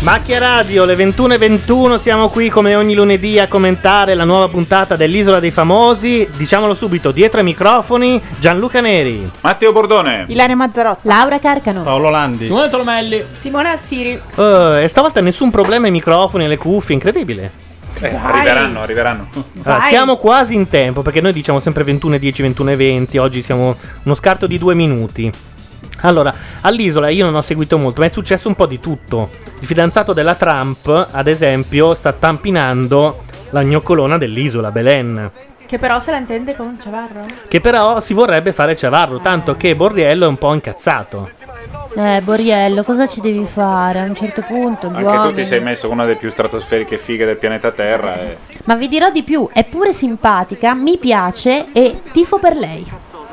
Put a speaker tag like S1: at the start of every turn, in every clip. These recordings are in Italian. S1: Macchia Radio, le 21.21 siamo qui come ogni lunedì a commentare la nuova puntata dell'Isola dei Famosi. Diciamolo subito, dietro ai microfoni Gianluca Neri.
S2: Matteo Bordone.
S3: Ilaria Mazzarotta. Laura Carcano.
S1: Paolo Landi.
S4: Simone Tolomelli.
S3: Simona Assiri.
S1: Eh, e stavolta nessun problema ai microfoni, alle cuffie, incredibile.
S2: Eh, arriveranno, arriveranno.
S1: Ah, siamo quasi in tempo perché noi diciamo sempre 21.10, 21.20, oggi siamo uno scarto di due minuti. Allora, all'isola io non ho seguito molto, ma è successo un po' di tutto. Il fidanzato della Trump, ad esempio, sta tampinando la gnoccolona dell'isola, Belen,
S3: Che però se la intende con Ciavarro.
S5: Eh,
S1: che però si vorrebbe fare ciavarro, tanto che Borriello è un po' incazzato.
S6: Eh, Boriello, cosa ci devi fare? A un certo punto, gli
S2: Anche tu
S6: uomini-
S2: ti sei messo con una delle più stratosferiche fighe del pianeta Terra. E...
S6: Ma vi dirò di più, è pure simpatica, mi piace e tifo per lei.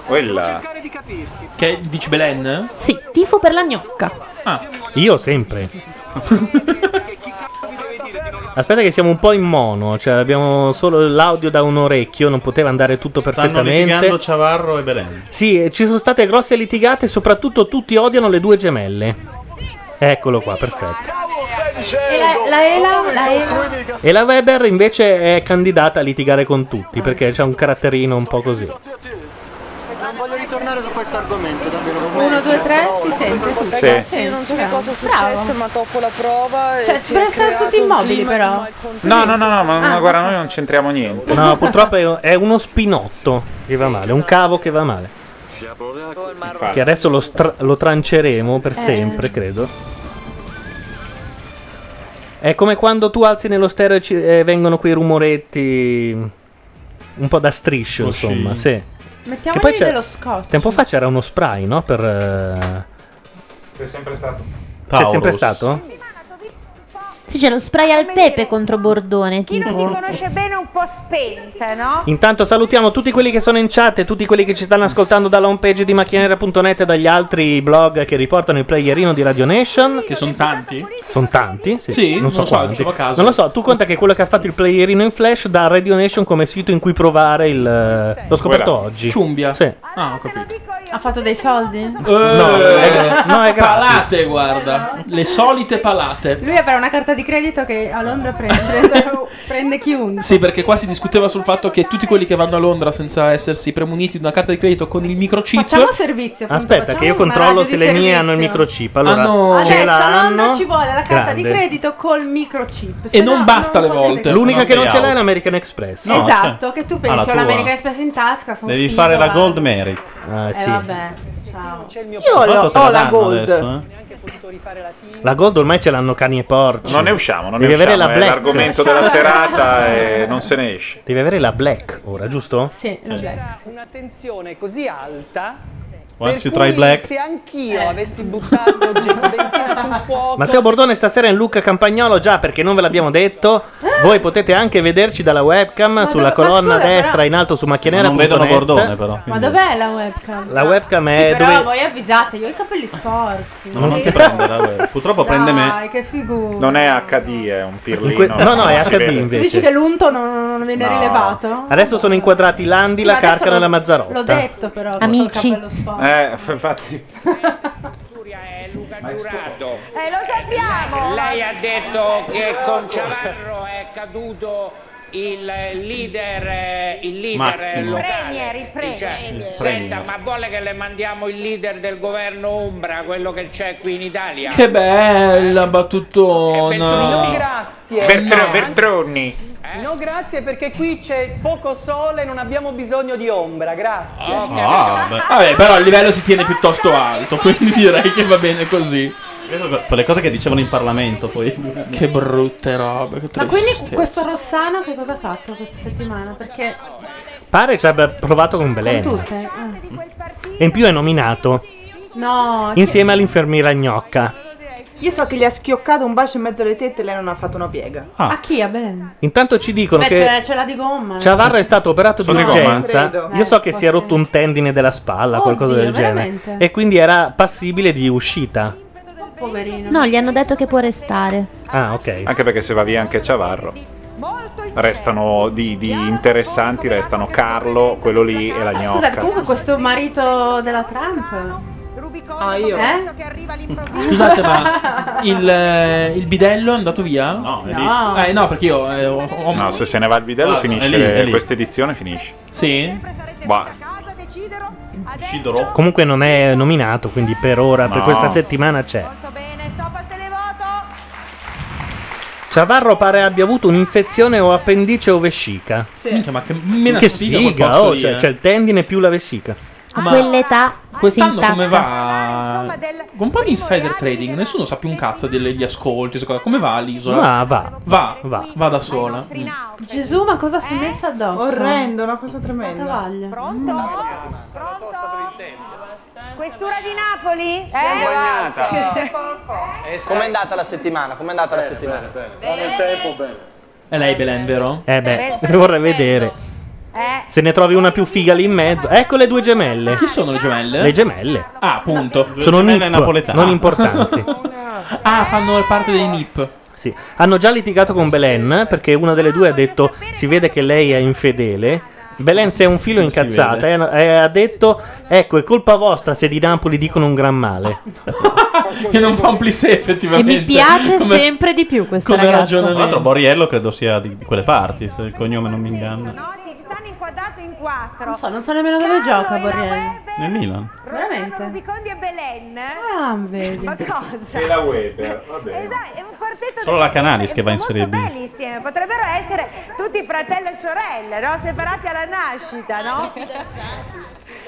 S2: Quella.
S4: Che dici Belen?
S6: Sì, tifo per la gnocca.
S1: Io sempre. Aspetta che siamo un po' in mono, cioè abbiamo solo l'audio da un orecchio, non poteva andare tutto
S7: Stanno
S1: perfettamente.
S7: litigando Ciavarro e Belen.
S1: Sì, eh, ci sono state grosse litigate, soprattutto tutti odiano le due gemelle. Eccolo qua, perfetto.
S3: E la, la Ela? La Ela?
S1: E la Weber invece è candidata a litigare con tutti perché c'ha un caratterino un po' così.
S8: Non voglio ritornare su questo argomento, davvero.
S3: Uno, due, tre, si sente tutto.
S1: Sì.
S5: Ragazzi, io non so che cosa è successo, ma dopo la prova.
S3: Cioè,
S5: si
S3: per
S5: è
S3: essere
S5: creato
S3: tutti
S5: un
S3: immobili,
S5: clima
S3: però.
S5: di mal contenuto.
S2: No, no, no, no, ma
S3: Ah.
S2: ma guarda, noi non c'entriamo niente.
S1: No, purtroppo è- è uno spinotto che va male, un cavo che va male. Che adesso lo, stra- lo tranceremo per sempre, credo. È come quando tu alzi nello stereo e ci- e vengono quei rumoretti un po' da striscio, insomma, sì. Che poi
S3: Mettiamogli
S1: c'è-
S3: dello scotch.
S1: Tempo fa c'era uno spray, no? Per eh,
S2: C'è sempre stato.
S1: C'è sempre stato?
S6: Sì, c'è lo spray al pepe contro Bordone,
S9: Chi non ti
S6: tipo.
S9: conosce bene è un po' spenta, no?
S1: Intanto salutiamo tutti quelli che sono in chat e tutti quelli che ci stanno ascoltando dalla homepage di macchinera.net e dagli altri blog che riportano il playerino di Radio Nation.
S4: Che sono tanti?
S1: Sono tanti? Sì,
S4: Sì,
S1: non so
S4: non lo so,
S1: quanti.
S4: dicevo a caso.
S1: Non lo so, tu conta che quello che ha fatto il playerino in flash da Radio Nation come sito in cui provare il... eh, L'ho scoperto
S2: Quella.
S1: oggi.
S4: Ciumbia.
S1: Sì.
S4: Ah, ho capito.
S3: Ha fatto dei soldi?
S1: No, è- no, è gratis.
S4: Eh, palate, guarda. Le solite palate.
S3: Lui avrà una carta di credito che a Londra prende, prende chiunque.
S4: Sì, perché qua si discuteva sul fatto che tutti quelli che vanno a Londra senza essersi premuniti di una carta di credito con il microchip
S3: Facciamo servizio. appunto,
S1: Aspetta, che io
S3: facciamo una
S1: controllo
S3: radio
S1: se
S3: di
S1: le mie hanno il
S3: servizio.
S1: microchip. Allora,
S4: Hanno-
S1: ce
S3: Adesso a
S1: l'hanno.
S3: Londra ci vuole la carta di
S1: Grande.
S3: credito col microchip.
S4: E non basta alle
S3: potete-
S4: volte.
S1: L'unica
S7: No,
S1: che non
S7: sei
S1: ce l'ha è
S7: out.
S1: l'American Express.
S7: No,
S3: esatto,
S7: cioè-
S3: che tu
S7: Ah, la
S3: pensi ho
S7: tua.
S3: l'American Express in tasca. sono
S7: Devi
S3: figo,
S7: fare la
S3: vado".
S7: Gold Merit.
S1: Ah,
S3: Eh
S1: sì.
S3: vabbè, ciao.
S7: Tanto
S8: Io lo-
S7: te
S8: ho la
S7: danno
S8: gold.
S7: adesso, eh?
S1: La Gold ormai ce l'hanno cani e porci.
S2: Non ne usciamo, non
S1: Devi
S2: ne
S1: avere
S2: usciamo.
S1: la
S2: è
S1: black.
S2: l'argomento della serata e non se ne esce.
S1: Devi avere la black ora, giusto?
S3: Sì, vabbè.
S8: Una tensione così alta.
S7: Cioè. Once
S8: per
S7: you try
S8: cui
S7: black.
S8: Se anch'io avessi buttato ge- benzina sul fuoco.
S1: Matteo Bordone stasera in Luca Campagnolo, già perché non ve l'abbiamo detto, voi potete anche vederci dalla webcam
S3: Eh? Ma
S1: sulla
S3: dove- ma
S1: colonna
S3: scusa,
S1: destra
S3: però-
S1: in alto su
S7: Ma
S1: macchinera.net.
S7: Non vedono Bordone, però.
S3: Ma
S7: quindi-
S3: dov'è la webcam?
S1: La webcam
S3: Sì,
S1: è
S3: però
S1: dove-
S3: voi avvisate, io ho i capelli sporchi.
S7: No, non ti prende la web. Purtroppo prende me.
S3: Dai, che figura.
S2: Non è HD, è un pirlino.
S1: In que- no, no, è
S2: non si
S1: HD
S2: vede.
S1: invece.
S3: Dici che l'unto non, non viene
S2: No.
S3: rilevato?
S1: Adesso sono inquadrati Landi,
S3: Sì, ma
S1: la
S3: adesso
S1: Carcano
S3: l'ho-
S1: e la Mazzarotta.
S3: L'ho detto però, che ho il
S6: Amici.
S3: capello sporco.
S2: Eh, f- infatti.
S9: Eh, lo sappiamo!
S10: Lei ha detto che con Ciavarro è caduto il leader, eh, il leader
S7: Massimo.
S10: locale.
S9: Premier, il premier.
S10: Dice,
S7: Premier.
S10: Senta, ma vuole che le mandiamo il leader del governo Umbra, quello che c'è qui in Italia?
S4: Che
S3: Eh.
S4: bella
S8: No,
S4: battutona.
S8: grazie.
S2: Bertro-
S8: No,
S2: Bertroni.
S8: No, grazie perché qui c'è poco sole e non abbiamo bisogno di ombra. Grazie.
S10: Ho capito.
S7: Ah, vabbè.
S4: Vabbè, però il livello si tiene piuttosto alto, quindi direi che va bene così.
S7: Adesso Quelle cose che dicevano in Parlamento poi.
S4: Che brutte robe,
S7: Eh,
S4: che
S3: Ma quindi
S4: tristezza.
S3: questo Rossano che cosa ha fatto questa settimana? Perché
S1: Pare ci abbia provato con
S3: con
S1: Belen.
S3: tutte... eh.
S1: E in più è nominato
S3: No, chi-
S1: insieme all'infermiera gnocca.
S11: Io so che gli ha schioccato un bacio in mezzo alle tette e lei non ha fatto una piega.
S1: Ah.
S11: A chi? A Belen?
S1: Intanto ci dicono
S11: Beh,
S1: che
S11: c'è- c'è la di gomma.
S1: Ciavarra è stato operato
S11: Sono
S1: di
S11: di gomma?
S1: urgenza.
S11: Credo.
S1: Io so che si è rotto un tendine della spalla, qualcosa del genere.
S6: veramente?
S1: E quindi era passibile di uscita.
S6: Poverino. No, gli hanno detto che può restare.
S1: Ah, ok.
S2: Anche perché se va via anche Ciavarro. Restano di, di interessanti, restano Carlo, quello lì e la gnocca.
S12: Scusate, comunque questo marito della Trump.
S11: Ah, io.
S3: Eh?
S4: Scusate, ma il, eh, il bidello è andato via? No,
S2: è lì. No.
S4: Eh, no, perché io eh, ho, ho-
S2: No, se se ne va il bidello
S4: Guarda,
S2: finisce
S4: è lì, è lì.
S2: questa edizione finisce.
S4: Sì.
S2: Bah,
S1: Comunque non è nominato, quindi per ora, per
S2: No.
S1: questa settimana c'è. Ciavarro pare abbia avuto un'infezione o appendice o vescica.
S4: Minchia, ma che mena
S1: che
S4: sfiga
S1: sfiga,
S4: quel posto
S1: oh,
S4: lì,
S1: cioè,
S4: eh.
S1: c'è il tendine più la vescica.
S4: Ah, ma
S6: Quell'età
S4: Quest'anno
S6: si
S4: come
S6: intacca.
S4: va? Con un po' di insider trading, nessuno sa più un cazzo degli ascolti. queste cose. Come va l'isola?
S1: Ma va.
S4: Va, va, da sola. Mm.
S12: Gesù, ma cosa
S9: Eh?
S12: si è messa addosso?
S11: Orrendo, una cosa tremenda.
S12: Pronto?
S2: Mm.
S9: Questura di Napoli?
S8: Siamo
S9: Eh?
S8: bagnata.
S9: Sì.
S8: Com'è andata la settimana? Com'è andata la settimana?
S9: il tempo, bene.
S4: È lei Belen, vero?
S1: Eh beh, vorrei vedere. Se ne trovi una più figa lì in mezzo. Ecco le due gemelle. Chi
S4: sono le gemelle?
S1: Le gemelle.
S4: Ah, punto.
S1: Sono nip, non importanti.
S4: ah, fanno parte dei nip.
S1: Sì. Hanno già litigato con Belen perché una delle due ha detto si vede che lei è infedele. Belen si è un filo
S7: si
S1: incazzata e e eh, ha detto ecco è colpa vostra se di Napoli dicono un gran male.
S4: Che non fa un plissé
S6: E
S4: effettivamente.
S6: mi piace sempre di più questo ragazzo.
S7: Tra l'altro
S4: ecco.
S7: Boriello credo sia di, di quelle parti, se il cognome non mi inganna.
S12: Non so, non so nemmeno dove gioca Borriello.
S7: Nel Milan.
S12: Veramente?
S9: Rubicondi e Belen?
S12: Ah,
S7: Eh,
S12: vedi.
S9: Ma cosa?
S7: E la Weber, va bene.
S9: Esatto, è un quartetto
S7: Solo
S9: di-
S7: la Canalis che va in
S9: sono
S7: Serie
S9: molto
S7: B.
S9: belli insieme, potrebbero essere tutti fratello e sorelle, no? Separati alla nascita, no?
S5: Ah,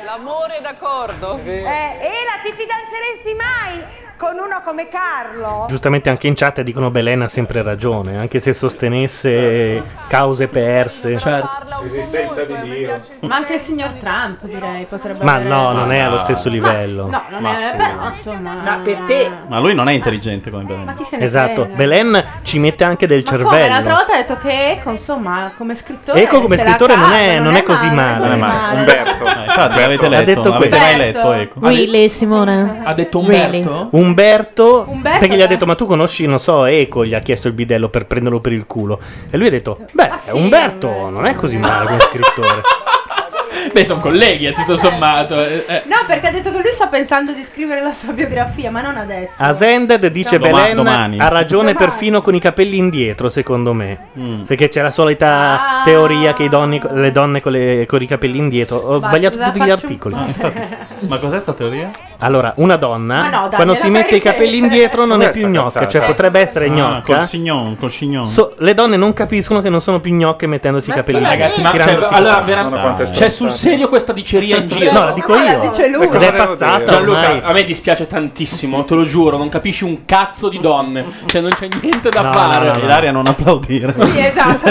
S5: L'amore d'accordo.
S9: Eh, Ela, ti fidanzeresti mai con uno come Carlo?
S1: Giustamente anche in chat dicono Belen ha sempre ragione, anche se sostenesse cause perse.
S12: Certo.
S2: Esistenza di Dio.
S12: Ma anche il signor Trump, direi, potrebbe
S1: Ma
S12: avere-
S1: no, non è allo stesso livello.
S12: No, non
S7: Ma
S12: è,
S7: sì.
S12: però insomma... Ma
S11: per te...
S7: Ma lui non è intelligente come Belen.
S12: Ma chi se ne
S1: Esatto,
S12: frega?
S1: Belen ci mette anche del
S12: Ma come l'altra
S1: cervello.
S12: volta ha detto che Eco, insomma, come scrittore...
S1: Ecco come
S12: se la
S1: scrittore non è,
S12: cava,
S1: non è così male.
S12: non è così male.
S1: Umberto.
S4: Eh,
S7: infatti, l'avete
S1: Ha
S7: letto,
S1: detto
S7: avete
S1: questo.
S7: mai letto, ecco.
S6: Really, Simone.
S4: Ha detto
S6: Really.
S1: Umberto,
S6: Umberto,
S1: perché gli ha
S6: no?
S1: detto ma tu conosci non so Eco gli ha chiesto il bidello per prenderlo per il culo e lui ha
S12: Ah,
S1: detto beh
S4: sì,
S1: Umberto non è così male come scrittore
S4: Beh, sono colleghi, eh, tutto sommato. eh, eh.
S12: No, perché ha detto che lui sta pensando di scrivere la sua biografia, ma non adesso.
S1: Ah, Asended dice
S7: Doma-
S1: Belen
S7: domani.
S1: ha ragione
S12: Domani.
S1: perfino con i capelli indietro secondo me
S7: Mm.
S1: perché c'è la
S12: Ah.
S1: solita teoria che i donni- le donne con, le- con i capelli indietro ho
S12: Va,
S1: sbagliato
S12: scusa,
S1: tutti gli
S12: faccio un
S1: articoli
S4: Ah,
S12: po'. eh.
S7: Ma cos'è sta teoria?
S1: allora una donna
S12: Ma no, dai, me
S1: quando
S12: la
S1: si
S12: fai
S1: mette i capelli
S12: ripetere.
S1: indietro non è
S7: Questa
S1: più gnocca
S7: cazzata.
S1: cioè potrebbe essere
S7: Ah,
S1: gnocca
S7: Col signon, col signon.
S1: So- le donne non capiscono che non sono più gnocche mettendosi i capelli
S4: Ma ragazzi, ma
S1: tirandosi
S4: cioè,
S1: i
S4: allora,
S1: capelli.
S4: vera-
S7: Cioè,
S4: c'è sul serio questa diceria in giro?
S1: No, la dico Ma la io. dice lui. Ed è passata
S4: Gianluca,
S1: ormai.
S4: a me dispiace tantissimo, te lo giuro, non capisci un cazzo di donne. Cioè, non c'è niente da
S1: No,
S4: fare.
S1: no, no, no.
S4: Ilaria
S7: non applaudire.
S12: Sì, esatto.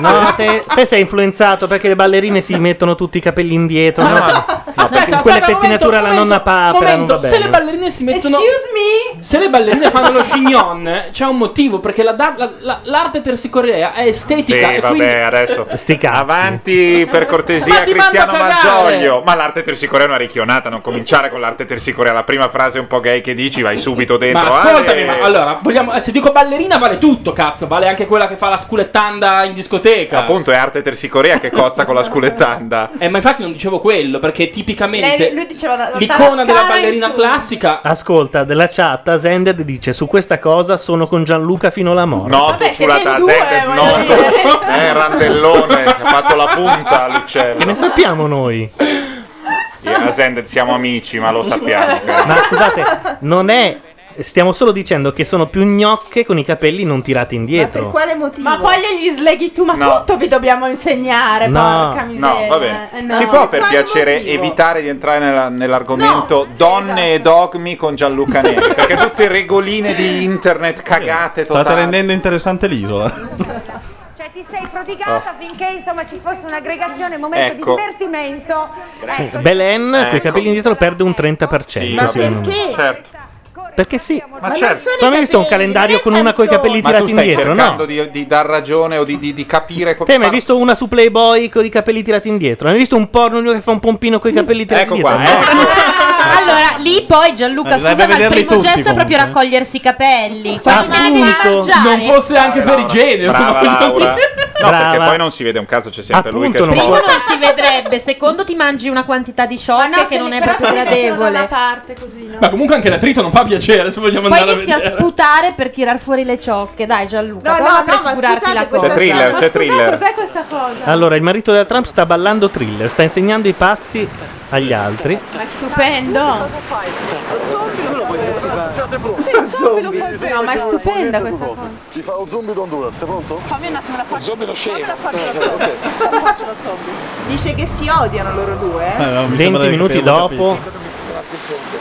S1: No, te, te sei influenzato perché le ballerine si mettono tutti i capelli indietro. no?
S4: Ah, Aspetta,
S1: quelle
S4: aspetta,
S1: pettinature
S4: momento,
S1: alla
S4: momento,
S1: nonna papera.
S4: momento,
S1: non va
S4: se
S1: bene.
S4: le ballerine si mettono
S12: Excuse
S4: Se le ballerine fanno lo chignon, c'è un motivo perché la da- la- la- l'arte tersicorea è estetica
S2: Sì,
S4: e quindi
S2: vabbè, adesso.
S1: Sti cazzi.
S2: Avanti per cortesia,
S4: Ma ti mando
S2: Cristiano
S4: a cagare!
S2: Malgioglio. Ma l'arte tersicorea è una ricchionata. Non cominciare con l'arte tersicorea. La prima frase un po' gay che dici, vai subito dentro.
S4: Ma ascoltami,
S2: Ale.
S4: ma allora, vogliamo, eh, se dico ballerina vale tutto, cazzo, vale anche quella che fa la sculettanda in discoteca.
S2: Appunto, è arte tersicorea che cozza con la sculettanda.
S4: Eh, ma infatti non dicevo quello, perché tipicamente
S12: Lei- lui diceva da- da-
S4: l'icona
S12: dalla
S4: della
S12: Scala
S4: ballerina
S12: in su.
S4: classica
S1: Ascolta, della chat Asended dice su questa cosa sono con Gianluca fino alla morte.
S2: No, tu sulla tasetta, no, eh, randellone, ha fatto la punta all'uccello.
S1: Che ne sappiamo noi?
S2: Io e Ascended siamo amici, ma lo
S4: Eh,
S2: sappiamo. che-
S1: Ma scusate, non è. Stiamo solo dicendo che sono più gnocche con i capelli non tirati indietro.
S12: quale motivo? Ma poi gli sleghi tu, ma
S1: Esatto. No.
S12: tutto vi dobbiamo insegnare,
S2: No.
S12: porca miseria.
S2: No, va bene.
S12: Eh, no.
S2: Si può per
S12: Quale
S2: piacere
S12: motivo?
S2: evitare di entrare nella- nell'argomento donne e
S4: esatto.
S2: dogmi con Gianluca Neri? perché tutte regoline di internet cagate
S7: State
S2: totali.
S7: rendendo interessante l'isola.
S9: Cioè ti sei
S7: Oh.
S9: prodigata finché insomma ci fosse un'aggregazione, un momento
S1: Ecco.
S9: di divertimento. Ecco,
S1: Belen, con i
S2: Ecco.
S1: capelli indietro, perde un 30%.
S11: Ma
S1: secondo me.
S11: perché?
S1: Perché sì.
S2: Certo. Ma Ma certo. non sono i
S1: Tu hai mai visto un calendario con una coi capelli
S2: Ma tu
S1: tirati
S2: stai
S1: indietro, no?
S2: cercando di, di dar ragione o di, di- di capire co-
S1: Te mi hai
S2: far-
S1: visto una su Playboy con i capelli tirati indietro? Hai visto un porno che fa un pompino con i capelli tirati
S2: Ecco
S1: indietro? Eh?
S2: qua,
S6: Allora, lì poi Gianluca,
S1: Ma
S6: scusa,
S1: dovrai
S6: ma il
S1: vederli
S6: primo
S1: tutti,
S6: gesto è proprio
S1: comunque.
S6: raccogliersi i
S3: Ah,
S6: capelli. Cioè, prima di mangiare.
S4: Non fosse anche per igiene.
S2: Brava
S4: insomma.
S2: Laura. No, perché
S4: Brava.
S2: poi non si vede un cazzo, c'è sempre lui che
S4: Appunto,
S6: Primo
S2: sposta.
S6: non si vedrebbe, secondo ti mangi una quantità di ciocca che non è proprio
S3: una
S6: gradevole.
S3: parte così, no?
S4: Ma comunque anche l'attrito non fa piacere, se vogliamo
S6: Poi
S4: andare a
S6: inizi a
S4: vedere.
S6: sputare per tirar fuori le ciocche. Dai, Gianluca,
S3: No,
S6: prova
S3: no,
S6: a
S3: no, ma
S6: prefigurarti
S3: scusate,
S6: la cosa.
S3: questa
S1: C'è thriller, c'è thriller.
S3: Cos'è questa cosa?
S1: Allora, il marito della Trump sta ballando thriller, sta insegnando i passi agli altri.
S3: Ma è stupendo. Cosa fai? eh. No, ma è stupenda questa cosa.
S13: Ti fa lo zombie d'Honduras, sei pronto?
S8: Fammi un attimo la faccia.
S13: Zombie lo scemo.
S11: Dice che si odiano loro due. eh?
S1: 20 minuti dopo.
S13: Capito.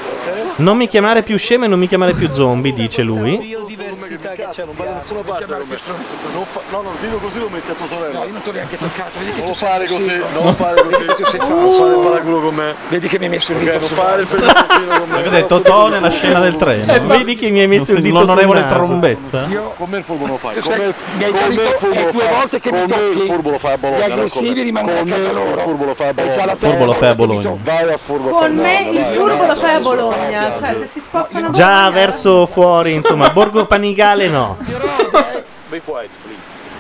S1: Non mi chiamare più scema e non mi chiamare più zombie, dice lui.
S13: biodiversità che c'è, non va da nessuna parte. Non fa- no, no, dillo così lo metti a tua sorella. No, io non ti ho neanche toccato. Vedi che non fare così, non fare così.
S10: Tu sei falso.
S13: Non fare il paraculo con me.
S10: Vedi che mi hai messo il
S13: Ok,
S10: dito
S13: non
S10: sul-
S13: fare il pericolo con me.
S7: Avete detto Totò nella scena del
S10: Cioè,
S7: treno.
S1: Eh, vedi che mi hai messo il dito sul
S7: L'onorevole
S1: naso.
S7: trombetta.
S13: Io con me il furbo lo fai,
S10: Tu
S13: con me
S10: sai,
S13: il
S10: mi hai
S13: con me il
S10: capito?
S13: furbo
S10: È
S13: lo
S10: due
S13: fai.
S10: volte che mi
S13: Con me il
S10: tocchi.
S13: furbo lo fai a Bologna.
S10: Gli
S13: non
S10: aggressivi
S13: con me.
S10: rimangono
S13: Con me
S10: accanto a
S13: il
S10: loro.
S13: furbo lo fai a
S10: È già
S13: Bologna.
S10: la Furbo lo
S7: fai a Bologna.
S13: Vai a furbo a
S3: Con me
S13: Bologna,
S3: il
S13: dai,
S3: furbo lo
S13: dai,
S3: fai a
S13: dai, dai,
S3: Bologna,
S13: dai,
S3: cioè
S13: dai.
S3: se si spostano a
S1: Già
S3: Bologna-
S1: verso fuori, insomma, Borgo Panigale no.
S13: Be quiet, please.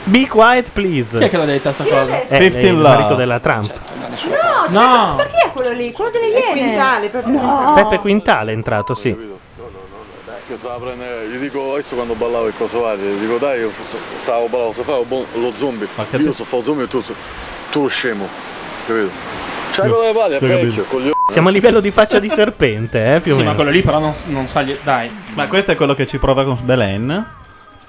S1: Be quiet, please.
S4: Chi è che l'ha detta sta cosa?
S1: Eh, lei, il marito della Trump.
S3: No, c'è-
S4: No.
S3: ma chi è quello lì? Quello delle Iene.
S11: Quintale, proprio.
S3: No.
S1: Peppe Quintale è entrato, sì.
S13: Che se la prende, gli dico adesso quando ballavo il Kosovari, gli dico dai, io f- stavo ballavo, se fai lo zombie, io so fare lo zombie e tu, so- tu lo scemo, capito? Cioè, quello che parli è
S1: Ho capito.
S13: vecchio, coglione.
S1: Siamo a livello di faccia di serpente, eh, più o
S4: Sì,
S1: meno.
S4: ma quello lì però non, non sa gli- Dai.
S7: Ma questo è quello che ci prova con Belen.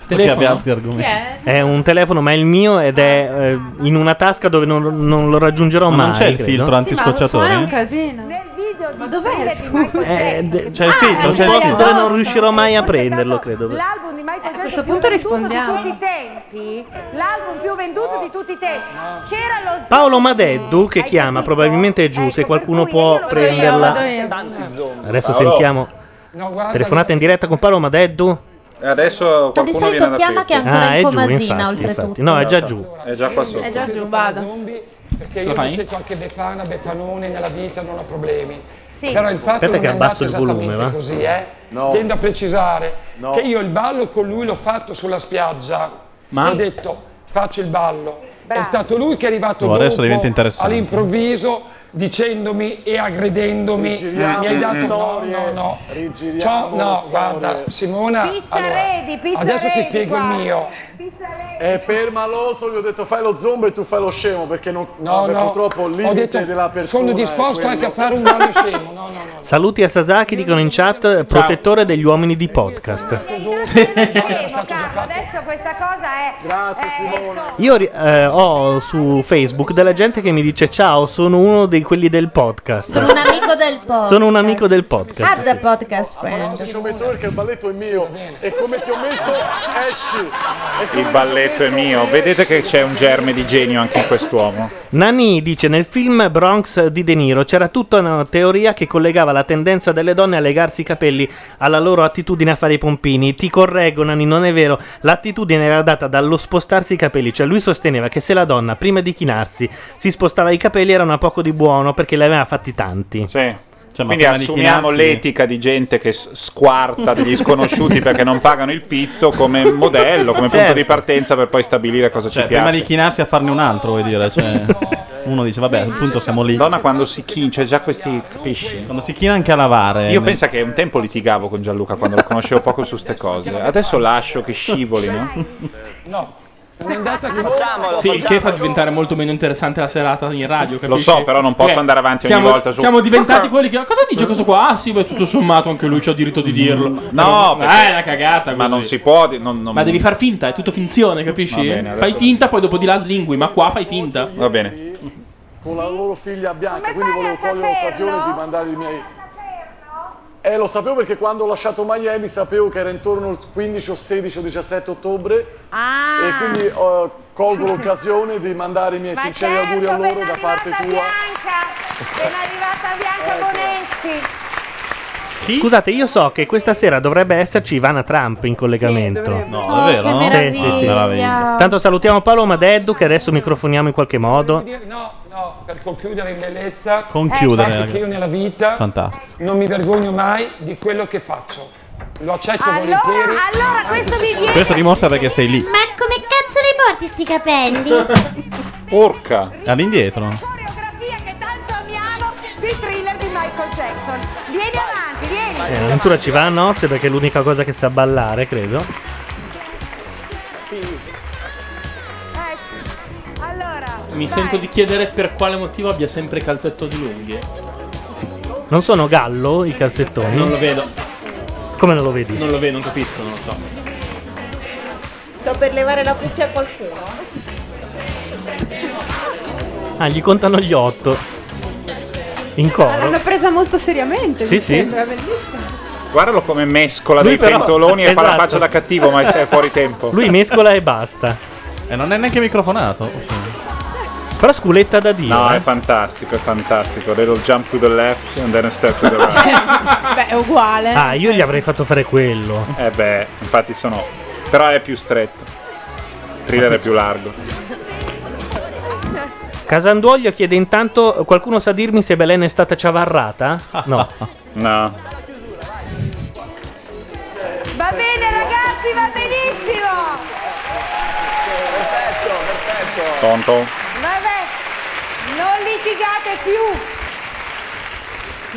S7: Perché
S4: Telefono?
S7: abbia altri argomenti.
S1: È un telefono, ma è il mio ed è eh, in una tasca dove non, non lo raggiungerò
S7: Ma
S1: mai.
S7: non c'è il
S1: credo.
S7: filtro
S3: Sì, ma suona un casino. Nel
S9: video
S3: Ma dov'è?
S1: Eh, de- c'è il
S9: Ah,
S1: filtro,
S9: è
S1: c'è il
S9: un
S1: filtro e non
S9: posto.
S1: riuscirò mai a prenderlo, credo.
S9: L'album di Michael Jackson
S3: Eh, questo
S9: più venduto
S3: punto
S9: di
S3: rispondiamo.
S9: tutti i tempi, l'album più venduto di tutti i tempi. C'era lo
S1: Paolo Madeddu che chiama, probabilmente è giù,
S3: Ecco,
S1: se qualcuno può prenderla. Adesso
S2: Paolo.
S1: sentiamo.
S10: No, guarda.
S1: Telefonata in diretta con Paolo Madeddu.
S2: Adesso
S6: di
S2: qualcuno
S6: solito
S2: viene ad
S6: chiama
S2: aprirti.
S6: che è ancora
S1: Ah,
S6: in
S1: è giù,
S6: comasina,
S1: infatti,
S6: oltretutto.
S1: infatti. No, è già giù.
S2: È già qua sotto.
S3: È già giù, vado.
S10: Perché
S1: lo
S10: io
S1: fai?
S10: mi sento anche Befana, Befanone nella vita non ho problemi.
S9: Sì.
S10: Però il fatto
S1: Aspetta
S10: non
S1: che
S10: è
S1: abbasso
S10: andato
S1: il volume,
S10: esattamente
S1: va?
S10: così, eh.
S1: No.
S10: Tendo a precisare che io il ballo con lui l'ho fatto sulla spiaggia.
S7: Ma?
S10: Ma ho detto faccio il ballo. È stato lui che è arrivato
S7: Oh, adesso
S10: dopo,
S7: diventa interessante.
S10: all'improvviso dicendomi e aggredendomi. eh,
S13: Rigiriamo
S10: mi hai dato
S13: storie,
S10: no, no, no.
S13: rigiriamo
S10: Ciao, no,
S13: storie.
S10: guarda, Simona.
S9: Pizza
S10: allora,
S9: ready, pizza
S10: adesso
S9: ready
S10: ti spiego
S9: qua.
S10: il mio.
S13: E per maloso gli ho detto fai lo zombie e tu fai lo scemo, perché non,
S10: No,
S13: vabbè,
S10: no,
S13: purtroppo il
S10: ho
S13: limite
S10: detto,
S13: della persona
S10: sono
S13: è
S10: disposto anche a
S13: quello.
S10: fare un ballo scemo. No,
S1: Saluti a Sasaki, dicono in chat, protettore degli uomini di podcast.
S9: Adesso questa cosa è Grazie Simone.
S1: Io ri- eh, ho su Facebook della gente che mi dice ciao, sono uno di quelli del podcast.
S6: Sono un amico del podcast.
S1: Sono un amico del podcast.
S6: Ah, the podcast friend.
S13: Ti ci ho messo perché il balletto è mio e come ti ho messo esci. E come
S2: Il balletto è mio. Vedete che c'è un germe di genio anche in quest'uomo.
S1: Nani dice nel film Bronx di De Niro c'era tutta una teoria che collegava la tendenza delle donne a legarsi i capelli alla loro attitudine a fare i pompini. Ti correggo Nani, non è vero. L'attitudine era data dallo spostarsi i capelli, cioè lui sosteneva che se la donna prima di chinarsi si spostava i capelli era una poco di buono perché le aveva fatti tanti.
S7: Cioè,
S2: Quindi assumiamo l'etica di gente che s- squarta degli sconosciuti perché non pagano il pizzo come modello, come punto
S7: Certo.
S2: di partenza per poi stabilire cosa
S7: Cioè,
S2: ci
S7: prima
S2: piace.
S7: di chinarsi a farne un altro, vuoi dire? Cioè, uno dice, vabbè, appunto siamo lì.
S2: Donna quando si china, c'è già questi, capisci?
S7: Quando si china anche a lavare.
S2: Io
S7: nel-
S2: penso che un tempo litigavo con Gianluca quando lo conoscevo poco su ste cose. Adesso lascio che scivolino.
S10: No, non è andata così.
S4: Sì, il che fa diventare molto meno interessante la serata in radio. Capisci?
S2: Lo so, però non posso
S4: Cioè,
S2: andare avanti ogni
S4: siamo-
S2: volta su-
S4: Siamo diventati quelli che. Cosa dice questo qua? Ah, sì, beh, tutto sommato anche lui c'ha il diritto di dirlo.
S2: Mm, No,
S4: Ma
S2: perché-
S4: è una cagata.
S2: Ma non si può. di- non- non-
S4: Ma devi far finta, è tutto finzione, capisci?
S2: Va bene, adesso-
S4: Fai finta, poi dopo di là slingui, ma qua fai finta.
S2: Va bene.
S13: con la loro figlia bianca, quindi volevo cogliere l'occasione di mandare i miei. Eh, lo sapevo perché quando ho lasciato Miami sapevo che era intorno al 15 o 16 o 17 ottobre.
S9: Ah, Ecco.
S13: E quindi eh, colgo l'occasione di mandare i miei sinceri auguri a loro da parte tua. Ecco.
S9: Bianca Bonetti.
S1: Scusate, io so che questa sera dovrebbe esserci Ivana Trump in collegamento.
S7: No, è vero, no?
S1: Sì, sì, sì.
S7: meraviglia.
S1: Tanto salutiamo Paloma Deddu che adesso microfoniamo in qualche modo.
S10: No, no, per conchiudere in bellezza.
S7: Conchiudere,
S10: Fatto che
S7: ragazzi.
S10: io nella vita
S7: Fantastico.
S10: non mi vergogno mai di quello che faccio. Lo accetto
S12: Allora,
S10: volentieri.
S3: Ah,
S12: allora, questo mi viene-
S7: Questo dimostra perché sei lì.
S12: Ma come cazzo li porti sti capelli?
S7: Porca. All'indietro.
S9: di thriller di Michael Jackson. Vieni avanti,
S1: Eh,
S9: vieni.
S1: addirittura ci va a nozze perché è l'unica cosa che sa ballare, credo.
S4: Mi sento di chiedere per quale motivo abbia sempre calzetto di unghie.
S1: Non sono gallo i calzettoni?
S4: Non lo vedo.
S1: Come non lo vedi?
S4: Non lo vedo, non capisco, non lo so.
S12: Sto per levare la cuffia a qualcuno.
S1: Ah, gli contano gli otto. In coro.
S3: L'hanno presa molto seriamente,
S1: Sì,
S3: mi
S1: sì.
S3: sembra bellissimo.
S2: Guardalo come mescola
S1: Lui
S2: dei
S1: però-
S2: pentoloni e fa la
S1: esatto.
S2: faccia da cattivo, ma è fuori tempo.
S1: Lui mescola e basta.
S7: E non è neanche microfonato.
S1: Però sculetta da eh. dire.
S2: No, è fantastico, è fantastico. Little jump to the left and then a step to the right.
S3: Beh, è uguale.
S1: Ah, io gli avrei fatto fare quello.
S2: eh beh, infatti sono... Però è più stretto. Thriller è più largo.
S1: Casanduoglio chiede intanto: qualcuno sa dirmi se Belen è stata ciavarrata? No.
S2: no.
S9: Va bene ragazzi, va benissimo.
S8: Certo,
S2: Tonto.
S9: Vabbè, non litigate più.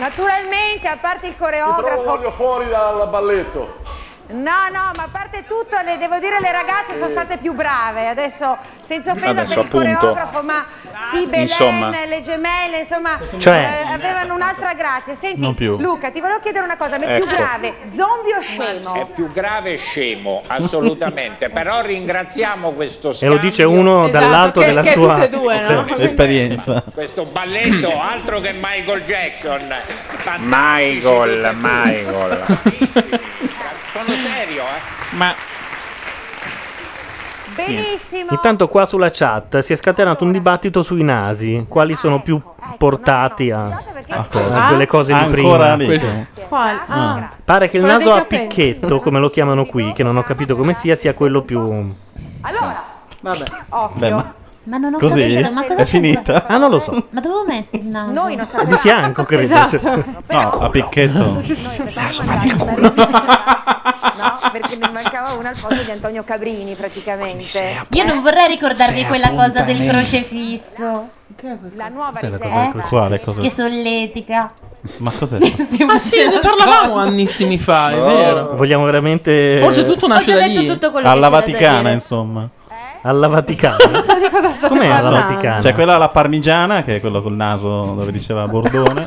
S9: Naturalmente, a parte il
S13: Però
S9: coreografo.
S13: voglio fuori dal balletto.
S9: No, no, ma a parte tutto, le devo dire, le ragazze sono state più brave. Adesso, senza offesa
S2: Adesso,
S9: per il
S2: appunto.
S9: coreografo, ma sì, Belen,
S2: Insomma.
S9: le gemelle, insomma,
S2: Cioè.
S9: eh, avevano un'altra grazia. Senti,
S10: Non più.
S9: Luca, ti volevo chiedere una cosa, ma è più
S10: Ecco. Eh.
S9: grave, zombie o scemo?
S10: È più grave e scemo, assolutamente. Però ringraziamo questo
S1: E lo
S10: scambio.
S1: dice
S6: Esatto,
S1: uno
S7: Esatto,
S1: dall'alto della sua Sì,
S7: esperienza.
S10: Questo balletto, altro che Michael Jackson. Fantastici
S2: Michael,
S10: tutti e due.
S2: Michael.
S10: Sono serio, eh.
S2: Ma
S9: Benissimo.
S1: Intanto qua sulla chat si è scatenato un dibattito sui nasi, quali
S6: Ah,
S1: sono più
S6: ecco,
S1: portati a, a quelle cose di prima.
S7: Ancora lì.
S3: Quale? Ah.
S1: Pare che il
S3: Quello dei
S1: naso a
S3: capelli.
S1: picchetto, come lo chiamano qui, che non ho capito come sia, sia quello più...
S9: Vabbè,
S7: Beh,
S9: occhio.
S7: ma-
S6: Ma non ho
S1: Così?
S6: capito, ma cosa
S7: È finita?
S1: Ah, non lo so.
S6: Ma dovevo mettere il naso?
S9: Noi non
S1: Di fianco, credo.
S6: Esatto.
S1: cioè.
S7: No, a picchetto.
S9: No, perché ne mancava una al posto di Antonio Cabrini, praticamente.
S6: Io non vorrei ricordarvi
S7: Se
S6: quella cosa
S7: appuntamenti.
S6: del crocefisso.
S9: La nuova
S7: Cos'è la cosa
S6: riserva.
S7: del croce- Quale cosa?
S6: Eh, Che solletica.
S7: Ma cos'è? Oh.
S4: Ah sì, ne parlavamo annissimi fa, Ah, è vero.
S1: Vogliamo veramente...
S4: Forse tutto nasce da lì.
S7: Alla Vaticana, insomma.
S6: Eh?
S1: Alla Vaticana. Com'è alla Vaticana?
S7: C'è quella alla parmigiana, che è quello col naso dove diceva Bordone.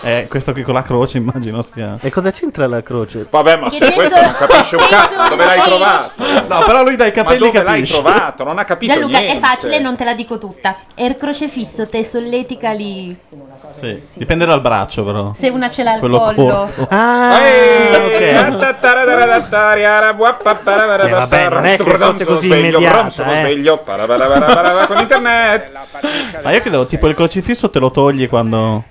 S7: e questo qui con la croce, immagino stia.
S1: E cosa c'entra la croce?
S2: Vabbè, ma se Cioè, questo non capisce un cazzo, dove l'hai trovato?
S7: No, però lui dai capelli
S2: Ma dove l'hai
S7: capisce.
S2: trovato? Non ha capito
S6: Gianluca,
S2: niente.
S6: è facile, non te la dico tutta. E il crocefisso te solletica lì.
S7: Sì. Dipende dal braccio, però.
S6: Se una ce l'ha al
S7: Quello
S6: collo.
S7: corto.
S1: Ah,
S2: Eh,
S1: vabbè, non è che fosse così immediata,
S2: Sono
S1: eh.
S2: sveglio, parabarabarabara, con internet.
S7: Ma io credevo, tipo, il crocifisso te lo togli quando.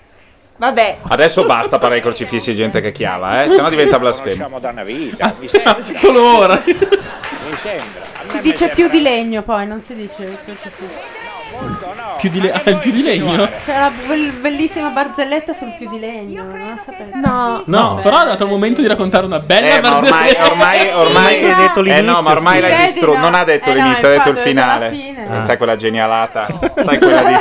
S9: Vabbè.
S2: Adesso basta parlare ai crocifissi gente che chiama, eh? Sennò diventa blasfemo.
S10: Siamo da una vita, mi sembra.
S7: Solo ora.
S10: Mi sembra. A me
S3: Si
S10: mi
S3: dice
S10: sembra-
S3: più di legno poi, non si dice croce più.
S4: Più di, le- ah, il più di legno?
S3: C'è la bel- bellissima barzelletta sul più di legno. non sapevo. No,
S4: No, però è arrivato il momento di raccontare una bella
S2: Eh, ma ormai,
S4: barzelletta.
S2: ormai, ormai,
S4: Hai detto
S2: eh no, ma ormai
S4: scusa.
S2: l'hai
S4: Vedi,
S2: distrutto.
S4: no.
S2: Non ha detto
S4: Eh, no,
S2: l'inizio, ha detto il
S4: infatti, ho detto
S2: finale.
S3: fine.
S2: Eh, Sai quella genialata? Sai quella di.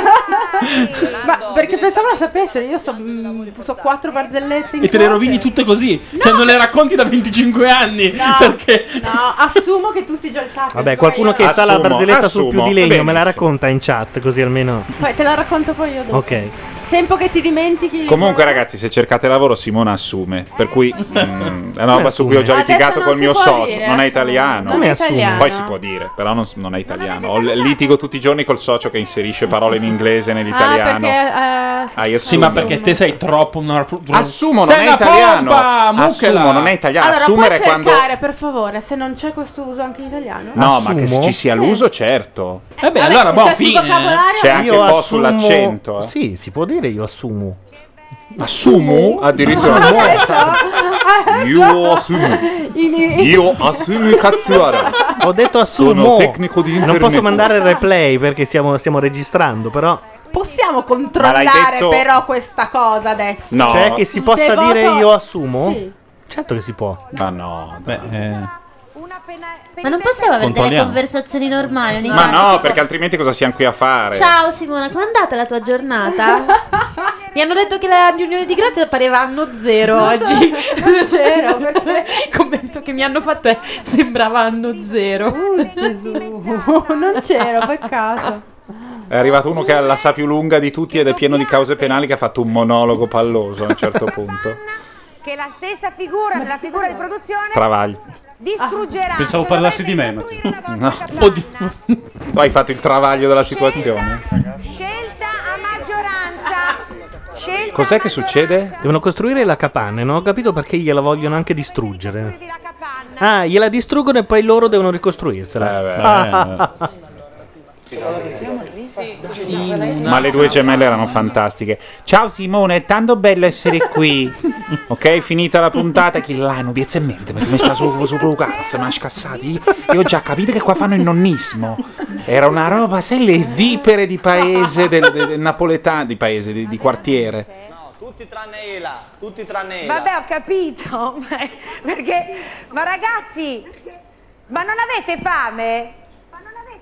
S3: ma perché pensavo la sapessero, io so, mm, so quattro barzellette in
S4: E te le rovini tutte così. Cioè, non le racconti da 25 anni. Perché?
S3: croce. No, assumo che tutti già lo sappiano.
S1: Vabbè, qualcuno che sa la
S7: Assumo,
S1: barzelletta sul più di
S7: assumo.
S1: legno me la
S7: Benissimo.
S1: racconta in chat, così almeno...
S3: Poi te la racconto poi io dopo.
S1: Ok.
S3: Tempo che ti dimentichi.
S2: Comunque, ragazzi, se cercate lavoro, Simona assume. Per cui mm, è una roba su
S1: assume?
S2: cui ho già
S3: Adesso
S2: litigato
S3: non
S2: col
S3: si
S2: mio
S3: può
S2: socio.
S3: dire,
S2: non è
S3: assume.
S2: italiano.
S3: Non è italiano.
S2: Poi si può dire, però non, non è italiano. Ho litigo tutti i giorni col socio che inserisce parole in inglese
S3: Ah,
S2: nell'italiano.
S3: perché. eh,
S2: Ah, io
S4: Sì, ma perché te sei troppo una...
S2: Assumo, non
S4: Sei
S2: è
S4: una
S2: italiano.
S4: pompa, mucchela.
S2: Assumo, non è italiano.
S3: allora, puoi
S2: Assumere
S3: cercare
S2: quando.
S3: per favore se non c'è questo uso anche in italiano?
S2: No, ma che se ci sia l'uso, certo.
S4: Vabbè,
S3: Eh, vabbè, allora, se boh, c'è sul fine. vocabolario-
S2: C'è anche
S1: Io
S2: un po'
S1: assumo-
S2: sull'accento. eh.
S1: Sì, si può dire io assumo.
S4: Assumo
S2: Addirittura. Io assumo.
S3: In- in-
S2: Io assumo Katsuara.
S1: Ho detto assumo.
S2: Sono tecnico di
S1: Non
S2: internet.
S1: posso mandare il replay perché stiamo- stiamo registrando, però. Ma
S3: Possiamo
S1: l'hai
S3: controllare
S1: detto-
S3: però questa cosa adesso?
S1: No. Cioè, che si possa
S3: Devoto-
S1: dire io assumo?
S3: Sì.
S1: Certo che si può.
S2: Ma no. eh.
S6: Ma non possiamo avere delle
S2: Controlliamo.
S6: conversazioni normali ogni
S2: Ma
S6: tanto?
S2: no, perché altrimenti cosa siamo qui a fare?
S6: Ciao Simona, com'è andata la tua giornata? Mi hanno detto che la riunione di grazia pareva anno zero
S3: Non so,
S6: oggi.
S3: non c'ero,
S6: perché il commento che mi hanno fatto è sembrava anno zero.
S3: Gesù, non c'ero, peccato.
S2: È arrivato uno che la sa più lunga di tutti ed è pieno di cause penali che ha fatto un monologo palloso a un certo punto.
S9: Che la stessa figura, la figura di produzione
S2: Travaglio.
S9: distruggerà.
S10: Ah.
S2: Pensavo parlassi di me. No.
S9: Oddio.
S2: Tu hai fatto il travaglio della situazione.
S9: Scelta a maggioranza. Scelta
S1: Cos'è che succede? Devono costruire la capanna e non ho capito perché gliela vogliono anche distruggere. Ah, gliela distruggono e poi loro devono
S2: Eh,
S1: ricostruirsela. Ah,
S2: Ma le due gemelle erano fantastiche. Ciao Simone, è tanto bello essere qui. ok, finita la puntata. Chi là, nubiezza e merda, perché mi sta su, su pro cazzo, ma scassati. Io- Io ho già capito che qua fanno il nonnismo. Era una roba, sai, le vipere di paese, del, del- del napoletano, di paese, di, di quartiere.
S8: Tutti tranne Ela, tutti tranne Ela.
S9: Vabbè, ho capito. ma- Perché ma ragazzi, ma non avete fame?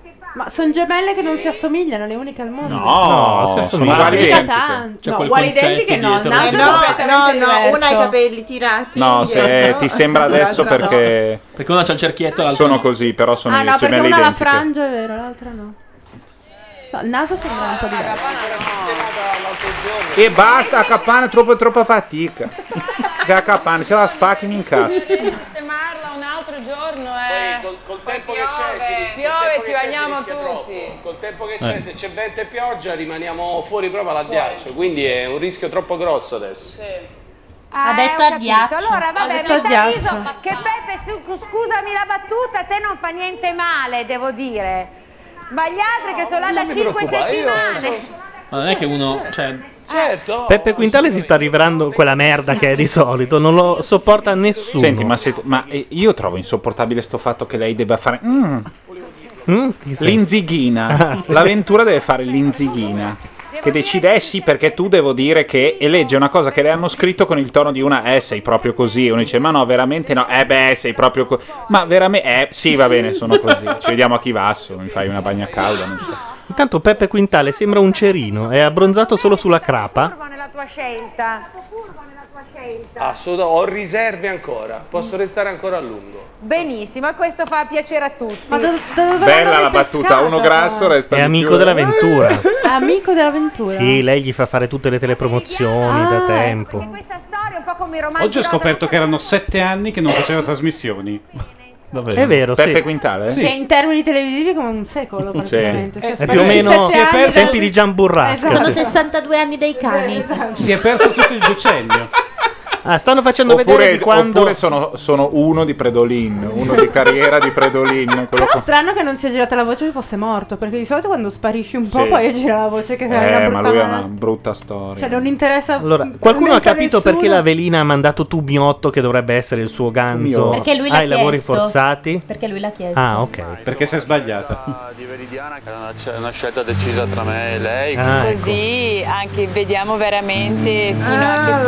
S9: Eh,
S3: Ma sono gemelle che non si assomigliano, le uniche al mondo.
S2: No,
S4: sono
S2: sono
S4: uguali
S2: uguali
S4: identiche.
S3: tanto.
S4: C'è
S3: No,
S4: quel
S3: uguali
S4: concetto
S3: identiche no,
S4: dietro.
S3: nasce
S4: Eh no,
S3: completamente
S11: no,
S3: diverso.
S11: una ha i capelli tirati.
S2: No, se
S11: indietro.
S2: ti sembra adesso
S11: L'altra no.
S2: perché.
S4: Perché una c'ha il cerchietto e l'altra.
S2: Sono così, però sono
S3: ah no, perché
S2: gemelle
S3: una ha la
S2: identiche.
S3: frangia, è vero, l'altra no. No, il naso sembra un po' diverso.
S2: E basta, a Capanna è troppo, troppa fatica. Che a Capanna, se la spacchi mi incastro.
S5: sistemarla un altro giorno è... Col, tempo che c'è
S10: Piove,
S5: Piove,
S10: ci
S5: ci
S10: bagniamo
S5: bagniamo
S10: tutti.
S8: Col tempo che
S10: Eh.
S8: c'è, se c'è vento e pioggia rimaniamo fuori proprio all'addiaccio, quindi è un rischio troppo grosso adesso.
S9: Ah,
S6: Ha detto
S9: eh, ho
S6: addiaccio.
S9: capito. Allora,
S6: Ha
S9: vabbè,
S6: detto
S9: Metalliso,
S6: addiaccio.
S9: che Beppe, su- scusami la battuta, a te non fa niente male, devo dire. Ma gli altri che sono là da
S8: mi
S9: 5
S8: preoccupa, io
S9: settimane.
S4: Ma non è che uno. Cioè,
S9: Certo.
S1: Peppe Quintale si sta rivelando quella merda che è di solito, non lo sopporta nessuno.
S2: Senti, ma, se- ma, eh, io trovo insopportabile sto fatto che lei debba fare. Mm.
S1: Ah,
S14: Mm?
S2: L'inzighina.
S1: sì.
S2: L'avventura deve fare l'inzighina. Che decide, eh sì, perché tu devo dire che. E legge una cosa che le hanno scritto con il tono di una, eh, sei proprio così. E uno dice, ma no, veramente no. Eh beh, sei proprio così. Ma veramente. Eh sì, va bene, sono così. Ci vediamo a Chivasso. Mi fai una bagna calda, non so.
S1: Intanto Peppe Quintale sembra un cerino, è abbronzato solo sulla crapa.
S9: nella tua scelta.
S8: Assolutamente, ho riserve ancora, posso restare ancora a lungo.
S9: Benissimo, e questo fa piacere a tutti.
S2: Bella la battuta, uno grasso resta
S1: È
S2: di
S1: amico
S2: più. Eh.
S1: dell'avventura.
S3: Amico dell'avventura.
S1: Sì, lei gli fa fare tutte le telepromozioni da tempo.
S14: Oggi ho scoperto che erano sette anni che non faceva trasmissioni.
S1: È vero, sì. Peppe
S2: Quintale?
S3: Che in termini televisivi è come un secolo praticamente.
S14: Sì.
S3: Cioè,
S14: È più o meno-
S3: sette
S14: si è
S3: anni Esatto.
S14: perso-
S3: dal-
S1: Tempi di Gian Burrasca.
S6: Sono 62 anni dei cani.
S3: Esatto.
S14: Si è perso tutto il decennio.
S1: Ah, stanno facendo vedere
S2: Oppure,
S1: di quando...
S2: oppure sono, sono uno di Predolin, uno di carriera di Predolin. Quello
S3: Però
S2: con-
S3: strano che non sia girata la voce che fosse morto, perché di solito quando sparisci un po'
S2: Sì.
S3: poi gira la voce che è
S2: Eh, ma
S3: una brutta
S2: lui ha
S3: ma-
S2: una brutta storia.
S3: Cioè non interessa
S1: Allora, qualcuno ha
S3: Mentre
S1: capito
S3: nessuno-
S1: perché la velina ha mandato Tubiotto, che dovrebbe essere il suo ganzo,
S6: Perché lui l'ha
S1: ai lavori
S6: chiesto.
S1: forzati?
S6: Perché lui l'ha chiesto.
S1: Ah, ok.
S14: Perché si è sbagliata.
S8: Di Veridiana che è una, c'è una scelta decisa tra me e lei.
S15: Ah, ecco.
S5: Così anche vediamo veramente fino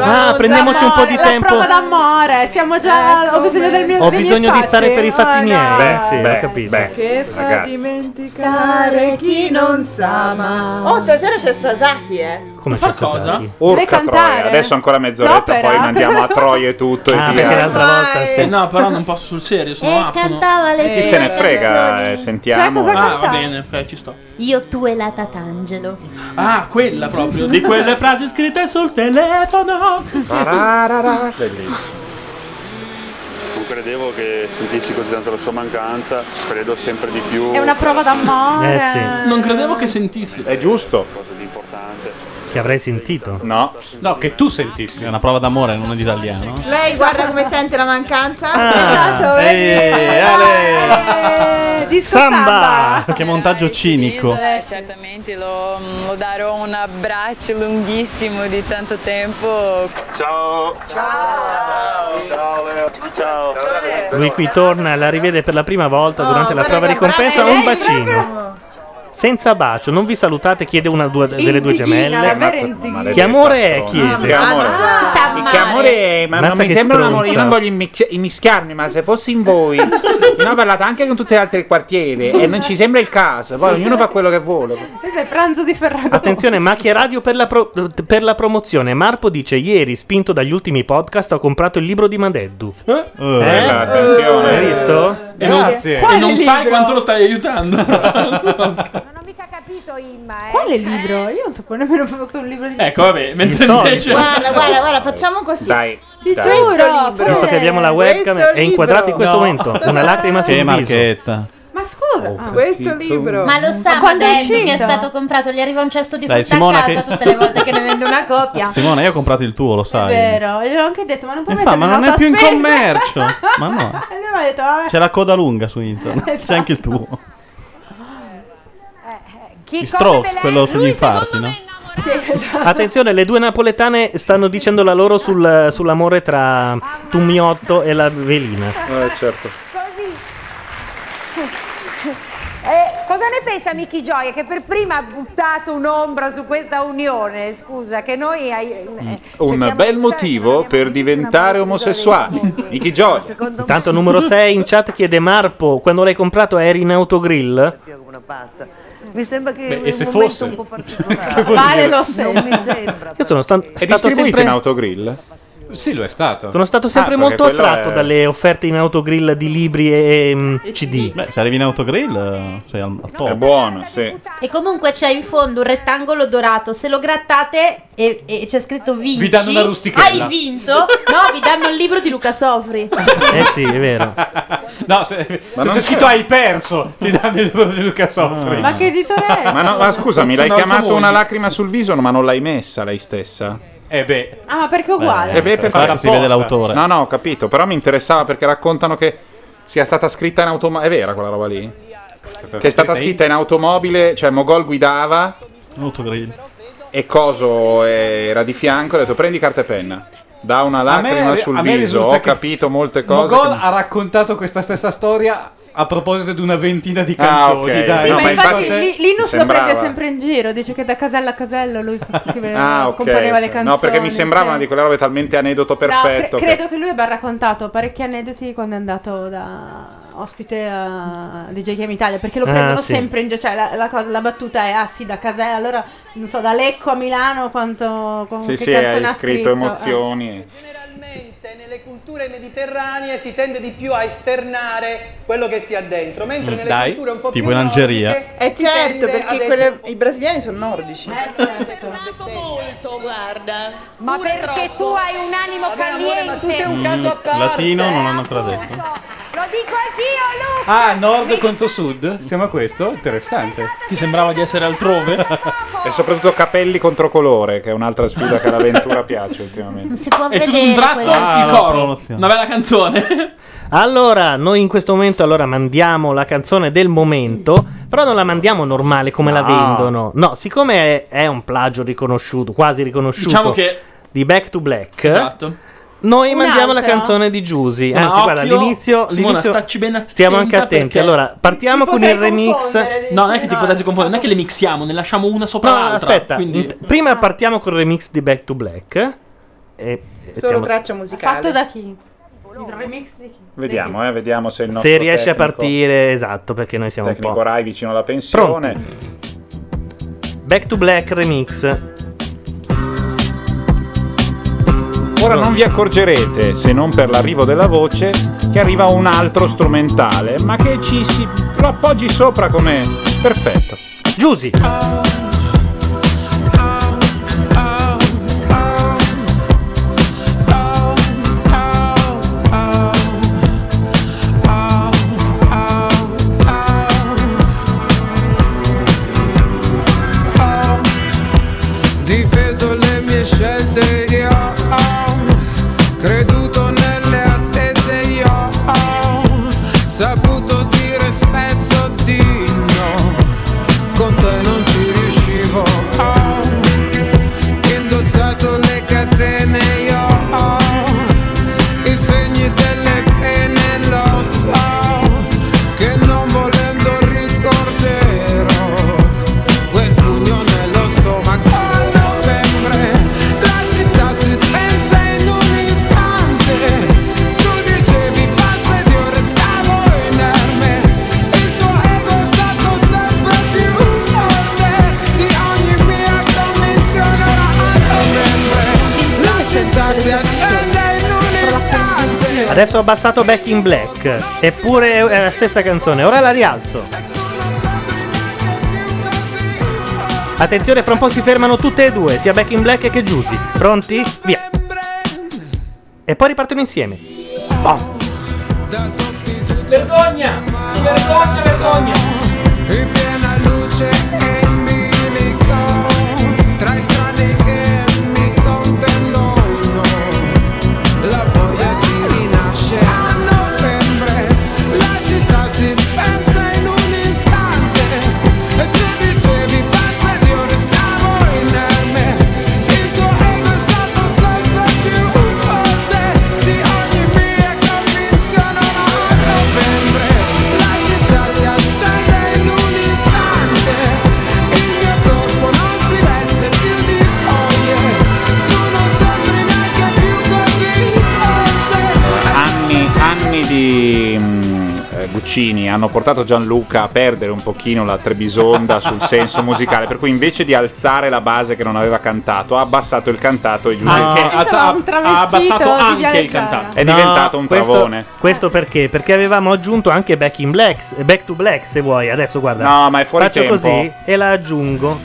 S1: Ah, prendiamoci un po' di
S3: La
S1: tempo.
S3: prova d'amore, siamo già.
S6: Ecco,
S3: ho bisogno del mio
S1: Ho
S3: dei miei
S1: bisogno di
S3: spazi.
S1: stare per i fatti
S3: Oh,
S1: miei.
S3: no.
S1: Beh, sì, ho capito.
S11: eh, Che fa
S1: Ragazzi.
S11: dimenticare chi non sa ma. Oh, stasera c'è Sasaki, eh.
S1: Come
S11: Fa
S1: c'è cosa?
S11: Deve
S2: Urca
S11: cantare.
S2: troia, adesso ancora mezz'oretta,
S11: L'opera.
S2: poi mandiamo a troia e tutto.
S1: Ah,
S2: e via.
S1: perché l'altra volta sì.
S4: Eh, no, però non posso sul serio, sono
S6: E
S4: afono.
S6: cantava Eh, le
S2: Chi se ne frega, eh, sentiamo.
S4: Ah, va bene, ok, ci sto.
S6: Io tu e la Tatangelo.
S4: Ah, quella proprio. Di quelle frasi scritte sul telefono.
S2: Tararara. Bellissimo.
S16: Non credevo che sentissi così tanto la sua mancanza, credo sempre di più.
S1: Eh,
S3: È una prova d'amore.
S4: Non credevo che sentissi.
S2: È giusto.
S16: Cosa di importante.
S1: Che avrei sentito?
S7: No. No, che tu sentissi. È una prova d'amore, non di italiano.
S11: Lei guarda come sente la mancanza. Esatto,
S7: Ah, eh,
S1: eh.
S11: ale.
S7: Samba! Che montaggio cinico.
S17: Eh, certamente lo, lo darò un abbraccio lunghissimo di tanto tempo.
S16: Ciao. Ciao. Ciao Leo. Ciao.
S1: Lui qui torna e la rivede per la prima volta durante la prova ricompensa
S11: Eh,
S1: un bacino. Senza bacio, non vi salutate, chiede una due- delle due gemelle. Che amore è? Chiede.
S2: Che amore è? Che amore è? Ma
S1: Mazza
S2: non mi
S1: che
S2: sembra un amore. Io
S1: stronza.
S2: non voglio immic- immischiarmi, ma se fossi in voi, no, parlate anche con tutte le altre del quartiere e non ci sembra il caso. Poi ognuno fa quello che vuole.
S3: Questo è pranzo di Ferragamo.
S1: Attenzione, macchia radio per la, pro- per la promozione. Marpo dice: Ieri, spinto dagli ultimi podcast, ho comprato il libro di Madeddu.
S2: Eh?
S1: Eh?
S4: bella, eh,
S1: attenzione. Hai visto?
S4: E non,
S1: Grazie.
S4: e
S1: Quale
S4: non sai
S1: libro?
S4: quanto lo stai aiutando.
S3: Quale libro? Io non sapevo nemmeno fosse un libro di
S4: ecco, vabbè, mentre invece.
S11: Guarda, guarda, guarda, facciamo così.
S4: Dai,
S11: Ti
S4: dai.
S11: giuro,
S4: Questo
S11: forse-
S1: Visto che abbiamo la webcam,
S11: questo
S1: è inquadrato in questo
S7: libro.
S1: momento. Una lacrima sul
S7: Che
S1: viso.
S7: marchetta.
S11: Ma scusa,
S2: Oh.
S3: ah.
S7: capito.
S11: questo libro.
S6: Ma lo sa,
S11: quando è
S6: Madeddu, che è
S11: uscito?
S6: stato comprato, gli arriva un cesto di
S7: Dai,
S6: frutta
S7: Simona,
S6: a casa
S7: che-
S6: tutte le volte che ne vende una copia.
S7: Simona, io ho comprato il tuo, lo
S3: È
S7: sai.
S3: vero, gliel'ho anche detto, ma non può
S7: E
S3: mettere
S7: fa, ma non è
S3: nota
S7: più in
S3: spesa.
S7: commercio. Ma no.
S3: E lui mi ha detto, vabbè.
S7: C'è la coda lunga su internet.
S3: Esatto.
S7: C'è anche il tuo.
S9: Chi
S7: Gli strokes, quello sugli infarti, no?
S3: esatto.
S1: Attenzione, le due napoletane stanno dicendo la loro sul- sull'amore tra Tumiotto e la Velina.
S2: Eh, certo.
S9: Eh, cosa ne pensa Michi Gioia che per prima ha buttato un'ombra su questa unione? Scusa, che noi ai- eh,
S2: Un bel motivo per diventare omosessuali. Nicky Joy.
S1: Intanto numero 6 in chat chiede Marpo, quando l'hai comprato eri in autogrill?
S18: come una pazza. Mi sembra che
S1: Beh,
S18: è
S1: e
S18: un
S1: se
S18: momento
S1: fosse?
S18: un po'
S1: Che
S18: particolare.
S1: vuol Vale dire? lo
S18: Non
S1: stesso.
S18: mi sembra.
S1: Io sono stan-
S14: È
S1: stato
S14: distribuito
S1: sempre...
S14: in autogrill? Sì, lo è stato.
S1: Sono stato sempre
S14: Ah, perché
S1: molto
S14: quello
S1: attratto
S14: è-
S1: dalle offerte in autogrill di libri e, mm, CD.
S7: Beh, se arrivi in autogrill, eh, sei al, al top.
S2: È buono, sì.
S6: E comunque c'è in fondo un rettangolo dorato. Se lo grattate e, e c'è scritto vinci,
S1: Vi danno una rustichella.
S6: Hai vinto? No, vi danno il libro di Luca Sofri.
S1: Eh sì, è vero.
S14: No, se, se
S2: non
S14: c'è
S2: c'è.
S14: scritto hai perso, ti danno il libro di Luca
S1: Ah.
S14: Soffri.
S3: Ma che editore è?
S2: Ma, no, ma scusami,
S14: Sono
S2: l'hai chiamato
S14: automobili.
S2: una lacrima sul viso, ma non l'hai messa lei stessa?
S14: Eh beh.
S3: Ah, ma perché è uguale?
S2: Eh beh, per fare
S7: si vede l'autore.
S2: No, no, ho capito, però mi interessava perché raccontano che sia stata scritta in automobile. È vera quella roba lì? Che è stata scritta in automobile, cioè Mogol guidava
S7: Autogrill.
S2: e Coso era di fianco, ha detto prendi carta e penna. Da una lacrima
S14: me-
S2: sul
S14: a me
S2: viso,
S14: risulta
S2: ho
S14: che
S2: capito molte cose.
S14: Mogol
S2: che-
S14: ha raccontato questa stessa storia a proposito di una ventina di
S2: Ah,
S14: canzoni.
S2: ok.
S14: dai.
S2: Sì, No, ma ma infatti
S3: Infatti, Li- Linus lo
S2: sembrava.
S3: prende sempre in giro, dice che da casello a casello lui scriveva,
S2: Ah, ok.
S3: Eh, componeva le canzoni.
S2: No, perché mi sembrava
S3: sì.
S2: una di quelle robe talmente aneddoto
S3: No, cre-
S2: perfetto. che-
S3: credo che lui abbia raccontato parecchi aneddoti quando è andato da ospite a DJ Chiam Italia perché lo
S2: Ah,
S3: prendono
S2: sì.
S3: sempre in giro cioè la, la cosa- la battuta è ah sì da Casella allora non so da Lecco a Milano quanto con-
S2: Sì,
S3: che
S2: sì,
S3: canzone
S2: hai
S3: ha eh.
S2: scritto, emozioni. e-
S19: Generalmente nelle culture mediterranee si tende di più a esternare quello che si ha dentro, mentre
S7: Mm,
S19: nelle
S7: dai,
S19: culture un po'
S7: tipo
S19: più
S7: in Algeria.
S19: nordiche
S11: Eh
S19: si
S11: certo,
S19: tende ad
S11: perché
S19: essere-
S11: quelle- i brasiliani sono nordici.
S5: molto, guarda.
S9: Ma perché tu hai un animo caliente. ma tu sei
S7: Mm, latino non hanno ancora detto.
S9: Lo dico anch'io, Luca. Esatto,
S14: Ah, nord contro sud? Siamo a questo? Interessante.
S2: Ti sembrava di essere altrove? e soprattutto capelli contro colore, che è un'altra sfida che all'avventura piace ultimamente.
S6: Non si può
S4: E
S6: vedere.
S4: tutto un tratto
S6: quello.
S14: Ah,
S4: il coro. Una bella canzone.
S1: Allora, noi in questo momento allora mandiamo la canzone del momento, però non la mandiamo normale come la
S4: No.
S1: vendono. No, siccome è, è un plagio riconosciuto, quasi riconosciuto,
S4: Diciamo che-
S1: di Back to Black,
S4: Esatto.
S1: noi
S4: Un'altra?
S1: mandiamo la canzone di Giusy.
S4: Ma
S1: Anzi, guarda,
S4: occhio,
S1: all'inizio,
S4: Simona,
S1: all'inizio
S4: stacci ben
S1: stiamo anche
S4: attenta
S1: attenti.
S4: perché-
S1: Allora, partiamo con il remix.
S4: No, non è che ti potessi confondere, non è che le mixiamo, ne lasciamo una sopra
S1: No,
S4: l'altra.
S1: aspetta,
S4: quindi-
S1: int- prima partiamo col remix di Back to Black. E, e
S11: Solo
S1: stiamo-
S11: traccia musicale.
S3: fatto da chi? il remix di chi?
S2: Vediamo, eh, vediamo se il nostro
S1: se riesce a
S2: tecnico-
S1: partire, esatto, perché noi siamo un po'.
S2: Tecnico Rai vicino alla pensione.
S1: Back to Black remix.
S2: Ora non vi accorgerete, se non per l'arrivo della voce, che arriva un altro strumentale, ma che ci si lo appoggi sopra come perfetto.
S1: Giusy.
S20: Differenti cresciuto nelle attese io ho saputo dire spesso di no con te non ci riuscivo ho indossato le catene io ho i segni delle pene lo so che non volendo ricorderò quel pugno nello stomaco a novembre la città si spense in un istante tu dicevi basta ed io restavo inerme il tuo ego è stato sempre più forte di ogni mia convinzione a novembre la città si accende in un istante
S1: Adesso ho abbassato Back in Black, eppure è la stessa canzone, ora la rialzo. Attenzione, fra un po' si fermano tutte e due, sia Back in Black che Giusy. Pronti? Via. E poi ripartono insieme. Bam.
S4: Vergogna! Vergogna, vergogna!
S20: in piena luce e in bilico tra strade che mi contendono la voglia di rinascere a novembre la città si spense in un istante e tu dicevi basta ed io restavo inerme il tuo ego è stato sempre più forte di ogni mia convinzione a novembre la città si accende in un istante Il mio corpo non si veste più di foglie Tu non sembri neanche più così
S2: Anni, anni di mm, eh, Guccini hanno portato Gianluca a perdere un pochino la trebisonda sul senso musicale, per cui invece di alzare la base che non aveva cantato, ha abbassato il cantato e Giuseppe
S1: Anche-
S2: ha-
S1: alza-
S2: ha-
S1: un
S2: ha abbassato
S1: travestito di
S2: anche
S1: Viale
S2: il cantato. È
S1: No,
S2: diventato un
S1: questo-
S2: travone.
S1: Questo perché? Perché avevamo aggiunto anche Back in Black, Back to Black se vuoi. Adesso guarda.
S2: No, ma è fuori
S1: Faccio
S2: tempo.
S1: così e la aggiungo.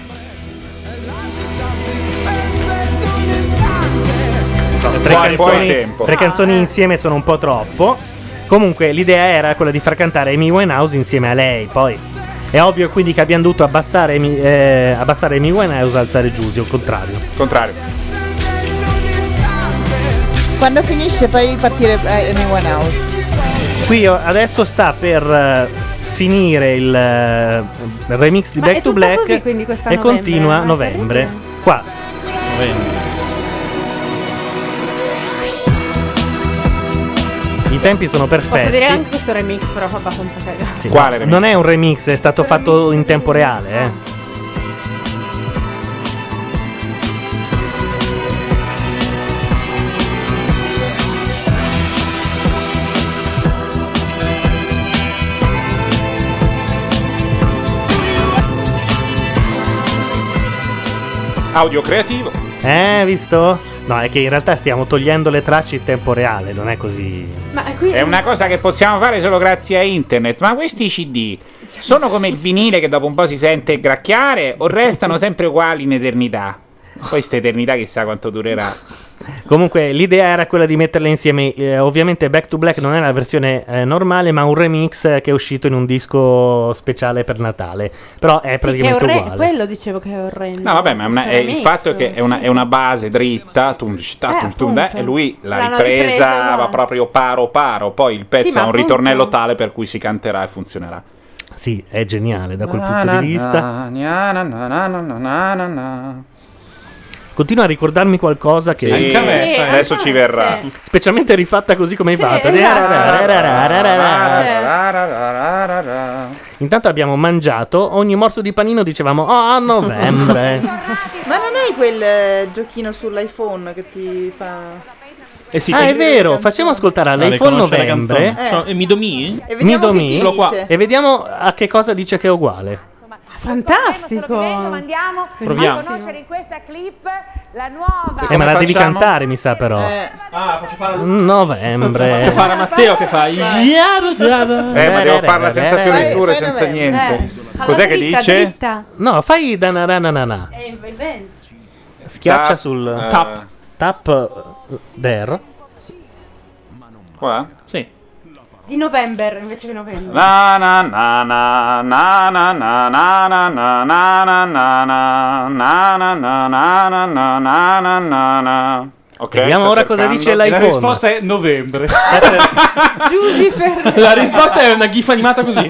S1: Tre
S2: Fuori, fuori
S1: canzoni,
S2: tempo.
S1: tre
S3: Ah.
S1: canzoni insieme sono un po' troppo. Comunque l'idea era quella di far cantare Amy Winehouse insieme a lei, poi è ovvio quindi che abbiamo dovuto abbassare Amy, eh, abbassare Amy Winehouse e alzare Giusy, o il contrario.
S2: Contrario.
S11: Quando finisce poi partire eh, Amy Winehouse.
S1: Qui io- adesso sta per eh, finire il eh, remix di
S3: Ma
S1: Back
S3: è
S1: to
S3: tutto
S1: Black
S3: così, quindi, questa
S1: e
S3: novembre?
S1: continua
S3: Ma
S1: novembre. Qua. I tempi sono
S3: Posso dire
S1: perfetti.
S3: anche questo remix, però fa abbastanza cagato.
S1: Sì, no, non è un remix, è stato fatto in tempo reale. eh.
S2: Audio creativo.
S1: Eh, visto? No, è che in realtà stiamo togliendo le tracce in tempo reale, non è così.
S3: Ma qui
S2: È una cosa che possiamo fare solo grazie a internet, ma questi CD sono come il vinile che dopo un po' si sente gracchiare o restano sempre uguali in eternità? Poi sta eternità chissà quanto durerà.
S1: Comunque l'idea era quella di metterle insieme. eh, ovviamente Back to Black non è la versione eh, normale, ma un remix eh, che è uscito in un disco speciale per Natale. Però è
S3: Sì, che è
S1: praticamente
S3: orre-
S1: uguale.
S3: quello dicevo che è orrendo.
S2: No, vabbè, ma è una- è il
S3: Remix.
S2: fatto è che è una, è una base dritta, tum, sta, tum, tum, da, e lui la
S3: L'hanno
S2: ripresa
S3: ripresa uguale.
S2: va proprio paro paro, poi il pezzo
S3: Sì, ma
S2: ha un
S3: appunto.
S2: ritornello tale per cui si canterà e funzionerà.
S1: Sì, è geniale da quel
S2: Na,
S1: punto
S2: na,
S1: di
S14: Ah,
S1: vista.
S2: na, na, na, na, na, na, na, na, na.
S1: Continua a ricordarmi qualcosa che
S2: Sì, Anche a me, sì, esatto. sai. adesso ci verrà.
S1: Specialmente rifatta così come i Vata.
S4: Ah.
S1: Intanto abbiamo mangiato, ogni morso di panino dicevamo "Oh, a novembre".
S11: Ma non hai quel eh, giochino sull'iPhone che ti fa.
S1: ah, è vero, facciamo ascoltare a
S4: No,
S1: lei full
S4: riconosce Ah, la
S1: novembre.
S11: canzone. Eh.
S4: E mi domi?
S11: E vediamo
S1: Mi
S11: che
S1: domi?
S11: chi
S1: Solo qua.
S11: dice.
S1: E vediamo a che cosa dice che è uguale.
S3: Ah, Fantastico.
S9: Andiamo
S1: Proviamo.
S9: a conoscere in questa clip la nuova.
S1: Eh, ma la devi cantare, mi sa però.
S4: Ah, faccio fare la...
S1: Novembre.
S4: Faccio fare a Matteo che fai.
S2: Eh, ma devo farla senza
S1: Eh,
S2: fioriture, senza niente. Cos'è che dice?
S1: No, fai danananana.
S3: Eh, vai bene.
S1: Schiaccia
S2: Tap,
S1: sul
S2: eh.
S1: tap. Tap eh, there.
S2: Qua?
S1: Sì.
S3: Di novembre invece che novembre.
S2: Na na na na na na na na na na na na na na na na na na na na na na na. Ok,
S1: Vediamo
S2: sto
S1: ora cosa
S2: cercando.
S1: dice
S2: La
S1: l'iPhone.
S2: risposta
S1: è novembre.
S4: La risposta è una gif animata così.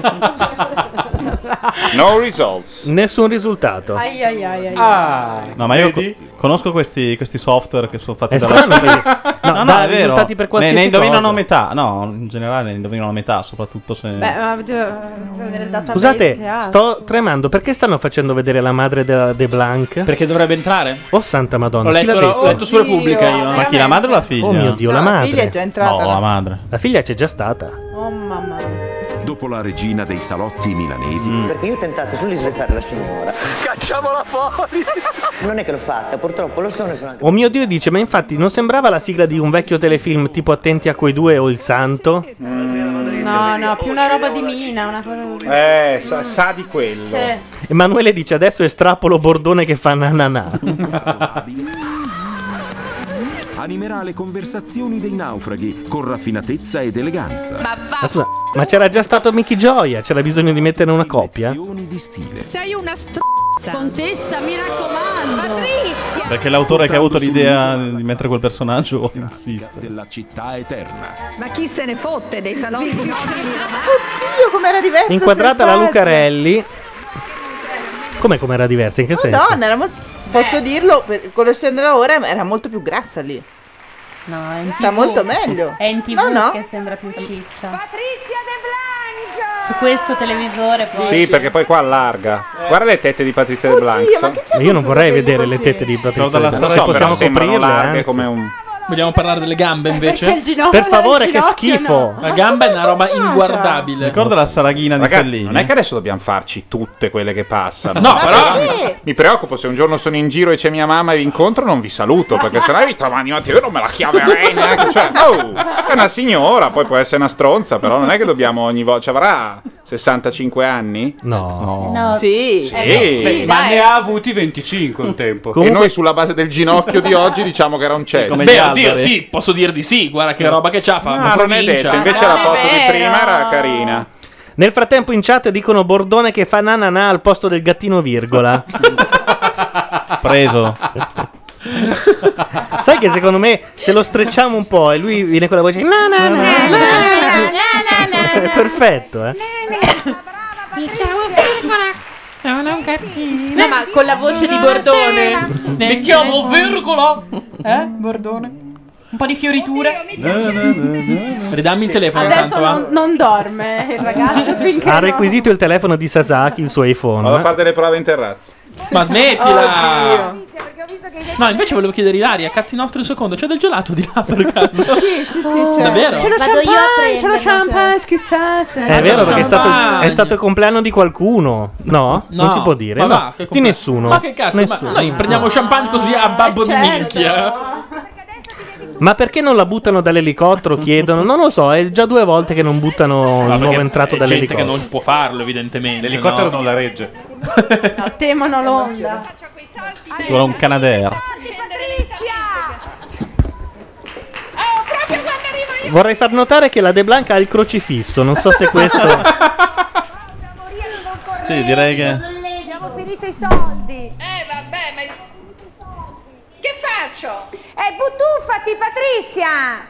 S2: No results.
S1: Nessun risultato.
S3: Ai ai ai ai.
S7: No, ma io co- conosco questi, questi software che sono fatti
S1: È
S7: dalla-
S1: strano perché- no, dà
S7: è vero.
S1: risultati per
S7: Ne-
S1: qualsiasi
S7: ne, indovinano
S1: cosa.
S7: metà. No, in generale ne indovinano metà, soprattutto se
S3: Beh, ma avete- avete il database che
S1: Scusate,
S3: ha.
S1: sto tremando. Perché stanno facendo vedere la madre della De Blanc? Perché dovrebbe entrare? Oh, santa madonna.
S4: Ho
S1: chi l'ha
S4: letto-
S1: detto?
S4: ho letto su Repubblica io.
S1: Ma chi, la madre o la figlia? Oh mio Dio,
S11: No,
S1: la
S11: la
S1: madre.
S11: figlia è già entrata,
S1: No,
S11: no?
S1: la madre. La figlia c'è già stata.
S3: Oh mamma.
S21: Dopo la regina dei salotti milanesi,
S14: Mm.
S18: Perché io ho tentato sull'isola di fare la signora. Cacciamola fuori! Non è che l'ho fatta, purtroppo lo sono e sono anche.
S1: Oh mio Dio, dice, ma infatti non sembrava la sigla di un vecchio telefilm tipo Attenti a quei due o Il Santo?
S3: No, no, più una roba di Mina, una cosa Cioè,
S2: Eh, sa, sa di quello.
S3: Sì.
S1: Emanuele dice, adesso estrapolo Bordone che fa nananà.
S21: animerà le conversazioni dei naufraghi con raffinatezza ed eleganza.
S1: Ma scusa, ma c'era già stato Mickey Gioia, c'era bisogno di mettere una coppia?
S21: Di stile.
S15: Sei una strozza. Contessa, mi raccomando. Patrizia.
S7: perché l'autore che ha avuto
S21: Puntando
S14: Ah,
S7: l'idea
S21: sull'isola
S7: di mettere quel personaggio insiste.
S21: Della città eterna.
S11: Ma chi se ne fotte dei salotti? Oddio, com'era diverso!
S1: Inquadrata la
S11: selvaggia.
S1: Lucarelli. Come com'era diversa?
S11: Oh,
S1: In che senso?
S11: Madonna, era molto- posso dirlo, per- conoscendo la ora era molto più grassa lì.
S3: No, è in
S11: Sta
S3: TV.
S11: molto meglio.
S3: È in TV
S11: No, no.
S3: che sembra più ciccia. Patrizia De Blanc! Su questo televisore poi.
S2: Sì, perché poi qua allarga. Guarda le tette di Patrizia De Blanc.
S3: ma che c'è
S1: Io non vorrei vedere le tette di Patrizia.
S2: No, dalla
S1: De Blanc.
S2: sala
S1: Noi
S2: però
S1: possiamo
S2: sembrano
S1: coprirle,
S2: larghe
S1: anzi.
S2: come un-
S4: Vogliamo parlare delle gambe invece?
S1: Perché il ginocchio- Per favore, il che ginocchio schifo. no.
S4: La gamba è una roba inguardabile.
S7: Ricorda la saraghina
S2: Esatto. Ragazzi,
S7: di Fellini.
S2: non è che adesso dobbiamo farci tutte quelle che passano.
S7: No,
S2: Ma
S7: però-
S2: perché? mi preoccupo se un giorno sono in giro e c'è mia mamma e vi incontro, non vi saluto perché sennò vi trovo di notte. Io non me la chiamerei neanche. Cioè, oh, è una signora, poi può essere una stronza, però non è che dobbiamo ogni volta. Ci avrà 65 anni?
S1: No,
S11: No. Sì.
S2: Sì.
S11: Eh, no, sì,
S2: Ma
S11: dai.
S2: ne ha avuti 25 un tempo.
S4: Comunque-
S2: E noi sulla base del ginocchio di oggi diciamo che era un cesso.
S4: Beh, oddio, sì, posso dir di sì. Guarda che roba che c'ha. Fa una
S2: Ah, non è
S4: provincia.
S2: detto, invece la foto di prima era carina.
S1: Nel frattempo in chat dicono Bordone che fa nananà al posto del gattino virgola.
S7: Preso.
S1: Sai che secondo me se lo strecciamo un po' e lui viene con la voce nananà. È perfetto, eh.
S6: Diciamo Sono un cartino. No, ma con la voce di Bordone.
S15: Mi chiamo Virgola. Eh, Bordone. Un po' di fioriture.
S4: Ridammi il telefono ah.
S3: Adesso
S4: Eh? tanto, va.
S3: non, non dorme il ragazzo finché
S1: eh? Ha
S3: no.
S1: requisito il telefono di Sasaki, il suo iPhone.
S2: Vado a fare delle prove in terrazzo.
S4: Ma smettila! No, invece volevo chiedere Ilaria, cazzi nostri un secondo, c'è del gelato di là per caso?
S11: Sì, certo. sì, sì, c'è.
S4: Davvero?
S3: C'è lo
S11: Oh. Vado io a prenderlo,
S3: champagne, c'è lo champagne, scusate.
S1: È vero perché è stato,
S4: Champagne.
S1: è stato il compleanno di qualcuno. No?
S4: No,
S1: non si può dire.
S4: ma
S1: no.
S4: va, che
S1: di
S4: compl-
S1: nessuno.
S4: Ma che cazzo,
S1: Nessuno.
S4: ma noi
S11: Ah.
S4: prendiamo champagne così a babbo
S11: Certo.
S4: di minchia.
S1: Ma perché non la buttano dall'elicottero? Chiedono. Non lo so, è già due volte che non buttano il nuovo entrato
S4: C'è Eh, gente che
S1: dall'elicottero.
S4: non può farlo, evidentemente.
S1: L'elicottero
S4: non la regge.
S3: No, temono l'onda.
S7: Ci vuole un Canadair.
S1: Vorrei far notare che la De Blanca ha il crocifisso. Non so se questo.
S7: Sì, direi che
S9: Abbiamo finito i soldi.
S15: Eh, vabbè, ma.
S9: Che faccio? Eh, butuffati, Patrizia!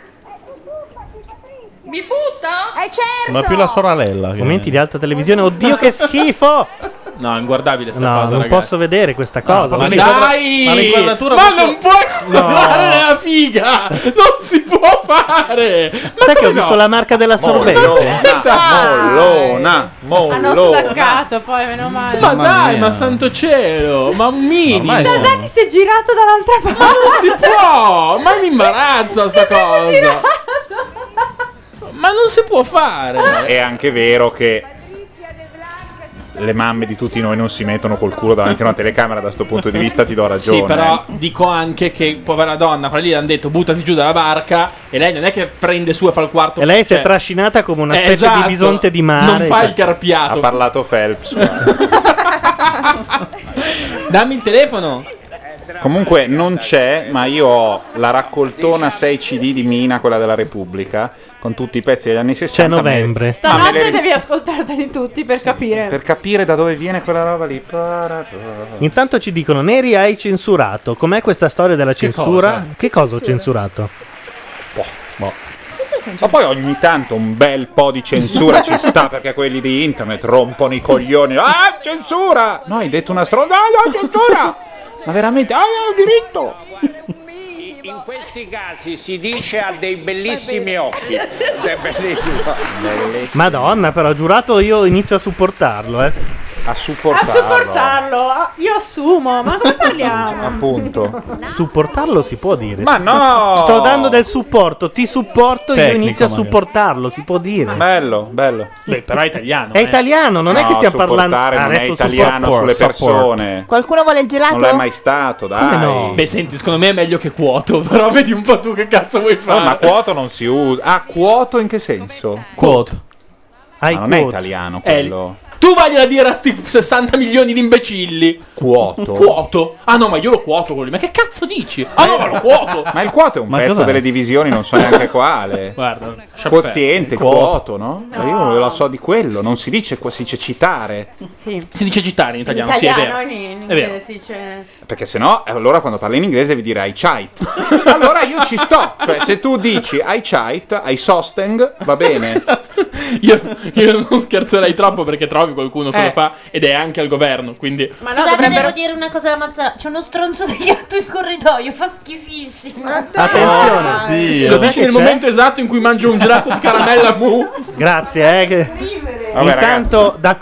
S15: Mi butto?
S9: Eh, certo!
S7: ma più la soralella che
S1: Momenti di alta televisione. Oddio, che schifo!
S4: No, è inguardabile sta
S1: No,
S4: cosa,
S1: non
S4: ragazzi.
S1: posso vedere questa cosa.
S4: ma
S1: Non mi
S4: dai!
S1: ricordo- Ma l'inquadratura
S4: Ma
S1: proprio-
S4: non puoi guardare la figa! Non si può fare! Ma
S1: Sai che ho
S4: come no?
S1: visto la marca della
S2: Mollona,
S1: sorbente?
S2: mollona,
S3: Hanno
S2: mollona.
S3: staccato poi, meno male.
S4: Ma dai, ma santo cielo! Ma un minimo!
S3: Sasaki si è girato dall'altra parte.
S4: Ma non si può! Ma mi imbarazza sta cosa! Ma Eh, non si può
S3: certo.
S4: fare!
S2: È anche vero che le mamme di tutti noi non si mettono col culo davanti a una telecamera, da sto punto di vista ti do ragione.
S4: Sì, però dico anche che povera donna, fra lì le hanno detto buttati giù dalla barca e lei non è che prende su e fa il quarto.
S1: E lei si è
S4: cioè,
S1: trascinata come una
S4: eh,
S1: specie
S4: esatto.
S1: di bisonte di mare.
S4: Non fa
S1: cioè.
S4: il carpiato.
S2: Ha parlato Phelps.
S4: Dammi il telefono.
S2: Comunque non c'è, ma io ho la raccoltona 6 CD di Mina, quella della Repubblica, con tutti i pezzi degli anni 60.
S1: novembre.
S2: Ma me le
S3: Stanotte
S2: ri-
S3: devi ascoltarteli tutti per capire.
S2: Per capire da dove viene quella roba lì. Para-
S1: Intanto ci dicono: Neri hai censurato. Com'è questa storia della censura?
S2: cosa?
S1: Che cosa ho censurato?
S2: Boh, boh. Ma poi ogni tanto un bel po' di censura ci sta perché quelli di internet rompono i coglioni. Ah, censura! No, hai detto una stronza. No, no, censura! Ma veramente, ah, ho diritto!
S10: In questi casi si dice ha dei bellissimi occhi. È bellissimo.
S1: Madonna, però, giurato io inizio a supportarlo. Eh.
S2: A
S22: A
S2: supportarlo.
S22: supportarlo, ah, io assumo, ma come parliamo?
S2: Appunto.
S1: Supportarlo si può dire.
S22: Ma no!
S1: Sto dando del supporto, ti supporto, io
S2: Tecnico,
S1: inizio a
S2: magari.
S1: supportarlo, si può dire.
S2: Bello, bello.
S4: Beh, però è italiano. eh.
S1: È italiano, non è
S2: No,
S1: che stiamo parlando
S2: supportare non è
S1: adesso su
S2: italiano
S1: support,
S2: sulle
S1: support.
S2: persone.
S11: Qualcuno vuole il gelato?
S2: Non l'è mai stato, dai.
S4: Beh, senti, secondo me è meglio che Cuoto, però vedi un po' tu che cazzo vuoi
S2: No,
S4: fare.
S2: ma quoto non si usa. Ah, quoto in che senso?
S1: Quoto.
S2: Ma non è
S4: quote.
S2: italiano
S4: È il-
S2: quello.
S4: Tu vai a dire a sti 60 milioni di imbecilli.
S2: Cuoto.
S4: Cuoto. Ah no, ma io lo cuoto quello. lì. Ma che cazzo dici? Ah no, ma lo cuoto.
S2: Ma il quoto è un
S4: Ma
S2: pezzo
S4: cos'è?
S2: delle divisioni, non so neanche quale.
S4: Guarda,
S2: Quoziente,
S4: il quoto.
S2: quoto, no? Ma Io non lo so di quello, non si dice qua, si dice citare.
S3: Sì.
S4: Si dice citare in italiano,
S3: Italiano,
S2: sì, è vero.
S3: in inglese
S2: È vero.
S3: si dice-
S2: Perché sennò, eh, allora quando parli in inglese vi dire I chite. allora io ci sto. Cioè, se tu dici I chite, I sosteng, va bene.
S4: Io non scherzerei troppo perché trovi qualcuno che
S6: Eh.
S4: lo fa ed è anche al governo, quindi...
S6: Ma Scusate, devo dire una cosa alla mazzara. C'è uno stronzo di gatto in corridoio, fa schifissimo.
S2: Ah, Oh,
S1: Attenzione. Dio.
S4: Lo
S1: Dov'è
S4: dici
S1: che
S4: nel
S1: c'è?
S4: momento esatto in cui mangio un gelato di caramella mu.
S1: Grazie, eh. che-
S4: Vabbè,
S1: Intanto da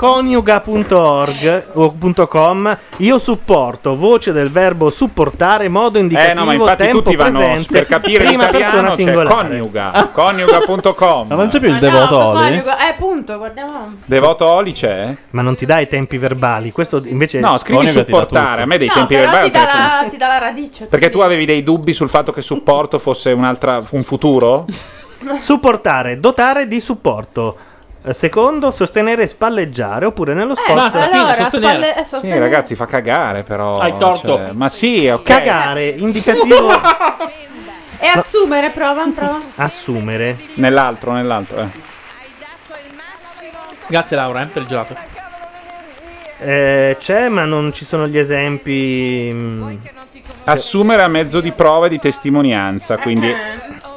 S1: coniuga.org o punto .com io supporto voce del verbo supportare modo indicativo
S2: Eh no, ma infatti
S1: tempo
S2: tutti vanno
S1: presente
S2: per capire
S1: prima
S2: l'italiano
S1: persona
S2: c'è
S1: singolare.
S2: coniuga, coniuga.com. Ma non c'è più il
S3: Coniugo- Eh, punto, guardiamo.
S2: Devoto Oli c'è?
S1: Ma non ti dà i tempi verbali, questo invece
S2: No, scrivi
S1: Coniuga ti dà
S2: supportare, a me dei
S3: no,
S2: tempi
S3: però
S2: verbali
S3: ti
S2: non te
S3: dà,
S2: ne frega
S3: la, ti dà la radice.
S2: Perché tu avevi dei dubbi sul fatto che supporto fosse un'altra, un futuro?
S1: tutto. supportare, dotare di supporto. Eh, Secondo, sostenere e spalleggiare oppure nello sport
S3: basta, fine, Eh, allora, sostenere. spalle- eh,
S2: Sì,
S3: sostenere.
S2: ragazzi, fa cagare però.
S1: Hai torto.
S2: cioè, ma sì, ok.
S1: Cagare, indicativo
S3: E assumere, prova, prova.
S1: assumere.
S2: Nell'altro, nell'altro. eh.
S4: Grazie Laura eh, per il gelato.
S1: Eh, c'è, ma non ci sono gli esempi. mm.
S2: Assumere a mezzo di prova e di testimonianza, quindi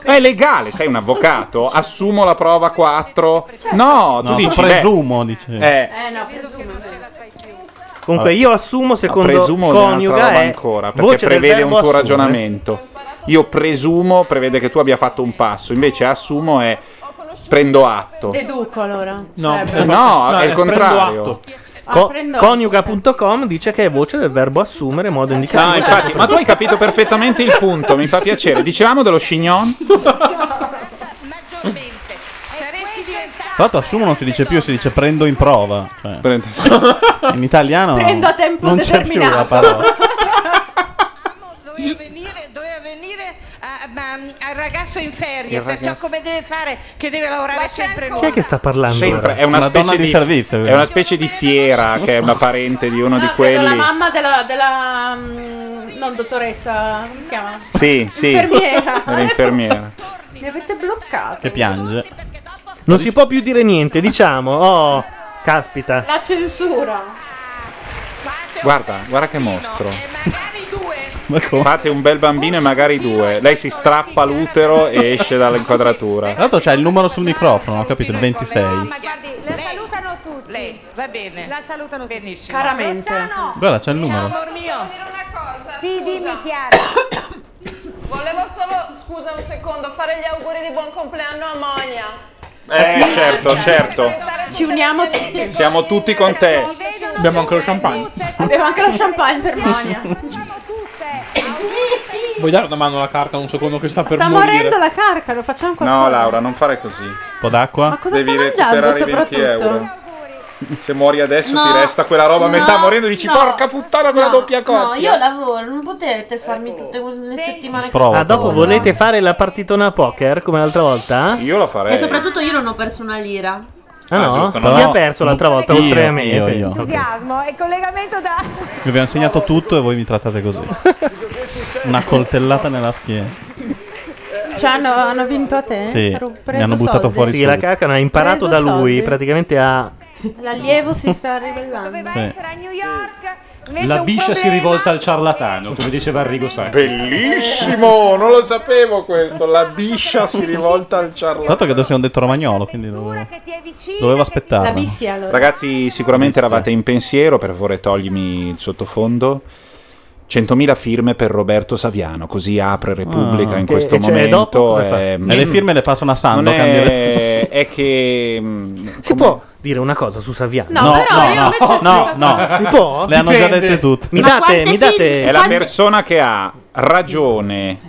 S2: è legale, sei un avvocato, assumo la prova 4. No, Oh, tu
S7: No,
S2: dici
S7: presumo,
S2: beh,
S7: dice.
S2: eh,
S3: Eh, no, presumo.
S1: Comunque,
S2: Vabbè.
S1: io assumo secondo
S2: Ah, presumo è un'altra
S1: coniuga
S2: roba
S1: è
S2: ancora,
S1: voce
S2: perché
S1: del
S2: prevede un
S1: verbo
S2: tuo
S1: assumere.
S2: ragionamento. Io presumo prevede che tu abbia fatto un passo, invece assumo è prendo atto.
S3: Deduco allora. Cioè,
S2: No,
S3: Sarebbe-
S2: è il contrario.
S3: Ah,
S1: Co-
S3: prendo-
S1: coniuga.com dice che è voce del verbo assumere, modo indicativo.
S2: No, infatti, ma tu hai capito perfettamente il punto, mi fa piacere. Dicevamo dello scignon?
S7: Tra l'altro assumo non si dice più, si dice prendo in prova. Cioè, in italiano
S3: Prendo a tempo
S7: non c'è più la
S3: determinato.
S7: parola.
S9: eh, mm,
S11: al ragazzo in
S2: Il
S11: ferie,
S2: ragazzo.
S11: perciò come deve fare? Che deve lavorare sempre
S1: Chi è che sta parlando?
S2: Sempre,
S1: ora?
S2: è una, specie
S7: donna di servizio,
S2: È una specie di fiera che è una parente di uno di
S3: Vedo la
S2: quelli.
S3: mamma della, della, mm, non dottoressa, come si chiama?
S2: Sì, sì.
S3: Infermiera.
S2: È L'infermiera.
S3: Mi avete bloccato.
S1: Che piange. Non si può più dire niente, diciamo. Oh, caspita.
S3: La censura.
S2: Guarda, guarda che mostro. Fate un bel bambino e magari due. Lei si strappa l'utero e esce dall'inquadratura.
S7: Tra l'altro c'è il numero sul microfono, ho capito, il 26.
S9: La salutano tutti. Lei, va bene. La salutano tutti. Benissimo.
S3: Caramente.
S7: Guarda, c'è il numero.
S9: amor mio.
S5: Sì, dimmi Chiara. Volevo solo, scusa un secondo, fare gli auguri di buon compleanno a Monia.
S2: Eh, certo, certo.
S3: Ci uniamo tutti.
S2: Siamo tutti con te. Abbiamo anche lo champagne.
S3: Abbiamo anche lo champagne per Monia.
S4: Vuoi dare una mano alla carta un secondo che sta per
S3: Sta
S4: morire?
S3: morendo la carca, lo facciamo qualcosa.
S2: No, Laura, non fare così. Un
S7: po' d'acqua? Ma
S3: cosa sta mangiando, soprattutto?
S2: Se muori adesso
S6: No.
S2: ti resta quella roba a metà
S6: No,
S2: morendo dici
S6: no,
S2: porca puttana quella
S6: no,
S2: doppia coppia.
S6: No, io lavoro, non potete farmi
S9: Eh,
S6: tutte le settimane
S1: ah, dopo volete fare la partitona a poker come l'altra volta?
S2: Io la
S6: E soprattutto io non ho perso una lira.
S1: Ah, no?
S7: giusto, no,
S1: Chi
S7: no.
S1: ha perso l'altra volta
S7: Io,
S1: oltre a me?
S7: io, io.
S9: Entusiasmo e collegamento da...
S7: Mi abbiamo insegnato tutto e voi mi trattate così. Una coltellata nella schiena.
S3: Cioè, hanno, hanno vinto a te?
S7: Sì,
S3: Sarò
S7: mi
S3: preso
S7: hanno buttato
S3: soldi.
S7: fuori
S1: Sì, la cacana ha imparato da
S3: Preso
S1: lui,
S3: soldi.
S1: praticamente ha...
S3: L'allievo si sta ribellando.
S7: Sì.
S9: essere a New York.
S14: La biscia si rivolta al ciarlatano, come diceva Arrigo Sacchi.
S2: Bellissimo, non lo sapevo questo. La biscia si rivolta al
S7: Tra
S2: ciarlatano.
S7: l'altro che adesso siamo detto romagnolo, quindi dovevo, dovevo aspettare.
S2: Ragazzi, sicuramente eravate in pensiero, per favore toglimi il sottofondo. 100.000 firme per Roberto Saviano, così apre Repubblica
S7: Ah.
S2: in
S7: Che-
S2: questo
S7: e cioè,
S2: momento. eh, mm, ehm,
S7: dopo cosa fa? E le firme le passano a Sando,
S2: Non
S7: cambia
S2: È, Eh, è che. mm, Si
S1: può dire una cosa su Saviano?
S7: No, No, però no, io no, invece no, su no. Saviano-
S1: Si può?
S7: Le hanno già
S1: Dipende.
S7: dette tutte.
S1: Mi
S7: Ma
S1: date,
S7: quante
S1: mi date...
S7: firme?
S2: È la
S7: Quante-
S2: persona che ha ragione.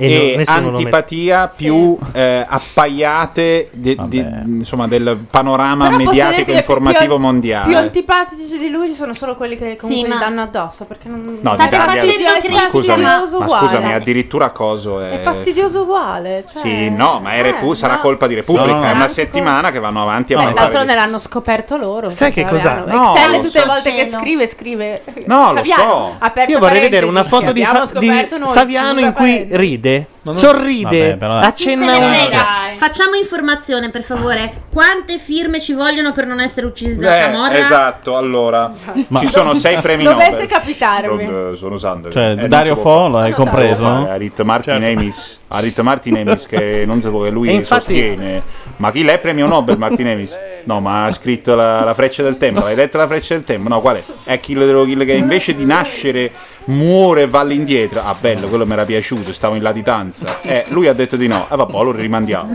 S1: E
S2: E,
S1: no- nessuno lo mette.
S2: antipatia più eh, appaiate de- di- insomma, del panorama
S3: Però posso dirti
S2: mediatico
S3: che
S2: informativo
S3: più-
S2: mondiale.
S3: Più antipatici di lui ci sono solo quelli che comunque
S6: ma-
S3: gli danno addosso. Perché non...
S2: No, di dargli- ma scusami, ma scusami, eh, addirittura coso è...
S3: È fastidioso
S1: eh,
S3: uguale. Cioè...
S2: Sì, no, ma è Repu-
S3: Eh,
S2: sarà
S3: no.
S2: colpa di Repubblica.
S3: No, no.
S2: È una
S3: Anche
S2: settimana che vanno avanti a
S3: Beh,
S2: parlare. di-
S3: d'altronde l'hanno scoperto loro.
S1: Sai
S3: perché,
S1: che cos'ha?
S3: vabbè,
S1: No,
S3: hanno- Excel
S1: lo
S3: tutte
S1: so.
S3: le volte che scrive, scrive.
S1: No, lo
S3: Saviano,
S1: so.
S3: aperta
S1: Io vorrei
S3: parentesi,
S1: vedere una foto di,
S3: abbiamo
S1: Fa- di
S3: scoperto noi,
S1: Saviano in
S3: chiusa
S1: cui ride, sorride,
S7: Vabbè, però-
S1: accenna
S6: Chi se
S1: un
S6: ne frega? Facciamo informazione, per favore. Quante firme ci vogliono per non essere uccisi da
S2: Eh,
S6: Camorra?
S2: esatto, allora
S3: Esatto.
S2: ci sono sei premi
S6: Dovesse
S2: Nobel.
S6: capitarmi.
S2: Rob, eh, sono usando.
S7: Cioè, Dario Fo l'hai compreso?
S2: Arit Martinemis, Arit Martinemis che non so che
S1: Certo.
S2: lui
S1: E infatti-
S2: sostiene. Ma chi l'è premio Nobel Martinemis? No, ma ha scritto la, la freccia del tempo. L'hai letta la freccia del tempo? No, qual è? È Kill the Kill che invece di nascere muore e va all'indietro. Ah, bello, quello mi era piaciuto, stavo in latitanza. Eh, lui ha detto di no. E vabbè, lo rimandiamo.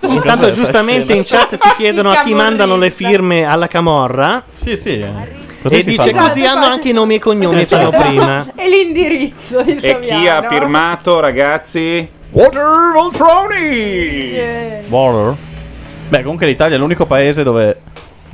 S1: Intanto giustamente in chat si chiedono a chi
S2: Camorrista.
S1: mandano le firme alla Camorra.
S7: Sì, sì.
S1: e dice così hanno anche i nomi e
S3: cioè,
S1: cognomi fanno prima.
S3: E Esatto. l'indirizzo di
S2: E chi ha
S3: Saviano.
S2: firmato, ragazzi? Water Voltroni!
S7: Border? Beh, comunque l'Italia è l'unico paese dove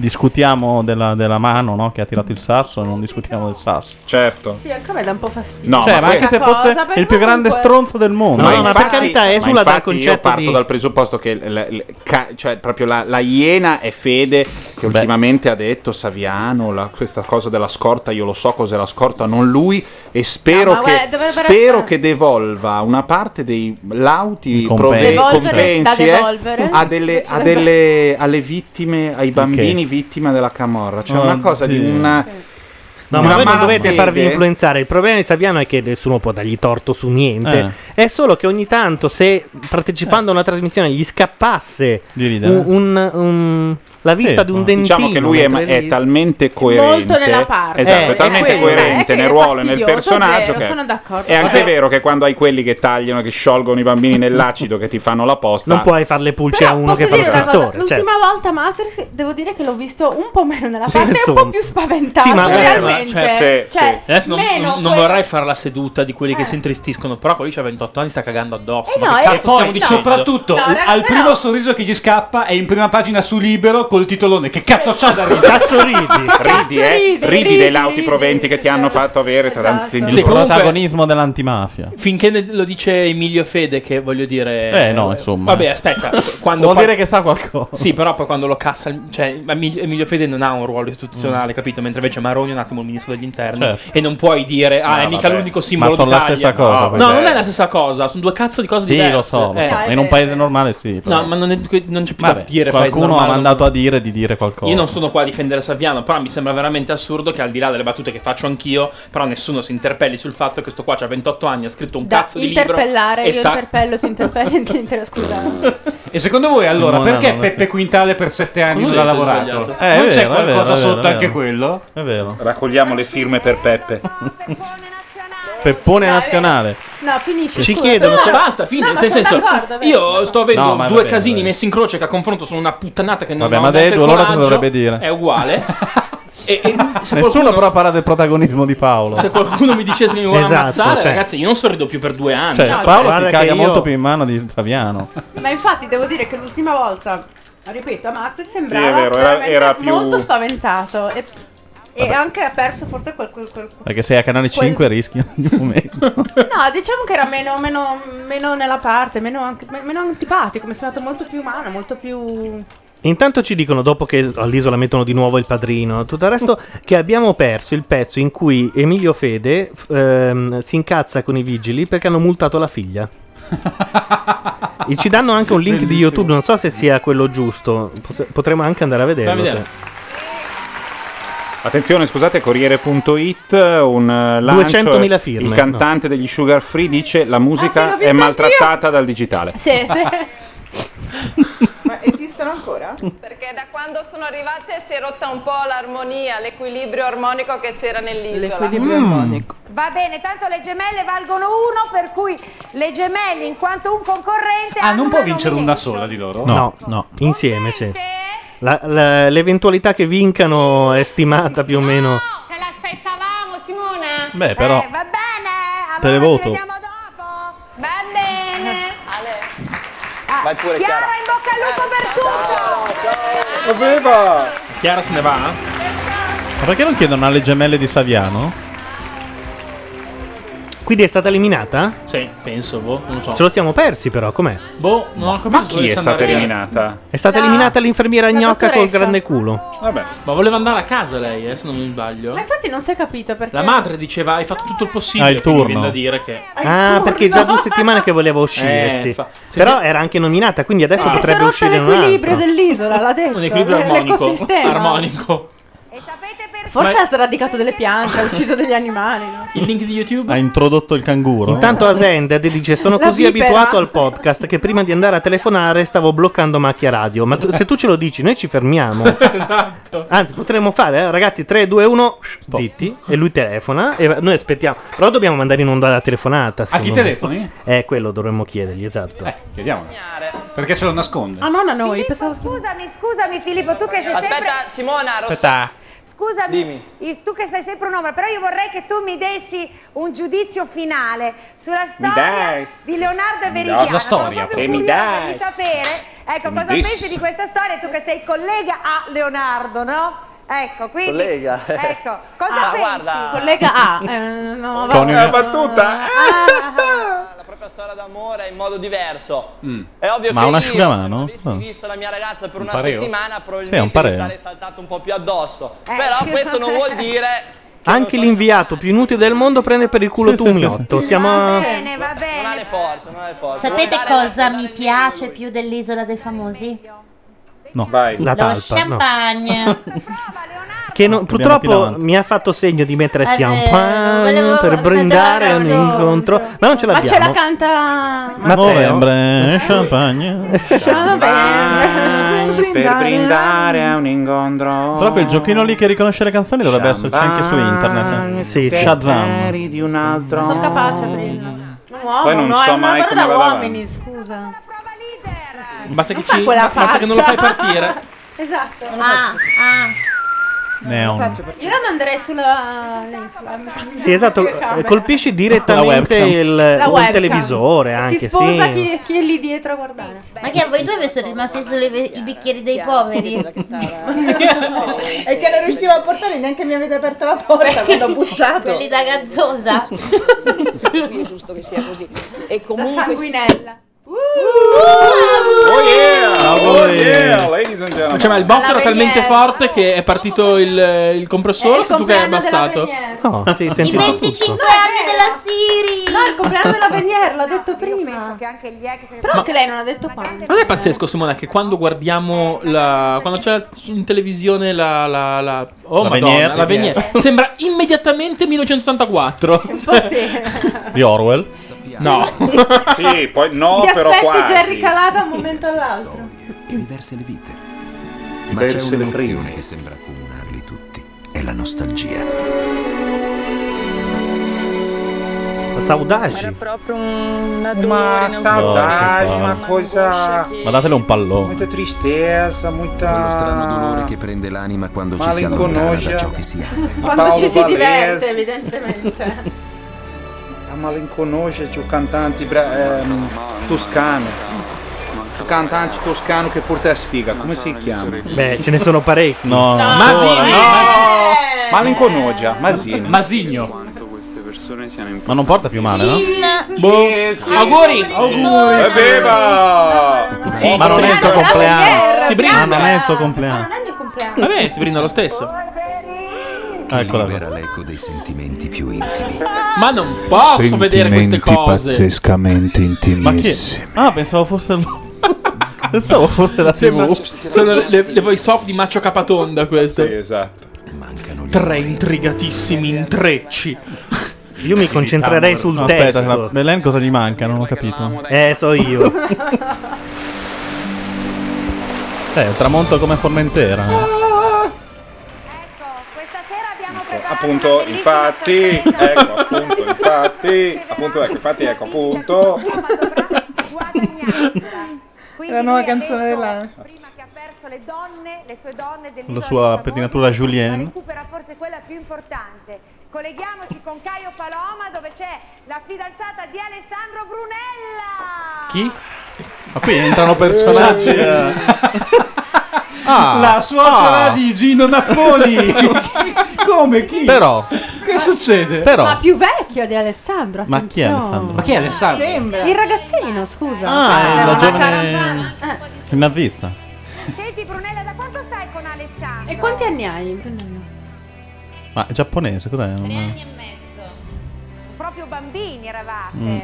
S7: discutiamo della, della mano no, che ha tirato il sasso, non discutiamo del sasso.
S2: Certo.
S3: Sì, anche a me dà un po' fastidio.
S7: No, cioè, ma, anche se
S3: Cosa,
S7: fosse il
S3: per
S7: più grande
S3: comunque-
S7: stronzo del mondo.
S2: Ma infatti- ma infatti Io parto dal presupposto che l- l- l- ca- cioè, proprio la, la iena è Fede che ultimamente ha detto Saviano, la- questa cosa della scorta, io lo so cos'è la scorta, non lui e spero,
S3: No, ma guarda,
S2: che,
S3: dovrebbero-
S2: spero che devolva una parte dei lauti
S7: compensi.
S2: prove-
S3: Devolvere,
S2: compensi
S3: da
S2: eh,
S3: devolvere.
S2: a delle, a delle- alle vittime, ai bambini vittime della Camorra. Cioè
S1: Oh,
S2: una cosa
S1: sì.
S2: di una...
S1: No,
S2: una
S1: ma voi non dovete
S2: malafede.
S1: farvi influenzare. Il problema di Saviano è che nessuno può dargli torto su niente.
S14: Eh.
S1: È solo che ogni tanto, se partecipando a una trasmissione gli scappasse
S14: eh.
S1: un- un- un- la vista di un dentino,
S2: Diciamo che lui è,
S1: mentre
S2: è
S1: lì-
S2: talmente coerente.
S3: Molto nella parte.
S2: Esatto,
S3: Eh,
S2: è talmente
S3: è quello,
S2: coerente
S3: è che
S2: nel
S3: è
S2: ruolo e nel
S3: fastidioso,
S2: personaggio.
S3: è vero,
S2: che
S3: sono d'accordo. Eh,
S2: È anche
S3: Vabbè.
S2: vero che quando hai quelli che tagliano, che sciolgono i bambini nell'acido, che ti fanno la posta.
S1: Non puoi farle pulce a uno
S3: Posso
S1: che fa lo
S3: dire una cosa?
S1: scrittore.
S7: certo.
S1: cioè.
S3: L'ultima volta Matrix devo dire che l'ho visto un po' meno nella
S1: Sì,
S3: parte e un
S1: insomma.
S3: po' più spaventato.
S1: Sì, ma- Eh,
S3: realmente.
S1: ma- cioè, sì,
S3: Cioè,
S4: Adesso non,
S3: meno
S4: non- non
S3: quello-
S4: vorrei fare la seduta di quelli che si intristiscono, però quelli c'ha 28 anni sta cagando addosso. ma
S3: Eh no,
S4: che
S3: e-
S4: cazzo
S3: poi,
S4: stiamo dicendo?
S14: Soprattutto al primo sorriso che gli scappa è in prima pagina su Libero col titolone. Che cazzo c'ha da ridere?
S1: Cazzo ridi?
S2: Ridi, eh? Ridi,
S14: ridi,
S2: dei lauti proventi che ti hanno
S3: esatto.
S2: fatto avere tra tanti
S7: Il
S4: Sì, comunque-
S7: protagonismo dell'antimafia.
S4: Finché ne- lo dice Emilio Fede, che voglio dire.
S7: Eh, no, insomma.
S4: Vabbè, aspetta. quando
S7: Vuol
S4: poi-
S7: dire che sa qualcosa.
S4: Sì, però poi quando lo cassa. il- Cioè, Emilio, Emilio Fede non ha un ruolo istituzionale, capito? Mentre invece Maroni è un attimo il ministro degli interni.
S7: Mm. Certo.
S4: E non puoi dire, ah,
S7: No,
S4: è mica
S7: vabbè.
S4: l'unico
S7: Ma
S4: simbolo
S7: sono la
S4: d'Italia.
S7: stessa cosa,
S4: No,
S7: quindi.
S4: no, non è la stessa cosa. Sono due cazzo di cose
S7: Sì,
S4: diverse.
S7: lo so, lo
S4: Eh.
S7: so. in un paese normale sì. però-
S4: No, ma non, è- que- non c'è più da
S7: Vabbè,
S4: dire. paese
S7: qualcuno ha
S4: normale, non-
S7: mandato a dire di dire qualcosa.
S4: Io non sono qua a difendere Saviano, però mi sembra veramente assurdo che al di là delle battute che faccio anch'io, però nessuno si interpelli sul fatto che sto qua c'ha 28 anni, ha scritto un
S3: da
S4: cazzo di libro
S3: interpellare,
S4: e
S3: io
S4: sta
S3: interpello, tu interpelli, ti interpello, scusa.
S14: E secondo voi allora
S7: Simona
S14: perché
S7: non è
S14: Peppe Quintale per sette anni
S7: Cosa
S14: non ha
S7: ho detto di
S14: lavorato?
S7: sbagliato? Eh,
S14: non
S7: è
S14: c'è
S7: vero, è
S14: qualcosa
S7: vero, è vero,
S14: sotto
S7: è
S14: anche
S7: vero.
S21: Eh,
S14: quello?
S7: È vero.
S2: Raccogliamo le firme per Peppe.
S7: Peppone nazionale.
S3: No, finisci.
S7: Ci
S3: scusa,
S7: chiedono
S3: però-
S4: No, basta, fine.
S3: No, ma
S4: Nel
S3: sono
S4: senso,
S3: d'accordo, vero.
S4: io sto avendo
S7: No, ma
S4: due
S7: vabbè,
S4: casini messi in croce che a confronto sono una puttanata che non
S7: Vabbè,
S4: ho
S7: ma
S4: neanche
S7: Dedo,
S4: il
S7: allora cosa
S4: coraggio,
S7: dovrebbe dire?
S4: È uguale. e, e se,
S7: Nessuno
S4: qualcuno,
S7: però parla del protagonismo di Paolo.
S4: se qualcuno mi dicesse che mi vuole
S7: Esatto,
S4: ammazzare,
S7: cioè.
S4: ragazzi, io non sorrido più per due anni.
S7: Cioè, Paolo si
S1: guarda
S7: caga
S1: che io-
S7: molto più in mano di Traviano.
S3: Ma infatti devo dire che l'ultima volta, ripeto, a Matt sembrava
S7: Sì, è vero, era-
S3: veramente
S7: era più-
S3: molto spaventato. E, e E anche ha perso forse quel... quel- quel-
S7: Perché sei a canale
S3: Quel-
S7: 5 rischi ogni momento.
S3: No, diciamo che era meno, meno, meno nella parte, meno, anche- me- meno antipatico, mi è sembrato molto più umano, molto più...
S1: Intanto ci dicono, dopo che all'isola mettono di nuovo il padrino, tutto il resto, che abbiamo perso il pezzo in cui Emilio Fede f- ehm, si incazza con i vigili perché hanno multato la figlia. e ci danno anche un link di YouTube, non so se sia quello giusto, pos- potremmo anche andare a vederlo.
S2: Vai a vedere.
S1: se-
S2: Attenzione, scusate, Corriere.it, un eh, lancio,
S1: 200.000 firme,
S2: Il
S1: no.
S2: cantante degli Sugar Free dice la
S11: Ah, sì,
S2: musica
S11: l'ho
S2: è
S11: visto
S2: maltrattata dal digitale.
S5: Sì,
S11: Ma Eh, esistono ancora?
S5: Perché da quando sono arrivate si è rotta un po' l'armonia, l'equilibrio armonico che c'era nell'isola.
S11: L'equilibrio
S9: Mm.
S11: armonico.
S9: Va bene, tanto le gemelle valgono uno, per cui le gemelle, in quanto un concorrente,
S14: Ah,
S9: hanno
S14: non può
S9: una
S14: vincere
S9: nomina-
S14: una sola di loro?
S1: Eh, No, no, insieme, sì. La- la- l'eventualità che vincano è stimata più o meno.
S12: Ce l'aspettavamo, Simona!
S1: Beh, però.
S12: va bene!
S1: televoto.
S12: Va bene!
S8: Vai pure Chiara.
S9: in bocca al lupo per tutto!
S4: Chiara se ne va?
S7: Ma perché non chiedono alle gemelle di Saviano?
S1: Quindi è stata eliminata?
S4: Sì, penso, boh, non lo so.
S1: Ce lo siamo persi però, com'è?
S4: Boh, non ho capito.
S2: Ma chi è stata eliminata? Ah,
S1: È stata
S4: La-
S1: eliminata l'infermiera
S4: la
S1: gnocca col
S4: dottoressa.
S1: grande culo.
S4: Vabbè, ma voleva andare a casa lei, eh, se non mi
S3: Ma
S4: sbaglio.
S3: infatti non si è capito perché...
S4: La madre diceva hai fatto tutto il possibile.
S1: Ah, il
S4: quindi
S1: turno.
S4: viene da dire che...
S1: Ah, perché è già due settimane che voleva uscire,
S4: Eh,
S1: sì.
S4: fa-
S1: Però era anche nominata, quindi adesso
S3: Perché si è
S1: potrebbe
S3: rotto
S1: uscire un
S3: l'equilibrio
S1: altro.
S3: dell'isola, l'ha detto.
S1: Un equilibrio
S3: l-
S1: armonico,
S3: l'ecosistema.
S4: armonico.
S3: Forse
S1: Ma-
S3: ha sradicato delle piante, ha ucciso degli animali. no?
S4: Il link di YouTube?
S7: Ha introdotto il canguro.
S1: Intanto
S14: Ah.
S1: Asended dice: Sono
S3: La
S1: così
S3: vipera.
S1: abituato al podcast che prima di andare a telefonare stavo bloccando macchia radio. Ma tu- se tu ce lo dici, noi ci fermiamo.
S4: esatto.
S1: Anzi, potremmo fare, eh, ragazzi, 3, 2, 1, zitti. E lui telefona e noi aspettiamo. Però dobbiamo mandare in onda la telefonata.
S14: A chi
S1: secondo me.
S14: telefoni?
S1: Eh, quello dovremmo chiedergli, esatto.
S14: Chiediamolo. Perché ce lo nasconde?
S9: Ah, non a noi. Scusami, scusami Filippo, tu che sei
S19: Aspetta,
S9: sempre...
S19: Simona,
S1: Aspetta.
S9: Scusami,
S19: Dimmi.
S9: i- tu che sei sempre un'ombra, però io vorrei che tu mi dessi un giudizio finale sulla storia
S19: dai.
S9: di Leonardo e Veridiana.
S19: La
S9: Sono
S19: storia,
S9: proprio
S19: e mi
S9: curiosa
S19: dai.
S9: di sapere ecco,
S19: mi
S9: cosa
S19: dessi.
S9: pensi di questa storia, tu che sei collega a Leonardo, no? Ecco, quindi...
S19: Collega.
S9: Ecco, cosa
S19: Ah,
S9: pensi?
S19: guarda.
S3: Collega A. eh, no,
S19: Con
S3: vabbè.
S19: una
S9: Ah,
S19: battuta.
S8: La propria storia d'amore in modo diverso.
S7: Mm.
S8: È ovvio
S7: Ma
S8: che
S7: un
S8: io,
S7: asciugamano?
S8: se avessi visto la mia ragazza per
S7: Un
S8: una
S7: pareo?
S8: settimana,
S7: Sì, è un
S8: probabilmente mi
S7: pareo.
S8: sarei saltato un po' più addosso.
S17: Eh.
S8: Però questo non vuol dire
S1: Anche l'inviato più inutile del mondo prende per il culo
S7: Sì,
S1: tu
S7: sì,
S1: un
S7: sì,
S1: miotto.
S7: sì.
S1: Siamo. a-
S9: va bene.
S8: Non ha le forze, non ha le forze.
S6: Sapete
S8: Vuol dare-
S6: cosa mi piace più dell'isola dei famosi?
S1: No,
S6: Lo
S1: la talpa. no.
S6: champagne.
S1: Che non-
S7: Dobbiamo più
S1: purtroppo
S7: avanti.
S1: mi ha fatto segno di mettere
S3: Eh,
S6: È vero,
S1: champagne
S6: volevo-
S1: eh, per
S6: volevo
S1: brindare un
S6: mettere la
S1: incontro, ma non ce
S3: Ma ce la
S1: l'abbiamo.
S3: canta...
S1: Matteo?
S7: Novembre, champagne.
S2: Per brindare a un incontro.
S7: Proprio il giochino lì che riconosce le canzoni dovrebbe esserci anche su internet.
S1: Sì, sì.
S7: Shazam.
S2: di un altro.
S3: Sono capace a brillo. Un uomo,
S7: Poi non
S3: no,
S7: so
S3: è un
S7: mai
S3: lavoro
S7: come
S3: da
S7: va davanti.
S3: uomini, scusa.
S4: Basta che,
S3: Non fa
S4: ci...
S3: quella
S4: Basta che non lo fai
S3: faccia.
S4: partire.
S3: Esatto.
S6: Ah, ah.
S7: Neon.
S3: Io la manderei sulla... sulla-
S1: Sì, esatto,
S3: sulle camere.
S1: eh, colpisci
S7: La
S1: direttamente
S7: webcam.
S1: il,
S3: La
S1: Eh, o il
S3: webcam.
S1: televisore anche,
S3: si sposa
S1: sì.
S3: chi, chi è lì dietro a guardare.
S6: Ma che a voi due vi sono rimasti solo i ve- i bicchieri dei poveri?
S11: E che non riuscivo a portare, neanche mi avete aperto la porta quando ho bussato.
S6: Quelli da gazzosa.
S12: Qui è giusto che sia così. E comunque sì.
S4: Uh!
S2: Oh yeah!
S4: Bravo.
S2: Oh yeah, ladies and gentlemen.
S4: Cioè, ma il botto era
S12: Alla
S4: talmente
S12: veniera.
S4: forte che è partito il, il compressore,
S12: È il
S4: sei tu che hai
S12: compleanno della
S4: abbassato.
S1: No, sì,
S6: I
S1: sentito tutto.
S6: 25 anni della Siri!
S3: No, il compleanno della Venier, l'ha detto prima. penso
S9: che anche gli ex...
S3: Però anche lei non ha detto quando.
S4: Non è pazzesco, Simona, che quando guardiamo la. quando c'è in televisione la. la, la oh,
S7: La
S4: madonna,
S7: Venier.
S4: la Venier. Sembra immediatamente 1984. Un
S3: po' sì.
S7: Di Orwell.
S4: No.
S2: Sì, poi no,
S3: Ti
S2: però
S3: aspetti
S2: quasi.
S3: Jerry Calata da un momento all'altro.
S21: diverse le vite. Ma c'è Diverse le un'emozione vite. che sembra accomunarli tutti. È la nostalgia.
S1: Saudagi.
S12: Proprio un
S2: Ma saudade,
S7: Porca
S2: uma
S7: palla.
S2: coisa.
S7: Ma datele un pallone.
S2: Muita tristezza,
S21: Quello strano dolore
S2: muita.
S21: che prende l'anima quando ci
S2: Ma
S21: si
S2: li
S21: allontana
S2: conosce?
S21: da ciò che si ama.
S3: Quando
S21: Paolo
S3: ci si
S21: Vallese.
S3: diverte, evidentemente.
S19: A malinconosce c'è un cantante bra- ehm, toscano. Un cantante toscano che porta sfiga, come si chiama?
S1: Beh, ce ne sono parecchi.
S7: No,
S1: Masini,
S7: ancora, no.
S21: Eh,
S2: Malinconogia, Masino.
S14: Masigno.
S16: Queste persone siano in
S7: Ma non porta più male, no?
S14: Boh. Auguri, auguri.
S2: Evviva!
S7: Sì, ma non è il suo compleanno.
S4: Si brinda.
S7: Ma non è il suo compleanno.
S1: Ah,
S4: Vabbè, si brinda lo stesso.
S21: che libera l'eco dei sentimenti più intimi.
S4: Ma non posso vedere queste cose.
S19: pazzescamente
S7: Ma chi è?
S19: intimissimi.
S7: Ah, pensavo fosse lui. Pensavo fosse la
S4: Sembra-
S7: TV.
S4: sono le, le voice off di Maccio Capatonda queste. Sì,
S2: esatto.
S4: Tre intrigatissimi intrecci.
S1: Io mi concentrerei sul
S7: No,
S1: testo.
S7: Aspetta, la- Belen cosa gli manca? Non ho capito.
S1: Eh, so io.
S7: Eh, un tramonto come Formentera.
S2: Appunto, infatti, ecco, appunto, infatti, appunto, ecco, infatti, ecco, appunto.
S11: La nuova canzone della...
S7: La sua pettinatura Julien.
S9: recupera forse quella più importante. Colleghiamoci con Caio Paloma dove c'è la fidanzata di Alessandro Brunella.
S7: Chi? Ma qui entrano personaggi. eh. Ah,
S14: La suocera
S7: ah.
S14: di Gino Napoli. Come chi?
S7: Però,
S14: Che succede?
S3: Ma più vecchio di Alessandro.
S7: Ma chi è
S3: attenzione. Ah,
S7: Alessandro?
S14: Ma chi è Alessandro?
S3: Sembra. Il ragazzino, scusa.
S7: Ah, è la
S3: Sembra una
S7: giovane.
S3: cara- eh.
S7: Il nazista.
S9: Senti Brunella, da quanto stai con Alessandro?
S3: E quanti anni hai? Brunella?
S7: Ma è giapponese, cos'è? Un-
S9: e mezzo. Proprio bambini eravate.
S7: Mm.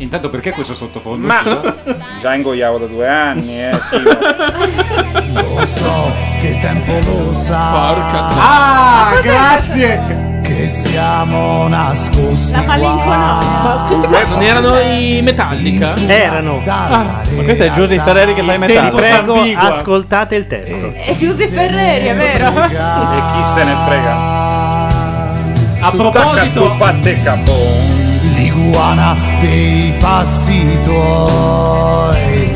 S14: Intanto perché questo sottofondo?
S2: Ma già ingoiavo da due anni, eh, sì. Lo so che il tempo lo sa. Porca
S20: Ah,
S14: grazie!
S4: Eh,
S20: Che siamo nascosti
S1: La
S20: qua.
S4: Questi qua non erano i Metallica?
S1: Erano.
S4: Ah,
S7: Ma questo è Giuseppe Ferreri che fa i
S1: Te
S7: metalli.
S1: vi prego, ascoltate il testo.
S7: Eh.
S3: È Giuseppe Ferreri, è vero?
S2: E chi se ne frega?
S14: A proposito,
S20: L'iguana dei passi tuoi.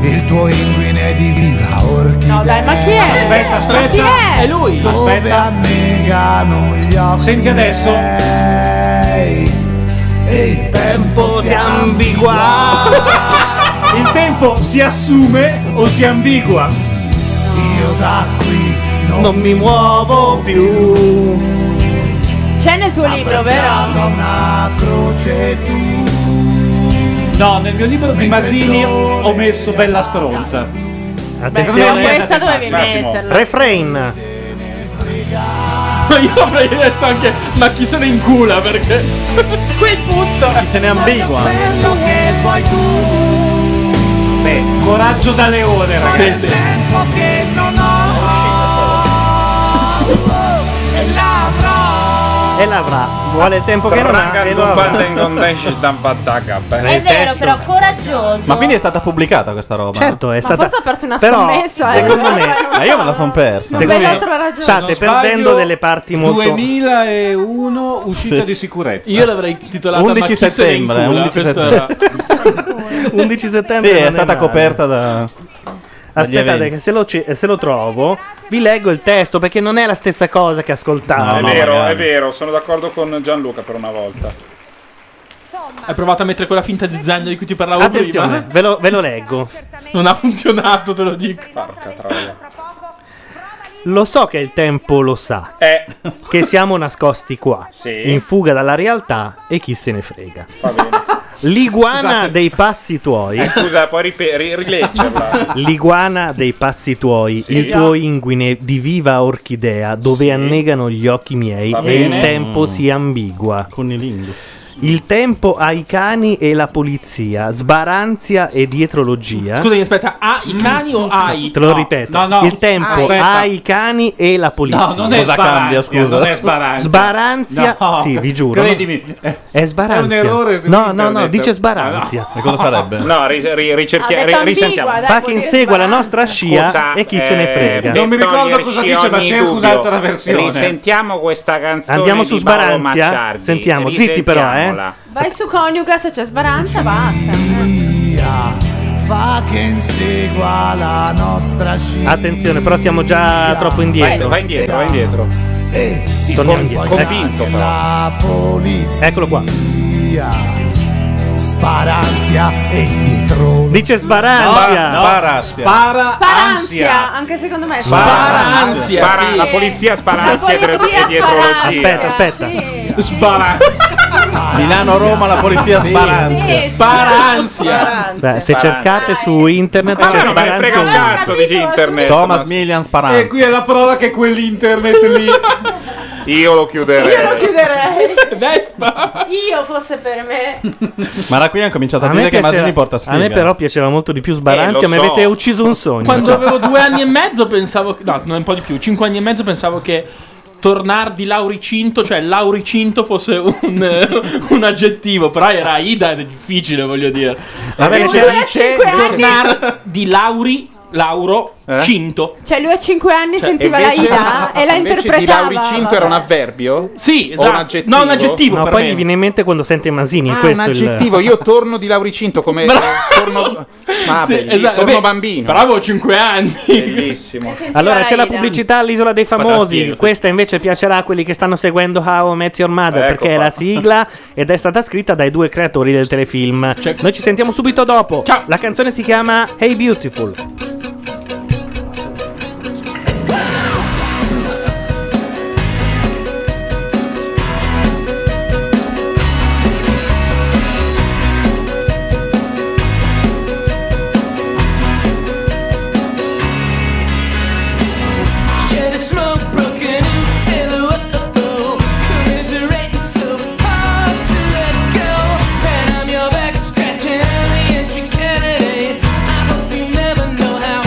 S20: Il tuo inguine di vita orchidea.
S3: No, dai, ma chi è?
S14: Aspetta, aspetta.
S3: Ma chi è?
S14: È lui.
S20: Aspetta. annegano gli occhi.
S14: Senti adesso.
S20: E il tempo si ambigua.
S14: il tempo si assume o si ambigua?
S20: Io da qui non, mi muovo più.
S3: C'è nel tuo libro, vero?
S20: una croce tu.
S14: No, nel mio libro di Masini ho messo Bella stronza.
S1: Attenzione.
S3: questa dovevi metterla.
S1: Refrain.
S4: Ma io avrei detto anche ma chi se ne incula perché quel punto
S7: chi se ne ambigua
S20: Quello che vuoi tu.
S14: Beh, coraggio da leone, ragazzi.
S20: Tempo che non ho. E l'avrò.
S1: E l'avrà. Vuole il tempo che non ha. E lo avrà.
S6: È vero, però coraggioso.
S7: Ma quindi è stata pubblicata questa roba?
S1: Certo, è
S3: Ma
S1: stata.
S3: forse ho perso una
S1: Però,
S3: scommessa. eh.
S1: secondo me,
S7: Ma io me la son persa.
S1: secondo me
S3: Bell'altra ragione.
S1: state
S14: Se non sbaglio,
S1: perdendo delle parti molto.
S14: 2001 uscita
S1: Sì.
S14: di sicurezza.
S4: Io l'avrei titolata
S7: 11
S4: ma chi se ne
S7: settembre,
S4: incula?
S7: 11
S4: Questo
S7: settembre.
S4: era-
S1: 11 settembre.
S7: Sì,
S1: non
S7: è stata
S1: male.
S7: coperta da. dagli
S1: Aspettate,
S7: eventi.
S1: che se lo, ce- se lo trovo, vi leggo il testo perché non è la stessa cosa che ascoltavo.
S2: è vero, è vero, sono d'accordo con Gianluca per una volta.
S4: Hai provato a mettere quella finta di zaino di cui ti parlavo
S1: Attenzione,
S4: prima?
S1: ve lo, ve lo leggo.
S4: Non ha funzionato, te lo dico.
S2: Porca troia.
S1: Lo so che il tempo lo sa. Che siamo nascosti qua.
S2: Eh. Sì.
S1: In fuga dalla realtà e chi se ne frega. L'iguana
S2: Scusate.
S1: dei passi tuoi.
S2: Eh, scusa, puoi ripe- ri- rileggerla.
S1: L'iguana dei passi tuoi,
S2: Sì.
S1: il tuo inguine di viva orchidea, dove annegano gli occhi miei
S2: Va
S1: e
S2: bene.
S1: il tempo
S2: Mm.
S1: si ambigua. Il tempo ai cani e la polizia, sbaranzia e dietrologia.
S4: Scusami, aspetta, ha Ah, i cani o hai?
S1: Te lo ripeto,
S4: Mm. No, no.
S1: il tempo
S4: Aspetta.
S1: ai cani e la polizia.
S14: No, non è Cosa sbaranzia, cambia, scusa? non è sbaranzia.
S1: Sbaranzia,
S14: No,
S1: sì, vi giuro.
S14: credimi.
S1: È sbaranzia.
S14: È un errore su
S1: no, no, no,
S14: internet.
S1: dice sbaranzia.
S7: E cosa sarebbe?
S2: No, ri- ri- ricerchia-
S1: Ha
S2: ri-
S1: detto
S2: risentiamo.
S1: ambigua, dai, Fa che vuol dire insegua la nostra scia e chi se ne frega.
S14: Eh, Non mi ricordo
S2: Bertone
S14: cosa dice, ma
S2: Ercioni
S14: c'è un'altra
S2: Gubbio.
S14: versione.
S2: Risentiamo questa canzone.
S1: Andiamo su
S2: di Paolo
S1: Sbaranzia?
S2: Macciardi.
S1: Sentiamo, zitti però, eh.
S2: Risentiamola.
S3: Vai su coniuga, se c'è sbaranza, basta.
S20: Fa che insegua la nostra scia.
S1: Attenzione, però siamo già troppo indietro.
S2: Vai indietro, vai indietro.
S1: Torniamo indietro.
S2: Convinto, però.
S20: La polizia.
S1: Eccolo qua.
S20: Sparanzia e dietro.
S1: Dice Sbaranzia.
S20: No, no, Sparaspia. spara-
S3: Sparanzia, anche secondo me.
S2: Sparanzia, spara-
S3: sì.
S2: la polizia sparanzia
S3: La polizia
S2: e dietrologia.
S3: sparanzia, Aspetta,
S1: aspetta.
S7: Milano-Roma, la polizia sparanzia.
S20: Sparanzia.
S1: Beh, se cercate su internet
S2: Ma a me
S1: c'è
S2: non me ne frega un
S1: Sbaranzia.
S2: cazzo di internet.
S7: Thomas
S2: ma-
S7: Milian Sparanzia.
S14: E qui è la prova che quell'internet lì.
S2: Io lo chiuderei.
S3: Io lo chiuderei. Vespa. Io fosse per me.
S7: Ma da qui hanno cominciato a,
S1: A me
S7: dire che
S1: piaceva-
S7: Masini porta sfiga.
S1: a me però piaceva molto di più Sbaranzia,
S4: Eh, lo
S1: mi
S4: so.
S1: avete ucciso un sogno.
S4: Quando
S1: Cioè,
S4: avevo due anni e mezzo pensavo che, no, non un po' di più, cinque anni e mezzo pensavo che tornar di Lauricinto, cioè Lauricinto fosse un, eh, un aggettivo, però era Ida ed è difficile, voglio dire.
S1: Vabbè,
S4: Invece
S1: c'era-
S4: dice
S3: cinque anni.
S4: tornar di Lauri, Lauro, Cinto.
S3: Cioè lui a 5 anni
S4: Cioè,
S3: sentiva
S4: invece-
S3: la Ida e la interpretava.
S4: avverbio? Sì,
S2: O
S4: esatto.
S2: un aggettivo?
S4: No, un aggettivo
S1: No,
S4: per
S1: poi
S4: me.
S1: gli viene in mente quando sente Masini.
S2: Ah, un
S1: questo è il-
S2: aggettivo, io torno di Lauricinto come torno, ma
S1: Sì,
S2: belli-
S1: esatto,
S2: torno
S1: beh,
S2: bambino.
S4: Bravo, 5 anni.
S2: Bellissimo.
S1: Allora c'è la pubblicità all'Isola dei Famosi.
S2: Fantastico, sì.
S1: Questa invece piacerà a quelli che stanno seguendo How I Met Your Mother
S2: Ecco
S1: perché è
S2: qua.
S1: la sigla ed è stata scritta dai due creatori del telefilm.
S4: Cioè
S1: Noi ci sentiamo subito dopo. La canzone si chiama Hey Beautiful.
S20: Shed a smoke, broken in, still oh, commiserating so hard to let go. And I'm your back scratching on the entry candidate. I hope you never know how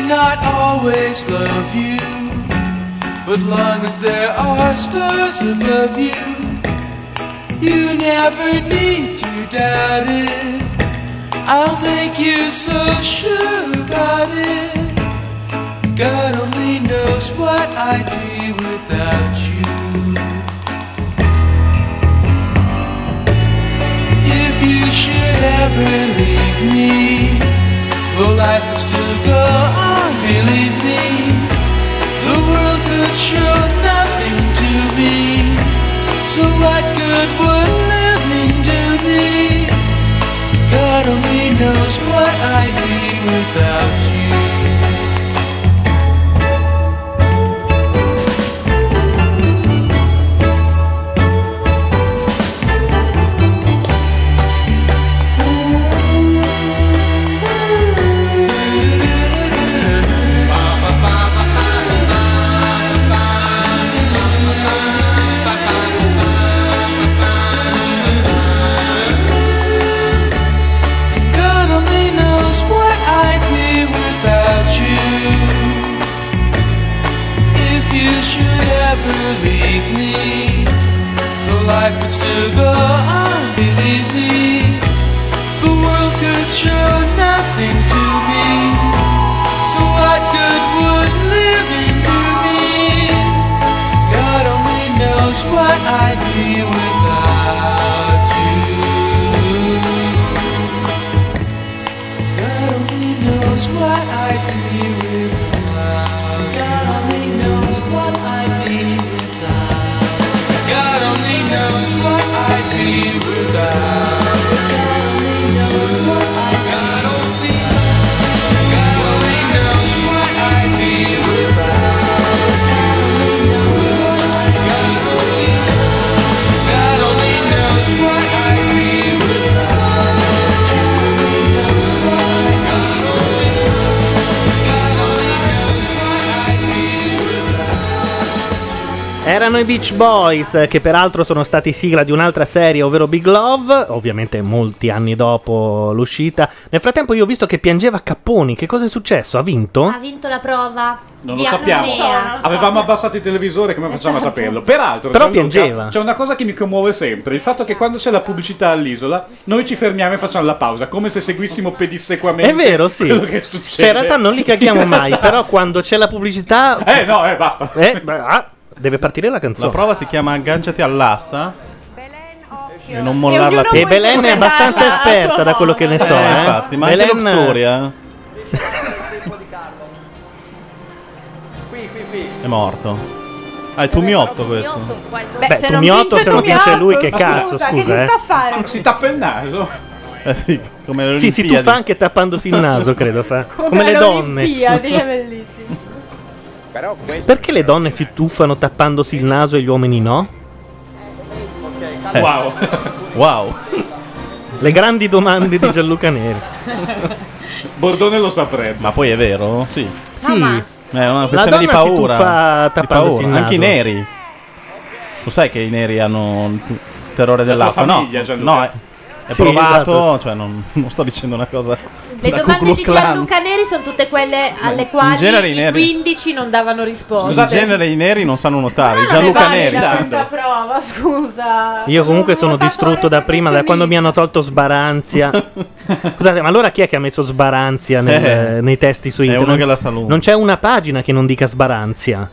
S22: just love you. But long as there are stars above you, you never need to doubt it. I'll make you so sure about it. God only knows what I'd be without you. If you should ever leave me, well, life would still go on, believe me. The world could show nothing to me. So what good would living do me? God only knows what I'd be without you. God only knows what I'd be without you. If you should ever leave me, the life would still go on, believe me. The world could show nothing to me. So what good would living do me? God only knows what I'd be without you. God only knows what I'd be without. God only knows what I'd be without. God only knows what I'd be without. God only knows what I'd be God only God only knows what I'd be without. God only knows what I'd be without. God only knows what I'd be without. God only knows what I'd be
S1: Erano i Beach Boys, eh, che peraltro sono stati sigla di un'altra serie, ovvero Big Love, ovviamente molti anni dopo l'uscita. Nel frattempo io ho visto che piangeva Capponi, che cosa è successo? Ha vinto?
S6: Ha vinto la prova.
S14: Non
S6: di
S14: lo sappiamo.
S6: apnea.
S14: Avevamo abbassato il televisore, come facciamo a saperlo? Peraltro,
S1: Però
S14: Gianluca,
S1: piangeva.
S14: C'è una cosa che mi commuove sempre: il fatto che quando c'è la pubblicità all'isola, noi ci fermiamo e facciamo la pausa, come se seguissimo pedissequamente.
S1: È vero, sì.
S14: Quello che succede.
S1: Cioè, in realtà non li caghiamo mai, però quando c'è la pubblicità...
S14: Eh, no, eh, basta.
S1: Eh, beh, ah, deve partire la canzone.
S7: La prova si chiama Agganciati all'asta. E non mollarla
S1: E Belen è abbastanza esperta da quello che ne so.
S7: Eh,
S1: eh.
S7: infatti, ma anche
S1: Belen-
S7: Luxoria
S19: Qui, qui, qui.
S7: eh, è morto. Ah, è Tumiotto questo.
S19: Beh,
S1: Beh,
S19: se
S7: non
S1: Tumiotto,
S7: vince
S1: se non vince
S7: Tumiotto,
S1: lui, che
S7: scusa,
S1: cazzo,
S7: che ci
S1: scusa. eh.
S7: sta
S14: Ah, Si tappa il naso.
S7: Eh sì, come le
S1: Sì, si
S7: Olimpiadi.
S1: tuffa anche tappandosi il naso, credo. Fa. Come, le donne.
S3: bellissimo.
S19: Però questo
S1: Perché le donne si tuffano tappandosi il naso e gli uomini no? Eh.
S14: Wow.
S1: Wow. Le grandi domande di Gianluca Neri.
S14: Bordone lo saprebbe.
S7: Ma poi è vero? Sì.
S1: Sì.
S7: Eh, è una
S1: La
S7: questione di
S1: donna si
S7: paura.
S1: tuffa
S7: Di
S1: tappandosi il
S7: paura. Anche i
S1: naso.
S7: neri. Lo sai che i neri hanno il tu- terrore dell'acqua? No,
S14: famiglia, Gianluca.
S7: no, è, è
S14: Sì,
S7: provato.
S14: esatto.
S7: Cioè, non, non sto dicendo una cosa.
S6: Le
S7: da Ku
S6: domande
S7: Klux
S6: di
S7: Klan.
S6: Gianluca Neri sono tutte quelle alle
S7: in genere
S6: quali
S7: i
S6: i
S7: neri-
S6: 15 non davano Ah, risposta.
S7: In genere i neri non sanno nuotare.
S6: non è
S7: Gianluca
S6: valida
S7: Neri.
S3: Questa prova, scusa.
S1: Io comunque sono distrutto da prima, da quando mi hanno tolto Sbaranzia. Scusate, ma allora chi è che ha messo Sbaranzia nel-
S7: Eh,
S1: nei testi su
S7: è
S1: internet?
S7: uno che la saluta.
S1: Non c'è una pagina che non dica Sbaranzia.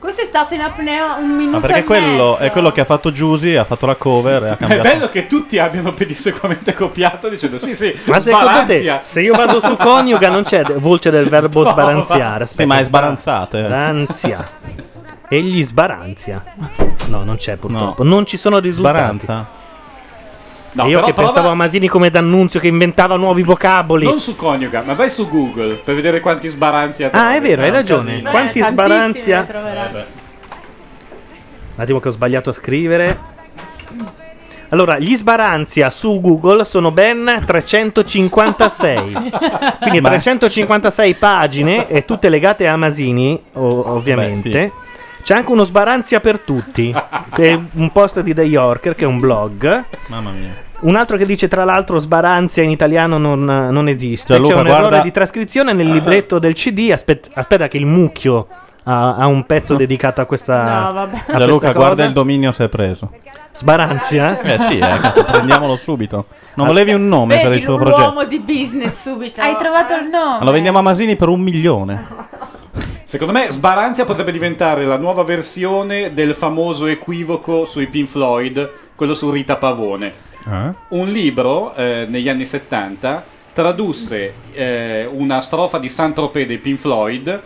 S3: Questo è stato in apnea un minuto.
S7: Ma perché
S3: e
S7: quello
S3: mezzo.
S7: è quello che ha fatto Giusy, ha fatto la cover e ha
S14: È
S7: cambiato.
S14: bello che tutti abbiano pedissequamente copiato dicendo sì, sì,
S1: Ma secondo te,
S14: sbalanzia.
S1: se io vado su coniuga, non c'è de- voce del verbo
S14: No,
S1: sbaranziare.
S7: Sì, ma è sbaranzate.
S1: Sbaranzia. Egli sbaranzia. No, non c'è purtroppo. Non ci sono risultati.
S7: Sbaranza.
S14: No,
S1: E io
S14: però
S1: che
S14: prova-
S1: pensavo a Masini come D'Annunzio che inventava nuovi vocaboli.
S14: Non su coniuga, ma vai su Google per vedere quanti sbaranzi ha
S1: Ah, è vero, hai ragione. Quanti sbaranzi ha- Un attimo che ho sbagliato a scrivere. Allora, gli sbaranzia su Google sono ben 356. Quindi 356 pagine e tutte legate a Masini, o- ovviamente.
S7: Beh,
S1: C'è anche uno sbaranzia per tutti, che è un post di The Yorker, che è un blog.
S7: Mamma mia.
S1: Un altro che dice, tra l'altro, sbaranzia in italiano non, non esiste.
S7: Gianluca,
S1: C'è un
S7: guarda-
S1: errore di trascrizione nel libretto del CD. Aspet- aspetta, che il mucchio ha, ha un pezzo dedicato a questa.
S7: No,
S1: a
S7: vabbè.
S1: questa
S7: Gianluca, guarda
S1: cosa.
S7: il dominio se è preso.
S1: Sbaranzia?
S7: Eh sì, eh, prendiamolo subito. Non volevi un nome per il tuo progetto?
S3: l'uomo di business subito. Eh?
S6: Hai trovato il nome.
S7: Lo vendiamo a Masini per un milione.
S14: Secondo me Sbaranzia potrebbe diventare la nuova versione del famoso equivoco sui Pink Floyd, quello su Rita Pavone. Un libro eh, negli anni 70 tradusse eh, una strofa di Saint-Tropez dei Pink Floyd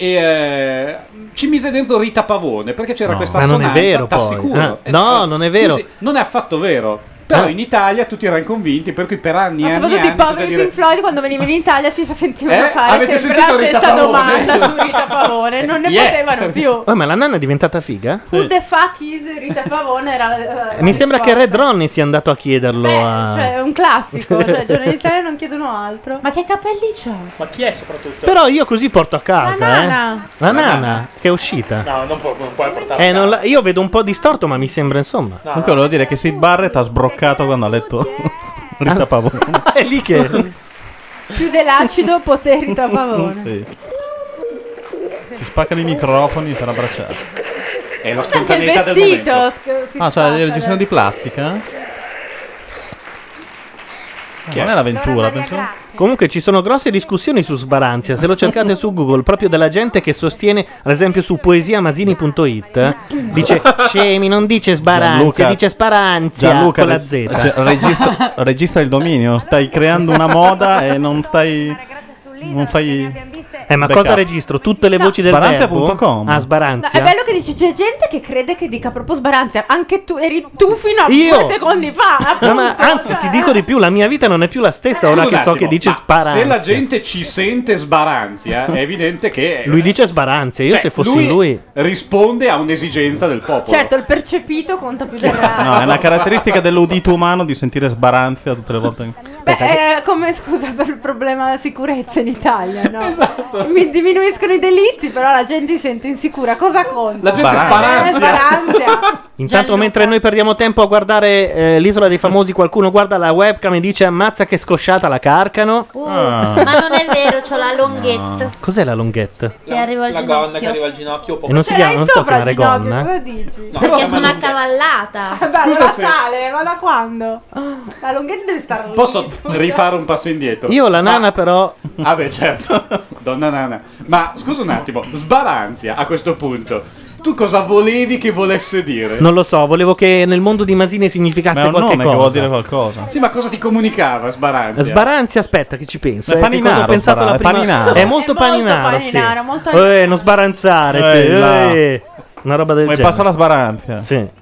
S14: e eh, ci mise dentro Rita Pavone perché c'era
S1: No.
S14: questa
S1: Ma non è
S14: assonanza,
S1: vero, poi.
S14: t'assicuro.
S1: Eh, no, non è
S14: sì,
S1: vero.
S14: sì, non è affatto vero. Però
S1: Eh.
S14: in Italia tutti erano convinti, per cui per anni e
S3: Ma
S14: anni,
S3: soprattutto
S14: anni
S3: i poveri
S14: potevi dire-
S3: Pink Floyd quando venivano in Italia si fa sentivano
S14: Eh?
S3: fare
S14: Avete
S3: sempre
S14: sentito
S3: la
S14: Rita
S3: stessa
S14: Pavone?
S3: domanda su Rita Pavone, non ne
S1: Yeah.
S3: potevano più.
S1: Oh, ma la nanna è diventata figa?
S3: Who the fuck is Rita Pavone? Era, eh,
S1: Mi sembra che Red Ronnie sia andato a chiederlo. a-
S3: Cioè, è un classico, cioè i giornalisti non chiedono altro.
S6: Ma che capelli c'ha?
S4: Ma chi è soprattutto?
S1: Però io così porto a casa.
S3: La
S1: eh.
S3: nana.
S1: La nana che è uscita.
S4: No, non, può, non puoi portare.
S1: Eh, non la- io vedo un po' distorto, ma mi sembra insomma.
S7: Comunque volevo dire che Sid Barrett ha sbroccato quando ha letto Rita Pavone.
S1: Ah. è lì che...
S3: Più dell'acido poter Rita Pavone.
S7: Sì. Si spaccano i microfoni per abbracciarsi.
S14: È la
S3: Anche il vestito sc- si
S7: Ah, c'è
S3: spacca,
S7: la recensione
S3: dai.
S7: di plastica?
S1: Chi
S7: Ah,
S1: è?
S7: non è l'avventura,
S1: Maria
S7: pensavo.
S1: Comunque ci sono grosse discussioni su Sbaranzia, se lo cercate su Google, proprio della gente che sostiene, ad esempio su poesiamasini.it, eh, dice scemi, non dice Sbaranzia,
S7: Gianluca-
S1: dice Sparanzia
S7: Gianluca,
S1: con la Z.
S7: reg- cioè, ge- registra, registra il dominio, stai creando una moda e non stai... Non fai...
S1: Eh, ma
S7: backup.
S1: cosa registro? Tutte le voci del verbo?
S7: Sbaranzia.com.
S1: Ah,
S3: No,
S1: Sbaranzia.
S3: è bello che dici c'è gente che crede che dica proprio sbaranzia. Anche tu eri tu fino a
S1: Io?
S3: due secondi fa. Cioè,
S1: No, ma anzi, ti dico di più, la mia vita non è più la
S7: Eh,
S1: stessa ora
S14: Un
S1: che so
S14: attimo,
S1: che dice
S14: ma Se la
S1: Sparanzia.
S14: gente ci sente sbaranzia, è evidente che
S1: Lui dice Sbaranzia, io
S14: Cioè,
S1: se fossi lui...
S14: risponde a un'esigenza del popolo.
S3: Certo, il percepito conta più del reale.
S7: No, è una caratteristica dell'udito umano di sentire sbaranzia tutte le volte.
S3: Beh, è come scusa per il problema della sicurezza in Italia, no? Mi diminuiscono i delitti, però la gente si sente insicura. Cosa conta?
S1: La gente
S3: Sbaranzia.
S1: sparanzia. Intanto, mentre noi perdiamo tempo a guardare eh, l'isola dei famosi, qualcuno guarda la webcam e dice: Ammazza che scosciata la carcano.
S6: Uh,
S14: Ah.
S7: Ah.
S6: Ma non è vero, c'ho la longhetta
S1: Cos'è la longhetta?
S6: che arriva al
S4: La
S6: ginocchio.
S4: gonna che arriva al ginocchio.
S1: E non si chiama, non si può chiamare gonna. eh?
S3: dici?
S6: Perché sono accavallata.
S3: Vabbè,
S6: Scusa
S3: Ah, allora
S6: se-
S3: sale, ma da quando? La lunghetta deve stare lì.
S14: Posso rifare un passo indietro?
S1: Io la nana, però.
S14: Ah, beh, certo. Donna nana. Ma scusa un attimo, sbaranzia a questo punto. Tu cosa volevi che volesse dire?
S1: Non lo so, volevo che nel mondo di Masini significasse
S14: Ma è un
S1: qualche
S14: nome che
S1: cosa.
S14: vuol dire
S7: qualcosa.
S14: Sì, ma cosa ti comunicava sbaranzia?
S1: Sbaranzia, aspetta, che ci penso. eh,
S14: È
S1: che cosa
S14: paninaro,
S1: ho pensato
S14: Sbaran-
S1: la prima-
S14: è paninaro.
S1: È molto
S3: È molto
S1: paninaro.
S3: paninaro,
S1: sì.
S3: molto
S1: eh, non sbaranzare. te,
S7: Eh, là.
S1: eh. Una roba del
S7: Come
S1: genere.
S7: passa la sbaranzia.
S1: Sì.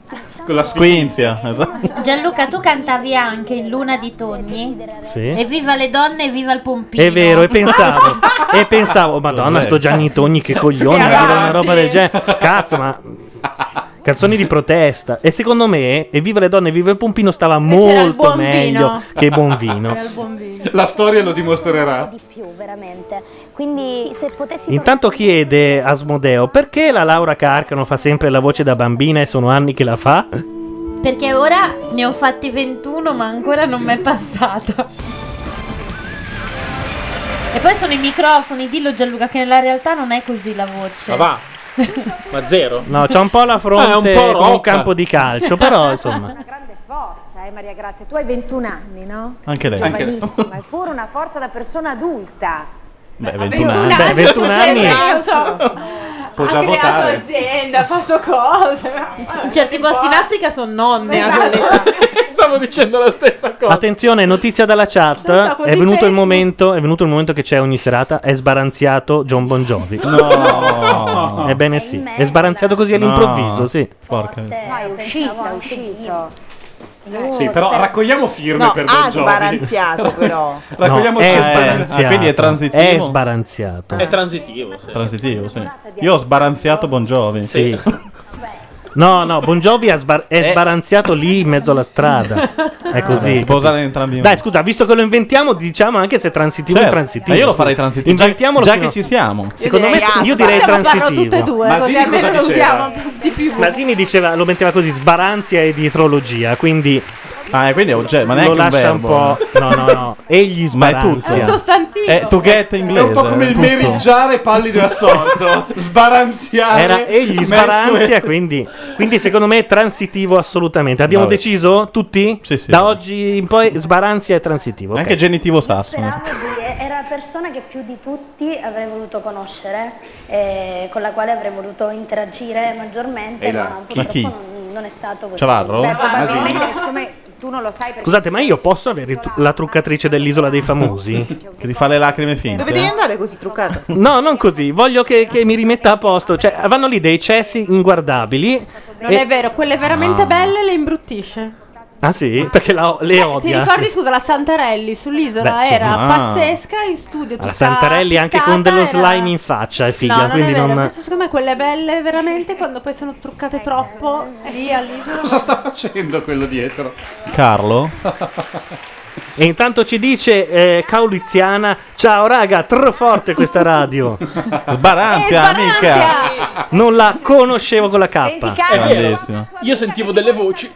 S14: Con la
S7: squinzia. Esatto.
S6: Gianluca, tu cantavi anche in Luna di Togni.
S1: Sì.
S6: E viva le donne e viva il pompino.
S1: È vero, e pensavo, e pensavo, Madonna,
S7: Cos'è?
S1: sto Gianni Togni, che coglione, mi dire una roba del genere. Cazzo, ma. Canzoni di protesta. E secondo me, e viva le donne, e viva il pompino, stava
S13: c'era il
S1: molto
S13: buon
S1: meglio
S13: vino.
S1: che buon vino.
S14: La storia lo dimostrerà.
S13: di più, veramente. Quindi se potessi
S1: Intanto chiede Asmodeo perché la Laura Carcano fa sempre la voce da bambina e sono anni che la fa?
S6: Perché ora ne ho fatti 21, ma ancora non mi è passata. E poi sono i microfoni, dillo Gianluca, che nella realtà non è così la voce.
S1: Ma va.
S4: Ma zero.
S1: No, c'ha un po' la
S4: Ah, è
S1: fronte
S4: un po'
S1: come un
S4: rocca.
S1: campo di calcio, però insomma.
S13: una grande forza, eh Maria Grazia. Tu hai 21 anni, no?
S1: Anche lei.
S13: Sei
S1: Anche lei.
S13: Giovanissima, eppure una forza da persona adulta.
S7: Beh,
S13: 21
S7: anni.
S1: Beh, 21 anni. eh,
S3: Io so,
S11: Ah,
S7: Puoi
S3: ha creato azienda, ha fatto cose.
S6: In certi posti in Africa sono nonne.
S3: Esatto.
S6: a quell'età.
S4: Stavo dicendo la stessa cosa.
S1: Attenzione, notizia dalla chat.
S6: Non so, quello
S1: è,
S6: di
S1: venuto il
S6: Facebook.
S1: momento, è venuto il momento che c'è ogni serata. È sbaranziato John Bon Jovi.
S7: No.
S1: Ebbene sì. È sbaranziato così all'improvviso,
S7: No.
S1: sì.
S13: No, è uscito, è uscito. Io
S14: Sì, però
S13: sper-
S14: raccogliamo firme
S13: No,
S14: per
S13: ha
S14: Bon Jovi.
S13: sbaranziato, però.
S14: raccogliamo
S1: No, è
S14: firme.
S1: sbaranziato.
S7: Ah, quindi è transitivo?
S1: È sbaranziato.
S4: È transitivo. sì.
S7: Transitivo, sì. Io ho sbaranziato Bon Jovi.
S1: Sì. No, no, Bon Jovi ha sbar- è sbaranziato lì in mezzo alla strada. È così.
S7: Eh. Si può usare in entrambi i
S1: Dai, scusa, visto che lo inventiamo, diciamo anche se è transitivo
S7: Certo.
S1: o transitivo.
S7: Ma io lo farei transitivo.
S1: Inventiamolo
S7: Già- già
S1: fino-
S7: che ci siamo.
S1: Secondo
S7: Io
S1: me
S7: direi
S1: io
S7: aspa.
S1: direi
S7: Possiamo farlo
S1: transitivo.
S7: tutte e due,
S3: Masini così almeno cosa non diceva? usiamo di più.
S1: Masini diceva, lo metteva così, sbaranzia e dietrologia, quindi
S7: Ah, e quindi è oggetto, ma neanche
S1: Lo
S7: un
S1: lascia un
S7: verbo.
S1: po'. No, no, no. Egli
S7: Ma è
S1: sbarazza.
S7: tutto.
S1: È un
S23: sostantivo.
S7: È to get in inglese.
S14: È un po' come il
S7: tutto.
S14: meriggiare pallido e assorto. Sbaranziare.
S1: Era egli
S14: mesto
S1: sbaranzia,
S14: e-
S1: quindi, quindi secondo me è transitivo assolutamente. Abbiamo
S7: Vabbè.
S1: deciso tutti? Da oggi in poi sbaranzia è transitivo. ok.
S7: Anche genitivo sasso.
S20: Era la persona che più di tutti avrei voluto conoscere, eh, con la quale avrei voluto interagire maggiormente,
S1: E là.
S20: ma
S1: Ma chi?
S20: purtroppo non, non è stato così.
S1: Ciavarro?
S20: Beh,
S23: Masini?
S20: probabilmente-
S9: Siccome tu non lo sai perché
S1: Scusate, ma io posso avere tu- la truccatrice dell'isola dei famosi? che
S7: ti fa le lacrime finte.
S11: Dove devi andare così truccato?
S1: No, non così. Voglio che, che mi rimetta a posto. Cioè, vanno lì dei cessi inguardabili.
S3: Non
S1: e-
S3: è vero, quelle veramente
S1: Ah.
S3: belle le imbruttisce.
S1: Ah, sì? Perché la- le
S3: Eh, Ti
S1: odia.
S3: ricordi, scusa, la Santarelli sull'isola
S1: Beh, sì.
S3: era
S1: Ah.
S3: pazzesca in studio.
S1: Alla
S3: tutta
S1: Santarelli anche
S3: piccata,
S1: con dello
S3: era-
S1: slime in faccia è
S3: no,
S1: figa,
S3: non
S1: quindi
S3: è vero.
S1: non...
S3: queste Secondo me quelle belle veramente quando poi sono truccate troppo lì all'isola.
S14: Cosa sta facendo quello dietro?
S7: Carlo?
S1: E intanto ci dice eh, Cauliziana, ciao raga, tro forte questa radio.
S3: Eh,
S7: Sbaranzia,
S1: amica. Non la conoscevo con la K.
S24: Io sentivo delle voci.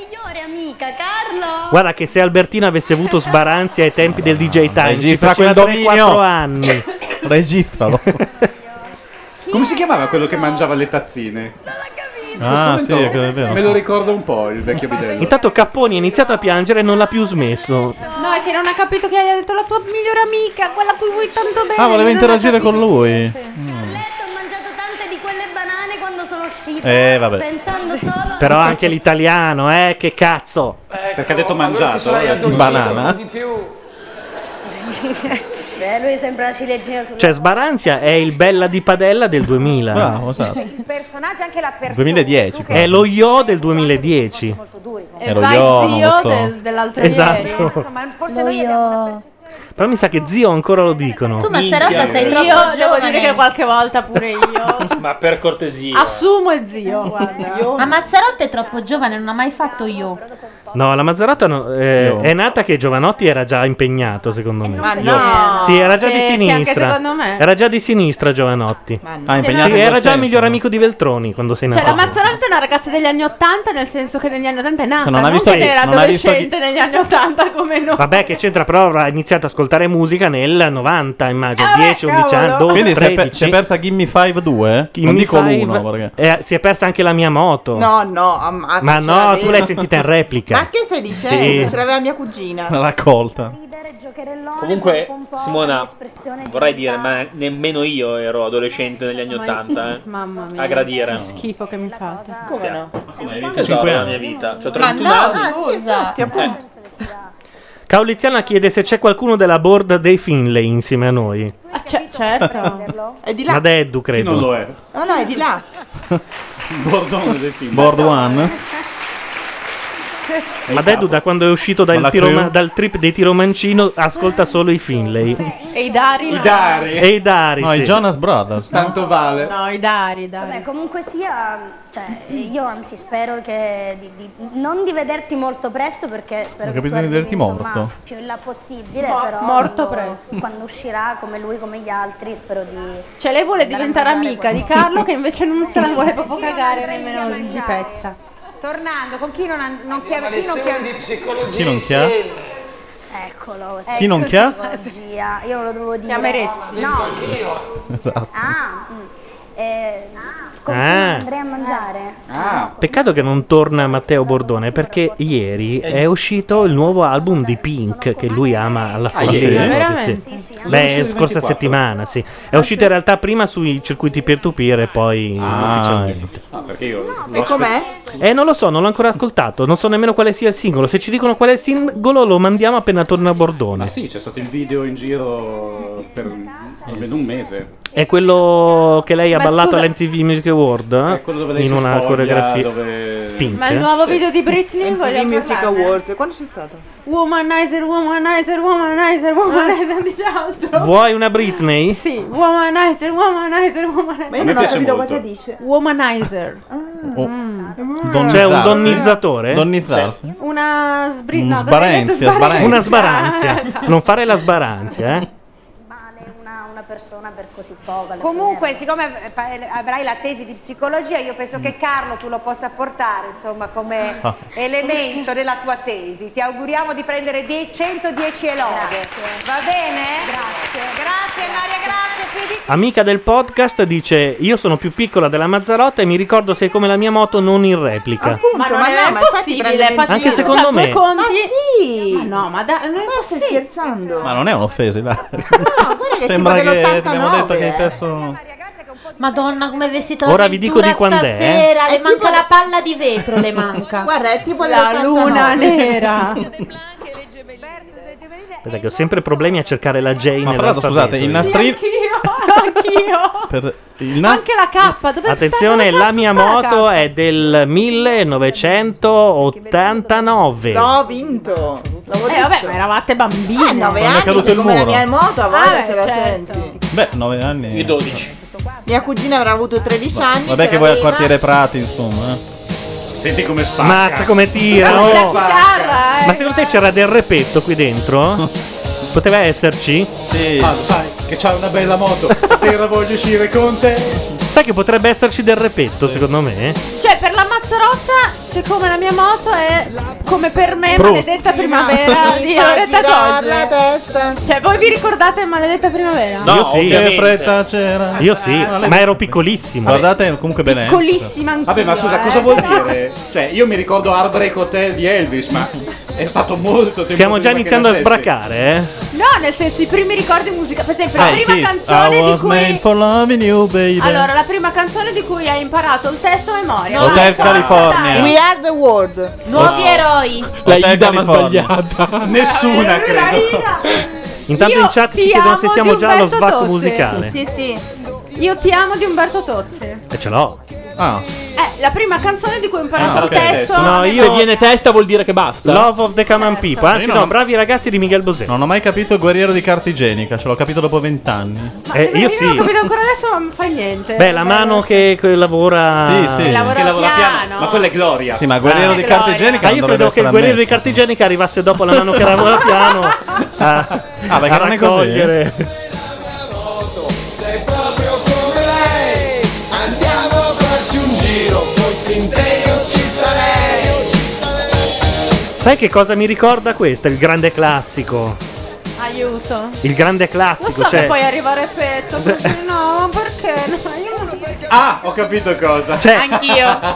S6: migliore amica, Carlo.
S1: Guarda che se Albertina avesse avuto sbaranzi ai tempi del DJ Time,
S7: Registra
S1: ci faceva
S7: quel
S1: 3,
S7: dominio.
S1: 4 anni.
S7: Registralo.
S1: Cioè,
S14: Come si chiamava quello che mangiava le tazzine?
S7: Ah,
S14: Questo
S7: sì,
S14: momento
S7: è quello, è vero.
S14: Me lo ricordo un po' il vecchio bidello.
S1: Intanto Capponi è iniziato a piangere e non l'ha più smesso.
S3: No, è che non ha capito che gli ha detto la tua migliore amica, quella a cui vuoi tanto bene.
S7: Ah, voleva
S3: non ha
S7: interagire
S3: capito.
S7: con lui.
S6: Tante di quelle banane quando sono uscita.
S1: Eh, vabbè.
S6: Pensando solo.
S1: Però anche l'italiano, eh, che cazzo.
S14: Perché ha detto
S6: mangiato,
S14: allora ti sei
S1: Banana.
S6: Di più. Beh, lui sembra la ciliegina sulla
S1: Cioè, Sbaranzia è il bella di padella del 2000.
S7: Bravo, esatto.
S9: il personaggio anche la persona
S1: 2010. È lo yo del 2010.
S9: È
S3: lo
S9: io,
S3: non lo so. del- dell'altro Oh.
S1: Esatto.
S9: Eh, insomma forse noi abbiamo una persona
S1: Però mi sa che zio ancora lo dicono.
S3: Tu,
S6: Mazzarotta,
S1: Minchia.
S6: sei
S3: Io
S6: troppo
S3: devo
S6: giovane.
S3: dire che qualche volta pure io
S1: Ma per cortesia.
S3: assumo il
S13: Eh,
S3: zio. Guarda.
S6: Io-
S3: Ah,
S6: Ma
S3: ma
S6: Mazzarotta è troppo giovane, non ha mai fatto io.
S1: No, la Mazzarotta no, eh, è nata che Giovanotti era già impegnato, secondo me.
S6: Ma no.
S1: Sì, era già
S3: Sì,
S1: di
S3: Ah, Eh, sì, anche
S1: sinistra.
S3: secondo me.
S1: Era già di sinistra Giovanotti.
S3: Ah, impegnato
S1: Sì,
S3: in
S1: era
S3: quel
S1: già il
S3: senso,
S1: miglior amico di Veltroni quando sei nato.
S3: Cioè, la Mazzarotta è una ragazza degli anni 80, nel senso che negli anni 80 è nata.
S1: non ha visto-
S3: che era
S1: non ha visto-
S3: adolescente negli anni 80 come noi.
S1: Vabbè, che c'entra, però avrà iniziato ad ascoltare musica nel 90,
S3: Eh,
S1: immagino, 10, 11 anni, 12,
S7: Quindi si è, per-
S1: 13.
S7: si è persa Gimme 5 2?
S1: Gimme
S7: non dico
S1: Five-
S7: l'uno perché...
S1: eh, si è persa anche la mia moto.
S11: No, no, ammazza.
S1: Ma
S11: ce
S1: no,
S11: l'avevo.
S1: tu l'hai sentita in replica.
S11: Ma che stai dicendo?
S1: Sì.
S11: Ce l'aveva mia cugina.
S7: raccolta.
S4: Comunque, Simona, vorrei dire, ma nemmeno io ero adolescente negli anni Ottanta. eh.
S3: Mamma mia.
S4: A gradire.
S3: Che schifo che mi fate.
S11: Come Cioè, no?
S4: Che so,
S1: Cinque
S4: la
S1: anni.
S4: mia vita. Cioè,
S3: Ma
S4: 31
S3: no, esatto.
S4: anni. Eh.
S3: scusa.
S1: Cauliziana chiede se c'è qualcuno della board dei Finlay insieme a noi.
S3: Ah, c'è- certo.
S11: È di là.
S1: Ma da Eddu, credo.
S14: non lo è?
S11: No, no, è di là.
S14: Bordone del film.
S7: Board One?
S1: Ma Deddu da quando è uscito
S7: Ma
S1: dal,
S7: la
S1: tiroma-
S7: crew?
S1: dal trip dei tiromancino
S6: Ah.
S1: ascolta solo i Finlay.
S3: E i Dari? no.
S1: E i Dari.
S7: No, i
S1: sì.
S7: Jonas Brothers.
S14: Tanto vale.
S3: No, i Dari, i
S6: Vabbè,
S3: Dari.
S6: comunque sia, cioè, io anzi spero che di, di- non di vederti molto presto perché spero
S7: Ho
S6: che tu
S7: capito di
S6: arrivi,
S7: vederti
S6: insomma,
S7: morto.
S6: più in là possibile,
S3: Mo-
S6: però
S3: morto
S6: quando, quando uscirà come lui, come gli altri, spero di
S3: Cioè, lei vuole diventare amica di Carlo, che invece non se la vuole proprio cagare nemmeno in pezza.
S9: tornando con chi non, ha- non chi ha- chi non chi ha-
S6: lezione di psicologia
S7: Chi non chi ha?
S9: Ecco,
S6: Eccolo,
S7: Chi non chi ha?
S6: psicologia. Io lo dovevo dire.
S3: Chiameresti?
S6: No.
S7: Esatto.
S6: Ah, mm. Eh, con chi
S1: Ah.
S6: andrei a mangiare?
S20: Ah.
S1: Peccato che non torna Matteo Bordone perché ieri è uscito il nuovo album di Pink che lui ama alla
S7: Ah,
S1: fine.
S7: sì? Ma
S6: veramente?
S1: Sì,
S6: Sì, sì, hanno
S1: Beh,
S6: uscito il
S1: scorsa
S6: 24.
S1: settimana, sì. È
S6: Ah,
S1: uscito in realtà prima sui circuiti peer-to-peer e poi ufficialmente.
S14: Ah, perché io.
S11: E com'è?
S1: Eh, non lo so, non l'ho ancora ascoltato. Non so nemmeno quale sia il singolo. Se ci dicono qual è il singolo, lo mandiamo appena torna Bordone.
S14: Ah sì, c'è stato il video in giro per almeno un mese.
S1: È quello che lei ha
S3: Ma
S1: ballato
S3: scusa-
S1: all'MTV Music Award eh?
S14: È quello dove lei
S1: in
S14: si
S1: una
S14: spoglia,
S1: coreografia
S14: dove-
S1: Pink.
S3: Ma il nuovo video di Britney voglio
S11: MTV Music
S3: parlarne.
S11: Awards. Quando c'è stato?
S3: Womanizer, womanizer, womanizer, womanizer, non Ah, dice altro.
S1: Vuoi una Britney?
S3: Sì, womanizer, womanizer, womanizer.
S11: Ma io non ho capito cosa dice.
S3: Womanizer.
S7: Oh.
S3: Mm.
S1: C'è un donnizzatore?
S7: Donnizzarsi.
S3: Una sbri-
S7: Un
S3: no, cosa hai detto?
S7: sbaranzia, sbaranzia.
S1: Una sbaranzia.
S3: Esatto.
S1: Non fare la sbaranzia, eh?
S17: una persona per così poco. alla
S9: Comunque,
S17: fine era-
S9: siccome eh, pa- eh, avrai la tesi di psicologia, io penso
S7: Mm.
S9: che Carlo tu lo possa portare, insomma, come
S17: Ah.
S9: elemento della tua tesi. Ti auguriamo di prendere die- 110 elode. Va bene? Grazie. Grazie Maria, grazie. Siedi
S1: Amica del podcast dice: Io sono più piccola della Mazzarotta e mi ricordo sei come la mia moto non in replica.
S3: ma non
S11: ma
S3: è
S11: no, ma infatti
S3: possibile,
S11: prende
S3: è
S1: Anche
S3: possibile.
S1: secondo
S3: Cioè, due
S1: me.
S3: conti- Ma no, ma da- non stai scherzando.
S7: Ma non è un'offesa, là.
S3: che
S7: Sembra
S3: tipo
S7: che
S3: dell'89,
S7: ti abbiamo detto che
S3: eh.
S7: hai perso.
S6: Madonna, come è vestita
S7: Ora
S6: la
S7: vi dico di
S6: Ventura
S7: quand'è, eh.
S6: Stasera, le manca la palla di vetro, le manca.
S11: Guarda, è tipo
S3: La luna nera.
S1: Aspetta, che ho sempre problemi a cercare la J
S7: Ma
S1: nell'alfabeto.
S7: fra l'altro, scusate, il nastrino-
S3: Sì, anch'io, anch'io.
S7: per- il nas-
S3: Anche la K, dove
S1: Attenzione, la mia moto è del 1989.
S11: L'ho vinto. L'avevo
S3: Eh, vabbè,
S11: detto.
S3: ma eravate bambini.
S11: Eh, nove
S1: Quando è
S11: anni,
S1: caduto
S11: sì,
S1: il
S11: come la
S1: muro.
S11: mia moto, a voglia
S3: Ah,
S11: se la
S3: certo.
S11: senti.
S7: Beh, 9 anni. Io 12.
S11: Mia cugina avrà avuto 13 anni.
S7: Vabbè,
S11: se
S7: che vuoi al
S11: l'aveva.
S7: quartiere Prati, insomma. eh.
S14: Senti come spacca.
S1: Mazza come tira!
S11: Guarda
S1: oh.
S11: qua.
S1: Ma secondo te c'era del repetto qui dentro? Poteva esserci?
S7: Sì.
S14: Ah, lo sai che c'hai una bella moto. Stasera voglio uscire con te.
S1: Sai che potrebbe esserci del repetto, secondo me?
S3: Cioè, per la Mazzarotta, siccome la mia moto è come per me,
S1: Prost.
S3: maledetta primavera
S11: Mi
S3: di
S11: fa
S3: Loretta
S11: girar la
S3: Toggi. Cioè, voi vi ricordate maledetta primavera?
S7: No, Che
S1: ovviamente.
S7: fretta c'era?
S1: Io sì, ma ero piccolissimo.
S7: Guardate, comunque bene.
S3: Piccolissima anch'io.
S14: Vabbè, ma scusa,
S3: eh.
S14: cosa vuol dire? Cioè, io mi ricordo Heartbreak Hotel di Elvis, ma è stato molto tempo
S1: Stiamo già
S14: prima che
S1: iniziando a
S14: nascesse.
S1: sbracare, eh?
S3: No, nel senso, i primi ricordi musica. Per esempio, la
S7: Eh,
S3: prima
S7: Kiss, I
S3: canzone di
S7: was made
S3: cui.
S7: for loving you, baby.
S3: Allora, la prima canzone di cui hai imparato il testo a memoria.
S7: Hotel
S3: Vai, forza,
S7: California.
S3: dai.
S11: We are the world.
S3: Nuovi eroi.
S1: La
S7: Ida mi
S1: sbagliata.
S14: Nessuna, credo.
S1: Intanto in chat ci
S3: ti
S1: chiedono se
S3: amo
S1: siamo
S3: di
S1: già allo
S3: Umberto
S1: svatto
S3: Tozzi.
S1: musicale.
S3: Sì, sì. Io ti amo di Umberto Tozzi.
S1: E ce l'ho.
S7: Ah.
S3: Eh, la prima canzone di cui ho imparato
S1: Ah,
S3: il
S1: ok.
S3: testo.
S1: No, io-
S4: Se viene testa vuol dire che basta.
S1: Love of the Common People. Anzi,
S7: Io
S1: no,
S7: non-
S1: bravi ragazzi di Miguel Bosé.
S7: Non ho mai capito il guerriero di carta igienica, ce l'ho capito dopo vent'anni.
S3: Ma io non ho capito ancora adesso, ma non fa niente.
S1: Beh, la mano che, che lavora.
S7: Sì, sì. Che lavora
S3: Che lavora piano. piano.
S14: Ma quella è Gloria.
S7: Sì, ma guerriero
S1: Ah,
S7: di
S1: che
S7: carta
S1: gloria.
S7: igienica
S1: Ah,
S7: non
S1: io
S7: dovrebbe
S1: credo che
S7: essere
S1: il guerriero di
S7: ammesso.
S1: carta igienica arrivasse dopo la mano che lavora piano. A,
S7: Ah, perché
S1: a
S7: non è così?
S1: raccogliere.
S20: Andiamo a farci un giro, poi fin te io ci starei.
S1: Sai che cosa mi ricorda questo? Il grande classico.
S3: Aiuto.
S1: Il grande
S3: Lo
S1: classico.
S3: so
S1: cioè,
S3: che poi arriva il repetto, così no, perché? No, io non
S14: Ah, ho capito cosa.
S1: Cioè-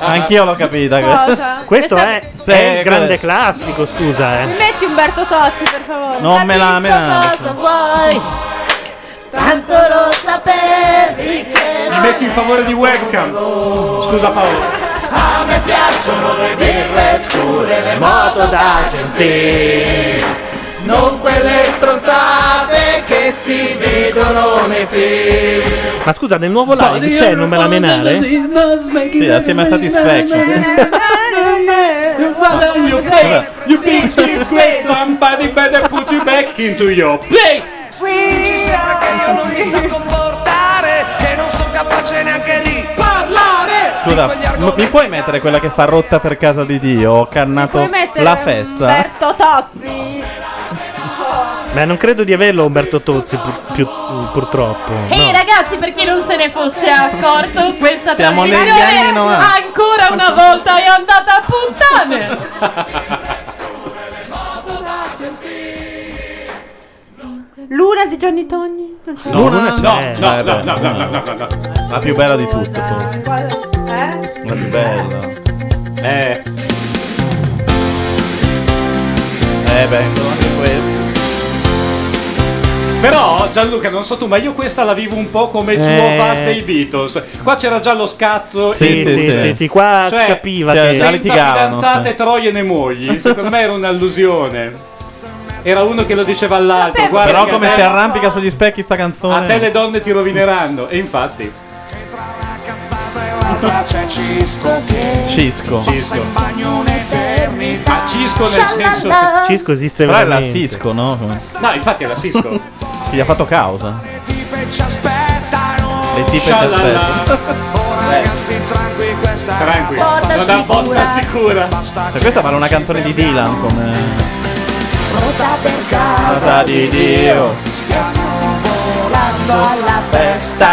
S7: Anch'io l'ho capita. Eh,
S3: Cosa?
S1: Questo è,
S7: Sì,
S1: è il grande
S7: quello-
S1: classico, scusa,
S3: Mi
S1: eh.
S3: metti Umberto Tozzi, per favore.
S7: Non me la- me la-
S3: Capisco cosa vuoi.
S18: Tanto lo sapevi che
S14: Mi metto in favore di webcam. Scusa Paolo.
S20: A me piacciono le birre scure, le moto da gentile. Non quelle stronzate che si vedono nei film.
S1: Ma scusa, nel nuovo live c'è non me la menare?
S7: Sì, assieme a Satisfaction.
S20: Vado in your face, you bitch is grace.
S14: Somebody better put you back into your place.
S20: Dici sempre che io non mi so comportare, che non sono capace neanche di parlare.
S7: Scusa, m- mi puoi mettere quella che fa rotta per casa di Dio? Ho cannato
S3: Puoi
S1: Ecco,
S3: mettere
S7: la festa.
S3: Umberto Tozzi.
S1: Beh, non credo di averlo Umberto Tozzi, pur- più- purtroppo.
S6: Ehi
S1: no.
S6: ragazzi, per chi non se ne fosse accorto, questa
S1: Siamo negli
S6: trasmissione
S1: anni 90.
S6: ancora una volta è andata a puttane.
S3: Luna di Johnny Togni. Non c'è.
S7: No,
S14: no,
S7: non è-
S14: no,
S7: eh,
S14: no,
S7: beh,
S14: no, no, no, no, no.
S7: La più bella di tutte, forse.
S3: Eh?
S7: La più bella.
S14: Eh.
S7: Eh, beh, anche questo.
S14: Però Gianluca, non so tu, ma io questa la vivo un po' come il tuo
S1: Eh.
S14: fast dei Beatles. Qua c'era già lo scazzo.
S1: Sì,
S14: e-
S1: sì, sì, sì, sì, qua si capiva
S14: cioè,
S1: che-
S14: senza
S1: litigavano.
S14: fidanzate, troie né mogli. Secondo me era un'allusione. Era uno che lo diceva all'altro. Guarda,
S7: Però
S14: che
S7: come
S14: a
S7: si
S14: te-
S7: arrampica sugli specchi sta
S14: A te
S7: canzone.
S14: le donne ti rovineranno. E infatti.
S20: C'è Cisco che
S7: Cisco.
S20: passa in bagno un'eternità.
S14: Ma Cisco nel senso.
S1: Cisco esiste
S7: Però è la
S1: veramente.
S7: Cisco, no?
S14: No, infatti era Cisco.
S7: Gli ha fatto causa.
S20: Tipe ci aspettano.
S7: Le tipe ci aspettano. Cioè,
S20: Oh ragazzi, tranqui questa
S14: Tranqui.
S20: Botta
S14: Una botta
S20: sicura.
S14: sicura.
S7: Cioè, questa vale una canzone di Dylan come.
S20: Rotta per casa
S7: Casa di Dio.
S20: Stiamo volando andando alla festa,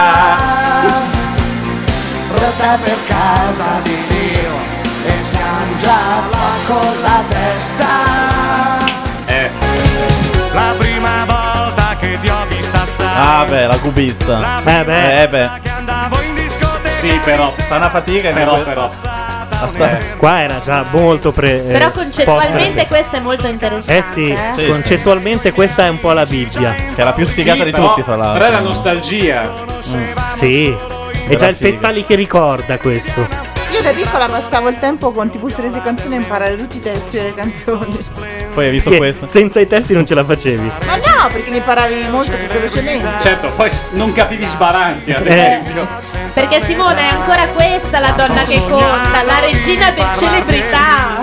S20: pronta per casa di Dio e siamo già là con la testa.
S14: Eh.
S20: La prima volta che ti ho vista
S7: Ah, beh, la cubista. Eh, beh. Ah,
S14: Sì, però. Sta
S7: una fatica,
S14: però,
S7: questa.
S14: però.
S1: Ah, sta-
S7: Eh.
S1: Qua era già molto pre.
S6: Però
S1: eh,
S6: concettualmente
S1: post-
S6: questa è molto
S1: Eh
S6: interessante.
S1: sì,
S6: eh.
S1: concettualmente questa è un po' la Bibbia. Che
S7: è la più sfigata di tutti, fra l'altro. Mm.
S14: Però è la nostalgia.
S1: Mm. Sì. È
S7: Era
S1: già il
S7: figa.
S1: Pezzali che ricorda questo.
S11: Io da piccola passavo il tempo con tipo strese canzoni a imparare tutti i testi delle canzoni.
S7: Poi hai visto
S1: questo? Senza i testi non ce la facevi.
S11: Ma no, perché ne imparavi molto più velocemente.
S14: Certo, poi non capivi sbaranzi, ad
S1: Eh.
S14: esempio.
S6: Perché Simone è ancora questa la donna che conta, la regina del celebrità.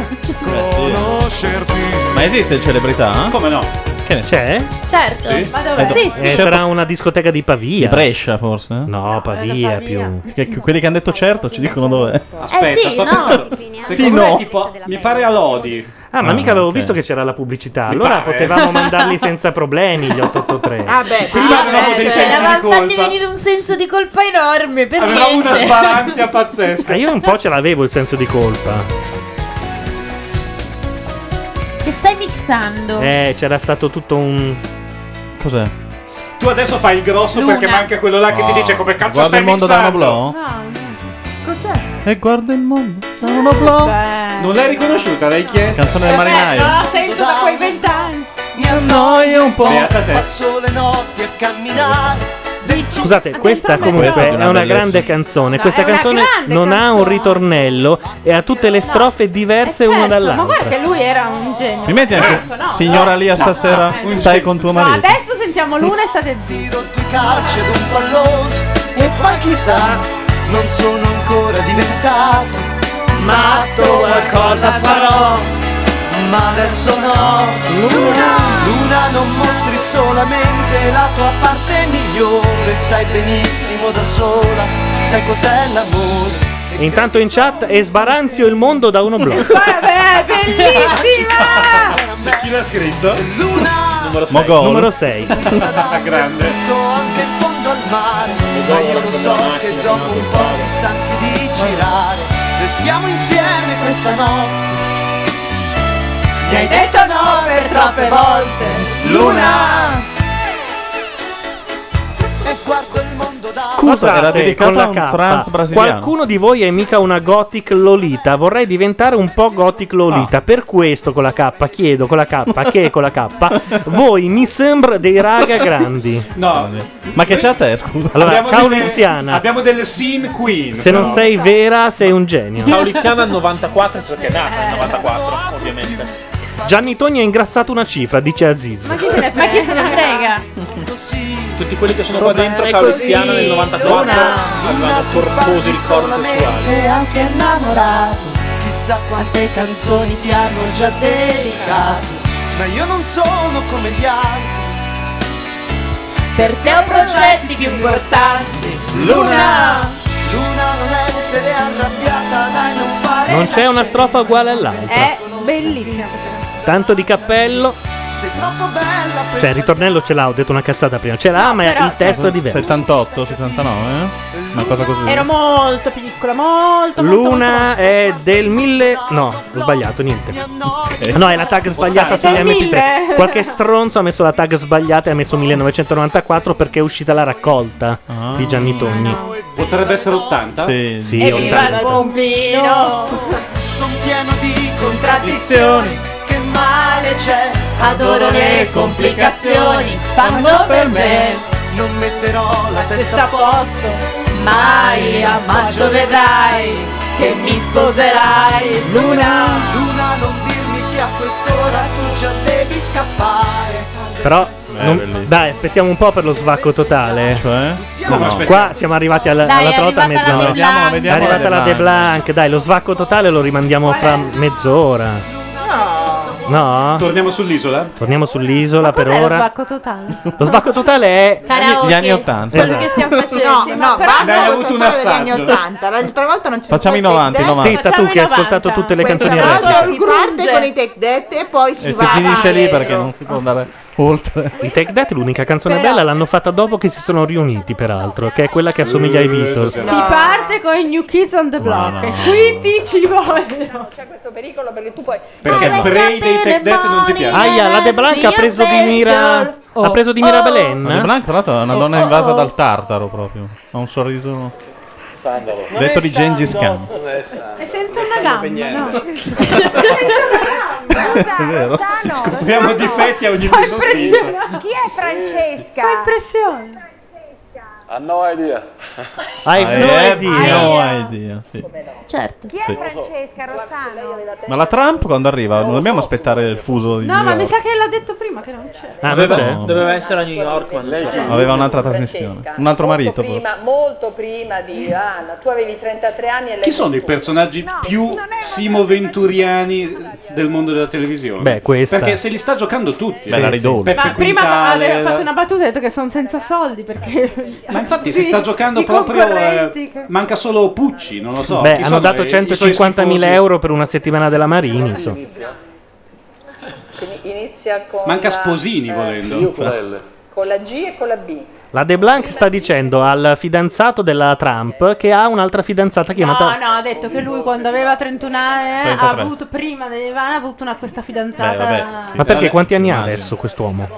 S7: Ma esiste il celebrità?
S14: Come no?
S7: Che ne
S1: c'è?
S6: Certo,
S7: Sì.
S6: ma dov'è?
S7: Eh,
S6: Sì,
S7: eh,
S6: sì.
S1: Sarà una discoteca di Pavia.
S7: Di Brescia, forse?
S1: No, Pavia più.
S7: Perché que- quelli che hanno detto certo ci dicono dov'è.
S14: Aspetta,
S1: sì,
S14: sto
S1: no.
S14: pensando.
S1: Sì,
S14: Secondo me
S1: no.
S14: è tipo. Mi pare a Lodi.
S1: Ah, ma mica avevo
S14: ok.
S1: visto che c'era la pubblicità.
S14: Mi
S1: Allora
S14: pare.
S1: potevamo mandarli senza problemi gli 883.
S11: Ah beh,
S14: Prima avevamo
S6: Cioè,
S14: dei sensi di
S6: eravamo fatti
S14: colpa.
S6: venire un senso di colpa enorme per
S14: Avevamo
S6: niente.
S14: una sparanzia pazzesca.
S1: Ma Ah, io un po' ce l'avevo il senso di colpa.
S6: Che stai mixando?
S1: Eh, c'era stato tutto un.
S7: Cos'è?
S14: Tu adesso fai il grosso
S6: Luna.
S14: perché manca quello là che ti
S7: Ah.
S14: dice come cazzo
S7: Guarda
S14: stai
S7: il mondo da
S14: mixando.
S7: Mablò?
S6: Cos'è?
S7: E guarda il mondo. Sono blu.
S14: Non l'hai riconosciuta, l'hai chiesta.
S7: Canzone del marinaio.
S6: sento Ah, da quei vent'anni.
S20: Mi annoio un po'.
S1: Beata te.
S20: Passo le notti a camminare.
S1: Scusate, questa
S7: Questa
S1: comunque
S7: è una
S1: è una
S7: bellezza.
S1: grande canzone.
S6: No,
S1: Questa
S6: è una
S1: canzone
S6: grande
S1: non ha un
S6: canzone. Eh,
S1: ritornello e ha tutte le strofe diverse
S6: certo,
S1: una
S3: Ma guarda che
S1: dall'altra.
S3: lui era un genio.
S7: Mi metti anche
S3: Ecco, no,
S7: signora
S3: no.
S7: Lia stasera
S3: no,
S7: stai con tuo
S3: No,
S7: marito.
S3: adesso sentiamo l'una e state zitti.
S20: Calcio ed un pallone. E poi chissà, non sono ancora diventato matto. Qualcosa farò, ma adesso no. Luna, Luna non mostri solamente la tua parte migliore. Stai benissimo da sola, sai cos'è l'amore.
S1: E Intanto in chat è sbaranzio il mondo da uno blog.
S20: Vabbè,
S3: bellissima!
S14: E chi l'ha scritto?
S20: Luna!
S14: Numero sei.
S1: Mogol. Numero 6.
S14: Grande.
S20: Tutto anche in fondo al mare Ma io lo so che dopo un po' ti stanchi di girare Restiamo insieme questa notte Mi hai detto no per troppe volte Luna E guardo il mondo da
S1: Scusa,
S7: era
S1: eh,
S7: dedicata
S1: con la
S7: a un
S1: K,
S7: trans brasiliano.
S1: Qualcuno di voi è mica una gothic lolita? Vorrei diventare un po' gothic
S7: Ah.
S1: lolita. Per questo con la K chiedo con la K che con la K. voi mi sembra dei raga grandi.
S14: No.
S7: Ma che c'è a te, scusa?
S1: Allora,
S14: Abbiamo delle-
S1: Cauliziana,
S14: Abbiamo delle scene queen.
S1: se non
S14: però.
S1: sei vera sei un genio.
S25: Pauliziana 94 perché è
S4: Eh,
S25: nata nel 94, ovviamente.
S1: Gianni Togni ha ingrassato una cifra, dice Aziz.
S3: Ma chi se ne frega? Ma chi se ne frega?
S25: Tutti quelli che sono qua dentro, Cauliziana nel 94 avevano corposi ricordi sessuali.
S20: E anche innamorato Chissà quante canzoni ti hanno già dedicato Ma io non sono come gli altri
S6: Per te ho progetti più importanti.
S20: Luna Luna non essere arrabbiata Dai non fare
S1: Non c'è una strofa uguale all'altra.
S3: È bellissima.
S1: Tanto di cappello.
S20: Sei troppo bella per
S1: Cioè, il ritornello ce l'ha, ho detto una cazzata prima. Ce l'ha, ma il testo è diverso.
S7: 78, 79, eh? Una cosa così.
S3: Ero molto piccola, molto molto,
S1: Luna è del 1000. No, ho sbagliato, niente. No, è la tag sbagliata sugli
S3: È del
S1: MP3.
S3: 1000.
S1: Qualche stronzo ha messo la tag sbagliata e ha messo 1994 perché è uscita la raccolta
S7: Ah.
S1: di Gianni Togni.
S14: Potrebbe essere 80?
S1: Sì, sì,
S3: Eh,
S14: E
S20: molto.
S1: ottanta.
S20: vino Sono pieno di contraddizioni Che male c'è Adoro le complicazioni Fanno per me Non metterò la testa a posto Mai a maggio vedrai Che mi sposerai Luna Luna non dirmi che a quest'ora Tu già devi scappare
S1: Però.
S20: Eh,
S1: non-
S20: bellissimo. Cioè?
S1: dai, aspettiamo un po' per lo svacco totale.
S20: Come
S1: No,
S20: aspettiamo?
S1: qua siamo arrivati alla,
S20: Dai,
S1: alla
S20: è
S1: trota
S20: arrivata la
S1: mezz'ora.
S20: De Vediamo-
S1: è
S20: vediamo la
S1: arrivata la
S20: De
S1: De Blanc. Dai, lo svacco totale lo rimandiamo fra mezz'ora. No.
S14: Torniamo sull'isola?
S1: Torniamo sull'isola per
S3: Cos'è lo
S1: ora.
S3: svacco totale?
S1: Lo svacco totale è
S3: Karaoke.
S1: gli anni esatto. 80.
S3: Quello che stiamo facendo.
S11: No,
S3: Sì, ma
S11: no,
S3: però-
S11: basta
S3: Dai, hai
S11: con questa
S3: avuto un
S11: storia degli anni
S3: assaggio.
S11: 80. L'altra volta non ci sono
S7: Facciamo i
S11: stati i
S7: 90, i
S11: take
S7: 90.
S11: dead.
S7: Zitta tu che hai ascoltato tutte le
S11: Questa
S7: canzoni
S11: volta
S7: reggae.
S11: si parte con i take dead e poi si
S7: E
S11: va
S7: Eh, si finisce lì
S11: dietro.
S7: perché non si può andare
S1: Oltre. I Take That, l'unica canzone
S3: Però-
S1: bella, l'hanno fatta dopo che si sono riuniti, peraltro, che è quella che assomiglia
S14: Eh,
S1: ai Beatles.
S3: Si parte con i New Kids on the Block
S1: no.
S3: e quindi ci vogliono.
S21: C'è questo pericolo perché tu puoi.
S1: Perché no?
S14: Prey dei Tech Death non ti piace.
S1: Aia, la De Blanca ha preso di mira. ha preso di mira Belen.
S7: La Blanc, Ah, tra l'altro, è una
S1: Oh,
S7: donna
S1: oh,
S7: invasa
S1: oh.
S7: dal tartaro proprio. Ha un sorriso.
S20: Sandalo.
S7: Non Detto è di Gengis Sandalo,
S3: È senza
S20: Non
S3: una
S20: è
S3: gamba,
S20: sandalo
S3: no?
S7: è vero?
S14: Scopriamo difetti a ogni
S3: Fa
S14: più sospiro.
S9: Chi è Francesca?
S3: Fa impressione.
S13: A no idea.
S7: Hai
S1: no idea.
S7: sì.
S6: Certo.
S9: Chi è
S7: Sì.
S9: Francesca Rossano?
S7: Ma la Trump quando arriva? Non dobbiamo aspettare il fuso di
S3: No, ma
S7: New
S3: mi
S7: York.
S3: sa che l'ha detto prima che non c'è.
S7: Ah,
S4: doveva,
S7: no.
S4: doveva essere a New York quando c'era.
S7: Aveva un'altra trasmissione.
S21: Francesca,
S7: Un altro
S21: molto
S7: marito. proprio.
S21: Prima, molto prima di Anna, tu avevi 33 anni e lei.
S14: Chi sono i personaggi più simoventuriani del mondo della televisione? Beh,
S1: questa.
S14: Perché se li sta giocando tutti.
S7: Bella Ridolfi.
S14: Peppe
S3: Ma prima fa-
S14: Quintale,
S3: aveva fatto
S14: la-
S3: una battuta e ha detto che sono senza soldi perché...
S14: Ma infatti si
S3: Sì,
S14: sta giocando
S3: i
S14: proprio.
S3: concorrenti
S14: eh,
S3: che-
S14: manca solo Pucci, non lo so.
S1: Beh,
S14: Chi
S1: hanno
S14: sono
S1: dato
S14: i- i suoi
S1: 150.000
S14: schifosi?
S1: euro per una settimana della Marini. insomma.
S21: Quindi inizia con.
S14: Manca
S21: la-
S14: Sposini
S21: eh,
S14: volendo.
S21: sì, Con la G e con la B.
S1: La De Blanc sta dicendo al fidanzato della Trump che ha un'altra fidanzata
S3: No,
S1: chiamata.
S3: no, ha detto che lui quando aveva 31 anni eh, ha
S1: 33.
S3: avuto prima di Ivana ha avuto una questa
S1: Beh,
S3: fidanzata.
S1: vabbè. Ma perché quanti anni ha adesso quest'uomo?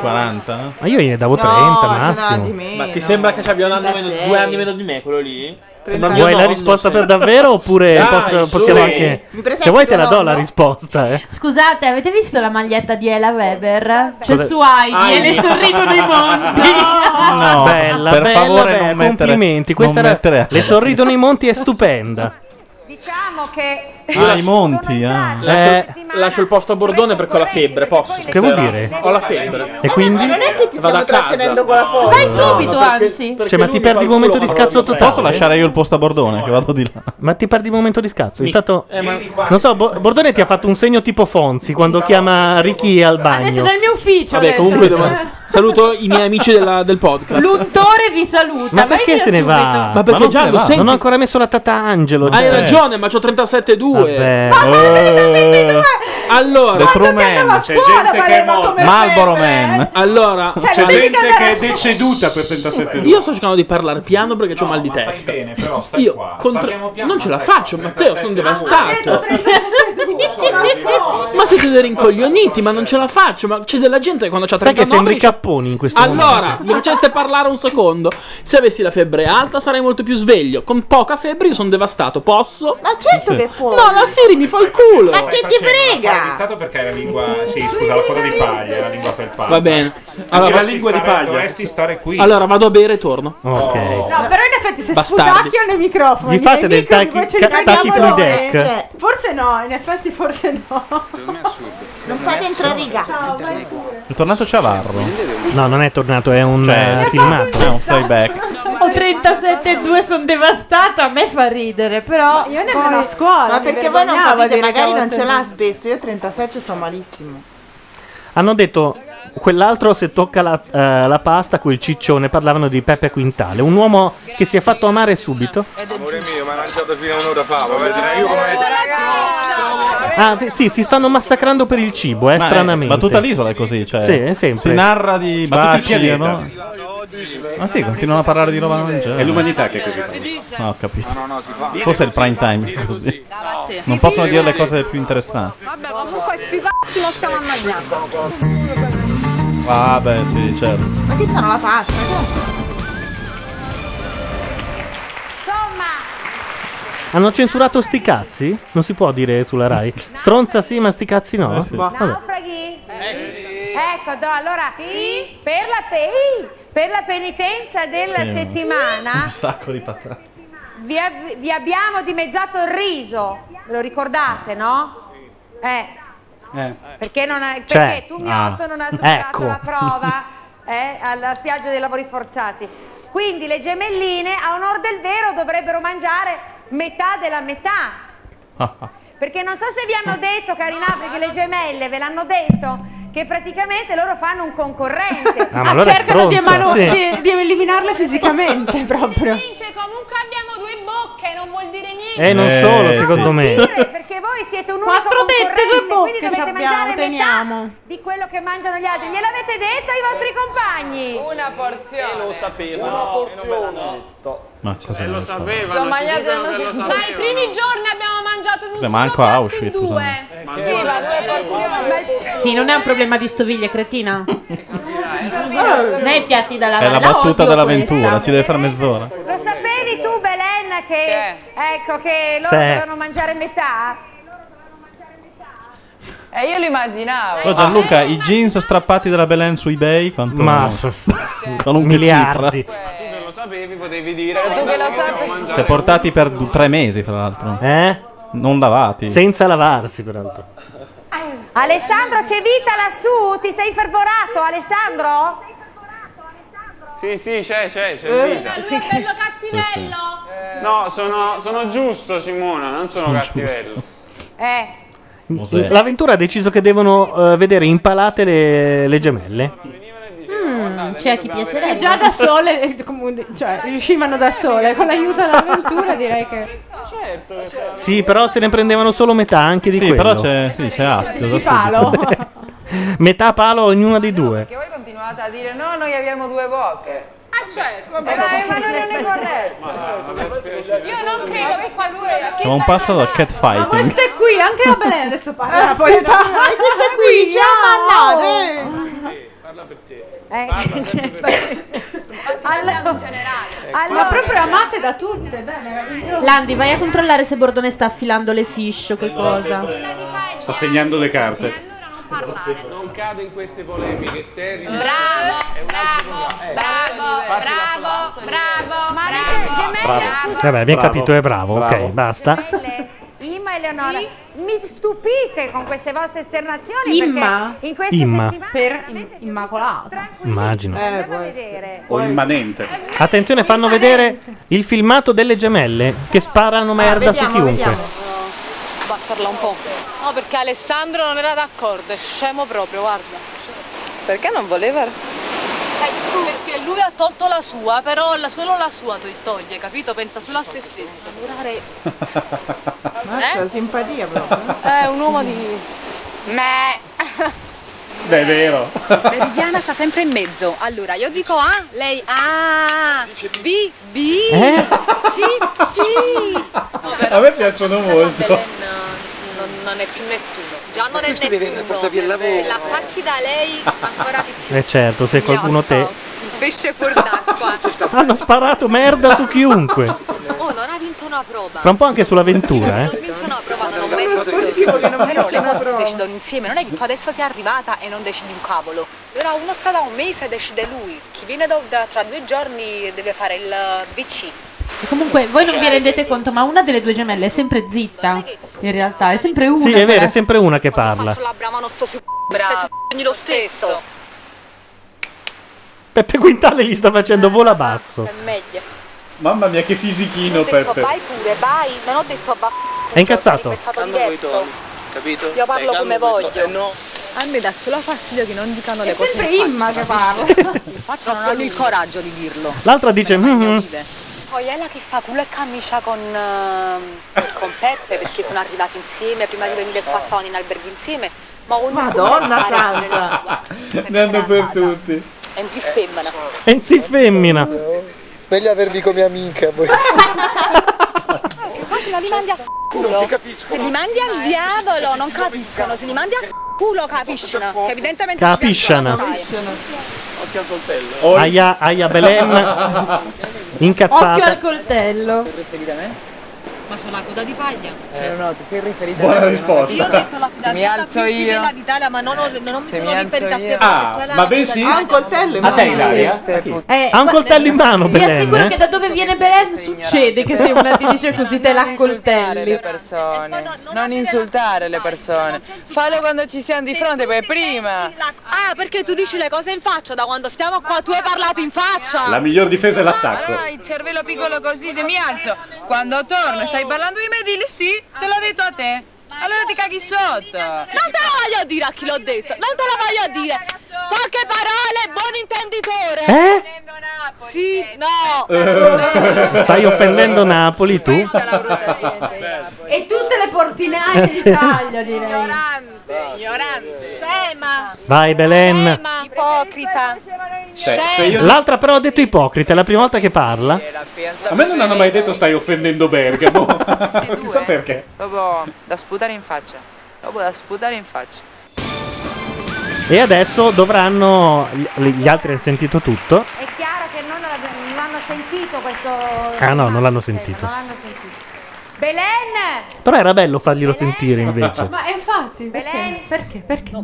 S7: 40?
S1: Ma io gliene davo 30 massimo.
S4: Ma ti sembra che ci abbia un anno meno, due anni meno di me quello lì? Sembra mio
S1: Vuoi la
S4: nonno,
S1: risposta
S4: se-
S1: per davvero oppure
S4: Dai,
S1: posso-
S4: su.
S1: possiamo
S4: Sì.
S1: anche...
S4: Mi presenti
S1: Se vuoi te
S4: tuo
S1: la do la
S4: nonno?
S1: risposta, eh.
S6: Scusate, avete visto la maglietta di Ella Weber? C'è
S1: Cosa-
S6: su Heidi e
S1: Heidi.
S6: le sorridono i monti.
S1: No, bella,
S7: per
S1: bella,
S7: favore
S1: bella,
S7: non mettere-
S1: complimenti. Questa
S7: non
S1: era-
S7: mettere-
S1: Le sorridono i monti è stupenda.
S9: Diciamo che
S7: Ah, i monti. Ah.
S1: Eh, cioè,
S4: Lascio, lascio il posto a Bordone perché ho la febbre, posso?
S1: Che vuol
S4: stasera?
S1: dire?
S4: Ho la febbre.
S1: E quindi?
S4: non è
S11: che
S4: Vado
S11: ti stiamo
S4: a casa.
S11: trattenendo con la foto.
S6: Vai
S4: No,
S6: subito,
S4: ma perché-
S6: anzi.
S1: Cioè, ma ti perdi un momento di scazzo totale?
S7: Posso lasciare io il posto a Bordone? Che vado di là.
S1: Ma ti perdi un momento di scazzo? Intanto,
S4: Eh, ma-
S1: non so, Bo- Bordone ti ha fatto un segno tipo Fonzi quando chiama Ricky al
S3: Ha detto
S1: bagno.
S3: nel mio ufficio.
S4: Vabbè,
S3: adesso. Eh.
S4: comunque devo- saluto i miei amici della- del podcast.
S3: L'untore vi saluta.
S1: Ma
S3: vai
S1: perché
S3: via
S1: se ne
S3: subito.
S1: va?
S4: Ma perché
S1: non
S4: già
S1: se ne
S4: lo
S1: va?
S4: senti?
S1: Non ho ancora messo la tata Angelo.
S4: Hai
S1: cioè.
S4: ragione, ma c'ho 37,2.
S1: Vabbè.
S4: Allora,
S1: The True Quando si andava Man. a
S14: C'è gente che è morta.
S7: Malboro Man.
S4: Allora,
S14: C'è gente che è deceduta per 37 euro.
S4: Io sto cercando di parlare piano perché ho mal di testa. Io contra- non ce la faccio, Matteo, sono devastato. Ma siete rincoglioniti, ma non ce la faccio. Ma c'è della gente che quando c'ha
S1: Sai
S4: 39
S1: che sembri capponi in questo
S4: allora,
S1: momento.
S4: mi faceste parlare un secondo. Se avessi la febbre alta sarei molto più sveglio. Con poca febbre io sono devastato. Posso?
S11: Ma certo che puoi.
S4: No, la Siri mi fa il culo.
S11: Ma che ti frega?
S2: stato perché è la lingua. Sì, scusa, la coda di paglia, è la lingua per paglia.
S4: Va bene.
S2: Allora,
S4: Allora,
S2: la lingua di paglia. Dovresti stare qui.
S4: Allora vado a bere e torno.
S1: Ok.
S3: No, però in effetti se
S4: Bastardi.
S3: sputacchio nei microfoni,
S4: Gli fate
S3: nei
S4: del
S3: microfoni,
S4: tachi-
S3: poi ce li
S4: ca-
S3: prendiamo
S4: tachiflidec?
S3: noi. Cioè, Forse no, in effetti forse no.
S11: Non fate entrare i gatti.
S3: Ciao, vai pure.
S7: È tornato Ciavarro.
S1: No, non è tornato, è un
S7: Cioè,
S1: eh, filmato.
S7: è un playback.
S6: Ho 37,2, sono devastata. A me fa ridere, però.
S3: io nemmeno a scuola,
S11: Ma
S3: mi
S11: perché voi non
S3: vergognavo a
S11: capite,
S3: dire
S11: magari
S3: che
S11: non ce
S3: avevo
S11: l'ha
S3: sentito.
S11: spesso. Io 37 sto malissimo.
S1: Hanno detto quell'altro se tocca la, eh, la pasta quel ciccione parlavano di Peppe Quintale, un uomo che si è fatto amare subito.
S20: Amore mio, mi ha lanciato fino a un'ora fa, ma vedrai io come...
S1: Ah, f- sì, si stanno massacrando per il cibo, eh,
S7: Ma è-
S1: stranamente.
S7: ma tutta l'isola è così, cioè.
S1: Sì, è sempre.
S7: Si narra di
S1: Ma tutti
S7: baci,
S1: in pianeta.
S7: no? Ma sì, continuano a parlare di roba da mangiare.
S14: È l'umanità che è così.
S7: No, ho capito. Forse è il prime time che è così. Non possono dire le cose più interessanti.
S26: Vabbè, comunque sti cazzi non stiamo a mangiare.
S7: Vabbè, Ah, sì, certo.
S11: Ma che c'hanno la pasta?
S1: Hanno censurato sti cazzi? Non si può dire sulla Rai. Stronza Eh, sì, ma sti cazzi no.
S7: Eh
S1: Vabbè.
S9: Naufraghi? Ecco, do, allora, per, la pe- per la penitenza della
S7: Sì.
S9: settimana
S7: Un sacco di patate.
S9: vi, av- vi abbiamo dimezzato il riso, ve lo ricordate, no? Eh, perché, non ha-
S16: Cioè,
S9: perché tu, Miotto,
S16: ah,
S9: non hai superato
S16: ecco.
S9: la prova eh, alla spiaggia dei lavori forzati. Quindi le gemelline, a onor del vero, dovrebbero mangiare metà della metà. Perché non so se vi hanno detto, cari naufraghi, le gemelle ve l'hanno detto che praticamente loro fanno un concorrente.
S1: Ah, ma allora è
S3: cercano di,
S1: stronza,
S3: emanu-
S1: sì.
S3: di- di eliminarle fisicamente Eh, proprio.
S26: Comunque abbiamo due bocche, non vuol dire niente.
S1: Eh, non
S7: Eh,
S1: solo,
S7: sì.
S1: secondo me.
S9: Perché voi siete un unico concorrente, quindi dovete mangiare metà di quello che mangiano gli altri. Gliel'avete detto ai vostri compagni? Una porzione.
S16: Lo sapevo.
S9: Una
S16: porzione.
S7: Ma cosa
S16: lo sapevano,
S20: Sono
S16: ci
S20: magliate
S16: dicono che lo
S20: Ma i
S16: sapevano.
S20: primi giorni abbiamo mangiato un
S7: Scusa, ma anche a Auschwitz, scusa.
S20: Sì, ma due porzioni.
S6: Sì, non è un problema di stoviglie, cretina. Non è i piatti da
S7: È
S6: lavare.
S7: la
S6: la
S7: battuta
S6: odio
S7: dell'avventura,
S6: questa.
S7: ci deve fare mezz'ora.
S9: Lo sapevi tu, Belen, che, ecco, che loro
S7: Sì.
S9: dovevano mangiare metà?
S20: E Eh, io lo immaginavo.
S7: Oh Gianluca, i jeans strappati dalla Belen su eBay quanto
S1: Ma-
S7: qualunque
S1: miliardi.
S7: cifra.
S16: Tu che lo sapevi potevi dire.
S20: Tu che lo sai.
S7: Cioè portati per du- tre mesi, fra l'altro.
S1: Eh?
S7: Non lavati.
S1: Senza lavarsi, peraltro.
S9: Ah. Alessandro, c'è vita lassù? Ti sei fervorato, Alessandro?
S16: Sì, sì, c'è, c'è, c'è vita.
S9: Eh,
S20: bello cattivello.
S16: No, sono, sono giusto, Simona, non sono, cattivello.
S9: Eh.
S16: Mosè.
S1: L'avventura ha deciso che devono eh, vedere impalate le, le gemelle.
S6: Mm, c'è chi piacerebbe.
S3: E già da sole, eh, comu- cioè riuscivano da sole, con l'aiuto dell'avventura direi che...
S1: Sì, però se ne prendevano solo metà anche di
S7: Sì,
S1: quello.
S7: però c'è, sì, c'è Astio.
S3: Di
S7: da
S3: palo.
S7: subito.
S1: metà palo ognuna dei due.
S20: Che voi continuate a dire no, noi abbiamo due bocche. Ah certo,
S9: vabbè.
S20: ma non è corretto.
S16: Io
S20: non credo che qualcuno
S7: C'è un passo dal catfighting.
S3: Questa è qui, anche la Belen adesso parla.
S11: Eh,
S3: poi
S11: sì,
S3: parla.
S11: dai, questa è qui,
S3: Quindi,
S16: Ah,
S11: ciao,
S3: no.
S11: mannate.
S16: Parla per te.
S9: Eh. Allora,
S3: Ma proprio amate da tutte, beh, meraviglioso.
S6: Landi, vai a controllare se Bordone sta affilando le fish o che cosa.
S14: Sta segnando le carte.
S16: Non cado in queste polemiche sterili.
S20: bravo, bravo,
S9: Ma le gemelle,
S1: Bravo.
S9: scusa,
S1: Vabbè, abbiamo
S9: Bravo.
S1: capito, è bravo.
S7: Bravo.
S1: Ok, basta.
S9: Imma e Leonora, mi stupite con queste vostre esternazioni
S3: Imma?
S9: perché in queste
S1: Imma.
S9: settimane
S3: Per im- Immacolata.
S1: Immagino.
S9: andiamo a
S3: eh.
S9: vedere.
S14: O immanente.
S1: Attenzione, fanno vedere il filmato delle gemelle che sparano merda su chiunque.
S21: Batterla un po'. No, perché Alessandro non era d'accordo, è scemo proprio, guarda. Eh,
S20: Perché non voleva?
S21: Perché lui ha tolto la sua, però la- solo la sua to- toglie, capito? Pensa solo a se stesso. Adorare
S11: Mazza, simpatia proprio.
S21: è Eh, un uomo di. Me.
S14: Beh, è vero.
S21: Meridiana sta sempre in mezzo. Allora, io dico A, lei A, B, B,
S14: Eh?
S21: C, C.
S14: A me piacciono molto.
S21: Non, non è più nessuno. Già non è
S20: Questo viene
S21: nessuno.
S20: portato via il lavoro.
S21: Se la stacchi da lei ancora di
S1: E certo, se qualcuno te.
S21: più. Il pesce fuor d'acqua.
S1: Hanno sparato merda su chiunque.
S21: Oh, non ha vinto una prova.
S1: Tra un po' anche sull'avventura,
S21: Non
S1: eh.
S21: vince una prova, non ho mai
S11: Uno
S21: visto.
S11: sportivo che non vince
S21: le
S11: una
S21: cose si
S11: prova.
S21: decidono insieme. Non è che tu adesso sei arrivata e non decidi un cavolo. Allora uno sta da un mese e decide lui. Chi viene da- da- tra due giorni deve fare il eh, VC.
S6: E comunque, voi non vi rendete conto, ma una delle due gemelle è sempre zitta. In realtà, è sempre una.
S1: Sì, è vero,
S6: quella-
S1: è sempre una che parla.
S21: Faccio la brava, non sto su c***o, stai su c***o lo stesso.
S1: Peppe Quintale gli sta facendo vola basso.
S21: È meglio.
S14: Mamma mia, che fisichino,
S21: Ho detto
S14: Peppe.
S21: vai pure, vai. Non ho detto va.
S1: È incazzato.
S21: Sarebbe stato diverso.
S16: capito?
S21: Io parlo come voglio.
S16: No.
S21: A me dà solo fastidio che non dicano
S3: È sempre Imma che parla.
S21: Faccio non hanno il coraggio di dirlo.
S1: L'altra dice: "Mhm".
S21: Poi è la che fa culo e camicia con, ehm, con Peppe perché sono arrivati insieme, prima di venire qua stavano in albergo insieme. Ma ognuno
S11: Madonna
S21: fare
S11: santa.
S21: nella sua.
S14: Ne hanno per tutti.
S21: È un ziffemmana.
S1: Enzi femmina.
S27: Meglio avervi come amica. Voi.
S21: Che qua se non li mandi a culo. Se li mandi al diavolo non capiscono, se li mandi a culo capiscono. Che evidentemente ci
S1: Capisciano.
S21: piacciono assai.
S16: Occhio al coltello.
S1: Aia, aia Belen.
S6: Occhio al
S1: Incazzata.
S6: coltello.
S21: Ma c'ho la coda di paglia.
S20: Eh, no, ti sei riferita
S1: Buona a me, non risposta. a me.
S21: Io ho detto la
S20: Mi
S21: fidanzata
S20: alzo
S21: più fidela
S20: io.
S21: d'Italia, ma non, ho- non mi
S20: Se
S21: sono
S20: mi alzo
S21: riferita a te.
S20: io.
S21: perché
S20: Ah,
S21: tu hai la
S20: ma ben
S21: fidanzata più
S20: sì. Ha un coltello in
S21: fidela.
S20: A te, mano. Ilaria?
S21: Sì,
S20: Chi?
S6: Eh,
S1: Ha un coltello in mano,
S6: Vi
S1: Belen.
S6: assicuro che
S1: eh.
S6: da dove viene Belen succede che se una ti dice così te la coltelli.
S20: le persone, non insultare le persone. Fallo quando ci siamo di fronte, poi prima.
S21: Ah, perché tu dici le cose in faccia da quando stiamo qua, tu hai parlato in faccia.
S14: La miglior difesa è l'attacco.
S20: Allora il cervello piccolo così, se mi alzo, quando torno stai parlando di me, dillo sì, te l'ho detto a te. Allora ti caghi sotto.
S21: Non te la voglio dire a chi l'ho detto, non te la voglio dire. Poche parole, buon intenditore.
S20: Eh?
S21: Sì, no.
S14: Eh.
S1: Stai offendendo Napoli tu?
S3: E tutte le portinaie
S1: Eh, sì.
S3: d'Italia, direi.
S12: Ignorante. Scema.
S1: Vai
S21: Eh,
S1: Belen.
S12: Ipocrita.
S14: Cioè,
S21: Cioè,
S1: L'altra però ha detto ipocrita, è la prima volta che parla.
S14: A me non hanno mai detto stai offendendo Bergamo. Chissà perché.
S2: Dopo da sputare in faccia. Dopo da sputare in faccia.
S1: E adesso dovranno. gli- Gli altri hanno sentito tutto.
S9: È chiaro che non, non hanno sentito questo. Cioè,
S1: Ah no, non l'hanno
S9: Non
S1: sentito.
S9: l'hanno sentito. Belen!
S1: Però era bello farglielo sentire invece.
S9: Ma infatti, Belen, perché? Perché? Sì?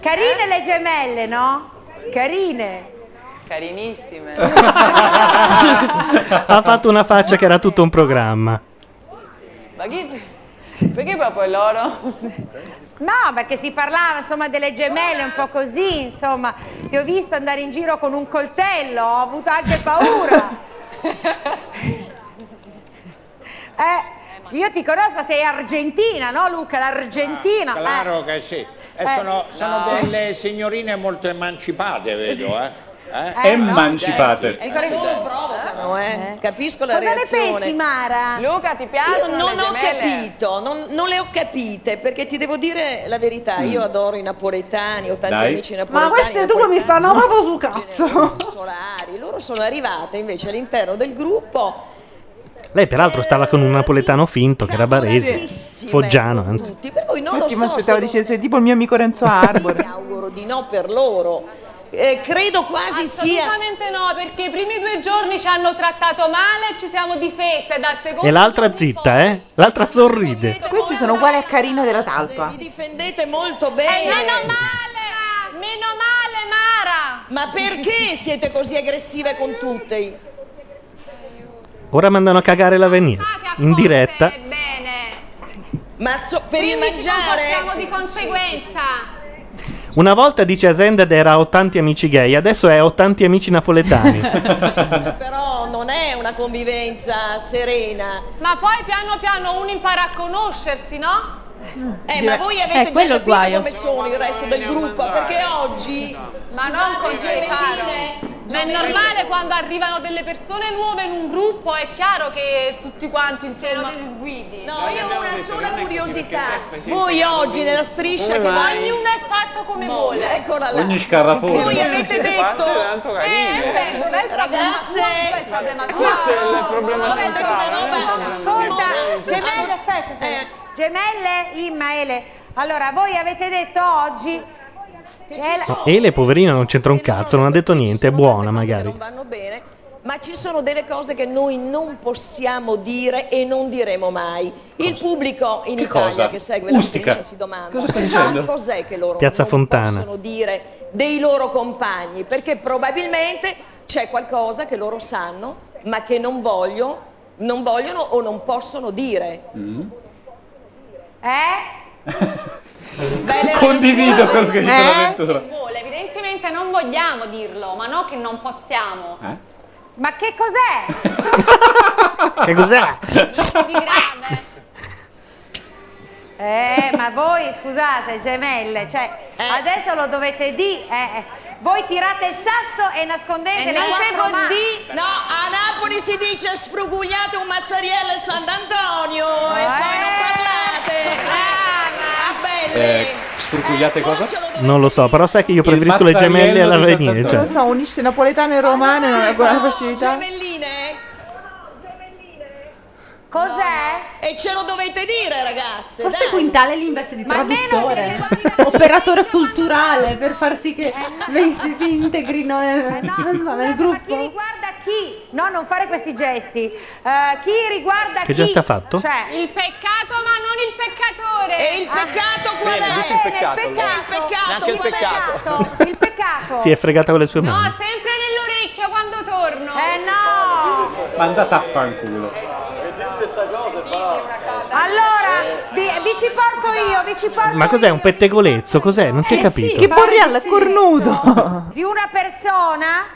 S9: Carine le gemelle, no? Carine.
S2: Carinissime.
S1: ha fatto una faccia che era tutto un programma.
S2: Ma chi... Perché proprio loro?
S9: No, perché si parlava insomma delle gemelle un po' così, insomma, ti ho visto andare in giro con un coltello, ho avuto anche paura. eh, io ti conosco, ma sei argentina, no Luca? L'Argentina. eh.
S19: Ah, Claro che sì. E
S9: Eh.
S19: sono, sono
S9: No.
S19: delle signorine molto emancipate, vedo, eh.
S9: Eh, Emancipate.
S19: Eh,
S9: Eccole
S19: sì.
S21: provocano, eh. Capisco la
S9: Cosa ne
S21: reazione.
S9: pensi, Mara?
S2: Luca, ti piacciono
S21: Io non
S2: le
S21: ho
S2: gemelle?
S21: capito, non, non le ho capite, perché ti devo dire la verità,
S2: Mm.
S21: io adoro i napoletani, ho tanti
S2: Dai.
S21: amici
S3: Ma
S21: napoletani.
S3: queste due mi stanno proprio sul cazzo.
S21: solari, loro sono arrivate invece all'interno del gruppo
S1: Lei, peraltro, stava con un napoletano finto che era barese.
S21: Sì.
S1: Foggiano, anzi.
S21: tutti, per cui non
S11: Infatti mi
S21: lo so se
S11: aspettavo dicesse tipo il mio amico Renzo Arbore.
S21: auguro di no per loro. Eh, credo quasi sia
S28: Assolutamente no, perché i primi due giorni ci hanno trattato male e ci siamo difese. Dal secondo
S1: E l'altra zitta, eh? L'altra sorride.
S11: Questi sono uguali a Carina della Talpa.
S21: difendete molto bene. meno
S28: Eh, male! Meno male, Mara! Eh,
S21: Ma perché siete così aggressive con tutti?
S1: Ora mandano a cagare l'avvenire. In diretta.
S21: Ma so- per il
S28: Quindi ci comportiamo
S21: mangiare?
S28: di conseguenza.
S1: Una volta dice a Zended era 80 amici gay, adesso è 80 amici napoletani.
S21: Però non è una convivenza serena.
S28: Ma poi piano piano uno impara a conoscersi, no?
S21: Eh, ma voi avete già
S28: quello il
S21: capito
S28: guaio.
S21: come sono il resto del gruppo, perché oggi...
S28: Ma non con Caro. Ma è normale quando arrivano delle persone nuove in un gruppo, è chiaro che tutti quanti insomma... degli sguidi.
S21: No, io ho una sola curiosità.
S28: perché-
S21: Voi oggi nella striscia che
S28: Come
S21: voi...
S28: mai? Ognuno è fatto come vuole.
S21: Eccola là.
S14: Ogni scarafone.
S21: Voi avete detto...
S19: tanto carine.
S28: Eh, dov'è il problema?
S21: Ragazze,
S28: Dov'è
S9: Eh,
S28: il problema?
S19: Questo è il problema
S28: Dov'è il
S9: Ascolta, gemelle, aspetta, aspetta.
S2: Eh.
S9: Gemelle, Immaele. Allora, voi avete detto oggi Eh, la-
S1: No, Ele, poverina, non c'entra un cazzo, non ha detto niente, è buona magari.
S21: vanno bene, ma ci sono delle cose che noi non possiamo dire e non diremo mai. Il pubblico in Che Italia cosa? che segue la
S1: Ustica.
S21: striscia si domanda Cosa stai dicendo? "Ma cos'è che loro
S1: Piazza
S21: non
S1: Fontana.
S21: possono dire dei loro compagni, perché probabilmente c'è qualcosa che loro sanno, ma che non vogliono, non vogliono o non possono dire.
S9: Eh?
S14: Condivido quello che dice
S28: Eh?
S14: l'avventura.
S28: vuole? Evidentemente non vogliamo dirlo, ma no che non possiamo.
S1: Eh?
S9: Ma che cos'è?
S1: Che cos'è?
S28: Di grave.
S9: Eh, ma voi scusate, gemelle, cioè
S21: Eh.
S9: adesso lo dovete dire. eh, eh. Voi tirate il sasso e nascondete
S21: E
S9: le
S21: non si
S9: quattro
S21: può
S9: mani.
S21: di- No, a Napoli si dice sfrugugliate un mazzariello e Sant'Antonio e poi non parlate. Ah, belli.
S14: Eh, sfrucugliate cosa?
S1: Non lo so, però sai che io
S14: Il
S1: preferisco le
S14: mazzariello
S1: gemelle
S14: di
S1: all'avvenire.
S11: Non lo
S1: Cioè.
S11: so, unisce napoletano
S21: Ah,
S11: e romano è una buona facilità.
S9: Cos'è?
S21: E ce lo dovete dire, ragazze.
S3: Forse
S21: dai.
S3: Quintale li investe di traduttore, operatore culturale per far sì
S21: Eh,
S3: che lei si, si integrino
S9: Eh,
S3: nel, non so, nel gruppo.
S9: Guarda chi? No, non fare questi gesti. Eh, chi riguarda chi?
S1: Che gesto ha fatto?
S9: Cioè,
S28: Il peccato, ma non il peccatore.
S21: E il peccato qual
S28: Bene,
S21: è?
S28: dici il
S21: Bene,
S28: peccato,
S21: il peccato,
S28: Neanche il
S21: qual è?
S9: peccato. Il peccato.
S1: cioè. Si è fregata con le sue
S28: No,
S1: mani.
S28: sempre nell'orecchio quando torno.
S9: Eh no!
S14: Ma andate a fanculo.
S9: Allora, vi, vi ci porto io, vi ci porto
S1: Ma cos'è? Un pettegolezzo? Cos'è?
S9: Eh
S1: Non si è capito.
S9: porrialla
S11: cornuto!
S9: di una persona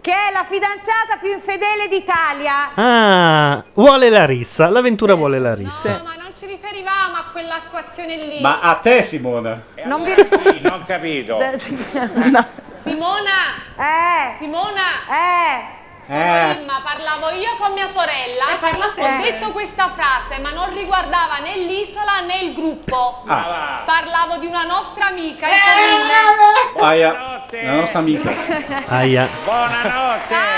S9: che è la fidanzata più infedele d'Italia.
S1: Ah, vuole la rissa. L'avventura vuole la rissa.
S28: Ma non ci riferivamo a quella situazione lì.
S14: Ma a te, Simona.
S9: Non vi...
S19: Non capito.
S9: No.
S28: Simona!
S9: Eh!
S28: Simona!
S9: Eh!
S28: Sono Imma, parlavo io con mia sorella.
S9: E Eh, parla
S28: Ho
S9: sempre.
S28: detto questa frase, ma non riguardava né l'isola né il gruppo.
S14: Ah.
S28: Parlavo di una nostra
S9: Eh,
S28: amica in comune.
S14: Aia, la nostra amica.
S1: Aia.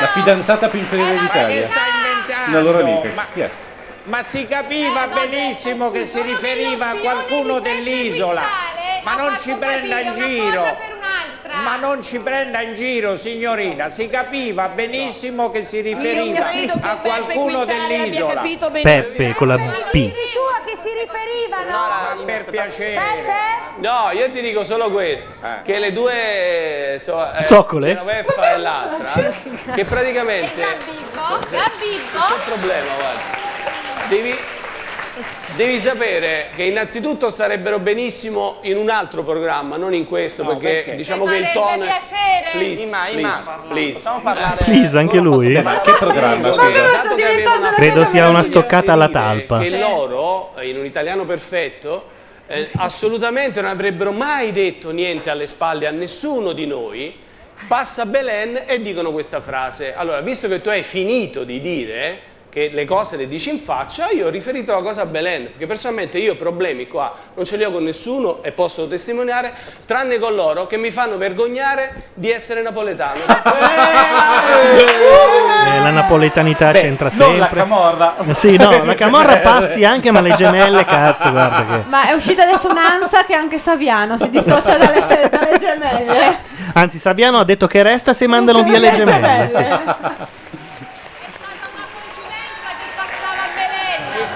S14: La fidanzata più inferiore d'Italia. Una loro amica. Chi è?
S19: esatto. Ma si
S9: Eh,
S19: capiva benissimo che si riferiva a qualcuno dell'isola. Ma non ci prenda in giro. Ma non ci prenda in giro, signorina. Si capiva benissimo che si riferiva
S9: credo che
S19: a
S9: Beppe
S19: qualcuno
S9: Quintale abbia
S19: dell'isola.
S9: capito
S1: Peppe con la P.
S9: Dici tu a che si riferivano?
S19: Ma per piacere.
S8: No, io ti dico solo questo, che le due insomma, eh,
S1: Zoccole?
S8: Genoveffa e l'altra, che praticamente c'è un problema, guarda. Devi, devi sapere che innanzitutto starebbero benissimo in un altro programma, non in questo, perché,
S4: perché?
S8: diciamo che il tono è... Please,
S4: Ima,
S8: please,
S4: Ima,
S8: please.
S1: Please, anche lui.
S8: Ma che programma, scusa? Dato che avevano-
S1: Credo sia una stoccata alla talpa.
S8: che loro, eh, in un italiano perfetto, eh, assolutamente non avrebbero mai detto niente alle spalle a nessuno di noi. Passa Belen e dicono questa frase. Allora, visto che tu hai finito di dire che le cose le dici in faccia, io ho riferito la cosa a Belen, perché personalmente io problemi qua non ce li ho con nessuno e posso testimoniare, tranne con loro che mi fanno vergognare di essere napoletano.
S1: Eh, la napoletanità c'entra sempre. Eh,
S7: non la camorra.
S1: Sì, no, la camorra passi anche, ma le gemelle, cazzo, guarda che.
S3: Ma è uscita adesso un'ansa che anche Saviano si dissocia dalle, se- dalle
S20: Cioè, eh.
S3: gemelle.
S1: Anzi, Sabiano ha detto che resta se mandano via le gemelle.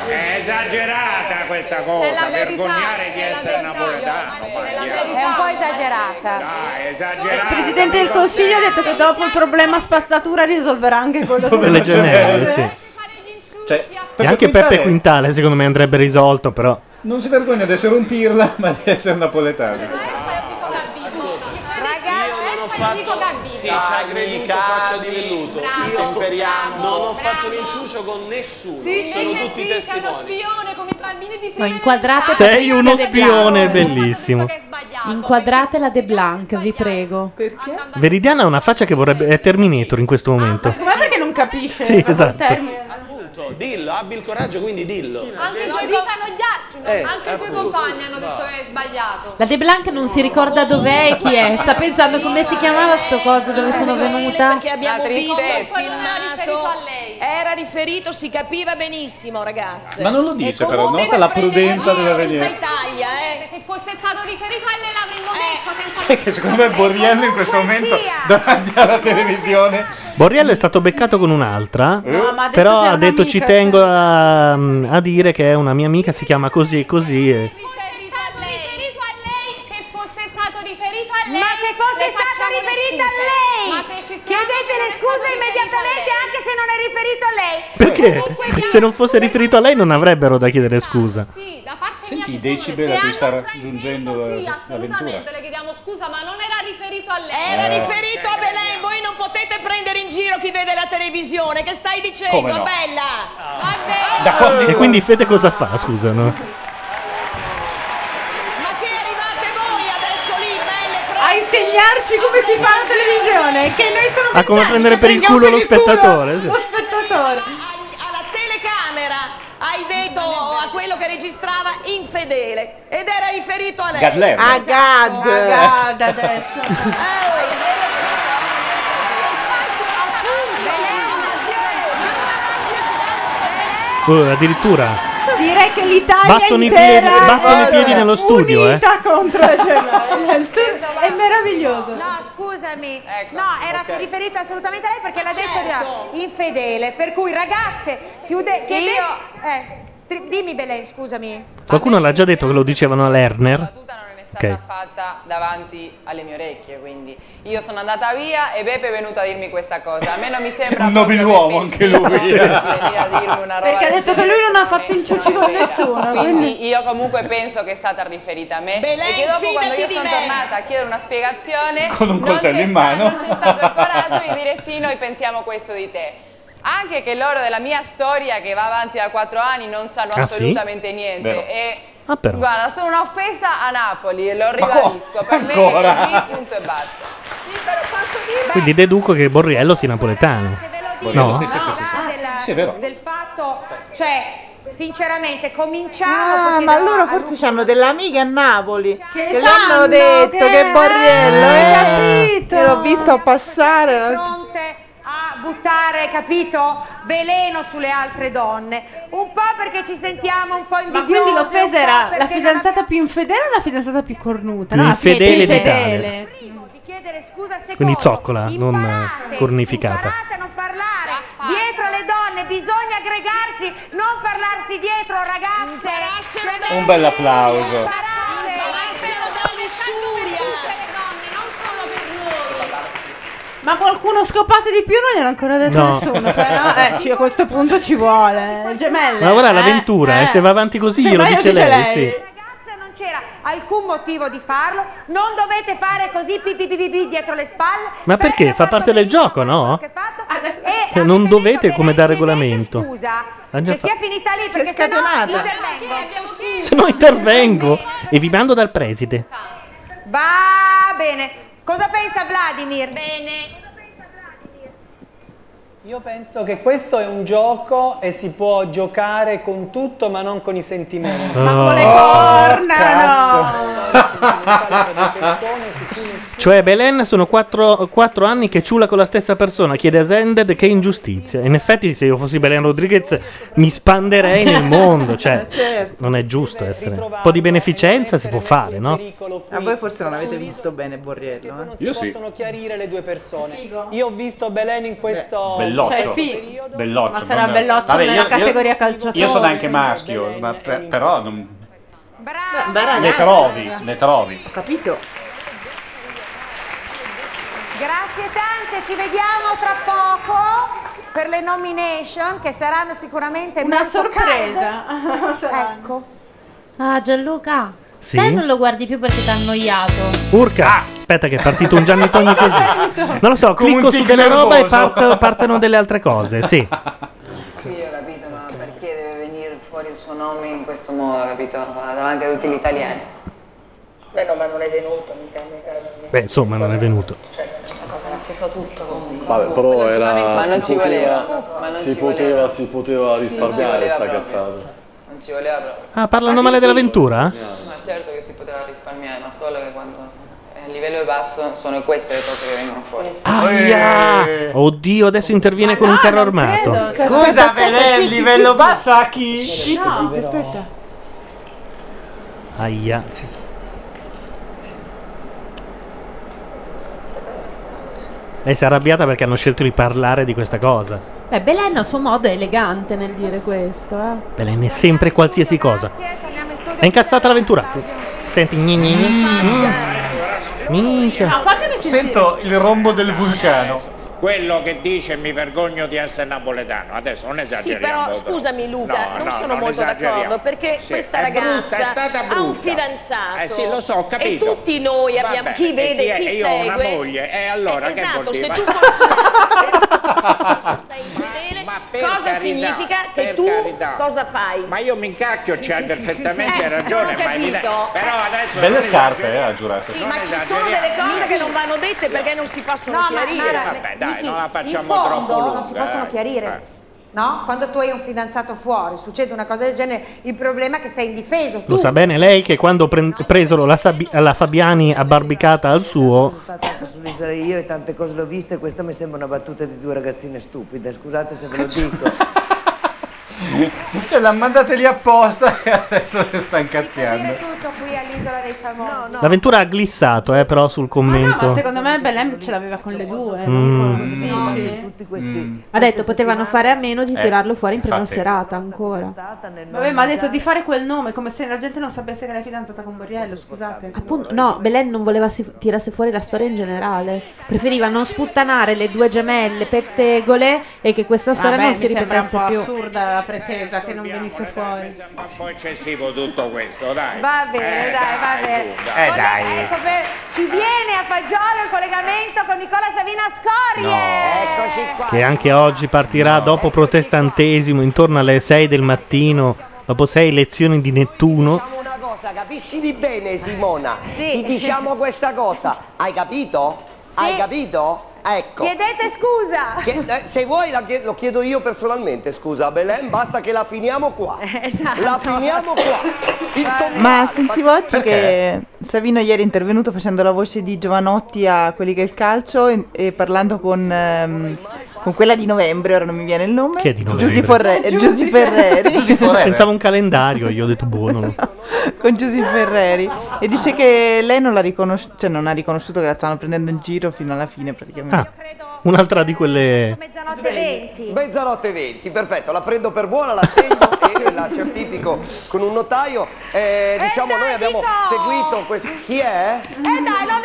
S19: È esagerata questa
S9: È la verità,
S19: cosa, vergognare di essere napoletano. ma chi è?
S9: È un po' esagerata.
S21: Cioè,
S19: Dai,
S3: Il
S19: esagerata.
S3: presidente del consiglio ha detto che dopo il problema spazzatura risolverà anche quello
S1: Sì.
S3: delle
S1: Le gemelle, sì.
S4: Cioè,
S1: E anche Peppe Quintale, secondo me, andrebbe risolto, però.
S14: Non si vergogna di essere un pirla, ma di essere napoletano.
S9: Ragazzi,
S8: non ho
S9: dico
S8: fatto.
S9: Gambino.
S8: Sì, ci ha creduto, faccia di velluto. Stemperiamo.
S28: bravo,
S8: Non ho fatto l'inciucio con nessuno.
S28: Sì,
S8: sono
S28: invece
S8: tutti
S28: sì, sei uno
S8: testimoni.
S28: spione come i bambini di
S10: No, inquadrate
S1: Sei
S10: Patrizia
S1: uno
S10: De
S1: spione,
S10: Blanc.
S1: bellissimo.
S10: Inquadrate la De Blanc, vi prego.
S3: Perché?
S1: Veridiana ha una faccia che vorrebbe. È Terminator in questo momento.
S3: Com'è perché non capisce?
S1: Sì, esatto.
S8: Appunto, dillo, abbi il coraggio, quindi dillo.
S9: eh,
S28: Anche i tuoi dicano gli altri, no?
S8: Eh,
S28: anche i tuoi
S8: appunto.
S28: compagni hanno detto che è sbagliato.
S10: La De Blanc non si ricorda dov'è e chi è. Sta pensando come si chiamava sto coso, dove sono venuta.
S21: Perché abbiamo visto il
S28: Comunque non era riferito
S21: filmato. Era riferito, si capiva benissimo, ragazzi.
S14: Ma non lo dice, però,
S21: comunque
S14: nota la
S21: per prendere in
S14: prudenza
S21: giro
S14: della
S21: tutta
S14: Venier.
S21: Italia, eh.
S28: Se fosse stato riferito a lei l'avremmo detto senza
S14: Sai Cioè, che secondo me Borriello in questo momento davanti alla televisione.
S1: Borriello è stato beccato con un'altra.
S3: No, ma ha detto
S1: però
S3: che è
S1: ha detto:
S3: un'amica,
S1: Ci tengo a, a dire che è una mia amica, si chiama così e così. E...
S28: riferito a lei. Se fosse stato riferito a lei.
S9: Ma se fosse
S28: le
S9: stato
S28: facciamo le
S9: riferito a
S28: scuse.
S9: lei,
S28: Ma precisiamo
S9: chiedete
S28: che
S9: le
S28: non è
S9: scuse
S28: stato
S9: immediatamente
S28: riferito a lei.
S9: anche se non è riferito a lei.
S1: Perché? Se non fosse riferito a lei, non avrebbero da chiedere scusa.
S14: Senti i decibel a cui sta raggiungendo
S28: Sì,
S14: la- l'avventura.
S28: assolutamente, le chiediamo scusa, ma non era riferito a lei.
S14: Era Eh.
S21: riferito a Belen, voi non potete prendere in giro chi vede la televisione, che stai dicendo,
S1: Come no?
S21: bella?
S1: E quindi Fede cosa fa? Scusa, no?
S3: A insegnarci come si fa la televisione. Che noi sono
S1: A Ah, come
S3: britannici,
S1: prendere per il
S3: prendiamo
S1: culo lo
S3: per il culo
S1: spettatore, sì.
S3: Lo spettatore.
S21: Telecamera, hai detto a quello che registrava infedele ed era riferito a lei.
S14: Gadler.
S11: Ah,
S14: A
S21: Esatto.
S14: Gad. A Gad adesso.
S20: Eh,
S1: Oh, addirittura.
S3: Direi che l'Italia
S1: Battono i
S3: intera
S1: piedi- battono i
S3: è
S1: piedi nello studio, eh.
S3: unita contro le gemelle. Il sud è meraviglioso.
S9: No, scusami.
S16: Ecco,
S9: no, era
S3: ok.
S9: riferita assolutamente a lei perché l'ha detto
S16: Certo.
S9: di- infedele. Per cui, ragazze, chiude. chiede- eh, tri- dimmi, Belen, scusami.
S1: Qualcuno l'ha già detto che lo dicevano a Lerner.
S16: stata
S1: Ok.
S16: fatta davanti alle mie orecchie, quindi io sono andata via e Beppe è venuto a dirmi questa cosa. A me non mi sembra
S14: Un nobiluomo anche lui.
S3: Perché ha detto che lui non ha fatto il ciucci con nessuno. Quindi
S16: Esatto. Quindi io comunque penso che è stata riferita a me
S3: Belen,
S16: e che dopo quando
S3: fidati
S16: io
S3: di
S16: sono
S3: me.
S16: tornata a chiedere una spiegazione
S14: Con un
S16: non
S14: coltello
S16: c'è
S14: in mano.
S16: sta- non c'è stato il coraggio di dire sì, noi pensiamo questo di te. Anche che loro della mia storia che va avanti da quattro anni non sanno
S1: Ah, sì?
S16: assolutamente niente.
S1: Vero.
S16: E
S1: Ah, però.
S16: guarda, sono un'offesa a Napoli e lo ribadisco. Per me
S1: Ancora?
S16: è così, punto e basta.
S1: Quindi deduco che Borriello sia napoletano.
S9: Borriello,
S1: No?
S9: sì, sì, sì, sì, sì. Della-
S1: Sì, è vero.
S9: del fatto, cioè, sinceramente, cominciamo.
S11: Ah,
S9: perché
S11: ma
S9: no,
S11: loro
S9: a
S11: forse hanno delle amiche a Napoli che, le
S9: sanno
S11: hanno detto che,
S9: che-
S11: Borriello
S9: Eh,
S11: eh,
S9: capito.
S11: che l'ho visto passare.
S9: buttare, capito, veleno sulle altre donne. Un po' perché ci sentiamo un po'
S3: Ma
S9: invidiosi.
S3: quindi l'offesa era
S9: un po'
S3: la
S9: perché non
S3: fidanzata più infedele o la fidanzata più cornuta?
S1: Più
S3: No, la
S1: infedele
S3: più
S1: d'Italia.
S3: infedele.
S1: Quindi zoccola, non eh, cornificata.
S9: Dietro alle donne bisogna aggregarsi, non parlarsi dietro, ragazze. Cioè,
S25: Un bel applauso.
S3: Ma qualcuno scopate di più non gliel'ho ancora detto
S1: No.
S3: nessuno. Però eh, ci- a questo punto ci vuole. Gemelle.
S1: Ma ora
S3: eh.
S1: l'avventura, eh, se va avanti così
S3: Se
S1: glielo
S3: mai lo
S1: dice
S3: dice
S1: lei,
S3: lei.
S1: sì.
S9: non c'era alcun motivo di farlo, non dovete fare così pi pi pi pi pi dietro le spalle.
S1: Ma perché? Fa parte del gioco, no?
S3: Eh,
S1: Cioè, non dovete come da regolamento.
S9: Scusa,
S1: Ha già
S9: che sia
S1: fa-
S9: finita lì perché se no intervengo.
S1: Se no intervengo e vi mando dal preside.
S9: Va bene. Cosa pensa Vladimir? Bene.
S22: Io penso che questo è un gioco e si può giocare con tutto ma non con i sentimenti. Oh,
S1: Ma con le
S3: corna,
S1: Cioè, Belen sono 4, anni che ciula con la stessa persona, chiede a Zended che ingiustizia. In effetti, se io fossi Belen Rodriguez, mi spanderei nel mondo. Cioè, non è giusto essere. Un po' di beneficenza si può fare, no?
S11: A Ah, voi forse non avete visto bene Borriello. Eh?
S22: Io sì. Possono chiarire le due persone. Io ho visto Belen in questo
S14: Belloccio.
S22: questo
S14: Belloccio.
S3: Ma sarà
S14: non-
S3: Belloccio
S14: Vabbè,
S3: nella
S14: io-
S3: categoria
S14: io-
S3: calciatori.
S14: Io sono anche maschio, ma per- però non-
S11: Brava.
S14: ne trovi, ne trovi.
S11: Ho capito.
S9: Grazie tante, ci vediamo tra poco per le nomination che saranno sicuramente
S3: Una
S9: molto
S3: sorpresa.
S9: calde.
S3: Saranno.
S9: ecco.
S6: Ah, Gianluca.
S1: Sì?
S6: Te non lo guardi più perché ti ha annoiato.
S1: Urca! Aspetta, che è partito un Gianni Togni così. Non lo so,
S14: Come un
S1: clicco su
S14: tic
S1: delle roba e
S14: nervoso.
S1: part- partono delle altre cose, sì.
S2: Sì, ho capito, ma perché deve venire fuori il suo nome in questo modo, capito? Davanti a tutti gli italiani.
S22: Meno ma non è venuto, mica mica.
S1: Beh, insomma, non è venuto.
S2: Cioè, Si fa tutto comunque.
S4: Vabbè, però era.
S2: Ma non
S4: si
S2: ci
S4: poteva-
S2: voleva. Ma non
S4: si
S2: ci
S4: poteva,
S2: voleva.
S4: si poteva
S2: Sì,
S4: risparmiare
S2: non ci voleva
S4: sta
S2: proprio.
S4: cazzata.
S2: Non ci voleva proprio.
S1: Ah, parlano male dell'avventura?
S2: Ma certo che si poteva risparmiare, ma solo che quando eh, il livello è basso sono queste le cose che vengono fuori.
S11: Eh.
S1: Aia! Oddio, adesso interviene con un carro armato.
S2: credo. Scusa, Aspetta, aspetta, Belè, zitti, livello zitti.
S22: basso a chi?
S11: Aspetta, aspetta.
S1: Aia. Lei si è arrabbiata perché hanno scelto di parlare di questa cosa.
S10: Beh, Belen a suo modo è elegante nel dire questo, eh.
S1: Belen è sempre qualsiasi cosa. È incazzata l'avventura. Senti, gni gni gni. Minchia.
S22: Sento il rombo del vulcano.
S19: Quello che dice mi vergogno di essere napoletano. Adesso non
S21: Sì, però
S19: esageriamo. troppo.
S21: scusami Luca,
S19: No,
S21: non
S19: no,
S21: sono molto
S19: esageriamo.
S21: d'accordo perché
S19: Sì,
S21: questa
S19: è
S21: ragazza
S19: brutta, è stata
S21: ha un
S19: brutta.
S21: fidanzato.
S19: Eh sì, lo so, ho capito.
S21: E tutti noi
S19: Va
S21: abbiamo
S19: bene,
S21: chi
S19: e
S21: vede
S19: chi è?
S21: chi,
S19: Io ho una
S21: segue.
S19: moglie, e allora
S21: Eh,
S19: che
S21: esatto,
S19: vuol dire?
S21: Se tu
S19: Ma-
S21: fossi sei infedele, cosa
S19: carità,
S21: significa che
S19: per
S21: tu
S19: carità.
S21: cosa fai?
S19: Ma io mi incacchio, c'hai perfettamente
S21: Eh,
S19: ragione,
S21: ho
S19: ma è
S21: capito.
S19: evidente. Però adesso
S14: Belle
S19: non
S14: scarpe, eh, ha giurato.
S21: Sì, ma ci sono delle cose che non vanno dette perché non si possono
S9: No, ma
S21: chiarire.
S9: Mara,
S22: Vabbè, dai,
S9: Vicky,
S22: non la facciamo
S9: in fondo
S22: troppo lunga, eh.
S9: non si possono
S22: dai.
S9: chiarire. No? Quando tu hai un fidanzato fuori, succede una cosa del genere, il problema è che sei indifeso.
S1: Lo
S9: Tu
S1: sa bene lei che quando pre- presero la, Sabi- la Fabiani abbarbicata al suo,
S17: Posso dire io e tante cose le ho viste, questa mi sembra una battuta di due ragazzine stupide, scusate se ve lo dico.
S22: Cioè, l'ha mandata lì apposta e adesso le sta incazziando.
S9: tutto qui all'isola dei famosi.
S1: l'avventura ha glissato, eh, però sul
S3: No, ma
S1: commento.
S3: secondo me Belen ce l'aveva con le due.
S1: Mm.
S3: non
S17: Dici?
S3: con-
S6: Ha detto potevano fare a meno di
S1: Eh,
S6: tirarlo fuori in prima
S1: infatti.
S6: serata ancora.
S3: Vabbè, ma ha detto di fare quel nome come se la gente non sapesse che era fidanzata con Borriello. Scusate.
S6: Appunto, no, Belen non voleva si tirasse fuori la storia in generale. Preferiva non sputtanare le due gemelle pettegole e che questa storia
S3: Vabbè,
S6: non si
S3: mi sembra un
S6: ripetesse
S3: po'
S6: più.
S3: assurda la pretesa che non venisse fuori.
S19: Un po' eccessivo tutto questo, dai.
S9: Va bene,
S19: Eh,
S9: dai, va
S19: dai,
S9: bene.
S19: tu, dai.
S22: Eh, dai.
S9: Ecco per- ci viene a Fagiolo il collegamento con Nicola Savina Scorie. Eccoci qua.
S1: Che anche oggi partirà dopo protestantesimo, intorno alle 6 del mattino, dopo 6 lezioni di Nettuno.
S15: Diciamo una cosa, capiscimi bene Simona. Ti diciamo questa cosa. Hai capito? Hai capito?
S17: Ah, ecco.
S9: Chiedete scusa!
S17: Che- eh, se vuoi la chie- lo chiedo io personalmente, scusa, a Belen, basta che la finiamo qua.
S9: Esatto.
S17: La finiamo qua.
S11: Ma sentivo oggi
S17: Perché?
S11: che Savino ieri è intervenuto facendo la voce di Giovanotti a quelli che è il calcio e, e parlando con, ehm, con quella di novembre, ora non mi viene il nome.
S1: Chi è di novembre?
S11: Giusy Forre- eh, Giusy Ferreri.
S1: Pensavo un calendario, io ho detto buono. non lo-
S11: con Giusy Ferreri. E dice che lei non l'ha riconosciuto, cioè non ha riconosciuto che la stavano prendendo in giro fino alla fine praticamente.
S1: Ah, un'altra di quelle...
S17: Mezzanotte 20. Mezzanotte 20, perfetto, la prendo per buona, la sento e la certifico con un notaio. Eh, diciamo, noi abbiamo seguito questo. Chi è?
S9: Eh dai, non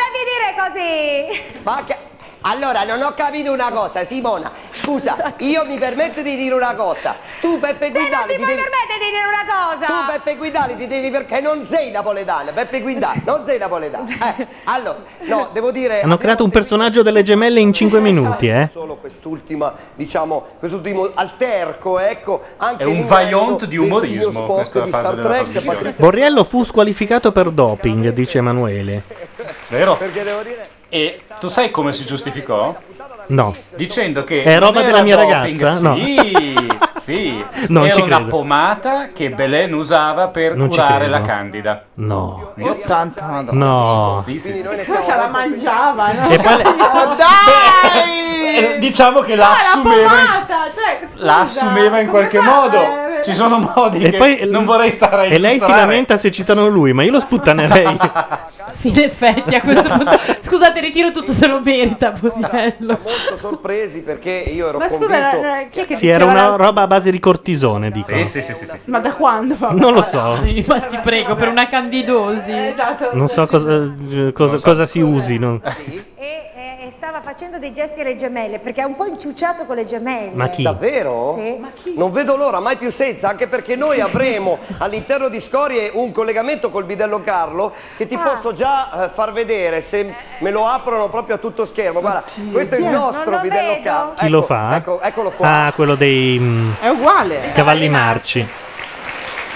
S9: devi dire così!
S17: Ma che- Allora, non ho capito una cosa, Simona. Scusa, io mi permetto di dire una cosa. Tu,
S9: Eh,
S17: Peppe Guidali, ti, devi...
S9: Permette di dire una cosa!
S17: Tu Beppe Guidali ti devi perché non sei napoletano, Beppe Guidali, non sei napoletano. Eh, allora, no, devo dire
S1: Hanno creato un personaggio delle gemelle in 5 minuti, eh?
S17: solo quest'ultima, diciamo, quest'ultimo alterco, ecco, anche
S1: È un
S17: l'ingresso
S1: vaillant di
S17: del
S1: umorismo,
S17: signor Spock
S1: questa
S17: di
S1: fase
S17: Star
S1: della
S17: Trek,
S1: trasmissione.
S17: Patrizia-
S1: Borriello fu squalificato per doping, dice Emanuele.
S14: Vero?
S17: Perché devo dire
S14: E tu sai come si giustificò?
S1: No.
S14: Dicendo che
S1: È roba
S14: non
S1: della
S14: era
S1: mia
S14: doping,
S1: ragazza?
S14: Sì, sì.
S1: Non
S14: era
S1: ci
S14: una
S1: credo.
S14: pomata che Belen usava per
S1: Non ci
S14: curare
S1: credo.
S14: la candida.
S1: No.
S11: Io santa madonna.
S1: No.
S14: Sì, sì, sì.
S11: ce la mangiava, no?
S1: E poi le-
S11: Oh, dai!
S14: Eh, Diciamo che la assumeva in,
S1: cioè,
S14: la assumeva in qualche modo.
S17: Eh.
S14: Ci sono modi
S1: E
S14: che
S1: poi-
S14: non vorrei stare a
S1: E lei si
S14: illustrare.
S1: lamenta se citano lui, ma io lo sputtanerei.
S10: Sì, in effetti, a questo punto. Scusate, ritiro tutto, se lo merita, Borriello.
S17: molto sorpresi perché io ero
S3: Ma scusa,
S17: convinto
S3: era- era- chi è che
S1: Sì, era
S3: diceva
S1: una
S3: la-
S1: roba a base di cortisone, dicono.
S14: Sì, sì, sì, sì.
S3: Ma da quando? fa?
S1: Non lo so.
S10: Ma ti prego, per una candidosi.
S3: Esatto.
S1: Non so cosa, cosa- cosa si usi. non-
S9: E, e stava facendo dei gesti alle gemelle perché è un po' inciucciato con le gemelle.
S1: Ma chi?
S17: Davvero?
S9: Sì.
S17: Non vedo l'ora, mai più senza, anche perché noi avremo all'interno di Scorie un collegamento col bidello Carlo che ti posso già eh, far vedere se me lo aprono proprio a tutto schermo. Guarda, questo è il
S11: Non lo
S17: nostro bidello Carlo.
S1: Chi lo fa?
S17: ecco- eccolo qua.
S1: Ah, quello dei mm,
S11: È uguale.
S1: cavalli marci.
S17: Eh,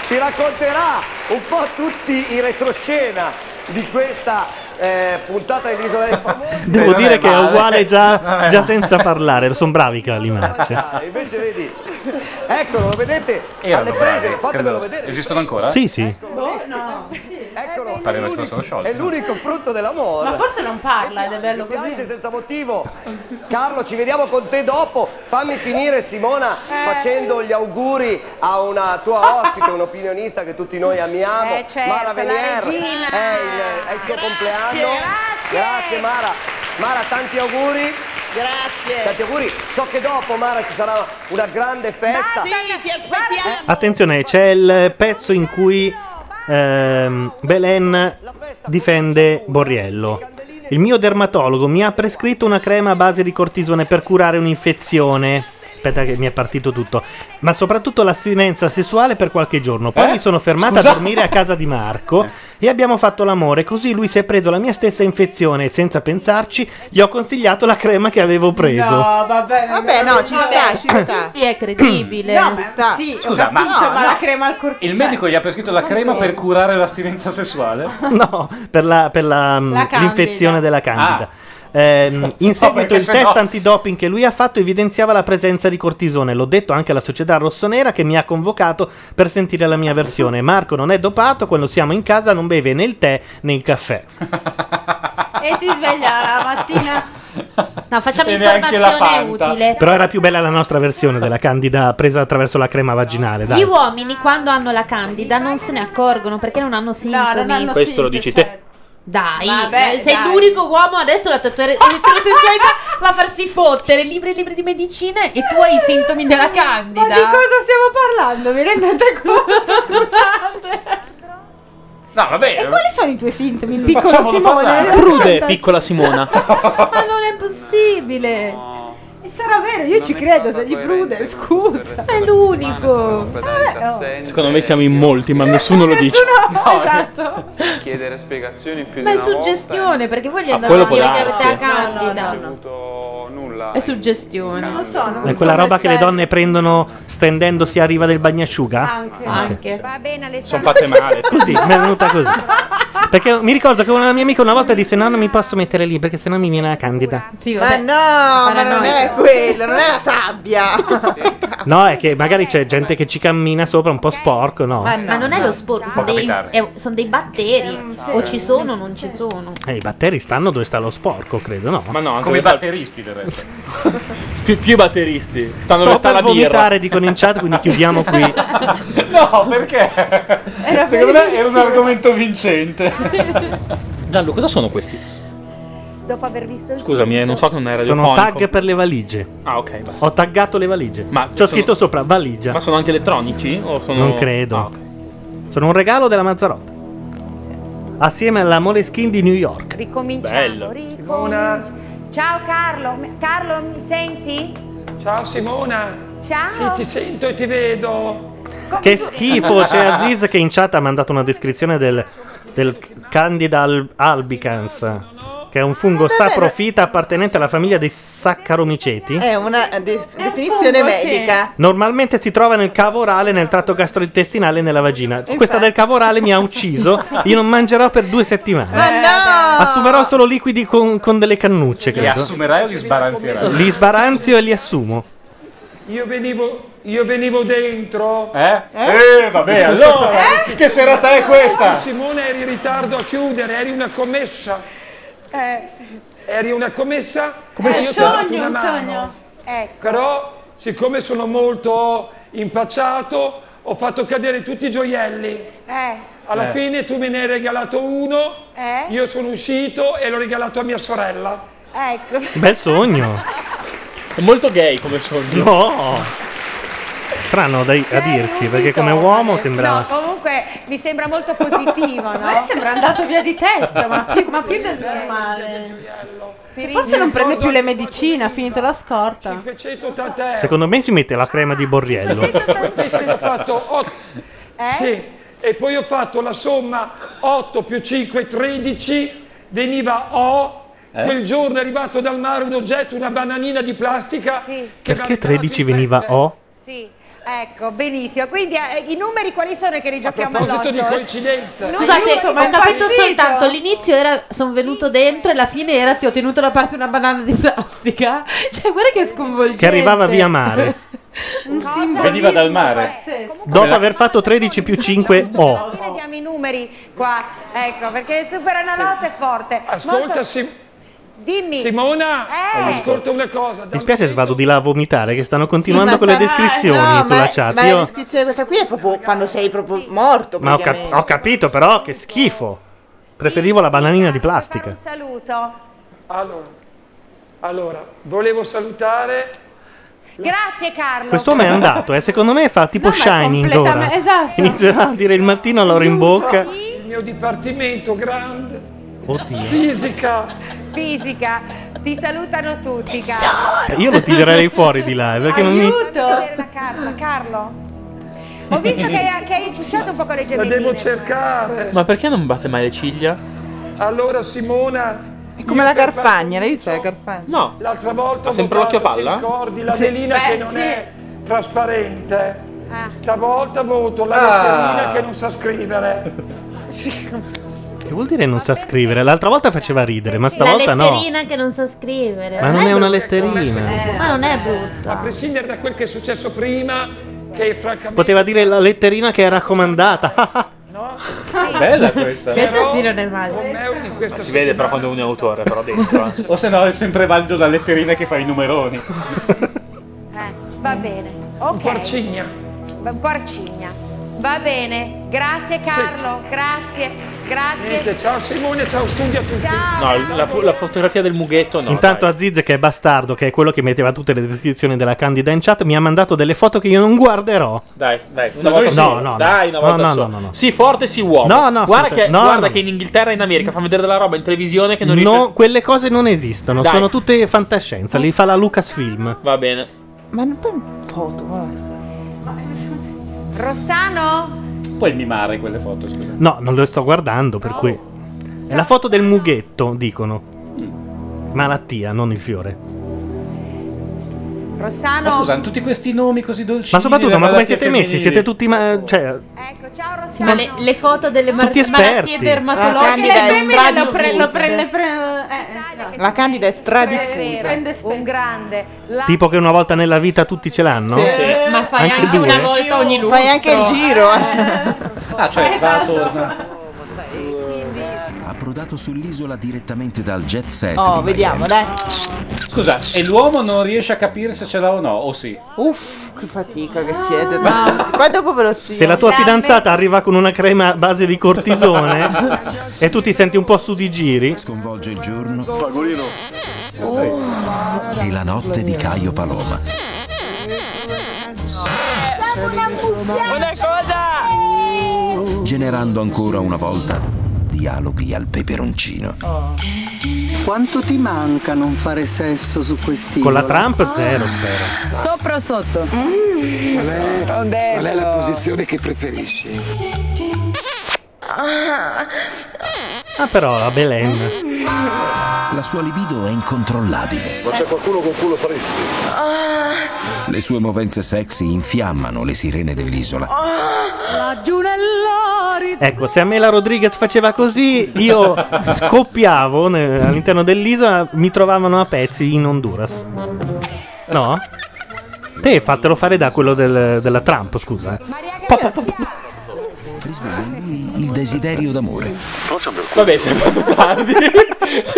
S17: Ci racconterà un po' tutti i retroscena di questa eh, puntata dell'Isola dei Famosi. Eh,
S1: Devo dire che è uguale
S17: Non
S1: già,
S17: è
S1: già
S17: male.
S1: senza parlare. Sono bravi i cavalli marci.
S17: Ah, Invece vedi, eccolo, lo vedete?
S14: Erano
S17: Alle prese,
S14: bravi, credo.
S17: fatemelo vedere. Eh?
S14: Esistono ancora?
S1: Sì, sì.
S10: Oh,
S17: Eccolo,
S14: Pareva che sono eh. sciolti.
S17: è l'unico frutto dell'amore.
S10: Ma forse non parla, ed è bello
S17: Mi piace
S10: così.
S17: senza motivo. Carlo, ci vediamo con te dopo. Fammi finire, Simona,
S10: Eh.
S17: facendo gli auguri a una tua ospite, un'opinionista che tutti noi amiamo.
S9: Eh, certo,
S17: Mara
S9: la
S17: Venier.
S9: regina.
S22: Eh,
S17: È il, è il suo compleanno.
S9: grazie.
S17: Grazie, Mara. Mara, tanti auguri.
S21: Grazie.
S17: Tanti auguri. So che dopo, Mara, ci sarà una grande festa.
S21: Sì, ti aspettiamo.
S1: Attenzione, c'è il pezzo in cui ehm, Belen difende Borriello. Il mio dermatologo mi ha prescritto una crema a base di cortisone per curare un'infezione. Aspetta che mi è partito tutto. Ma soprattutto l'astinenza sessuale per qualche giorno. Poi
S14: Eh?
S1: mi sono fermata
S14: Scusa? Eh.
S1: a dormire a casa di Marco e abbiamo fatto l'amore. Così lui si è preso la mia stessa infezione e senza pensarci gli ho consigliato la crema che avevo preso.
S3: No, vabbè.
S11: Vabbè, no, ci sta, ci sta.
S6: Sì, è credibile.
S3: No, ma
S11: sta.
S3: sì,
S14: Scusa,
S3: ho capito,
S14: ma-
S3: ma
S14: no,
S3: la
S14: no.
S3: crema al cortisone.
S14: Il medico gli ha prescritto
S4: Ah,
S14: la crema per curare l'astinenza sessuale?
S1: No, per, la- per la, mm,
S14: La candida.
S1: l'infezione della candida. Ehm, in seguito
S14: perché
S1: il
S14: se
S1: test
S14: no-
S1: antidoping che lui ha fatto evidenziava la presenza di cortisone. L'ho detto anche alla società rossonera che mi ha convocato per sentire la mia versione. Marco non è dopato, quando siamo in casa non beve né il tè né il caffè.
S3: E si sveglia la mattina.
S6: No, facciamo
S3: E
S14: neanche
S6: informazione
S14: la Fanta.
S6: utile.
S1: Però era più bella la nostra versione della candida presa attraverso la crema vaginale.
S6: Gli
S1: Dai.
S6: uomini quando hanno la candida non se ne accorgono perché non hanno sintomi.
S1: Questo lo dici te.
S6: Dai,
S10: Vabbè,
S6: eh, sei
S10: dai.
S6: l'unico uomo adesso la tua etero- eterosessualità va a farsi fottere libri e libri di medicina e tu hai i sintomi della candida.
S3: Ma di cosa stiamo parlando? Vi rendete conto?
S25: No, vabbè.
S3: E quali sono i tuoi sintomi, il piccolo
S25: Facciamolo
S3: Simone?
S25: parlare.
S3: Raccontaci.
S25: Crude, piccola Simona.
S3: Ma non è possibile. E sarà vero, io ci credo, se gli prude, scusa. È l'unico.
S25: Secondo me siamo in molti, ma nessuno lo dice.
S3: esatto.
S4: chiedere spiegazioni più
S6: Ma
S4: di
S6: è
S4: una volta
S6: suggestione perché voi gli
S4: Ah,
S6: andate
S4: quello
S6: a dire
S4: può
S6: che avete
S4: darsi.
S6: la candida.
S4: nulla
S29: quella...
S16: È suggestione.
S29: Non lo
S16: so,
S1: È quella roba che le donne prendono stendendosi a riva del bagnasciuga?
S9: Anche.
S1: Ok.
S9: Va bene, Alessandro.
S1: Sono fatte male. Così, mi è venuta così. Perché mi ricordo che una mia amica una volta disse: No, non mi posso mettere lì perché sennò mi viene la candida.
S11: ma no, ma non è quello, non è la sabbia.
S1: No, è che magari c'è gente che ci cammina sopra un po' sporco, no?
S6: Ma, non è lo sport, sono dei,
S1: capitare.
S6: è- sono dei batteri. O ci sono o non ci sono.
S1: E Eh, i batteri stanno dove sta lo sporco, credo, no?
S4: Ma no,
S1: Come
S4: anche come
S1: sta-
S4: batteristi del resto. più, più batteristi. Stanno
S1: Sto
S4: dove sta
S1: per
S4: la birra.
S1: vomitare, dicono in chat, quindi chiudiamo qui.
S4: No, perché?
S9: Secondo me era un
S4: argomento vincente. Gianlu, cosa sono questi?
S9: Dopo aver visto il
S4: Scusami, eh, non so che non era
S1: Sono tag per le valigie.
S4: Ah, ok, basta.
S1: Ho taggato le valigie.
S4: Ma
S1: C'ho
S4: sono-
S1: scritto sopra valigia.
S4: Ma sono anche elettronici? O sono...
S1: Non credo. Sono un regalo della Mazzarotta. Assieme alla Moleskin di New York.
S9: Ricominciamo,
S1: Bello.
S9: ricominciamo. Ciao Carlo, M- Carlo mi senti? Ciao Simona. Ciao.
S10: Sì, ti sento e ti vedo.
S1: Che schifo, c'è Aziz che in chat ha mandato una descrizione del, del Candida al- albicans, che è un fungo saprofita appartenente alla famiglia dei saccaromiceti.
S11: È una de- definizione
S3: fungo,
S11: medica.
S1: Normalmente si trova nel cavo orale, nel tratto gastrointestinale e nella vagina. Questa del cavo orale mi ha ucciso, io non mangerò per due settimane.
S11: Ma no!
S1: Assumerò solo liquidi con, con delle cannucce,
S10: Li
S1: credo.
S10: assumerai o li sbaranzierai?
S1: Li sbaranzio e li assumo.
S10: Io venivo, io venivo dentro.
S4: Eh?
S1: Eh, vabbè, allora,
S11: Eh?
S4: che serata è questa?
S10: Oh, Simone, eri in ritardo a chiudere, eri una commessa. Eri una commessa?
S9: Come
S10: e
S9: si-
S10: io ti ho dato
S9: sogno,
S10: eh, una
S9: un
S10: mano.
S9: sogno. Ecco.
S10: Però, siccome sono molto impacciato, ho fatto cadere tutti i gioielli.
S9: Eh.
S10: Alla
S9: Eh.
S10: fine tu me ne hai regalato uno,
S9: Eh.
S10: io sono uscito e l'ho regalato a mia sorella.
S9: Ecco.
S1: Bel sogno.
S4: È molto gay come sogno.
S1: No! Strano da- a dirsi, perché come uomo
S9: No,
S1: sembra...
S9: comunque mi sembra molto positivo, no?
S3: A me sembra andato via di testa, ma più, ma più del normale. Se forse non prende più le medicine, ha finito la scorta.
S10: 580 euro.
S1: Secondo me si mette la crema di Borriello.
S10: Poi ho fatto 8.
S9: Eh?
S10: Sì. E poi ho fatto la somma 8 più 5, 13, veniva O.
S1: Eh?
S10: Quel giorno è arrivato dal mare un oggetto, una bananina di plastica. Che
S1: Perché 13 veniva O?
S9: Sì. Ecco, benissimo. Quindi eh, i numeri quali sono che li giochiamo
S10: a proposito di
S9: all'otto?
S10: coincidenze.
S9: No,
S6: Scusate,
S9: aiuto, ma
S6: ho
S9: è
S6: capito
S9: impazzito.
S6: soltanto l'inizio era sono venuto dentro e la fine era ti ho tenuto da parte una banana di plastica. Cioè, guarda che sconvolgente.
S1: Che arrivava via mare.
S4: Veniva dal mare.
S1: Dopo Oh. aver fatto 13 più 5 O.
S9: Infine diamo i numeri qua, ecco, perché superano l'otto è forte.
S10: Ascolta,
S9: Molto-
S10: Sim-
S9: dimmi.
S10: Simona,
S9: Eh.
S10: ascolta una cosa.
S1: Mi spiace se vado di là a vomitare, che stanno continuando
S11: Sì, ma
S1: con le
S11: sarà-
S1: descrizioni
S11: no,
S1: sulla
S11: ma,
S1: chat.
S11: Ma
S1: Io-
S11: la descrizione questa qui è proprio quando sei proprio morto.
S1: ma ho, cap-
S11: praticamente.
S1: ho capito però che schifo. Preferivo la bananina di plastica.
S9: Saluto.
S10: Allora, allora, volevo salutare...
S9: Grazie Carlo.
S1: Quest'uomo è andato, eh. secondo me fa tipo
S10: Esatto. No, ma è
S1: Shining
S10: completamente-
S1: ora.
S10: esatto.
S1: Inizierà a dire il mattino all'ora in bocca.
S10: Il mio dipartimento grande,
S1: Oddio.
S10: fisica.
S9: Fisica. Ti salutano tutti, Carlo.
S10: Tesoro.
S1: Io lo tirerei fuori di là, eh, perché non mi...
S9: Fammi vedere la carta, Carlo. Ho visto che hai, che hai ciucciato un po' con le
S10: La
S9: gemelline.
S10: devo cercare.
S4: Ma perché non batte mai le ciglia?
S10: Allora Simona... È
S11: come la carfagna, l'hai vista la carfagna?
S4: No.
S10: L'altra volta
S4: Ha
S10: ho
S4: sempre
S10: votato,
S4: l'occhio palla?
S10: ti ricordi, la
S4: Sì.
S10: velina
S4: Beh,
S10: che non
S4: sì.
S10: è trasparente. Stavolta voto la
S4: Ah.
S10: letterina che non sa scrivere.
S1: Che vuol dire non sa scrivere? L'altra volta faceva ridere, ma
S6: La
S1: stavolta no.
S6: letterina che non sa scrivere.
S1: Ma non è una
S6: brutta.
S1: letterina.
S6: Ma non è brutta.
S10: A prescindere da quel che è successo prima, che francamente...
S1: Poteva dire la letterina che è raccomandata.
S4: Bella questa.
S6: Questa sì non è male.
S10: Ma
S4: si vede però quando uno è autore, però dentro. eh.
S14: O se no è sempre valido la letterina che fa i numeroni.
S9: Eh, va bene. Ok. Un
S10: porcigna.
S9: Un porcigna. Va bene. Grazie Carlo, grazie. Grazie.
S10: Niente, ciao Simone, ciao studio a tutti.
S4: No, il- la, fo- la fotografia del mughetto no.
S1: Intanto Aziz, che è bastardo, che è quello che metteva tutte le descrizioni della Candida in chat, mi ha mandato delle foto che io non guarderò.
S4: Dai, dai,
S1: No,
S4: una volta
S1: sì.
S4: sola.
S1: No, no,
S4: dai,
S1: no.
S4: una volta
S1: No, no,
S4: sola.
S1: no, no, no.
S4: Sii forte, sii uomo.
S1: No, no,
S4: guarda
S1: assolutamente-
S4: che,
S1: no,
S4: guarda
S1: no.
S4: che in Inghilterra e in America fanno vedere della roba in televisione che non riesce
S1: No, quelle cose non esistono,
S4: Dai.
S1: sono tutte fantascienza, li fa la Lucasfilm.
S4: Va bene.
S11: Ma non per foto, guarda.
S9: Rossano?
S4: Puoi mimare quelle foto, scusa.
S1: No, non lo sto guardando, per cui... È la foto del mughetto, dicono. Malattia, non il fiore.
S9: Rossano.
S4: Ma scusa, tutti questi nomi così dolcini.
S1: Ma soprattutto,
S4: delle
S1: ma come
S4: malattie
S1: siete messi?
S4: femminili.
S1: Siete tutti. Ma, cioè,
S9: Ecco,
S30: Sì, ma le, le foto delle mar-
S1: Tutti esperti.
S30: malattie
S1: Ah,
S30: dermatologiche
S1: Candida è
S30: le
S1: un
S30: femmine
S1: brand
S30: lo pre- lo
S1: food.
S30: pre- le pre- eh, esatto.
S11: La candida è
S9: Vero,
S11: stradiffusa.
S9: Un grande. La-
S1: tipo che una volta nella vita tutti ce l'hanno?
S9: Sì. Sì. Eh, Ma fai anche
S1: due?
S9: una volta ogni lustro. Eh.
S11: Fai anche il giro. eh.
S1: Eh,
S4: Ah, cioè, va
S1: esatto.
S4: torna.
S1: Oh,
S20: Approdato sull'isola direttamente dal jet set.
S4: Oh,
S20: di
S4: vediamo,
S20: Miami.
S4: Scusa, e l'uomo non riesce a capire se ce l'ha o no? O sì?
S11: Uff, che fatica che siete. Poi dopo ve lo spiego.
S1: Se la tua fidanzata arriva con una crema a base di cortisone e tu ti senti un po' su di giri.
S20: Sconvolge il giorno
S15: Pagolino.
S20: e la notte di Caio Paloma.
S15: Una cosa!
S20: Generando ancora una volta
S21: ecco.
S20: dialoghi al peperoncino.
S19: Quanto ti manca non fare sesso su quest'isola?
S1: Con la Trump zero, spero.
S15: Sopra o sotto?
S13: Qual è,
S15: Ho detto.
S13: qual è la posizione che preferisci?
S1: Ah, però, a Belen.
S20: La sua libido è incontrollabile.
S15: Ma c'è qualcuno con culo fresco?
S20: Le sue movenze sexy infiammano le sirene
S1: ah,
S20: dell'isola.
S15: Laggiù nell'ori.
S1: Ecco, se Amela Rodriguez faceva così, io scoppiavo ne- all'interno dell'isola, mi trovavano a pezzi in Honduras. No? Te fatelo fare da quello del- della Trump, scusa. eh. Po- po- po- po-
S20: Risveglia in lui il desiderio d'amore.
S4: Vabbè, siamo tardi.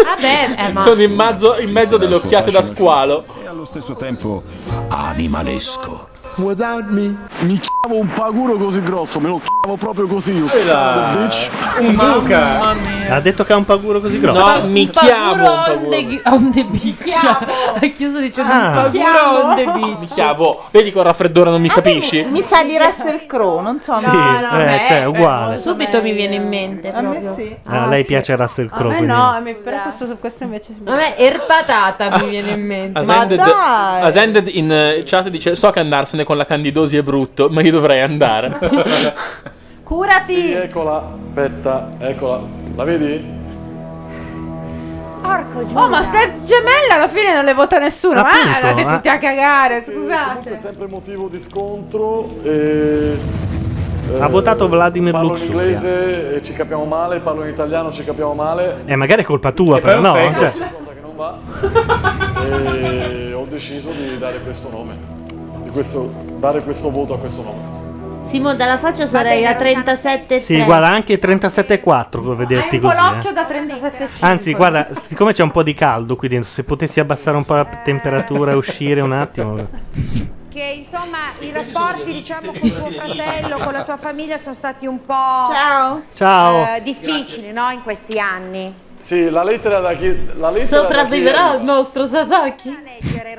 S20: Vabbè,
S4: eh, ma- Sono in mezzo- in mezzo delle occhiate da squalo.
S20: E allo stesso tempo animalesco.
S15: Without me.
S13: Mi c***avo un paguro così grosso, me lo c***avo proprio così, io
S1: là.
S13: son bitch.
S1: Un duca. Ha detto che ha un paguro così grosso.
S4: No, mi chiamo un paguro.
S6: on the beach. Ha chiuso dicendo
S1: Ah.
S6: un paguro on the beach.
S4: Mi chiavo. Vedi col raffreddore non mi capisci?
S11: Mi sa di Russell Crowe, non so.
S1: Sì, eh, cioè, uguale.
S6: Subito mi viene in mente.
S11: A me
S6: proprio.
S11: sì.
S1: a Ah, lei piace Russell
S3: A
S1: Crowe.
S3: me
S1: quindi-
S3: no, a me- però questo, su questo invece si
S6: A me erpatata mi viene in mente.
S4: Ascended, Ascended in eh, chat dice: So che andarsene con la candidosi è brutto, ma io dovrei andare.
S6: Curati!
S13: Sì, eccola, aspetta, eccola. La vedi?
S3: Porco Oh, ma ste gemelle alla fine non le vota nessuno. Ah, Ma
S13: Appunto,
S3: andate
S13: ma-
S3: tutti a cagare,
S13: Eh,
S3: scusate.
S13: comunque sempre motivo di scontro e...
S1: Ha votato Vladimir
S13: Parlo
S1: Luxuria.
S13: in inglese e ci capiamo male, parlo in italiano ci capiamo male.
S1: Eh, magari è colpa tua,
S13: E
S1: però no.
S13: perfetto.
S1: Cioè,
S13: Cosa che non va. e ho deciso di dare questo nome. Di questo, dare questo voto a questo nome.
S30: Simo, dalla faccia sarei a 37,3.
S1: sì, guarda, anche 37,4 per vederti così. eh.
S3: da 37
S1: Anzi, guarda, siccome c'è un po' di caldo qui dentro, se potessi abbassare un po' la temperatura e uscire un attimo.
S9: Che insomma i rapporti diciamo con tuo fratello, con la tua famiglia sono stati un po'
S1: Ciao.
S9: eh, difficili no, in questi anni.
S13: Sì, la lettera da chi... La lettera
S6: Sopravviverà
S13: da
S6: il nostro Sasaki?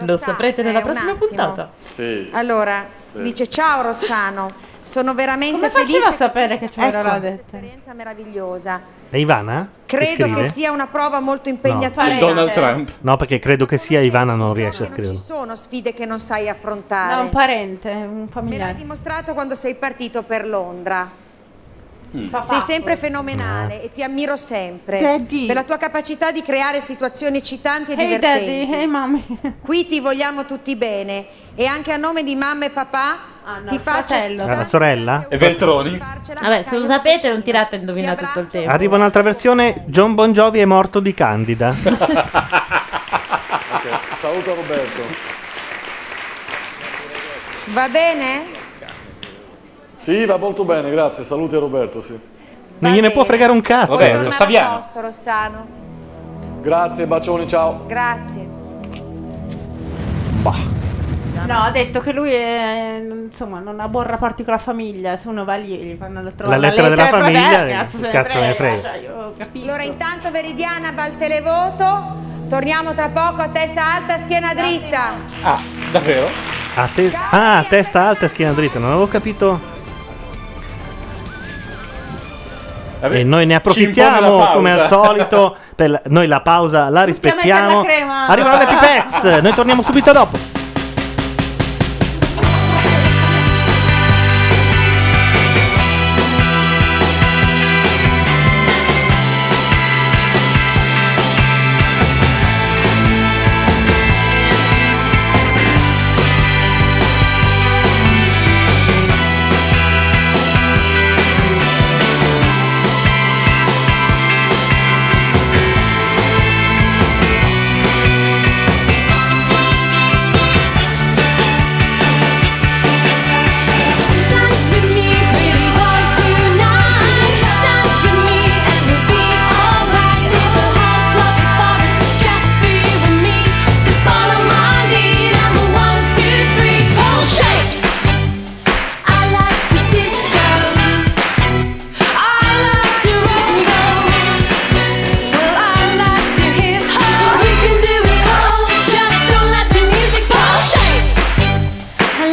S6: Lo saprete nella prossima puntata.
S13: chi... Sì.
S9: Allora,
S13: Sì.
S9: dice ciao Rossano, sono veramente
S3: Come faceva
S9: felice
S3: a sapere che ci
S9: ecco,
S3: aveva
S9: questa esperienza meravigliosa.
S1: È Ivana?
S9: Credo che
S1: scrive?
S9: sia una prova molto
S1: No.
S9: impegnativa.
S1: No, perché credo che sia Ivana non riesce a
S9: Ci
S1: scriverlo.
S9: sono sfide che non sai affrontare.
S3: No, un
S9: parente, un familiare. Me l'ha dimostrato quando sei partito per Londra.
S14: Mm.
S9: Sei sempre
S6: Eh.
S9: fenomenale e ti ammiro sempre
S3: Daddy.
S9: per la tua capacità di creare situazioni eccitanti e
S3: Hey,
S9: divertenti.
S3: daddy, hey,
S9: Qui ti vogliamo tutti bene e anche a nome di mamma e papà ti faccio
S1: Ah, la sorella?
S4: E Veltroni?
S6: Vabbè, se lo sapete non tirate a indovinare tutto il tempo.
S1: Arriva un'altra versione. John Bon Jovi è morto di candida.
S13: Ok, Saluta Roberto.
S9: Va bene?
S13: Sì, va molto bene, grazie. Saluti a Roberto, sì.
S1: non gliene può fregare un cazzo.
S13: Vabbè, lo
S9: A
S13: sappiamo.
S9: posto, Rossano.
S13: Grazie, bacioni, ciao.
S9: Grazie.
S3: No, ha detto che lui è, insomma non ha borra parte con la famiglia. Se uno va lì gli fanno la
S1: La
S3: trovare
S1: lettera della
S3: e poi,
S1: famiglia,
S3: beh, cazzo, se ne
S1: cazzo
S3: frega,
S1: ne frega.
S3: cioè, io capisco.
S9: Allora, intanto Veridiana va al televoto. Torniamo tra poco a testa alta, schiena dritta.
S4: Ah, davvero?
S1: A te- ah, testa alta e schiena dritta, non avevo capito. E noi ne
S4: Ci impone la
S1: approfittiamo
S4: pausa.
S1: come al solito. per la- noi la pausa la rispettiamo.
S3: mettere la crema.
S1: Arrivano le pipez. Noi torniamo subito dopo.
S15: Io
S20: Oh,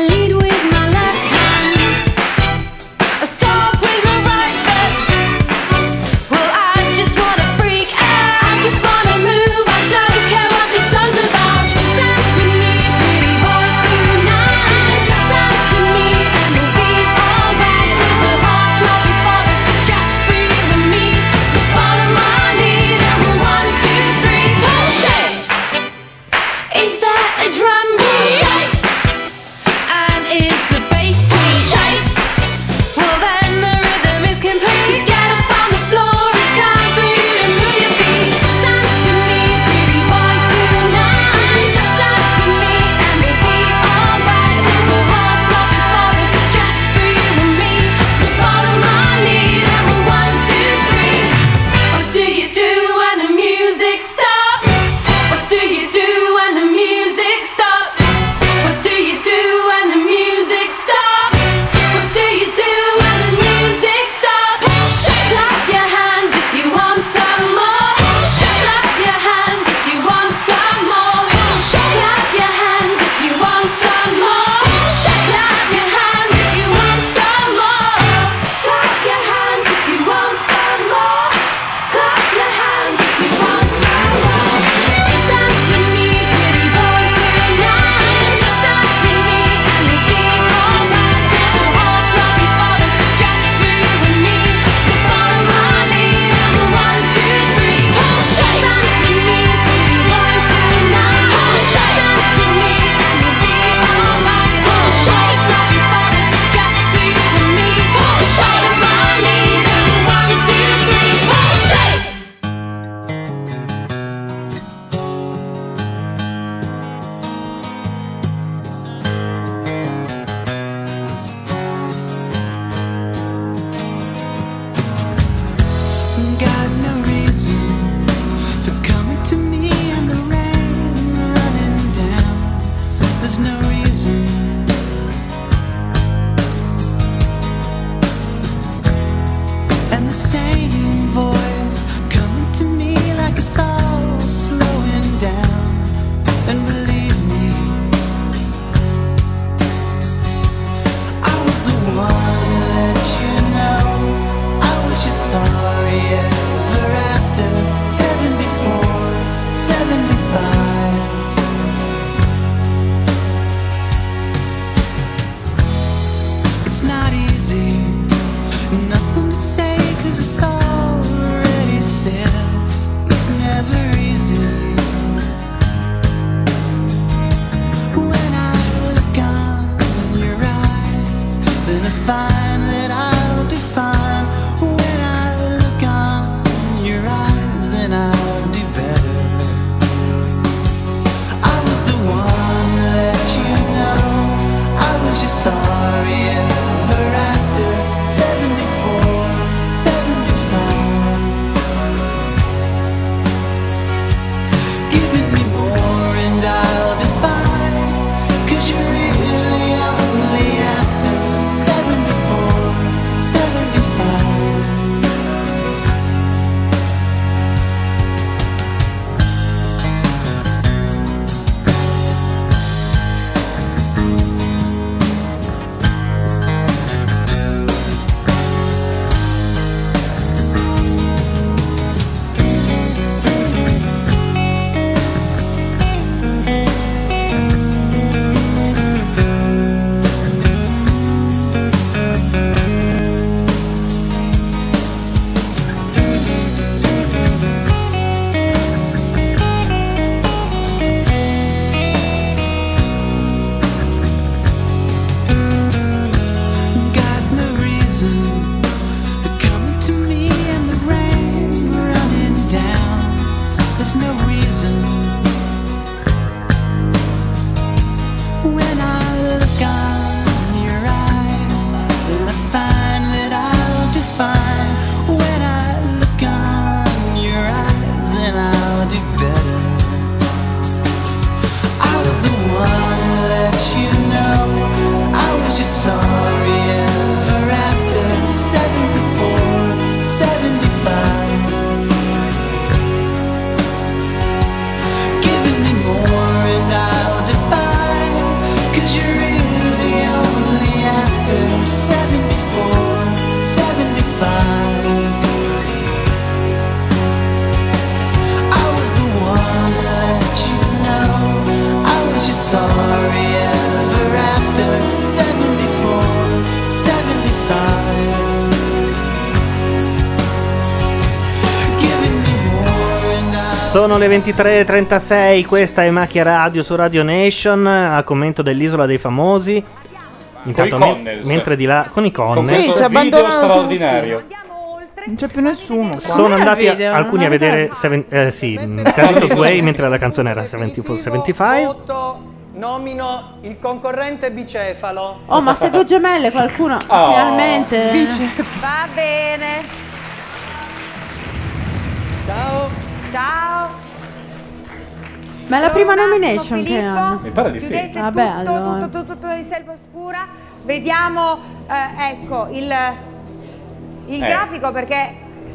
S1: Sono le 23.36, questa è Macchia Radio su Radio Nation, a commento dell'Isola dei Famosi.
S14: i
S1: men-
S14: Connells.
S1: mentre di là, con i
S14: Con
S1: Connells,
S14: questo video straordinario.
S11: cioè, Non c'è più nessuno.
S1: sono andati a- alcuni a vedere seven, eh, sì, Carlitos Way mentre la canzone era 74 75.
S22: Nomino il concorrente bicefalo.
S3: Oh, ma ste due gemelle qualcuno
S1: Oh.
S3: finalmente.
S9: Va bene.
S22: Ciao.
S9: Ciao.
S3: Ma è la prima nomination che
S9: Filippo.
S3: hanno.
S14: Mi pare di sì.
S9: Chiudete
S3: Vabbè,
S9: tutto,
S3: allora.
S9: tutto, tutto, tutto in selva oscura. Vediamo, eh, ecco, il, il
S14: Eh.
S9: grafico perché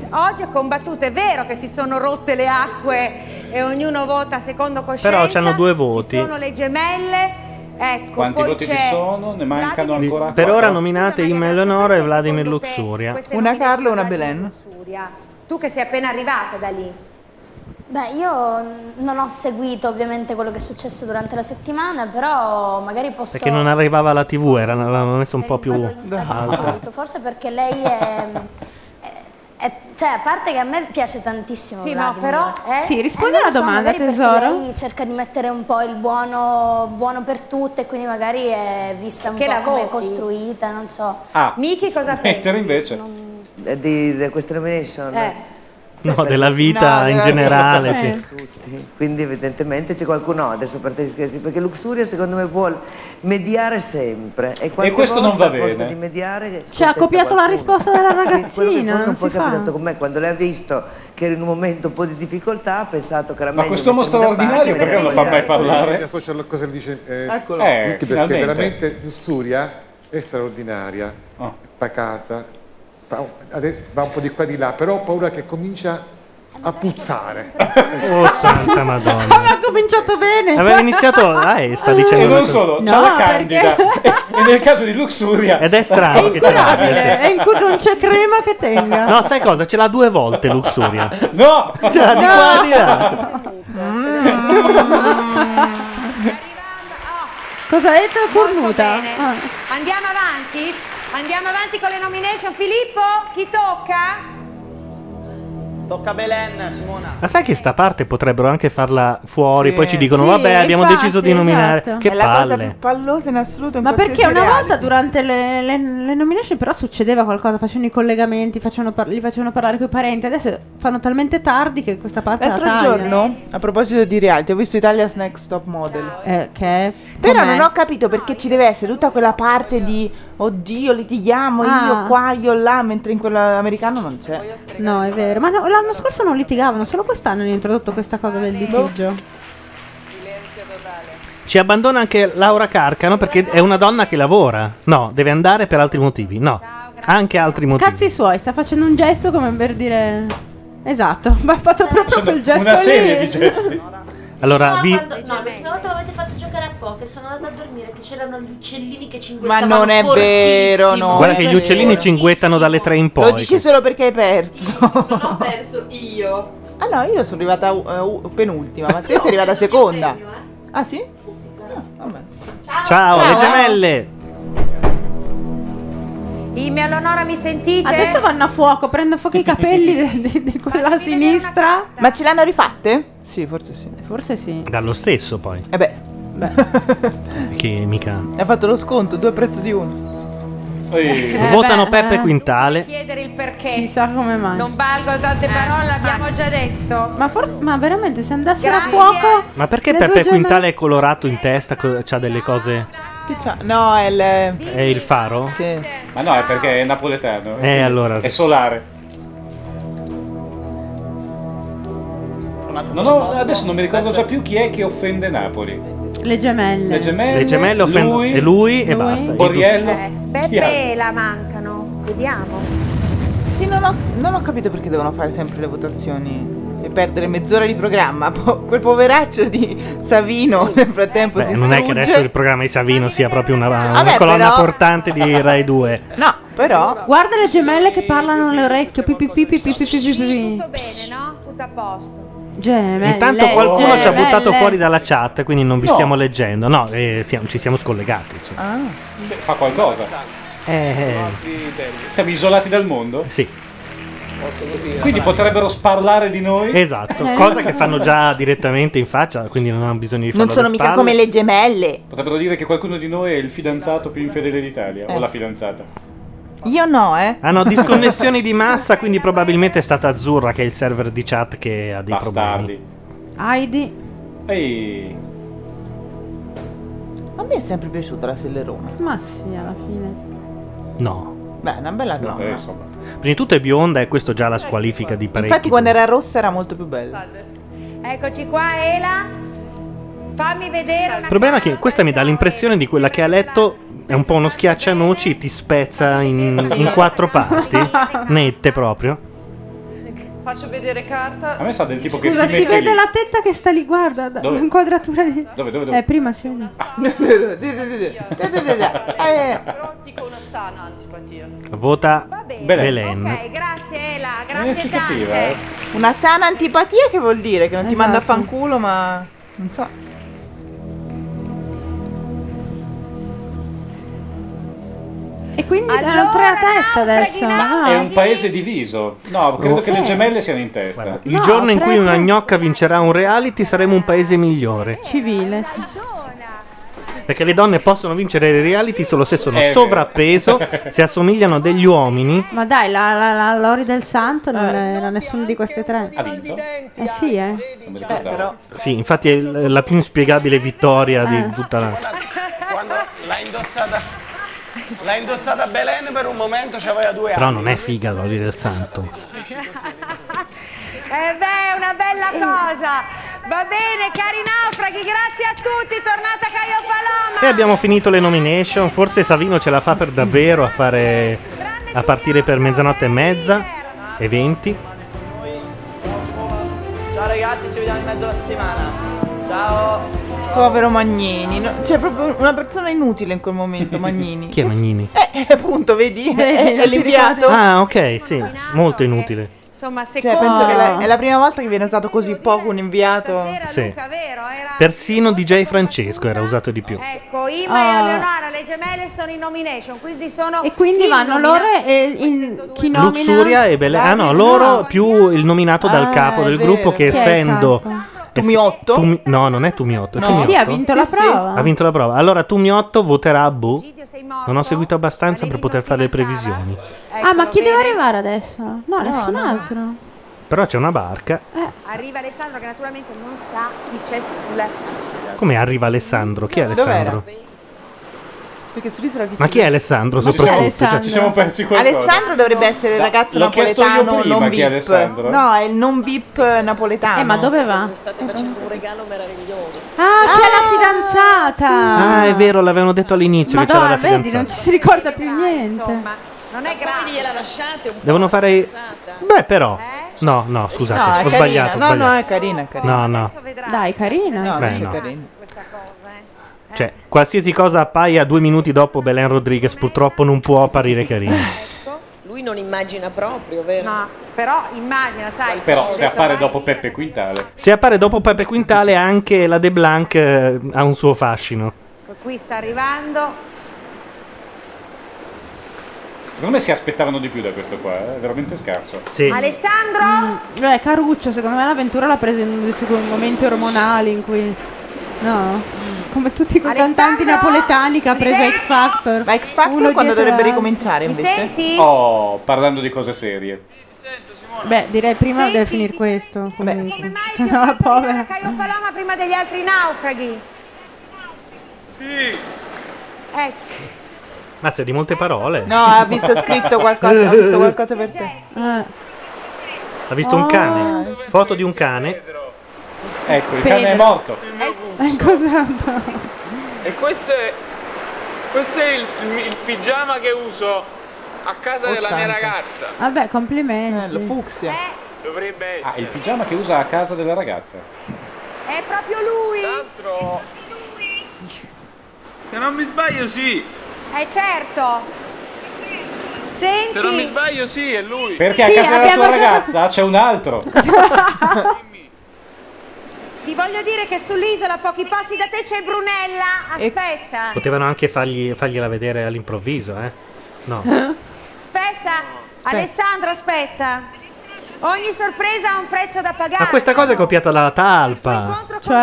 S9: oggi è combattuto. È vero che si sono rotte le acque e ognuno vota secondo coscienza.
S1: Però c'hanno due
S9: Ci
S1: voti.
S9: sono le gemelle. Ecco,
S14: Quanti
S9: poi
S14: voti ci
S9: c'è-
S14: sono? Ne mancano ancora
S1: Per ora
S14: quattro.
S1: nominate Imme Eleonora e Vladimir Luxuria.
S11: Una Carlo e una Belen.
S9: Giulia, Tu che sei appena arrivata da lì.
S20: Beh, io non ho seguito ovviamente quello che è successo durante la settimana, però magari posso... Ecco,
S1: Perché non arrivava alla TV, era, l'avevano messo un
S14: Eh,
S1: po' più
S9: Ah,
S1: alta.
S20: Forse perché lei è... è- è- cioè, a parte che a me piace tantissimo
S9: Sì, ma
S20: Vladimir.
S9: però, eh? Sì, rispondi
S20: non lo
S9: alla domanda,
S20: magari perché
S9: tesoro.
S20: Lei cerca di mettere un po' il buono, buono per tutte, quindi magari è vista un
S9: Che la
S20: po' come
S9: voti?
S20: è costruita, non so.
S14: Ah.
S9: Miki cosa
S14: Mentre invece.
S18: Eh, Di, di questa nomination?
S1: Eh. No, della vita in generale, sì.
S3: Eh.
S18: Tutti. Quindi evidentemente c'è qualcuno adesso per te gli scherzi, perché Luxuria secondo me vuole mediare sempre. E, qualche
S14: questo non
S18: volta,
S14: va bene.
S18: forse di mediare, che
S3: Cioè, ha
S18: scontenta
S3: copiato la
S18: qualcuno.
S3: risposta della
S18: Quindi quello che in
S3: ragazzina.
S18: fondo
S3: non
S18: poi è
S3: si fa.
S18: capitato con me quando lei ha visto che era in un momento un po' di difficoltà ha pensato che era meglio
S14: quest'uomo
S18: mettermi da
S14: straordinario
S18: parte,
S14: perché non lo fa mai
S18: mettermi da-
S14: parlare?
S10: mia social cosa le dice? eh,
S18: Eccolo.
S10: tutti,
S18: Eh,
S10: perché
S18: finalmente.
S10: veramente Lusturia è straordinaria,
S14: Oh.
S10: pacata, fa- adesso va un po' di qua e di là, però ho paura che comincia a puzzare.
S1: Oh, santa madonna.
S3: Ma ha cominciato bene.
S1: Aveva iniziato Cioè, a E, sta dicendo.
S14: E non
S1: una cosa-
S14: solo, c'ha la candida. E nel caso di Luxuria.
S1: Ed è strano che ce l'abbia. sì.
S3: Incurabile, E in cui non c'è crema che tenga.
S1: No, sai cosa? Ce l'ha due volte Luxuria.
S14: No!
S1: Ce l'ha di qua e di là.
S11: Mm.
S3: Cosa hai detto? Cornuta? Ah.
S9: Andiamo avanti? Andiamo avanti con le nomination. Filippo, chi tocca?
S22: Tocca a Belen, Simona.
S1: Ma sai che sta parte potrebbero anche farla fuori, poi ci dicono
S3: Sì,
S1: vabbè abbiamo
S3: infatti,
S1: deciso di nominare.
S3: esatto.
S1: Che
S3: È la cosa
S1: palle.
S11: Pallosa in assoluto. in
S3: Ma perché
S11: qualsiasi
S3: una
S11: reality.
S3: volta durante le, le- le nomination però succedeva qualcosa, facevano i collegamenti, facevano par- li facevano parlare con i parenti, adesso fanno talmente tardi che questa parte la
S11: L'altro
S3: tagliano.
S11: giorno, a proposito di reality, ho visto Italia's Next Top Model.
S3: Eh, che
S11: Però
S3: com'è?
S11: non ho capito perché ci deve essere tutta quella parte di oddio, litighiamo
S3: Ah.
S11: io qua, io là, mentre in quello americano non c'è.
S3: No, è vero. Ma no, l'anno scorso non litigavano, solo quest'anno hanno introdotto questa cosa
S1: Boh.
S3: del litigio.
S1: Ci abbandona anche Laura Carcano perché è una donna che lavora. No, deve andare per altri motivi. No, anche altri motivi.
S3: Cazzi suoi, sta facendo un gesto come per dire... Esatto, ma ha fatto proprio quel gesto
S1: Cioè, una serie
S3: lì.
S1: di gesti. Allora,
S6: No,
S1: vi...
S6: quando- no, l'ultima volta l'avete fatto giocare a poker, sono andata a dormire che c'erano gli uccellini che
S11: Ma
S6: cinguettavano
S11: non è
S6: fortissimo.
S11: vero, no.
S1: guarda che gli uccellini cinguettano dalle tre in
S11: Lo
S1: poi.
S11: dici solo perché hai perso.
S6: Ho perso io.
S11: Ah no, io sono arrivata eh, u- penultima, ma te sei arrivata seconda. Ah sì?
S1: Ciao,
S9: Ciao,
S1: le
S9: eh.
S1: gemelle.
S9: Imme Eleonora, mi sentite?
S3: Adesso vanno a fuoco, prendo a fuoco i capelli di, di- di quella a sinistra.
S11: Ma ce l'hanno rifatte? Sì, forse sì.
S3: Forse sì.
S1: Dallo stesso poi.
S11: Eh beh.
S1: Che mica.
S11: Ha fatto lo sconto, due prezzo di uno.
S9: Eh,
S1: Votano
S9: beh,
S1: Peppe
S9: eh.
S1: Quintale.
S9: Chiedere il perché.
S3: Chissà come mai.
S9: Non valgo
S11: Eh,
S9: tante parole, abbiamo già detto.
S3: Ma forse, ma veramente se andassero a
S9: Grazie.
S3: fuoco...
S1: Ma perché
S3: Le due
S1: Peppe
S3: gemelle-
S1: Quintale è colorato in testa? co- C'ha delle cose.
S11: Che c'ha? No, è il...
S1: È il faro?
S11: Sì.
S14: Ma no, è perché è napoletano.
S1: Eh, allora
S14: È solare. Non ho- adesso non mi ricordo già più chi è che offende Napoli.
S3: Le gemelle.
S14: Le gemelle,
S1: Le gemelle offendono.
S14: lui,
S1: e lui e basta.
S14: Borriello.
S9: Beppe e la mancano. Vediamo.
S11: Sì, non ho, non ho capito perché devono fare sempre le votazioni e perdere mezz'ora di programma. Po- quel poveraccio di Savino nel frattempo
S1: Beh,
S11: si
S1: non è che adesso il
S11: strugge.
S1: programma di Savino sia proprio una, una
S11: Vabbè,
S1: colonna
S11: però-
S1: portante di Rai 2.
S11: No, però...
S3: Guarda le gemelle che parlano all'orecchio. Pi, pi, pi, pi, pi, pi, pi, pi, pi.
S9: Tutto bene, no? Tutto a posto.
S3: Gemelle.
S1: Intanto qualcuno ci ha buttato
S3: gemelle.
S1: fuori dalla chat, quindi non vi
S3: No.
S1: stiamo leggendo. No, eh, siamo- ci siamo scollegati. cioè.
S14: Beh, fa qualcosa.
S1: Eh,
S11: eh.
S14: Siamo isolati dal mondo?
S1: Sì.
S14: Quindi potrebbero sparlare di noi.
S9: Eh.
S1: Esatto, cosa che fanno già direttamente in faccia, quindi non hanno bisogno di farlo
S11: Non sono
S1: alle
S11: mica
S1: spalle.
S11: come le gemelle.
S14: Potrebbero dire che qualcuno di noi è il fidanzato più infedele d'Italia,
S9: Eh.
S14: o la fidanzata.
S11: Io no, eh.
S1: Ah no, disconnessioni di massa, quindi probabilmente è stata Azzurra che è il server di chat che ha dei
S3: Heidi.
S14: Ehi.
S11: A me è sempre piaciuta la Sellerona.
S3: Ma sì, alla fine.
S1: problemi. No.
S11: Beh, è una bella donna.
S1: Prima di tutto è bionda e questo già la squalifica di parecchio.
S11: Infatti quando era rossa era molto più bella.
S9: Eccoci qua, Ela. Fammi vedere
S1: Il
S9: una
S1: problema è che questa mi dà l'impressione di quella che ha letto è un po' uno schiaccianoci, ti spezza in, in quattro parti, nette proprio.
S2: Faccio vedere carta.
S14: A me sa del tipo che si
S3: Scusa,
S14: mette
S3: si, vede
S14: lì.
S3: la tetta che sta lì, guarda, da-
S14: Dove?
S3: l'inquadratura di...
S14: Dove, dove, dove?
S3: Eh, prima si vede. Eh.
S2: Però dico una sana antipatia.
S1: Vota Belen.
S9: grazie
S14: Eh,
S9: Ela,
S3: Eh,
S11: Non
S9: grazie tante.
S11: Una sana antipatia che vuol dire? Che non ti manda a
S1: Esatto.
S11: fanculo, ma. Non so.
S3: E quindi erano tre a testa adesso.
S9: Ah,
S14: È un paese diviso. No, credo
S1: Oh.
S14: che le gemelle siano in testa.
S1: Il giorno in cui una gnocca vincerà un reality saremo un paese migliore.
S3: Civile. sì.
S1: Perché le donne possono vincere i reality solo se sono
S14: È Eh, vero.
S1: sovrappeso, se assomigliano a degli uomini.
S3: Ma dai, la, la- la Lori del Santo non era nessuno di queste tre.
S14: Ha vinto?
S3: Eh sì, eh.
S1: Sì, infatti è l- la più inspiegabile vittoria
S3: Eh.
S1: di tutta la.
S8: Quando l'ha indossata, l'ha indossata Belen per un momento, c'aveva due
S1: Però
S8: anni.
S1: non è figa Lori del Santo.
S9: Eh beh, è una bella cosa. Va bene, cari naufraghi, grazie a tutti. Tornata Caio Paloma.
S1: E abbiamo finito le nomination. Forse Savino ce la fa per davvero a fare. a partire per mezzanotte e mezza e venti.
S17: Ciao ragazzi, ci vediamo in mezzo alla settimana. Ciao.
S11: Povero Magnini. no? C'è proprio una persona inutile in quel momento, Magnini.
S1: Chi è Magnini?
S11: Eh, appunto, vedi? Eh, È, è
S9: non ti
S11: l'inviato.
S1: Ah, ok, sì, molto inutile.
S9: Insomma, se
S11: Cioè, penso che la- è la prima volta che viene usato così poco un inviato.
S1: Sì. Persino DJ Francesco era usato di più.
S9: Ecco, Ima
S3: Ah.
S9: e Leonora, le gemelle sono in nomination, quindi sono
S3: E quindi
S9: in
S3: vanno
S9: nomina-
S3: loro e in- chi nomina?
S1: Luxuria e Belen. Ah no, loro più il nominato dal
S3: Ah,
S1: capo
S3: è
S1: del
S3: vero.
S1: gruppo che
S3: Chi è il
S1: essendo...
S3: capo?
S1: Tumiotto? no, non è Tumiotto. è
S3: No. Sì, ha
S1: Tumiotto.
S3: vinto la Sì, sì. prova.
S1: Ha vinto la prova. Allora Tumiotto voterà Boh. Non ho seguito abbastanza per poter fare le previsioni.
S3: Ah, ma chi deve arrivare adesso? No, nessun
S9: no, no.
S3: altro.
S1: Però c'è una barca.
S9: Eh. Arriva Alessandro che naturalmente non sa chi c'è sulla
S1: Come arriva Alessandro? Chi è
S11: Dov'era?
S1: Alessandro?
S11: Perché sull'isola vicina-
S1: Ma chi è Alessandro
S11: Non ci
S1: soprattutto?
S11: siamo-
S1: Cioè-
S14: ci siamo persi qualcosa.
S11: Alessandro dovrebbe essere il
S14: No,
S11: ragazzo
S14: l'ho chiesto io
S11: napoletano
S14: prima
S11: non
S14: chi è
S11: bip.
S14: Alessandro.
S11: No, è il non bip napoletano.
S3: Eh, ma dove va?
S21: State facendo un regalo meraviglioso.
S3: Ah, c'è la fidanzata!
S1: Ah, è vero, l'avevano detto all'inizio che c'era
S3: Madonna,
S1: la
S3: vedi,
S1: fidanzata.
S3: non ci si ricorda più niente.
S9: Non è grave.
S21: gliela lasciate un po'.
S1: Devono fare... Beh, però... No, no,
S11: Eh? No, è
S1: scusate, ho
S11: carina.
S1: sbagliato. ho
S11: No, no,
S1: sbagliato.
S11: è carina, è carina.
S1: No, no.
S3: Dai, carina.
S11: No,
S1: Beh,
S11: invece
S1: no.
S11: è carina.
S21: eh.
S1: Cioè, qualsiasi cosa appaia due minuti dopo Belen Rodriguez purtroppo non può apparire carina.
S21: Lui non immagina proprio, vero?
S9: No, però immagina, sai.
S14: Però se appare dopo Peppe Quintale.
S1: Se appare dopo Pepe Quintale anche la De Blanc eh, ha un suo fascino.
S9: Ecco, Qui sta arrivando.
S14: Secondo me si aspettavano di più da questo qua, eh, è veramente scarso.
S9: Alessandro?
S3: Beh, Mm, eh, Caruccio, secondo me l'avventura l'ha presa in uno dei suoi momenti ormonali in cui... No? Come tutti quei cantanti napoletani che ha preso X Factor. Ma
S11: X Factor quando dovrebbe ricominciare invece?
S14: Oh, parlando di cose serie.
S3: Beh, direi prima deve finire questo. Comunque. Se no, la povera.
S9: Caio Paloma prima degli altri naufraghi. Sì. Ecco.
S1: Ma sei di molte parole.
S11: No, ha visto scritto qualcosa, ha visto qualcosa per te.
S1: Ha visto un
S11: Ah,
S1: cane. Foto di un cane.
S14: Ecco,
S1: il
S14: cane è morto.
S3: Eh, esatto.
S19: E questo è, questo è il, il pigiama che uso a casa
S3: Oh,
S19: della mia
S3: santa.
S19: ragazza.
S3: Vabbè, complimenti.
S1: Eh,
S19: lo
S11: fucsia.
S21: Eh,
S19: Dovrebbe essere.
S14: Ah, il pigiama che usa a casa della ragazza.
S19: È proprio lui! Se non mi sbaglio sì!
S9: Eh certo. Senti.
S19: Se non mi sbaglio sì, è lui!
S14: Perché a casa della tua ragazza c'è un altro.
S9: Ti voglio dire che sull'isola a pochi passi da te c'è Brunella. Aspetta.
S1: Potevano anche fargli, fargliela vedere all'improvviso, eh? No.
S9: Aspetta. Alessandro, aspetta. Ogni sorpresa ha un prezzo da pagare.
S1: Ma questa cosa è copiata dalla talpa.
S9: Cioè?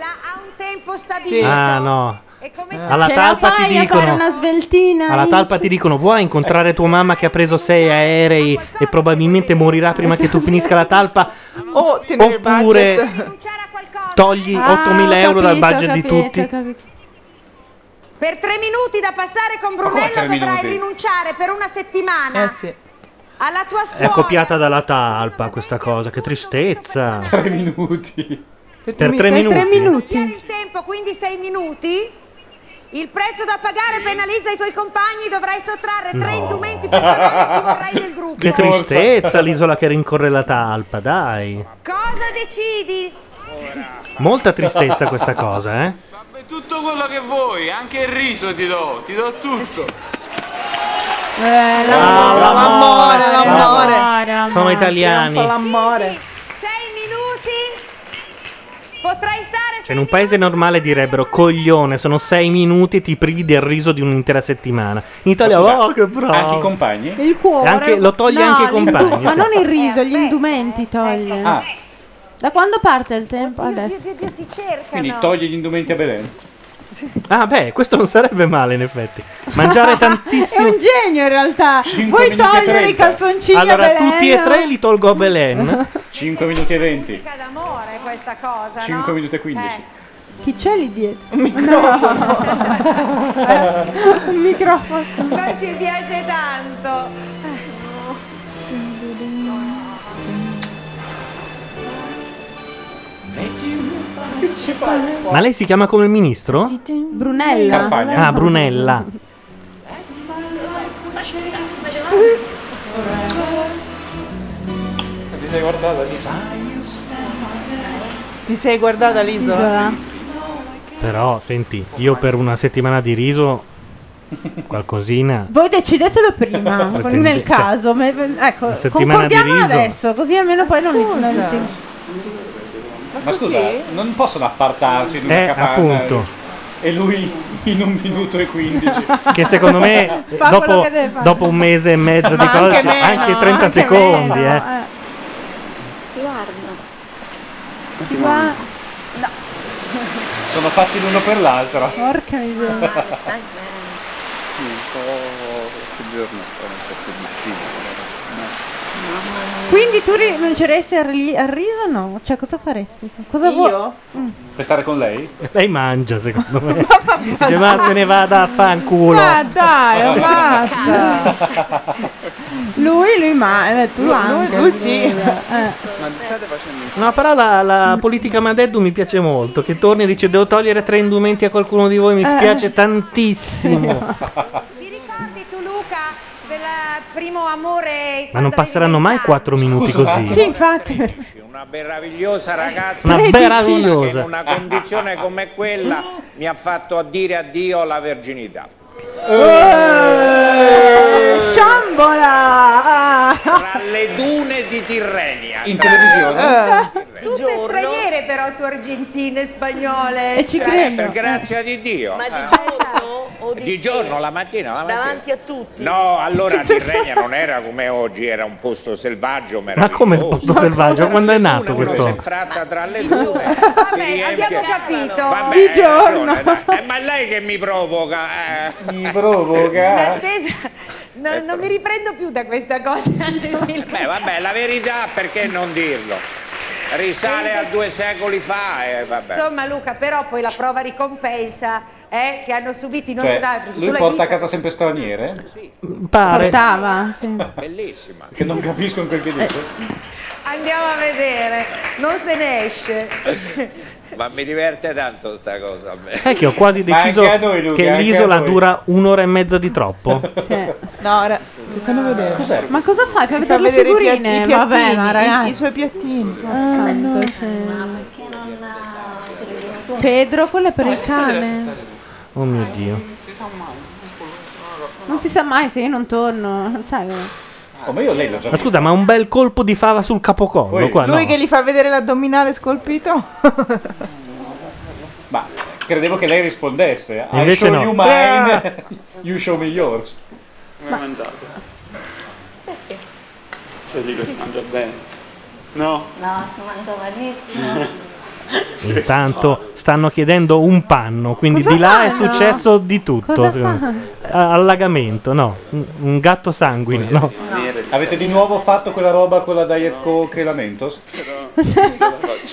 S9: ha un tempo stabilito.
S1: Ah no.
S9: E come se-
S1: Alla
S9: Ce la
S1: talpa
S9: fai
S1: ti
S9: a
S1: dicono.
S9: fare una
S3: sveltina.
S1: Alla talpa ti dicono vuoi incontrare tua mamma che ha preso sei aerei e probabilmente morirà prima che tu finisca la talpa
S11: O tenere il
S1: oppure
S11: budget.
S1: togli
S9: Ah,
S1: 8000 euro dal
S9: capito,
S1: budget di
S9: capito,
S1: tutti.
S9: Per tre minuti da passare con Brunello
S1: tre
S9: dovrai
S1: minuti?
S9: rinunciare per una settimana. Alla tua
S1: Eh, È
S9: scuola.
S1: copiata dalla talpa questa cosa, che tristezza. Tre minuti. Per
S3: mi-
S1: tre
S3: per tre
S1: minuti.
S9: Il tempo, quindi sei minuti. Il prezzo da pagare penalizza i tuoi compagni, dovrai sottrarre tre indumenti personali che vorrai del gruppo.
S1: Che tristezza l'isola che rincorre la talpa, dai.
S9: Cosa decidi?
S1: Molta tristezza questa cosa, eh.
S8: Vabbè, tutto quello che vuoi, anche il riso ti do, ti do tutto.
S3: Eh,
S1: l'amore,
S3: l'amore,
S1: l'amore,
S3: l'amore,
S1: l'amore.
S3: l'amore.
S1: Sono italiani.
S3: Un po' l'amore.
S9: Potrai stare
S1: Cioè, in un paese normale direbbero coglione, sono sei minuti e ti privi del riso di un'intera settimana. In Italia,
S14: Ma scusa,
S1: oh, che bravo.
S14: anche i compagni?
S3: Il cuore.
S1: E anche- lo toglie anche i
S3: l'indu-
S1: compagni,
S3: Ma
S1: sì.
S3: non il riso, gli indumenti toglie.
S14: Ah.
S3: Da quando parte il tempo? Adesso.
S9: si cerca.
S14: Quindi togli gli indumenti a Belen.
S1: Ah, beh, questo non sarebbe male, in effetti. Mangiare
S3: È
S1: tantissimo.
S3: un genio in realtà.
S14: Cinque
S3: Vuoi
S14: minuti e
S3: togliere i
S14: trenta.
S3: calzoncini a
S1: Allora,
S3: Belen?
S1: tutti e tre li tolgo a Belen.
S14: 5 minuti e 20.
S9: d'amore questa cosa,
S14: 5 minuti e 15.
S3: Chi c'è lì dietro? Un microfono. Un microfono.
S9: Non ci piace tanto.
S1: Ma lei si chiama come il ministro?
S3: Brunella.
S1: Ah, Brunella.
S14: Ti sei guardata
S11: Ti sei guardata l'isola?
S1: Però, senti, io per una settimana di riso, qualcosina.
S3: Voi decidetelo prima,
S1: Pretende-
S3: nel
S1: cioè,
S3: caso. me- ecco,
S1: una settimana di
S3: concordiamo
S1: riso.
S3: adesso, così almeno poi non li non
S11: Scusa.
S3: si-
S9: Eh.
S14: Ma scusa, non possono appartarsi in una
S1: Eh,
S14: capanna.
S1: appunto.
S14: E lui in un minuto e 15.
S1: Che secondo me,
S14: Fa quello
S1: dopo,
S14: che deve fare.
S1: dopo un mese e mezzo
S14: Ma
S1: di cose,
S14: anche
S1: cioè,
S14: meno,
S1: anche 30
S14: anche
S1: secondi,
S14: meno,
S1: eh.
S31: Guarda.
S14: Sono fatti l'uno per l'altro.
S3: Porca miseria. Quindi tu rinunceresti al, ri- al riso o no? Cioè, cosa faresti? Cosa vuoi?
S14: Per stare con lei?
S1: Lei mangia, secondo me. Dice, ma se ne vada a fanculo.
S3: Ma Ah, dai, ammazza. Lui, lui, ma eh, tu
S11: Lui-
S3: anche.
S11: lui sì.
S3: Eh.
S20: Ma state facendo
S1: No, però la, la politica Madeddu mi piace molto. Che torna e dice: Devo togliere tre indumenti a qualcuno di voi. Mi
S3: Eh.
S1: spiace tantissimo.
S9: Ricordi tu Luca del primo amore
S1: Ma non passeranno mai quattro minuti così.
S3: Sì, infatti.
S19: Una meravigliosa ragazza.
S1: Una
S19: che in
S1: meravigliosa.
S19: una condizione come quella mi ha fatto dire addio alla verginità.
S3: Eh,
S1: Eh.
S3: Sciambola! Ah.
S19: Tra le dune di Tirrenia.
S14: In
S19: Tra-
S3: Eh.
S14: televisione?
S9: Tu sei straniere però tu argentine spagnole. Cioè,
S19: Eh, Per grazia di Dio. Ma di giorno?
S9: di
S19: di, giorno, la mattina, la mattina.
S9: Davanti a tutti.
S19: No, allora Tirrenia non era come oggi, era un posto selvaggio
S1: Ma
S19: meraviglioso.
S1: come il posto selvaggio? Quando è nato
S19: Uno si
S1: questo?
S19: infratta Cioè, tra le dune. si riempie.
S9: capito.
S19: Vabbè,
S9: Di
S19: hai
S9: giorno.
S19: ragione, dai. Eh, ma lei che mi provoca. eh.
S14: Mi provoca.
S9: L'attesa- no- non mi riprendo più da questa cosa.
S19: Beh, vabbè, la verità perché non dirlo? Risale a due secoli fa, eh, vabbè.
S9: Insomma Luca, però poi la prova ricompensa eh, che hanno subito i nostri
S14: Cioè,
S9: altri.
S14: lui porta a casa sempre straniere?
S1: Pare.
S3: Portava, sì.
S19: Bellissima.
S14: Che non capiscono quel che dice.
S3: Eh.
S9: Andiamo a vedere, non se ne esce.
S19: Ma mi diverte tanto sta cosa a me.
S1: Sai che ho quasi
S19: Ma
S1: deciso
S19: anche a noi, Luca,
S1: che
S19: anche a
S1: l'isola
S19: noi.
S1: dura un'ora e mezza di troppo.
S11: No, ora. Fanno vedere.
S14: Cos'è?
S3: Ma cosa fai? Fai
S11: Fa
S3: vedere le
S11: vedere i
S3: figurine?
S11: piatti- i
S3: Vabbè,
S11: piattini,
S3: ma
S11: i-
S3: ragazzi.
S11: i suoi piattini.
S3: Ah, no, cioè. Pedro, quello è per il cane.
S1: Oh mio dio.
S8: Si sa mai.
S3: Non si sa mai se io non torno, sai.
S14: Oh, ma io lei l'ho già
S1: Ma scusa, ma un bel colpo di fava sul capocollo.
S14: Poi,
S1: Qua,
S11: Lui
S1: no.
S11: che gli fa vedere l'addominale scolpito?
S14: Ma credevo che lei rispondesse. I
S1: Invece
S14: show
S1: no.
S14: you mine, you show me yours.
S8: Come hai mangiato? Perché? Così che si mangia bene. No.
S7: No, si mangia malissimo.
S1: Intanto stanno chiedendo un panno, quindi
S7: Cosa
S1: di là è
S7: fanno?
S1: successo di tutto.
S7: Cosa
S1: secondo
S7: fanno?
S1: me. A- Allagamento, no, un- un gatto sanguine, no.
S14: Avete di nuovo fatto quella roba con la Diet Coke e la Mentos?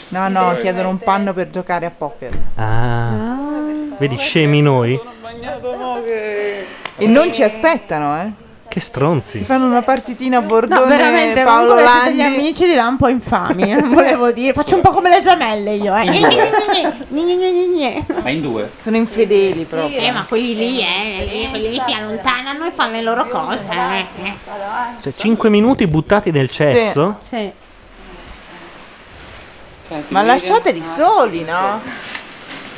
S11: No, no, chiedono un panno per giocare a poker.
S1: Ah. Vedi, scemi noi?
S11: E non ci aspettano, eh.
S1: Che stronzi.
S11: Ti fanno una partitina a Bordone
S3: No, veramente,
S11: Paolo
S3: comunque avete degli
S11: Landi.
S3: amici di là un po' infami, eh,
S11: Sì.
S3: volevo dire. Faccio un po' come le gemelle io, eh.
S14: Ma in due.
S11: Sono infedeli proprio.
S5: Eh, ma quelli lì, eh, lì, quelli lì si allontanano e fanno le loro cose. eh, eh.
S1: Cioè, 5 minuti buttati nel cesso?
S3: Sì.
S11: Ma lasciateli soli, no?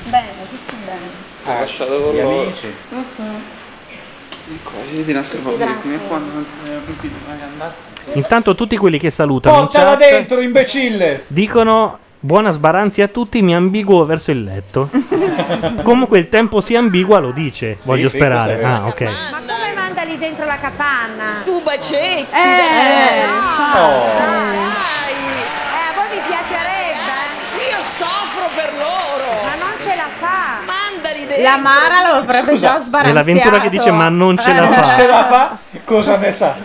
S7: Bene, tutto bene.
S19: Ho lasciato con
S14: gli
S19: loro.
S14: amici.
S3: Mhm.
S19: Ecco, siete i nostri poveri, come quando non sapevano tutti mai andare.
S1: Intanto tutti quelli che salutano in
S14: Portala
S1: chat
S14: dentro, imbecille!
S1: dicono buona sbaranzi a tutti, mi ambiguo verso il letto. Comunque il tempo si ambigua lo dice, voglio
S14: sì,
S1: sperare.
S14: questo è vero.
S1: Ah, ok.
S9: Ma come manda lì dentro la capanna?
S21: Tu bacetti
S9: eh,
S21: adesso.
S9: no,
S21: Oh.
S9: dai. Eh, a voi vi piacerebbe?
S21: Io soffro per loro.
S9: Eh. Ma non ce la fa.
S21: Mandali
S3: La Mara lo avrebbe
S14: Scusa,
S3: già
S1: È
S3: sbarazzato.
S1: l'avventura che dice ma non ce la
S14: Non
S1: fa.
S14: ce la fa? Cosa ne sa?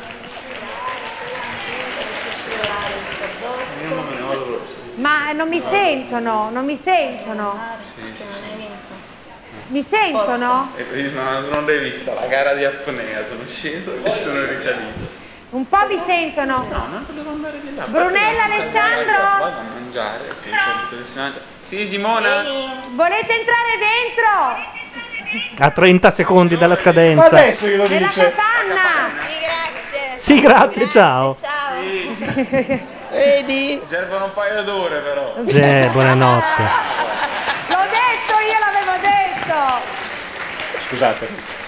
S9: Ma non mi sentono, non mi sentono. Mi sentono?
S19: E prima non l'hai vista la gara di apnea, sono sceso e sono risalito.
S9: Un po' mi sentono. No,
S19: non potevo andare di là.
S9: Brunella Alessandro,
S19: Vado a mangiare, perché c'è tutto che si mangia. Sì, Simona?
S9: volete entrare dentro?
S1: A 30 secondi dalla scadenza.
S14: adesso glielo
S9: Nella
S14: dice.
S9: capanna!
S1: Sì, grazie, ciao.
S19: Sì.
S21: Vedi?
S19: Servono un paio d'ore però.
S1: Eh, buonanotte.
S9: L'ho detto, io l'avevo detto!
S14: Scusate.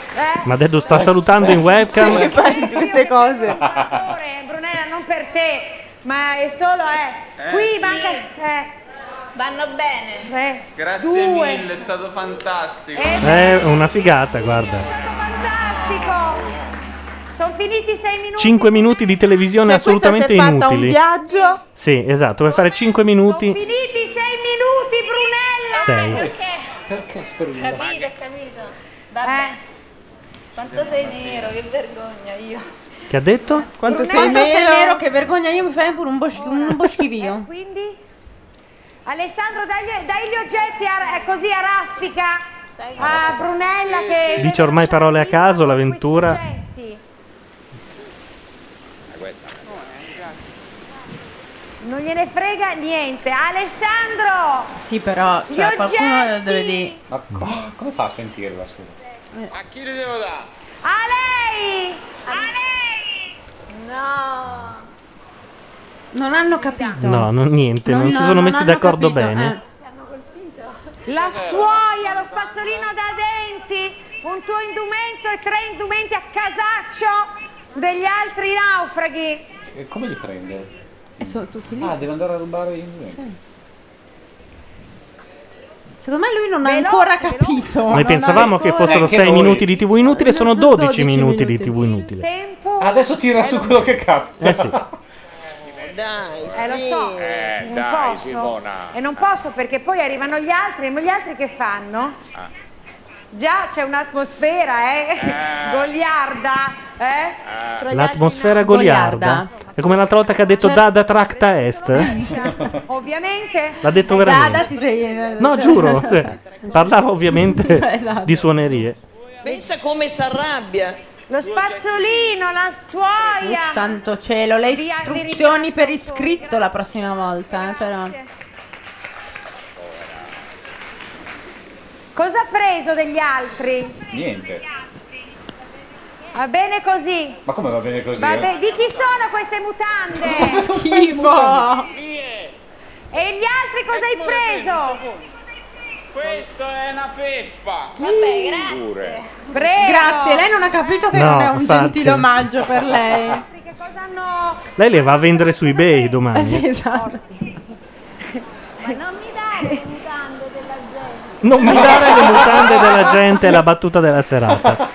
S1: Ma Deddo sta salutando in webcam.
S11: Sì, fai queste cose.
S9: Eh, Brunella, non per te, ma è solo, eh. Qui manca. eh. Vanno bene. Eh.
S19: Grazie
S9: Due.
S19: mille, è stato fantastico.
S3: Eh,
S1: È una figata, guarda.
S9: Sono finiti i sei minuti.
S1: 5 minuti di televisione
S9: Cioè, questa si
S1: assolutamente
S9: è fatta un
S1: inutili.
S9: viaggio?
S1: Sì, esatto, per fare 5 minuti.
S9: Finiti i sei minuti, Brunella!
S1: Sei.
S13: Perché
S1: Brunella?
S13: Capito,
S7: capito.
S9: Eh.
S7: Vabbè. Quanto sei nero, che vergogna io.
S1: Che ha detto?
S3: Quanto sei nero, che vergogna, io mi fai pure un, bosch- un boschivio.
S9: Quindi? Alessandro, dai, dai gli oggetti a- eh, così a raffica a Brunella che.
S1: Dice ormai parole a caso, l'avventura.
S9: Non gliene frega niente. Alessandro!
S3: Sì, però,
S9: Gli
S3: cioè, qualcuno
S9: oggetti!
S3: deve dire...
S14: Ma co- come fa a sentirla, scusa?
S3: eh.
S19: A chi le devo dare?
S9: A lei!
S7: No.
S3: Non hanno capito.
S1: No, non- niente, non si sono messi
S3: hanno eh.
S1: d'accordo
S9: Eh,
S1: bene.
S9: La stuoia, lo spazzolino da denti, un tuo indumento e tre indumenti a casaccio degli altri naufraghi.
S14: E Eh, come li prende?
S3: eh. E sono tutti lì.
S14: Ah, deve andare a rubare gli indumenti.
S3: Secondo me lui non ha ancora capito.
S1: Noi
S3: non
S1: pensavamo
S3: ha
S1: che
S3: ancora-
S1: fossero
S14: Neanche
S1: 6
S14: noi.
S1: minuti di TV inutile, sono 12 minuti di
S3: minuti.
S1: TV inutile.
S14: Adesso
S9: Eh,
S14: tira su quello che capita.
S1: Eh sì.
S21: Dai,
S9: Eh lo so,
S4: Eh,
S9: non
S4: dai,
S9: posso.
S4: Simona.
S9: E non posso perché poi arrivano gli altri, ma gli altri che fanno?
S4: Ah.
S9: Già c'è un'atmosfera, eh? Goliarda, eh? Tra gli
S1: L'atmosfera
S9: altri no.
S1: goliarda. È come l'altra volta che ha detto Dada Tracta Est.
S9: Ovviamente.
S1: L'ha detto veramente. No, giuro. cioè, sì. Parlava ovviamente di suonerie.
S21: Pensa come si arrabbia.
S9: Lo spazzolino, la
S3: Oh,
S9: stuoia.
S3: santo cielo, le
S9: Vi- vi
S3: istruzioni per iscritto la prossima volta, eh, però.
S9: Cosa ha preso degli altri?
S14: Niente.
S9: Va bene così.
S14: Ma come va bene così?
S9: Va
S14: eh?
S9: be- di chi sono queste mutande?
S3: Schifo.
S9: E gli altri cosa hai preso?
S19: Questo è una felpa.
S7: Vabbè, grazie.
S9: Prego.
S3: Grazie, lei non ha capito che
S1: No,
S3: non è un
S1: infatti.
S3: gentile omaggio per lei.
S1: Lei le va a vendere su eBay
S3: Eh, sì,
S1: domani.
S3: esatto.
S7: Ma non mi dai le mutande della gente.
S1: Non mi dare le mutande della gente è la battuta della serata.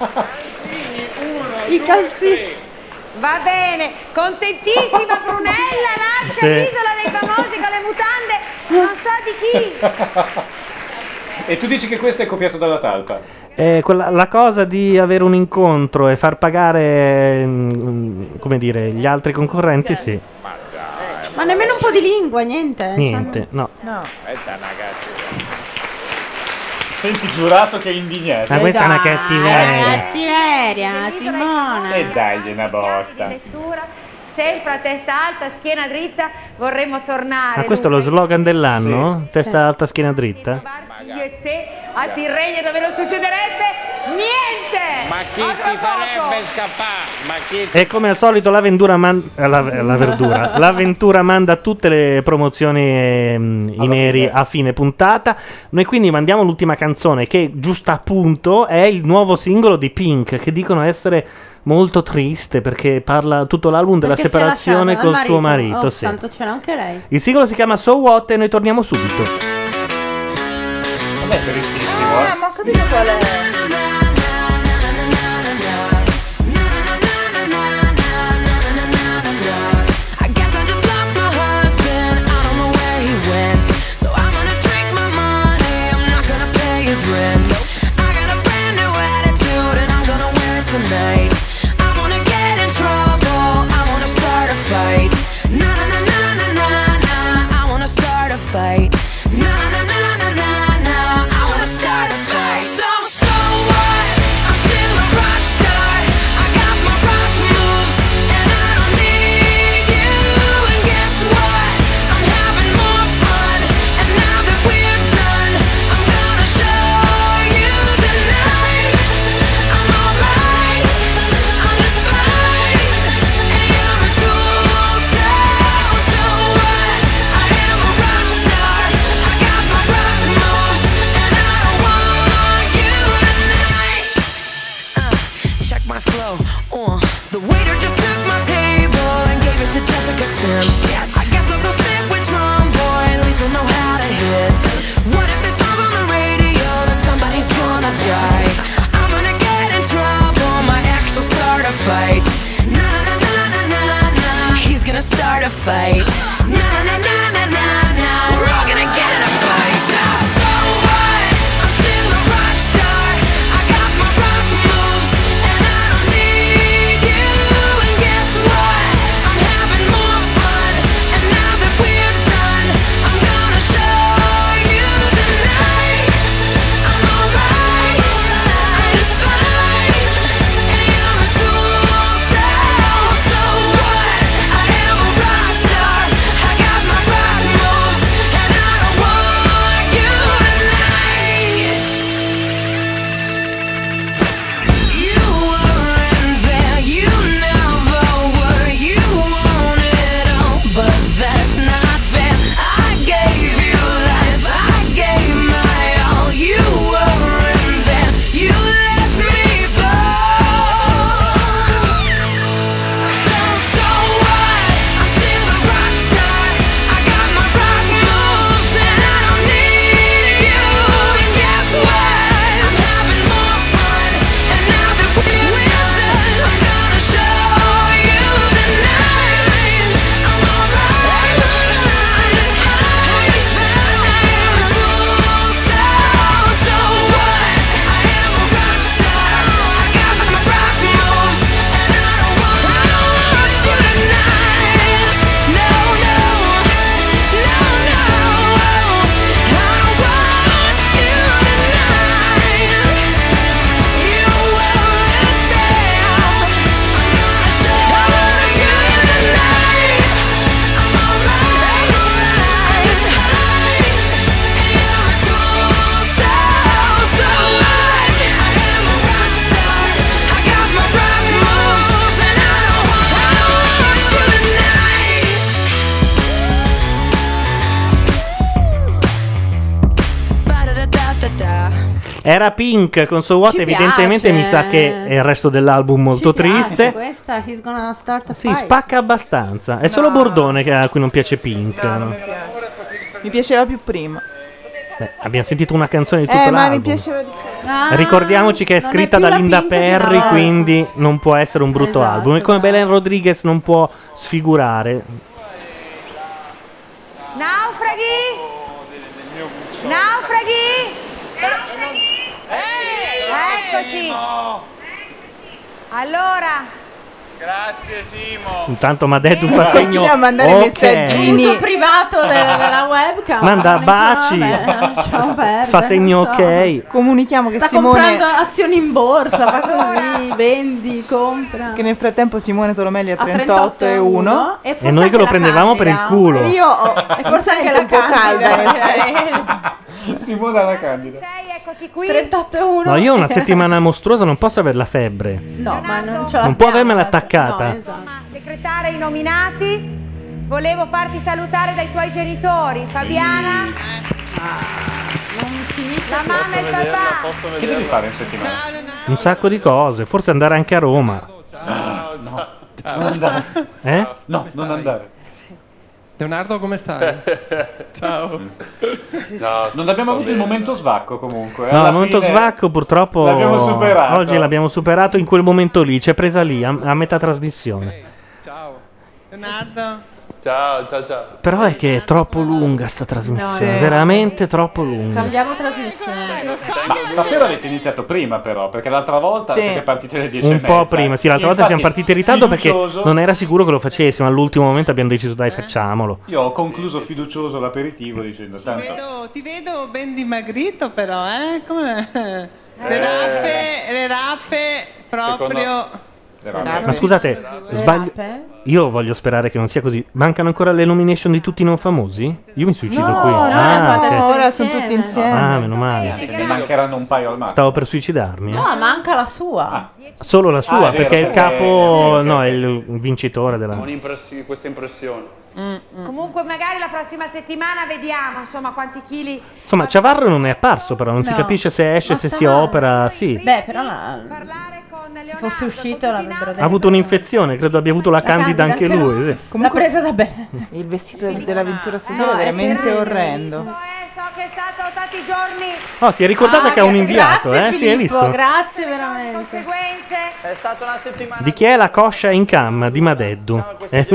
S3: I calzini.
S9: Va bene, contentissima Prunella lascia
S14: Sì.
S9: l'isola dei famosi con le mutande, non so di chi.
S14: e tu dici che questo è copiato dalla talpa?
S1: Eh, quella- la cosa di avere un incontro e far pagare mm, come dire, gli altri concorrenti, sì.
S7: Eh.
S3: Ma nemmeno un po' di lingua, niente. cioè,
S1: Niente, no.
S3: No.
S32: Questa è una cazzina.
S14: Senti, giurato che è indignato.
S1: Ma questa è una
S3: cattiveria.
S9: Eh,
S1: cattiveria.
S3: Cattiveria, Simona.
S14: E dagli una botta.
S9: Lettura, sempre a testa alta, schiena dritta, vorremmo tornare.
S1: Ma Ah, questo è lo
S9: Luca,
S1: slogan dell'anno? Testa
S9: Sì.
S1: alta, schiena dritta?
S9: io e te a Tirrenia dove non succederebbe niente.
S32: Ma chi ti farebbe scappare? Ma chi
S1: E come al solito la vendura man- eh, la, eh, la verdura. l'avventura manda tutte le promozioni ehm, i neri a fine puntata. Noi quindi mandiamo l'ultima canzone che giusto appunto è il nuovo singolo di Pink che dicono essere molto triste perché parla tutto l'album della
S3: Perché si è
S1: separazione
S3: lasciata
S1: col
S3: dal
S1: suo marito,
S3: Oh,
S1: sì.
S3: santo cielo, anche lei.
S1: Il singolo si chiama So What e noi torniamo subito.
S14: Vabbè, tristissimo. eh.
S9: ma ho capito qual è.
S20: I guess I just lost my husband. I don't know where he went. So I'm gonna drink my money. I'm not gonna pay his rent. I got a brand new attitude and I'm gonna wear it tonight. I wanna get in trouble. I wanna start a fight. Na na na na na na na. I wanna start a fight. Na na na na na na na. I wanna start a fight. So so what? I'm still a rock star. I got my rock moves and I don't need you. And guess what? I'm having more fun. And now that we're done, I'm gonna show you tonight. I'm alright. I'm just fine. And you're a tool. So so what? I am a rock star. I got my rock moves and I don't want you tonight. Check my flow. Uh, the waiter just took my table and gave it to Jessica Sims. I guess I'll go sit with Tromboy. At least I'll know how to hit. What if this song's on the radio? Then somebody's gonna die. I'm gonna get in trouble. My ex will start a fight. Na na na na na na. He's gonna start a fight. Na na na na na na. We're all gonna get in a fight. So, so what? I'm still a rock star. I got my rock moves, and I don't need you. And guess what? I'm having more fun, and now that we're done, I'm gonna show you tonight. I'm alright, I'm just fine, and you're a tool. So, so what? I am a rock star. I got my rock moves, and I don't want you tonight. You weren't there, you never were, you want it all, but that's not fair. I gave you life, I gave my all, you weren't there, you let me fall. So so what? I'm still a rock star. I got my rock moves and I don't need you. And guess what? I'm having more fun. And now that we're done, I'm gonna show you tonight. I'm alright. I'm just fine. I'm a fool. So so what? I am a rock star. I got my rock moves and I don't want I don't want you tonight. No no no no. I don't want you tonight. You weren't there. I wanna show you tonight. I'm alright. I'm just fine.
S1: Era Pink con So What,
S3: Ci
S1: evidentemente
S3: piace.
S1: mi sa che è il resto dell'album molto
S3: Ci piace
S1: triste.
S3: Questa, he's gonna start a
S1: Sì, spacca abbastanza. È solo Bordone che, a cui non piace Pink.
S11: Mi piaceva più prima.
S1: Beh, abbiamo sentito una canzone di tutto
S11: Eh, ma mi
S1: l'album.
S11: piaceva di più.
S3: Ah,
S1: Ricordiamoci che è
S3: non
S1: scritta
S3: più
S1: da
S3: la
S1: Linda
S3: Pink di
S1: Perry,
S3: Navarro.
S1: quindi non può essere un brutto
S3: Esatto,
S1: album. E come Belen Rodriguez non può sfigurare.
S9: Naufraghi? Naufraghi? Eccoci! Allora,
S19: Grazie Simo.
S1: Intanto Madeddu fa segno.
S11: Continua a mandare
S1: ok.
S3: L'uso privato de-
S1: Ah.
S3: della webcam.
S1: Manda
S3: Non
S1: baci.
S3: importa, vabbè, lasciamo perdere,
S1: Fa segno
S3: non so.
S1: ok.
S11: Comunichiamo che
S3: Sta
S11: Simone
S3: comprando azioni in borsa, fa così, vendi, compra.
S11: che nel frattempo Simone Tolomelli ha
S3: A
S11: 38, e 1,
S3: e
S1: E noi che lo prendevamo per il culo.
S11: E io ho-
S3: E forse
S11: mi sento
S3: anche la
S11: un po'
S3: candida,
S11: calda,
S14: eh. Simona la candida.
S9: eccoti qui.
S3: 38 e 1.
S1: No, io una settimana mostruosa non posso avere la febbre.
S3: No, ma non ce l'ho.
S1: Non può avermela attaccata.
S9: decretare i nominati. Volevo farti salutare dai tuoi genitori, Fabiana. La mamma e il papà.
S14: Che devi fare in settimana?
S1: Un sacco di cose. Forse andare anche a Roma.
S14: Non andare.
S1: Eh?
S14: No, non andare.
S10: Leonardo, come stai? Ciao.
S14: non abbiamo avuto il momento svacco comunque.
S1: No,
S14: Alla
S1: il momento
S14: fine-
S1: svacco purtroppo
S14: l'abbiamo superato.
S1: oggi l'abbiamo superato in quel momento lì, c'è presa lì a, a metà trasmissione.
S10: Ciao. Leonardo. Ciao, ciao, ciao.
S1: Però è che è troppo lunga sta trasmissione,
S3: No, no.
S1: veramente troppo lunga.
S3: Cambiamo trasmissione. Non so.
S14: Ma stasera avete iniziato prima però, perché l'altra volta
S3: Sì.
S14: siete partite alle 10
S1: Un po' prima, sì, l'altra volta siamo partiti in ritardo perché non era sicuro che lo facessimo, all'ultimo momento abbiamo deciso
S11: Eh.
S1: dai facciamolo.
S14: Io ho concluso fiducioso l'aperitivo dicendo tanto...
S10: Oh, ti vedo ben dimagrito però, eh? Come... Le rape, le rape proprio...
S1: Ma scusate, sbaglio...
S10: rape?
S1: Io voglio sperare che non sia così. Mancano ancora le nomination di tutti i non famosi? Io mi suicido
S11: No,
S1: qui.
S11: no,
S1: ah,
S11: fate
S1: ok.
S11: ora sono tutti insieme.
S1: Ah, meno male.
S14: Ne mancheranno un paio al massimo.
S1: Stavo per suicidarmi. eh.
S3: No, manca la sua.
S1: Solo la sua,
S14: Ah, è vero,
S1: perché il
S14: perché-
S1: capo,
S14: sì.
S1: no, è il vincitore della.
S10: questa impressione.
S9: Comunque magari la prossima settimana vediamo, insomma, quanti chili.
S1: Insomma, Ciavarro non è apparso, però non si
S3: No.
S1: capisce se esce,
S3: Ma
S1: se
S3: sta
S1: si
S3: male.
S1: opera. Sì.
S3: Beh, però la- se fosse uscito l'avrebbero detto.
S1: Ha avuto un'infezione, credo abbia avuto la, candida, anche, lui. sì.
S3: L'ha presa da bene.
S11: Il vestito del- dell'avventura
S9: No,
S11: stasera Eh, è
S9: è
S11: veramente
S9: terribile.
S11: orrendo.
S9: Eh, so che è stato tanti giorni.
S1: Oh, si è ricordata
S9: Ah,
S1: che ha un
S9: gra-
S1: inviato,
S9: grazie,
S1: eh? Si è
S9: Filippo,
S1: visto.
S9: Grazie veramente. Conseguenze. È stata una settimana.
S1: Di chi è la coscia in cam? Di Madeddu. Eh,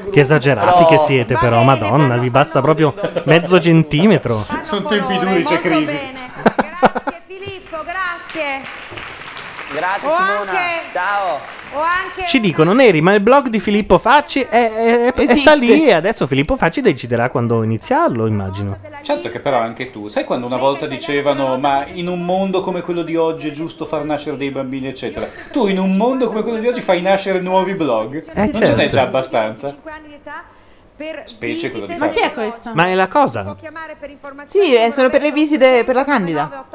S1: che esagerati che siete, però, madonna, vi basta proprio mezzo centimetro.
S14: Sono tempi duri, c'è crisi.
S9: Filippo, grazie.
S17: Grazie
S9: Ho
S17: Simona.
S9: anche-
S17: Ciao.
S9: Ho anche
S1: Ci dicono, Neri, ma il blog di Filippo Facci è, è- è- sta
S14: Esiste.
S1: lì e adesso Filippo Facci deciderà quando iniziarlo, immagino.
S14: Certo che però anche tu, sai quando una volta dicevano ma in un mondo come quello di oggi è giusto far nascere dei bambini eccetera, tu in un mondo come quello di oggi fai nascere nuovi blog, non ce n'è
S1: certo.
S14: già abbastanza? Specie quello di
S11: Ma chi
S14: Facci.
S11: è questo?
S1: Ma è la cosa?
S11: Sì, è solo per le visite per la candida.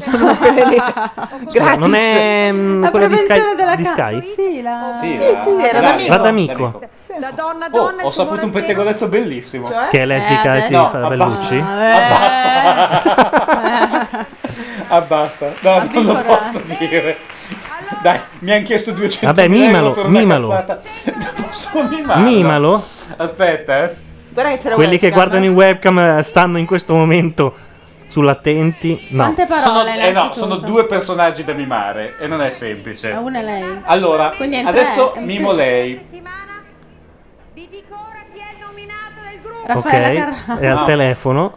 S11: Sono quelle- Gratis.
S1: Non è mm,
S11: La
S1: quella di Sky?
S11: prevenzione della
S1: di
S11: ca-
S1: Sky?
S3: Sì, la...
S11: Sì, sì, era
S1: D'Amico.
S11: d'amico.
S1: D'Amico.
S9: Da donna
S14: Oh, ho saputo un pettegolezzo bellissimo.
S11: Cioè?
S1: Che è lesbica
S14: Eh,
S1: e si
S14: adesso-
S1: fa
S14: No, Eh.
S1: Bellucci?
S3: Eh.
S14: Abbassa. Abbassa. No, non lo
S9: Abicola.
S14: posso dire. Dai, mi hanno chiesto 200
S1: Vabbè, mimalo,
S14: euro per una
S1: mimalo.
S14: cazzata. Posso mimarlo?
S1: Mimalo?
S14: Aspetta, eh.
S11: Guarda che c'era
S1: Quelli che
S11: webcam.
S1: guardano in webcam eh, stanno in questo momento sull'attenti. No.
S14: sono, eh no,
S3: innanzitutto?
S14: sono due personaggi da mimare e non è semplice.
S3: Ma Una è lei.
S14: Allora,
S3: Quindi è in tre,
S14: adesso
S3: è in
S14: mimo
S3: tre.
S14: lei.
S1: Ok,
S11: Raffaella Carrà.
S1: è al
S11: No.
S1: telefono.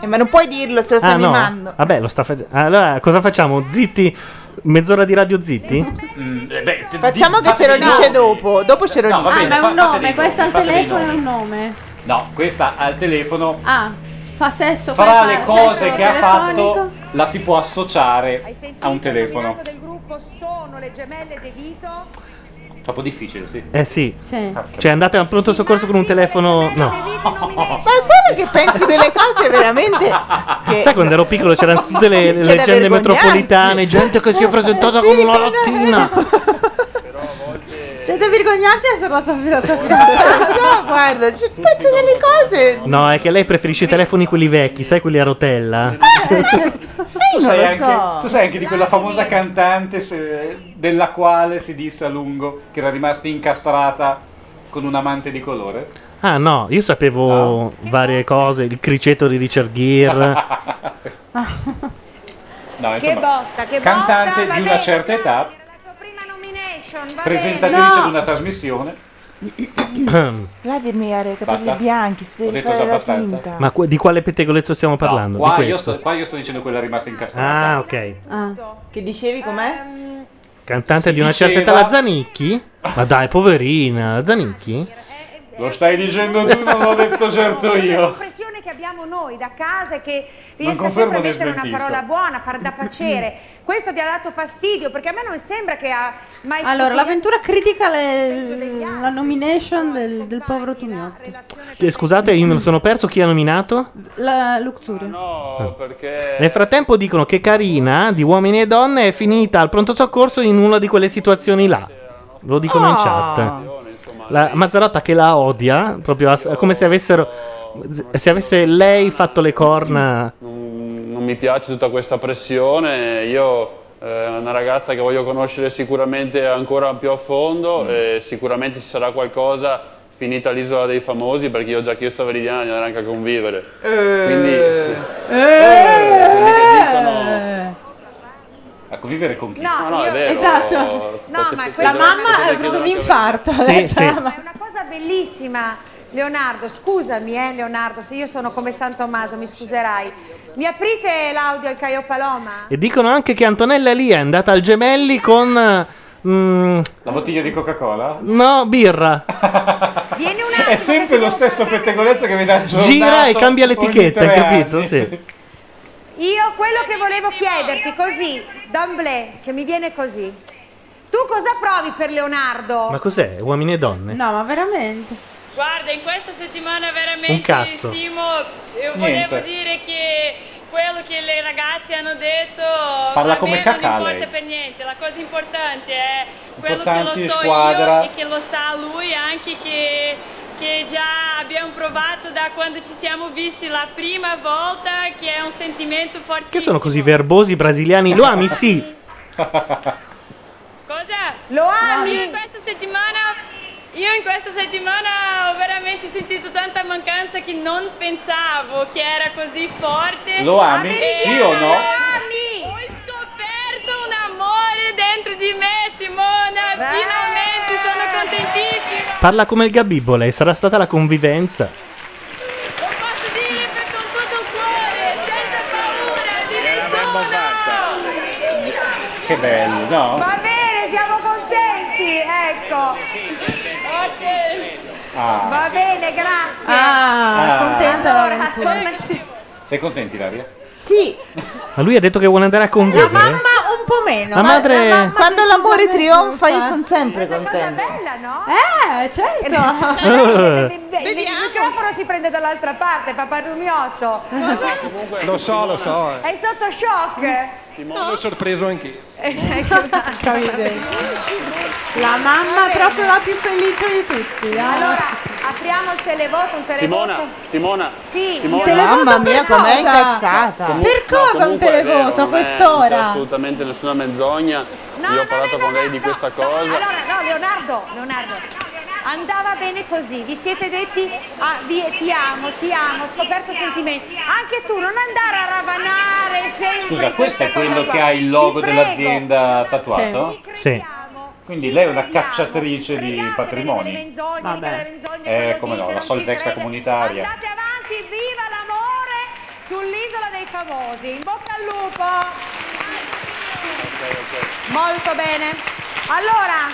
S11: Eh, ma non puoi dirlo se lo
S1: Ah
S11: stai
S1: no,
S11: mimando.
S1: vabbè lo sta facendo. Allora cosa facciamo? Zitti, mezz'ora di radio zitti?
S14: Mm, eh, beh, te-
S11: Facciamo
S14: di-
S11: che ce lo
S14: fateli nomi.
S11: dice dopo. Dopo ce lo
S14: No, va
S11: dice.
S14: bene,
S3: Ah, Ma è un
S14: fa- fateli
S3: nome,
S14: nomi,
S3: questo al
S14: fateli
S3: telefono è
S14: nomi.
S3: un nome.
S14: No, questa al telefono
S3: Ah, fa sesso.
S14: fra
S3: fa-
S14: le
S3: fa
S14: cose
S3: sesso
S14: che ha
S3: telefonico.
S14: fatto la si può associare a un telefono.
S9: del gruppo sono le gemelle De Vito.
S14: Troppo difficile, sì.
S1: Eh sì.
S9: Sì.
S1: Cioè andate al pronto soccorso con un telefono... No.
S11: Ma guarda che pensi delle cose veramente.
S1: Ah, Sai quando ero piccolo c'erano tutte le, le
S11: C'è da
S1: leggende
S11: vergognarsi.
S1: metropolitane, gente che si è presentata con una lattina.
S3: Cioè, da vergognarsi di essere la tua la sua
S11: Non
S3: fidanzata.
S11: so, guarda, ci pensi delle cose.
S1: No, è che lei preferisce i telefoni quelli vecchi, sai quelli a rotella?
S14: Tu
S11: non
S14: sai,
S11: lo
S14: anche,
S11: so.
S14: tu sai anche di quella famosa cantante se- della quale si disse a lungo che era rimasta incastrata con un amante di colore?
S1: Ah no, io sapevo varie cose, il criceto di Richard Gere.
S14: No,
S9: Che
S14: insomma,
S9: botta, che
S14: cantante
S9: botta,
S14: di
S9: va
S14: una certa età,
S9: bene, va
S14: presentatrice
S9: bene.
S14: di una trasmissione.
S11: Vladimir ha i capelli
S14: Basta.
S11: bianchi, si
S14: Ho
S11: deve
S14: detto
S11: fare la
S14: abbastanza.
S11: tinta.
S1: Ma que- di quale pettegolezzo stiamo parlando?
S14: Qua
S1: di
S14: io,
S1: questo.
S14: sto, qua io sto dicendo quella rimasta incastrata.
S1: Ah, ok.
S11: Che dicevi com'è?
S3: Ehm,
S1: Cantante
S14: Si
S1: di una certa
S14: diceva-
S1: età, la Zanicchi? Ma dai, poverina, la Zanicchi?
S14: Lo stai dicendo tu, non l'ho detto certo io.
S9: L'impressione che abbiamo noi da casa è che
S14: Non
S9: riesca
S14: confermo
S9: sempre a
S14: né
S9: mettere una
S14: smentisco.
S9: parola buona, far da piacere. Questo ti ha dato fastidio perché a me non sembra che ha mai
S3: Allora,
S9: scoperto-
S3: l'avventura critica le- la nomination del, del povero Tugnotti.
S1: Eh, Scusate, io me lo sono perso. Chi ha nominato?
S3: La Luxuria.
S1: Ah.
S8: No, perché...
S1: Nel frattempo dicono che Carina, di Uomini e Donne, è finita al pronto soccorso in una di quelle situazioni là. Lo dicono in chat. La Mazzarotta che la odia, proprio ass- come se avessero... Se avesse lei fatto le corna...
S16: non mi piace tutta questa pressione, io eh, una ragazza che voglio conoscere sicuramente ancora più a fondo e sicuramente ci sarà qualcosa finita l'isola dei famosi perché io ho già chiesto a Veridiana di andare anche a convivere.
S1: Eh.
S9: Eh.
S16: Quindi
S20: Eh.
S14: a convivere "Ecco, con chi?
S9: No,
S16: no, è
S9: io-
S16: vero.
S9: esatto.
S16: Potete-
S9: No, ma
S16: potete
S9: quella
S16: chiudere-
S9: mamma
S16: potete
S9: ha preso un
S16: chiudere anche
S9: infarto. eh,
S16: Sì,
S9: adesso
S16: sì.
S9: la mamma- È una cosa bellissima, Leonardo. Scusami, eh, Leonardo, se io sono come San Tommaso, mi scuserai. Mi aprite l'audio al Caio Paloma?
S1: E dicono anche che Antonella lì è andata al Gemelli con... eh, mm,
S14: La bottiglia di Coca-Cola?
S1: no, birra.
S14: È sempre lo stesso pettegolezzo che viene aggiornato
S1: Gira e cambia
S14: ogni
S1: l'etichetta,
S14: tre
S1: hai capito?
S14: anni,
S1: Sì.
S9: Io quello che volevo chiederti così, d'amblè, che mi viene così. Tu cosa provi per Leonardo?
S1: Ma cos'è? Uomini e donne?
S9: No, ma veramente.
S15: Guarda, in questa settimana
S1: Un
S15: veramente
S1: cazzo.
S15: Simo, io
S14: Niente.
S15: volevo dire che quello che le ragazze hanno detto
S14: Parla
S15: a
S14: come
S15: me
S14: cacà,
S15: non importa
S14: lei.
S15: per niente, la cosa importante è quello che lo
S14: Importanti,
S15: so
S14: squadra.
S15: io e che lo sa lui anche che, che già abbiamo provato da quando ci siamo visti la prima volta che è un sentimento
S1: Che
S15: fortissimo.
S1: sono così verbosi i brasiliani? Lo ami, sì.
S15: Cosa?
S9: Lo ami?
S15: Io in questa settimana io in questa settimana ho veramente sentito tanta mancanza che non pensavo che era così forte.
S14: Lo ami?
S15: E
S14: Sì o no?
S15: Ho scoperto un amore dentro di me, Simona. Finalmente sono contentissima.
S1: Parla come il Gabibbo, lei sarà stata la convivenza.
S14: Che bello, no?
S9: Va bene, siamo contenti, ecco.
S14: Ah.
S9: Va bene, grazie.
S14: Ah, Ah. contenta
S9: Allora,
S14: l'avventura.
S9: torna-
S14: Ah. Sei contenti, Ilaria?
S11: Sì,
S1: Ma lui ha detto che vuole andare a convivere.
S11: ma Ah, un po' meno.
S1: La madre-
S11: Quando l'amore trionfa, io sono sempre contenta.
S9: bella, no? Eh,
S1: Eh.
S9: Il microfono si prende dall'altra parte, papà Rumiotto.
S25: Lo so, lo so. eh.
S9: È sotto shock.
S25: Sono sorpreso anch'io.
S3: La mamma è proprio la più felice di tutti. eh.
S9: Allora, apriamo il televoto, un televoto.
S16: Simona, Simona,
S9: Sì,
S16: Simona.
S9: un televoto Mamma per mia, com'è cosa? incazzata. Per cosa un
S16: comunque è vero,
S9: televoto a
S16: non è- Non c'è
S9: quest'ora?
S16: assolutamente nessuna menzogna. Io ho parlato con lei di questa cosa.
S9: Allora, no, Leonardo, Leonardo. Andava bene così, vi siete detti ah, vi- ti amo, ti amo, ho scoperto sentimenti. Anche tu non andare a ravanare sempre.
S14: Scusa, questo è
S9: questa cosa
S14: quello
S9: qua.
S14: che ha il logo
S9: Ti prego,
S14: dell'azienda tatuato?
S1: Sì.
S14: Quindi lei è una cacciatrice di patrimoni.
S9: Vabbè.
S14: È come no, la solita extracomunitaria.
S9: Sull'isola dei famosi, in bocca al lupo. Molto bene. Allora,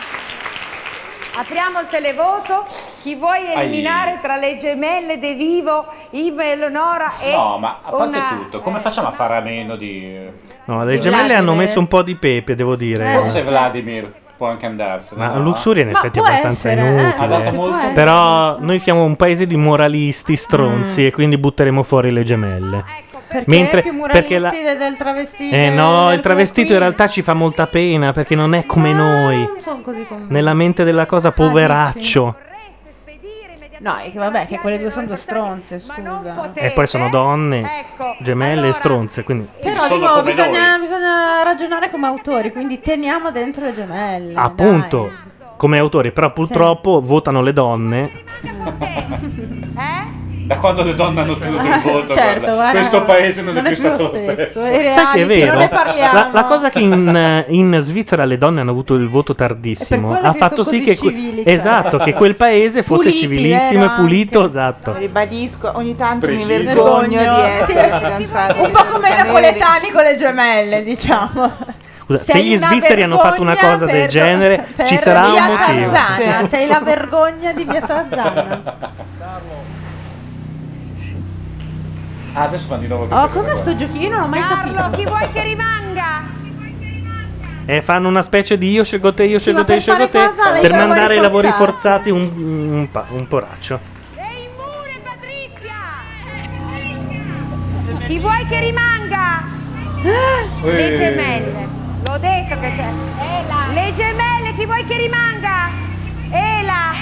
S9: apriamo il televoto. Chi vuoi eliminare tra le gemelle De Vivo, Iva e Eleonora e
S14: No, ma a parte
S9: una-
S14: tutto, come facciamo a fare a meno di...
S1: No, le gemelle hanno
S14: Vladimir. Eh.
S1: messo un po' di pepe, devo dire.
S14: Forse Vladimir può anche andarsene.
S1: Ma
S14: no?
S1: Luxuria in
S14: Ma
S1: effetti è
S14: può
S1: abbastanza
S14: essere, eh,
S1: inutile.
S14: Ha dato può molto essere.
S1: Però noi siamo un paese di moralisti
S14: Mm.
S1: stronzi e quindi butteremo fuori le gemelle.
S14: Ah, ecco,
S3: Perché
S1: Mentre-
S3: più
S1: perché
S3: muralisti
S1: la-
S3: de- del travestito.
S1: Eh no,
S3: del
S1: il travestito in
S3: coquino.
S1: realtà ci fa molta pena perché non è come noi.
S3: Non sono così con
S1: Nella mente della cosa, poveraccio.
S3: No, e che vabbè, che quelle due sono due stronze, scusa.
S1: E Eh, poi sono donne,
S14: Ecco,
S1: gemelle e stronze, quindi...
S3: Però di nuovo bisogna, bisogna ragionare come autori, quindi teniamo dentro le gemelle.
S1: Ah, Appunto, come autore, però purtroppo votano le donne.
S9: Eh,
S14: Da quando le donne hanno tenuto
S20: Eh,
S1: Ah,
S14: il voto,
S1: certo,
S14: guarda,
S1: guarda.
S14: questo paese non,
S1: Non
S14: è
S1: è
S14: più
S1: più lo
S14: stato lo stesso. eh.
S1: stesso, Sai che è vero? La, la cosa che in, in Svizzera le donne hanno avuto il voto tardissimo
S11: quello
S1: ha
S11: che
S1: fatto
S11: sono
S1: sì
S11: così
S1: che, que-
S11: civili, cioè.
S1: esatto, che quel paese fosse
S11: Puliti,
S1: civilissimo e
S11: vero,
S1: pulito. Esatto.
S11: Ribadisco, ogni tanto mi
S1: Preciso.
S11: vergogno di
S3: Vergogno.
S11: essere
S3: Sì.
S11: fidanzata.
S3: Un po' come i napoletani con le gemelle, diciamo.
S1: Scusa, se
S3: Sei
S1: gli
S3: una
S1: svizzeri hanno fatto una
S3: vergogna
S1: cosa del
S3: per-
S1: genere,
S3: per
S1: ci sarà un
S3: via
S1: motivo.
S3: Sarzana, sei la vergogna di via Sarzana.
S14: Ah, adesso fanno di nuovo
S3: Oh,
S14: questa
S3: cosa
S14: cosa.
S3: sto giochino? Io non ho mai capito.
S9: Chi vuoi che rimanga?
S1: E Eh, fanno una specie di io scelgo te, io
S3: Sì,
S1: scelgo
S3: ma
S1: te, io
S3: per
S1: scelgo te
S3: fare cosa? Dei
S1: per
S3: lavori
S1: mandare i lavori
S3: forzati.
S1: forzati un, un, pa- un poraccio.
S9: Chi vuoi che rimanga? Le
S1: Eh.
S9: gemelle. L'ho detto che c'è. Le gemelle, chi vuoi che rimanga? Ela.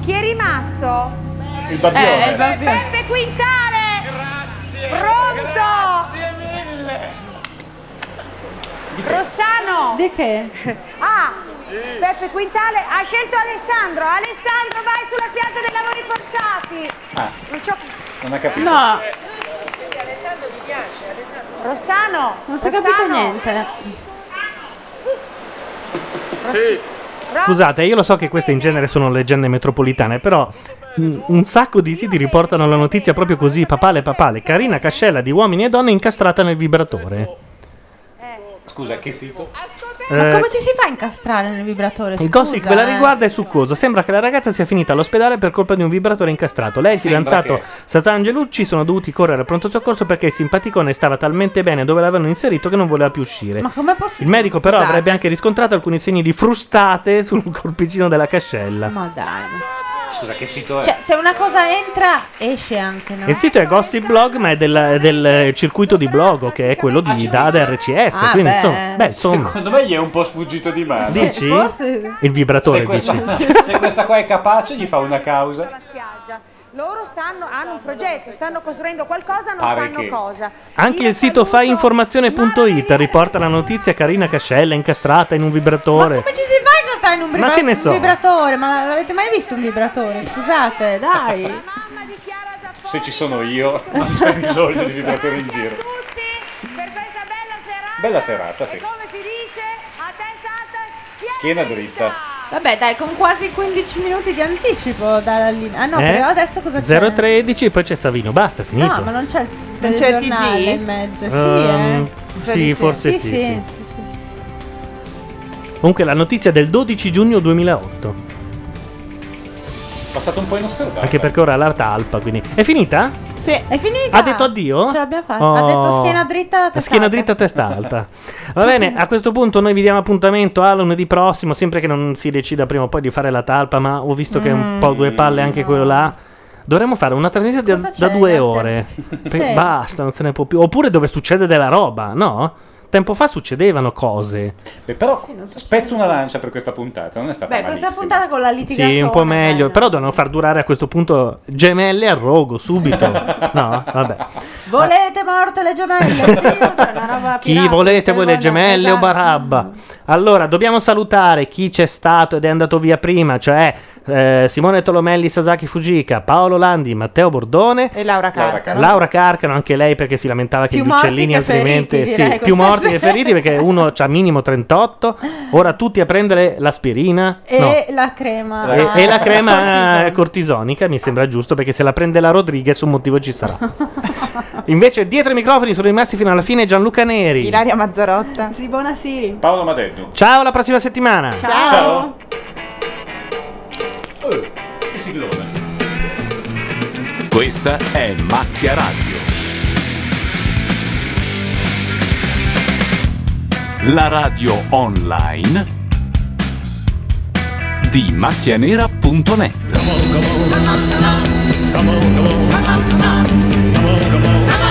S9: Chi è rimasto? Eh,
S14: Il Eh, barbiere.
S9: Beppe Quintale. Grazie. Pronto. Grazie mille. Rossano.
S3: Di che?
S9: Ah. Beppe Quintale ha scelto Alessandro. Alessandro vai sulla spiaggia dei lavori forzati.
S14: Ah,
S9: Non c'ho
S14: non ha capito.
S9: Alessandro ti piace? Rossano!
S3: Non si è
S9: Rossano.
S3: capito niente.
S1: Scusate, io lo so che queste in genere sono leggende metropolitane, però mh, un sacco di siti riportano la notizia proprio così, papale papale, Carina Cascella di uomini e donne incastrata nel vibratore.
S14: Scusa, che sito?
S3: Ma
S1: Eh,
S3: come ci si fa a incastrare nel vibratore?
S1: Il gossip
S3: Scusa,
S1: che la
S3: eh.
S1: riguarda è succoso. Sembra che la ragazza sia finita all'ospedale per colpa di un vibratore incastrato. Lei e il
S14: Sembra
S1: fidanzato
S14: che-
S1: Sazan Angelucci sono dovuti correre al pronto soccorso perché il simpaticone stava talmente bene dove l'avevano inserito che non voleva più uscire.
S3: Ma com'è possibile?
S1: Il medico però
S3: Scusate.
S1: avrebbe anche riscontrato alcuni segni di frustate sul corpicino della cascella.
S3: Ma dai. ma-
S14: Scusa, che sito è?
S3: Cioè, se una cosa entra, esce anche, no?
S1: Il sito è Gossip Blog, ma è del, del, eh, circuito di Blogo, che è quello di Dada RCS.
S3: Ah,
S1: quindi
S3: beh.
S14: Eh,
S1: insomma, Oh, beh, insomma.
S14: Secondo me gli è un po' sfuggito di mano.
S1: Dici? Il vibratore,
S14: Se questa,
S1: dici.
S14: se questa qua è capace, gli fa una causa.
S9: spiaggia. Loro stanno, hanno un progetto, stanno costruendo qualcosa, non
S1: Pare
S9: sanno
S1: che-
S9: cosa.
S1: Anche il sito fainformazione.it riporta la notizia carina cascella incastrata in un vibratore.
S3: Come ci si fa a incastrare in un, vibra-
S1: Ma che ne
S3: un
S1: so?
S3: vibratore? Ma l'avete mai visto un vibratore? Scusate, dai.
S14: Se ci sono io, non c'è bisogno di vibratore in giro. Bella serata, sì. Schiena dritta.
S3: Vabbè, dai, con quasi 15 minuti di anticipo dalla linea. Ah no,
S1: Eh?
S3: però adesso cosa c'è?
S1: 013 poi c'è Savino, basta, è finito.
S3: No, ma non c'è il
S11: Non c'è il
S3: telegiornale
S11: TG?
S3: in mezzo, sì,
S1: Ehm,
S3: eh.
S1: sì, forse sì,
S3: sì.
S1: sì. Comunque la notizia è del 12 giugno 2008,
S14: Passato un po' inosservato.
S1: anche perché ora è la talpa, quindi è finita?
S3: Sì, è finita.
S1: Ha detto addio?
S3: Ce l'abbiamo fatta.
S1: Oh.
S3: Ha detto schiena dritta. testa
S1: Schiena
S3: alta.
S1: dritta, testa alta. Va bene, a questo punto noi vi diamo appuntamento a lunedì prossimo, sempre che non si decida prima o poi di fare la talpa, ma ho visto che è
S3: Mm.
S1: un po' due palle anche quello là. Dovremmo fare una trasmissione da,
S3: c'è
S1: da due
S3: in after-
S1: ore. Pe-
S3: Sì.
S1: Basta, non se ne può più. Oppure dove succede della roba, no? Tempo fa succedevano cose.
S14: Beh, però spezzo una lancia per questa puntata, non è stata
S3: Beh,
S14: malissima.
S3: questa puntata con la litigatona.
S1: Sì, un po' meglio. Però dovevano far durare a questo punto gemelle a rogo, subito. no, vabbè.
S3: Volete morte le gemelle? Sì, cioè, una roba
S1: Chi volete voi le gemelle o Barabba? Allora, dobbiamo salutare chi c'è stato ed è andato via prima, cioè eh, Simone Tolomelli, Sasaki Fujika, Paolo Landi, Matteo Bordone
S11: E Laura Carcano.
S1: Laura Carcano, anche lei perché si lamentava che
S11: Più
S1: gli
S11: morti
S1: uccellini
S11: che
S1: altrimenti
S11: feriti,
S1: sì,
S11: direi,
S1: più
S11: questa
S1: morti che
S11: sera.
S1: feriti perché uno ha minimo 38. Ora tutti a prendere l'aspirina.
S3: E
S1: no.
S3: la crema.
S11: Ah,
S3: Ah,
S1: E, e la crema eh, cortisonica mi sembra giusto perché se la prende la Rodriguez un motivo ci sarà. Invece dietro i microfoni sono rimasti fino alla fine Gianluca Neri.
S11: Ilaria Mazzarotta.
S3: Sì, buona Siri.
S14: Paolo Madeddu.
S1: Ciao, alla prossima settimana.
S14: Ciao. Che siglone.
S22: Questa è Eh, Macchia Radio. La radio online di macchianera.net.
S6: Come on, come on.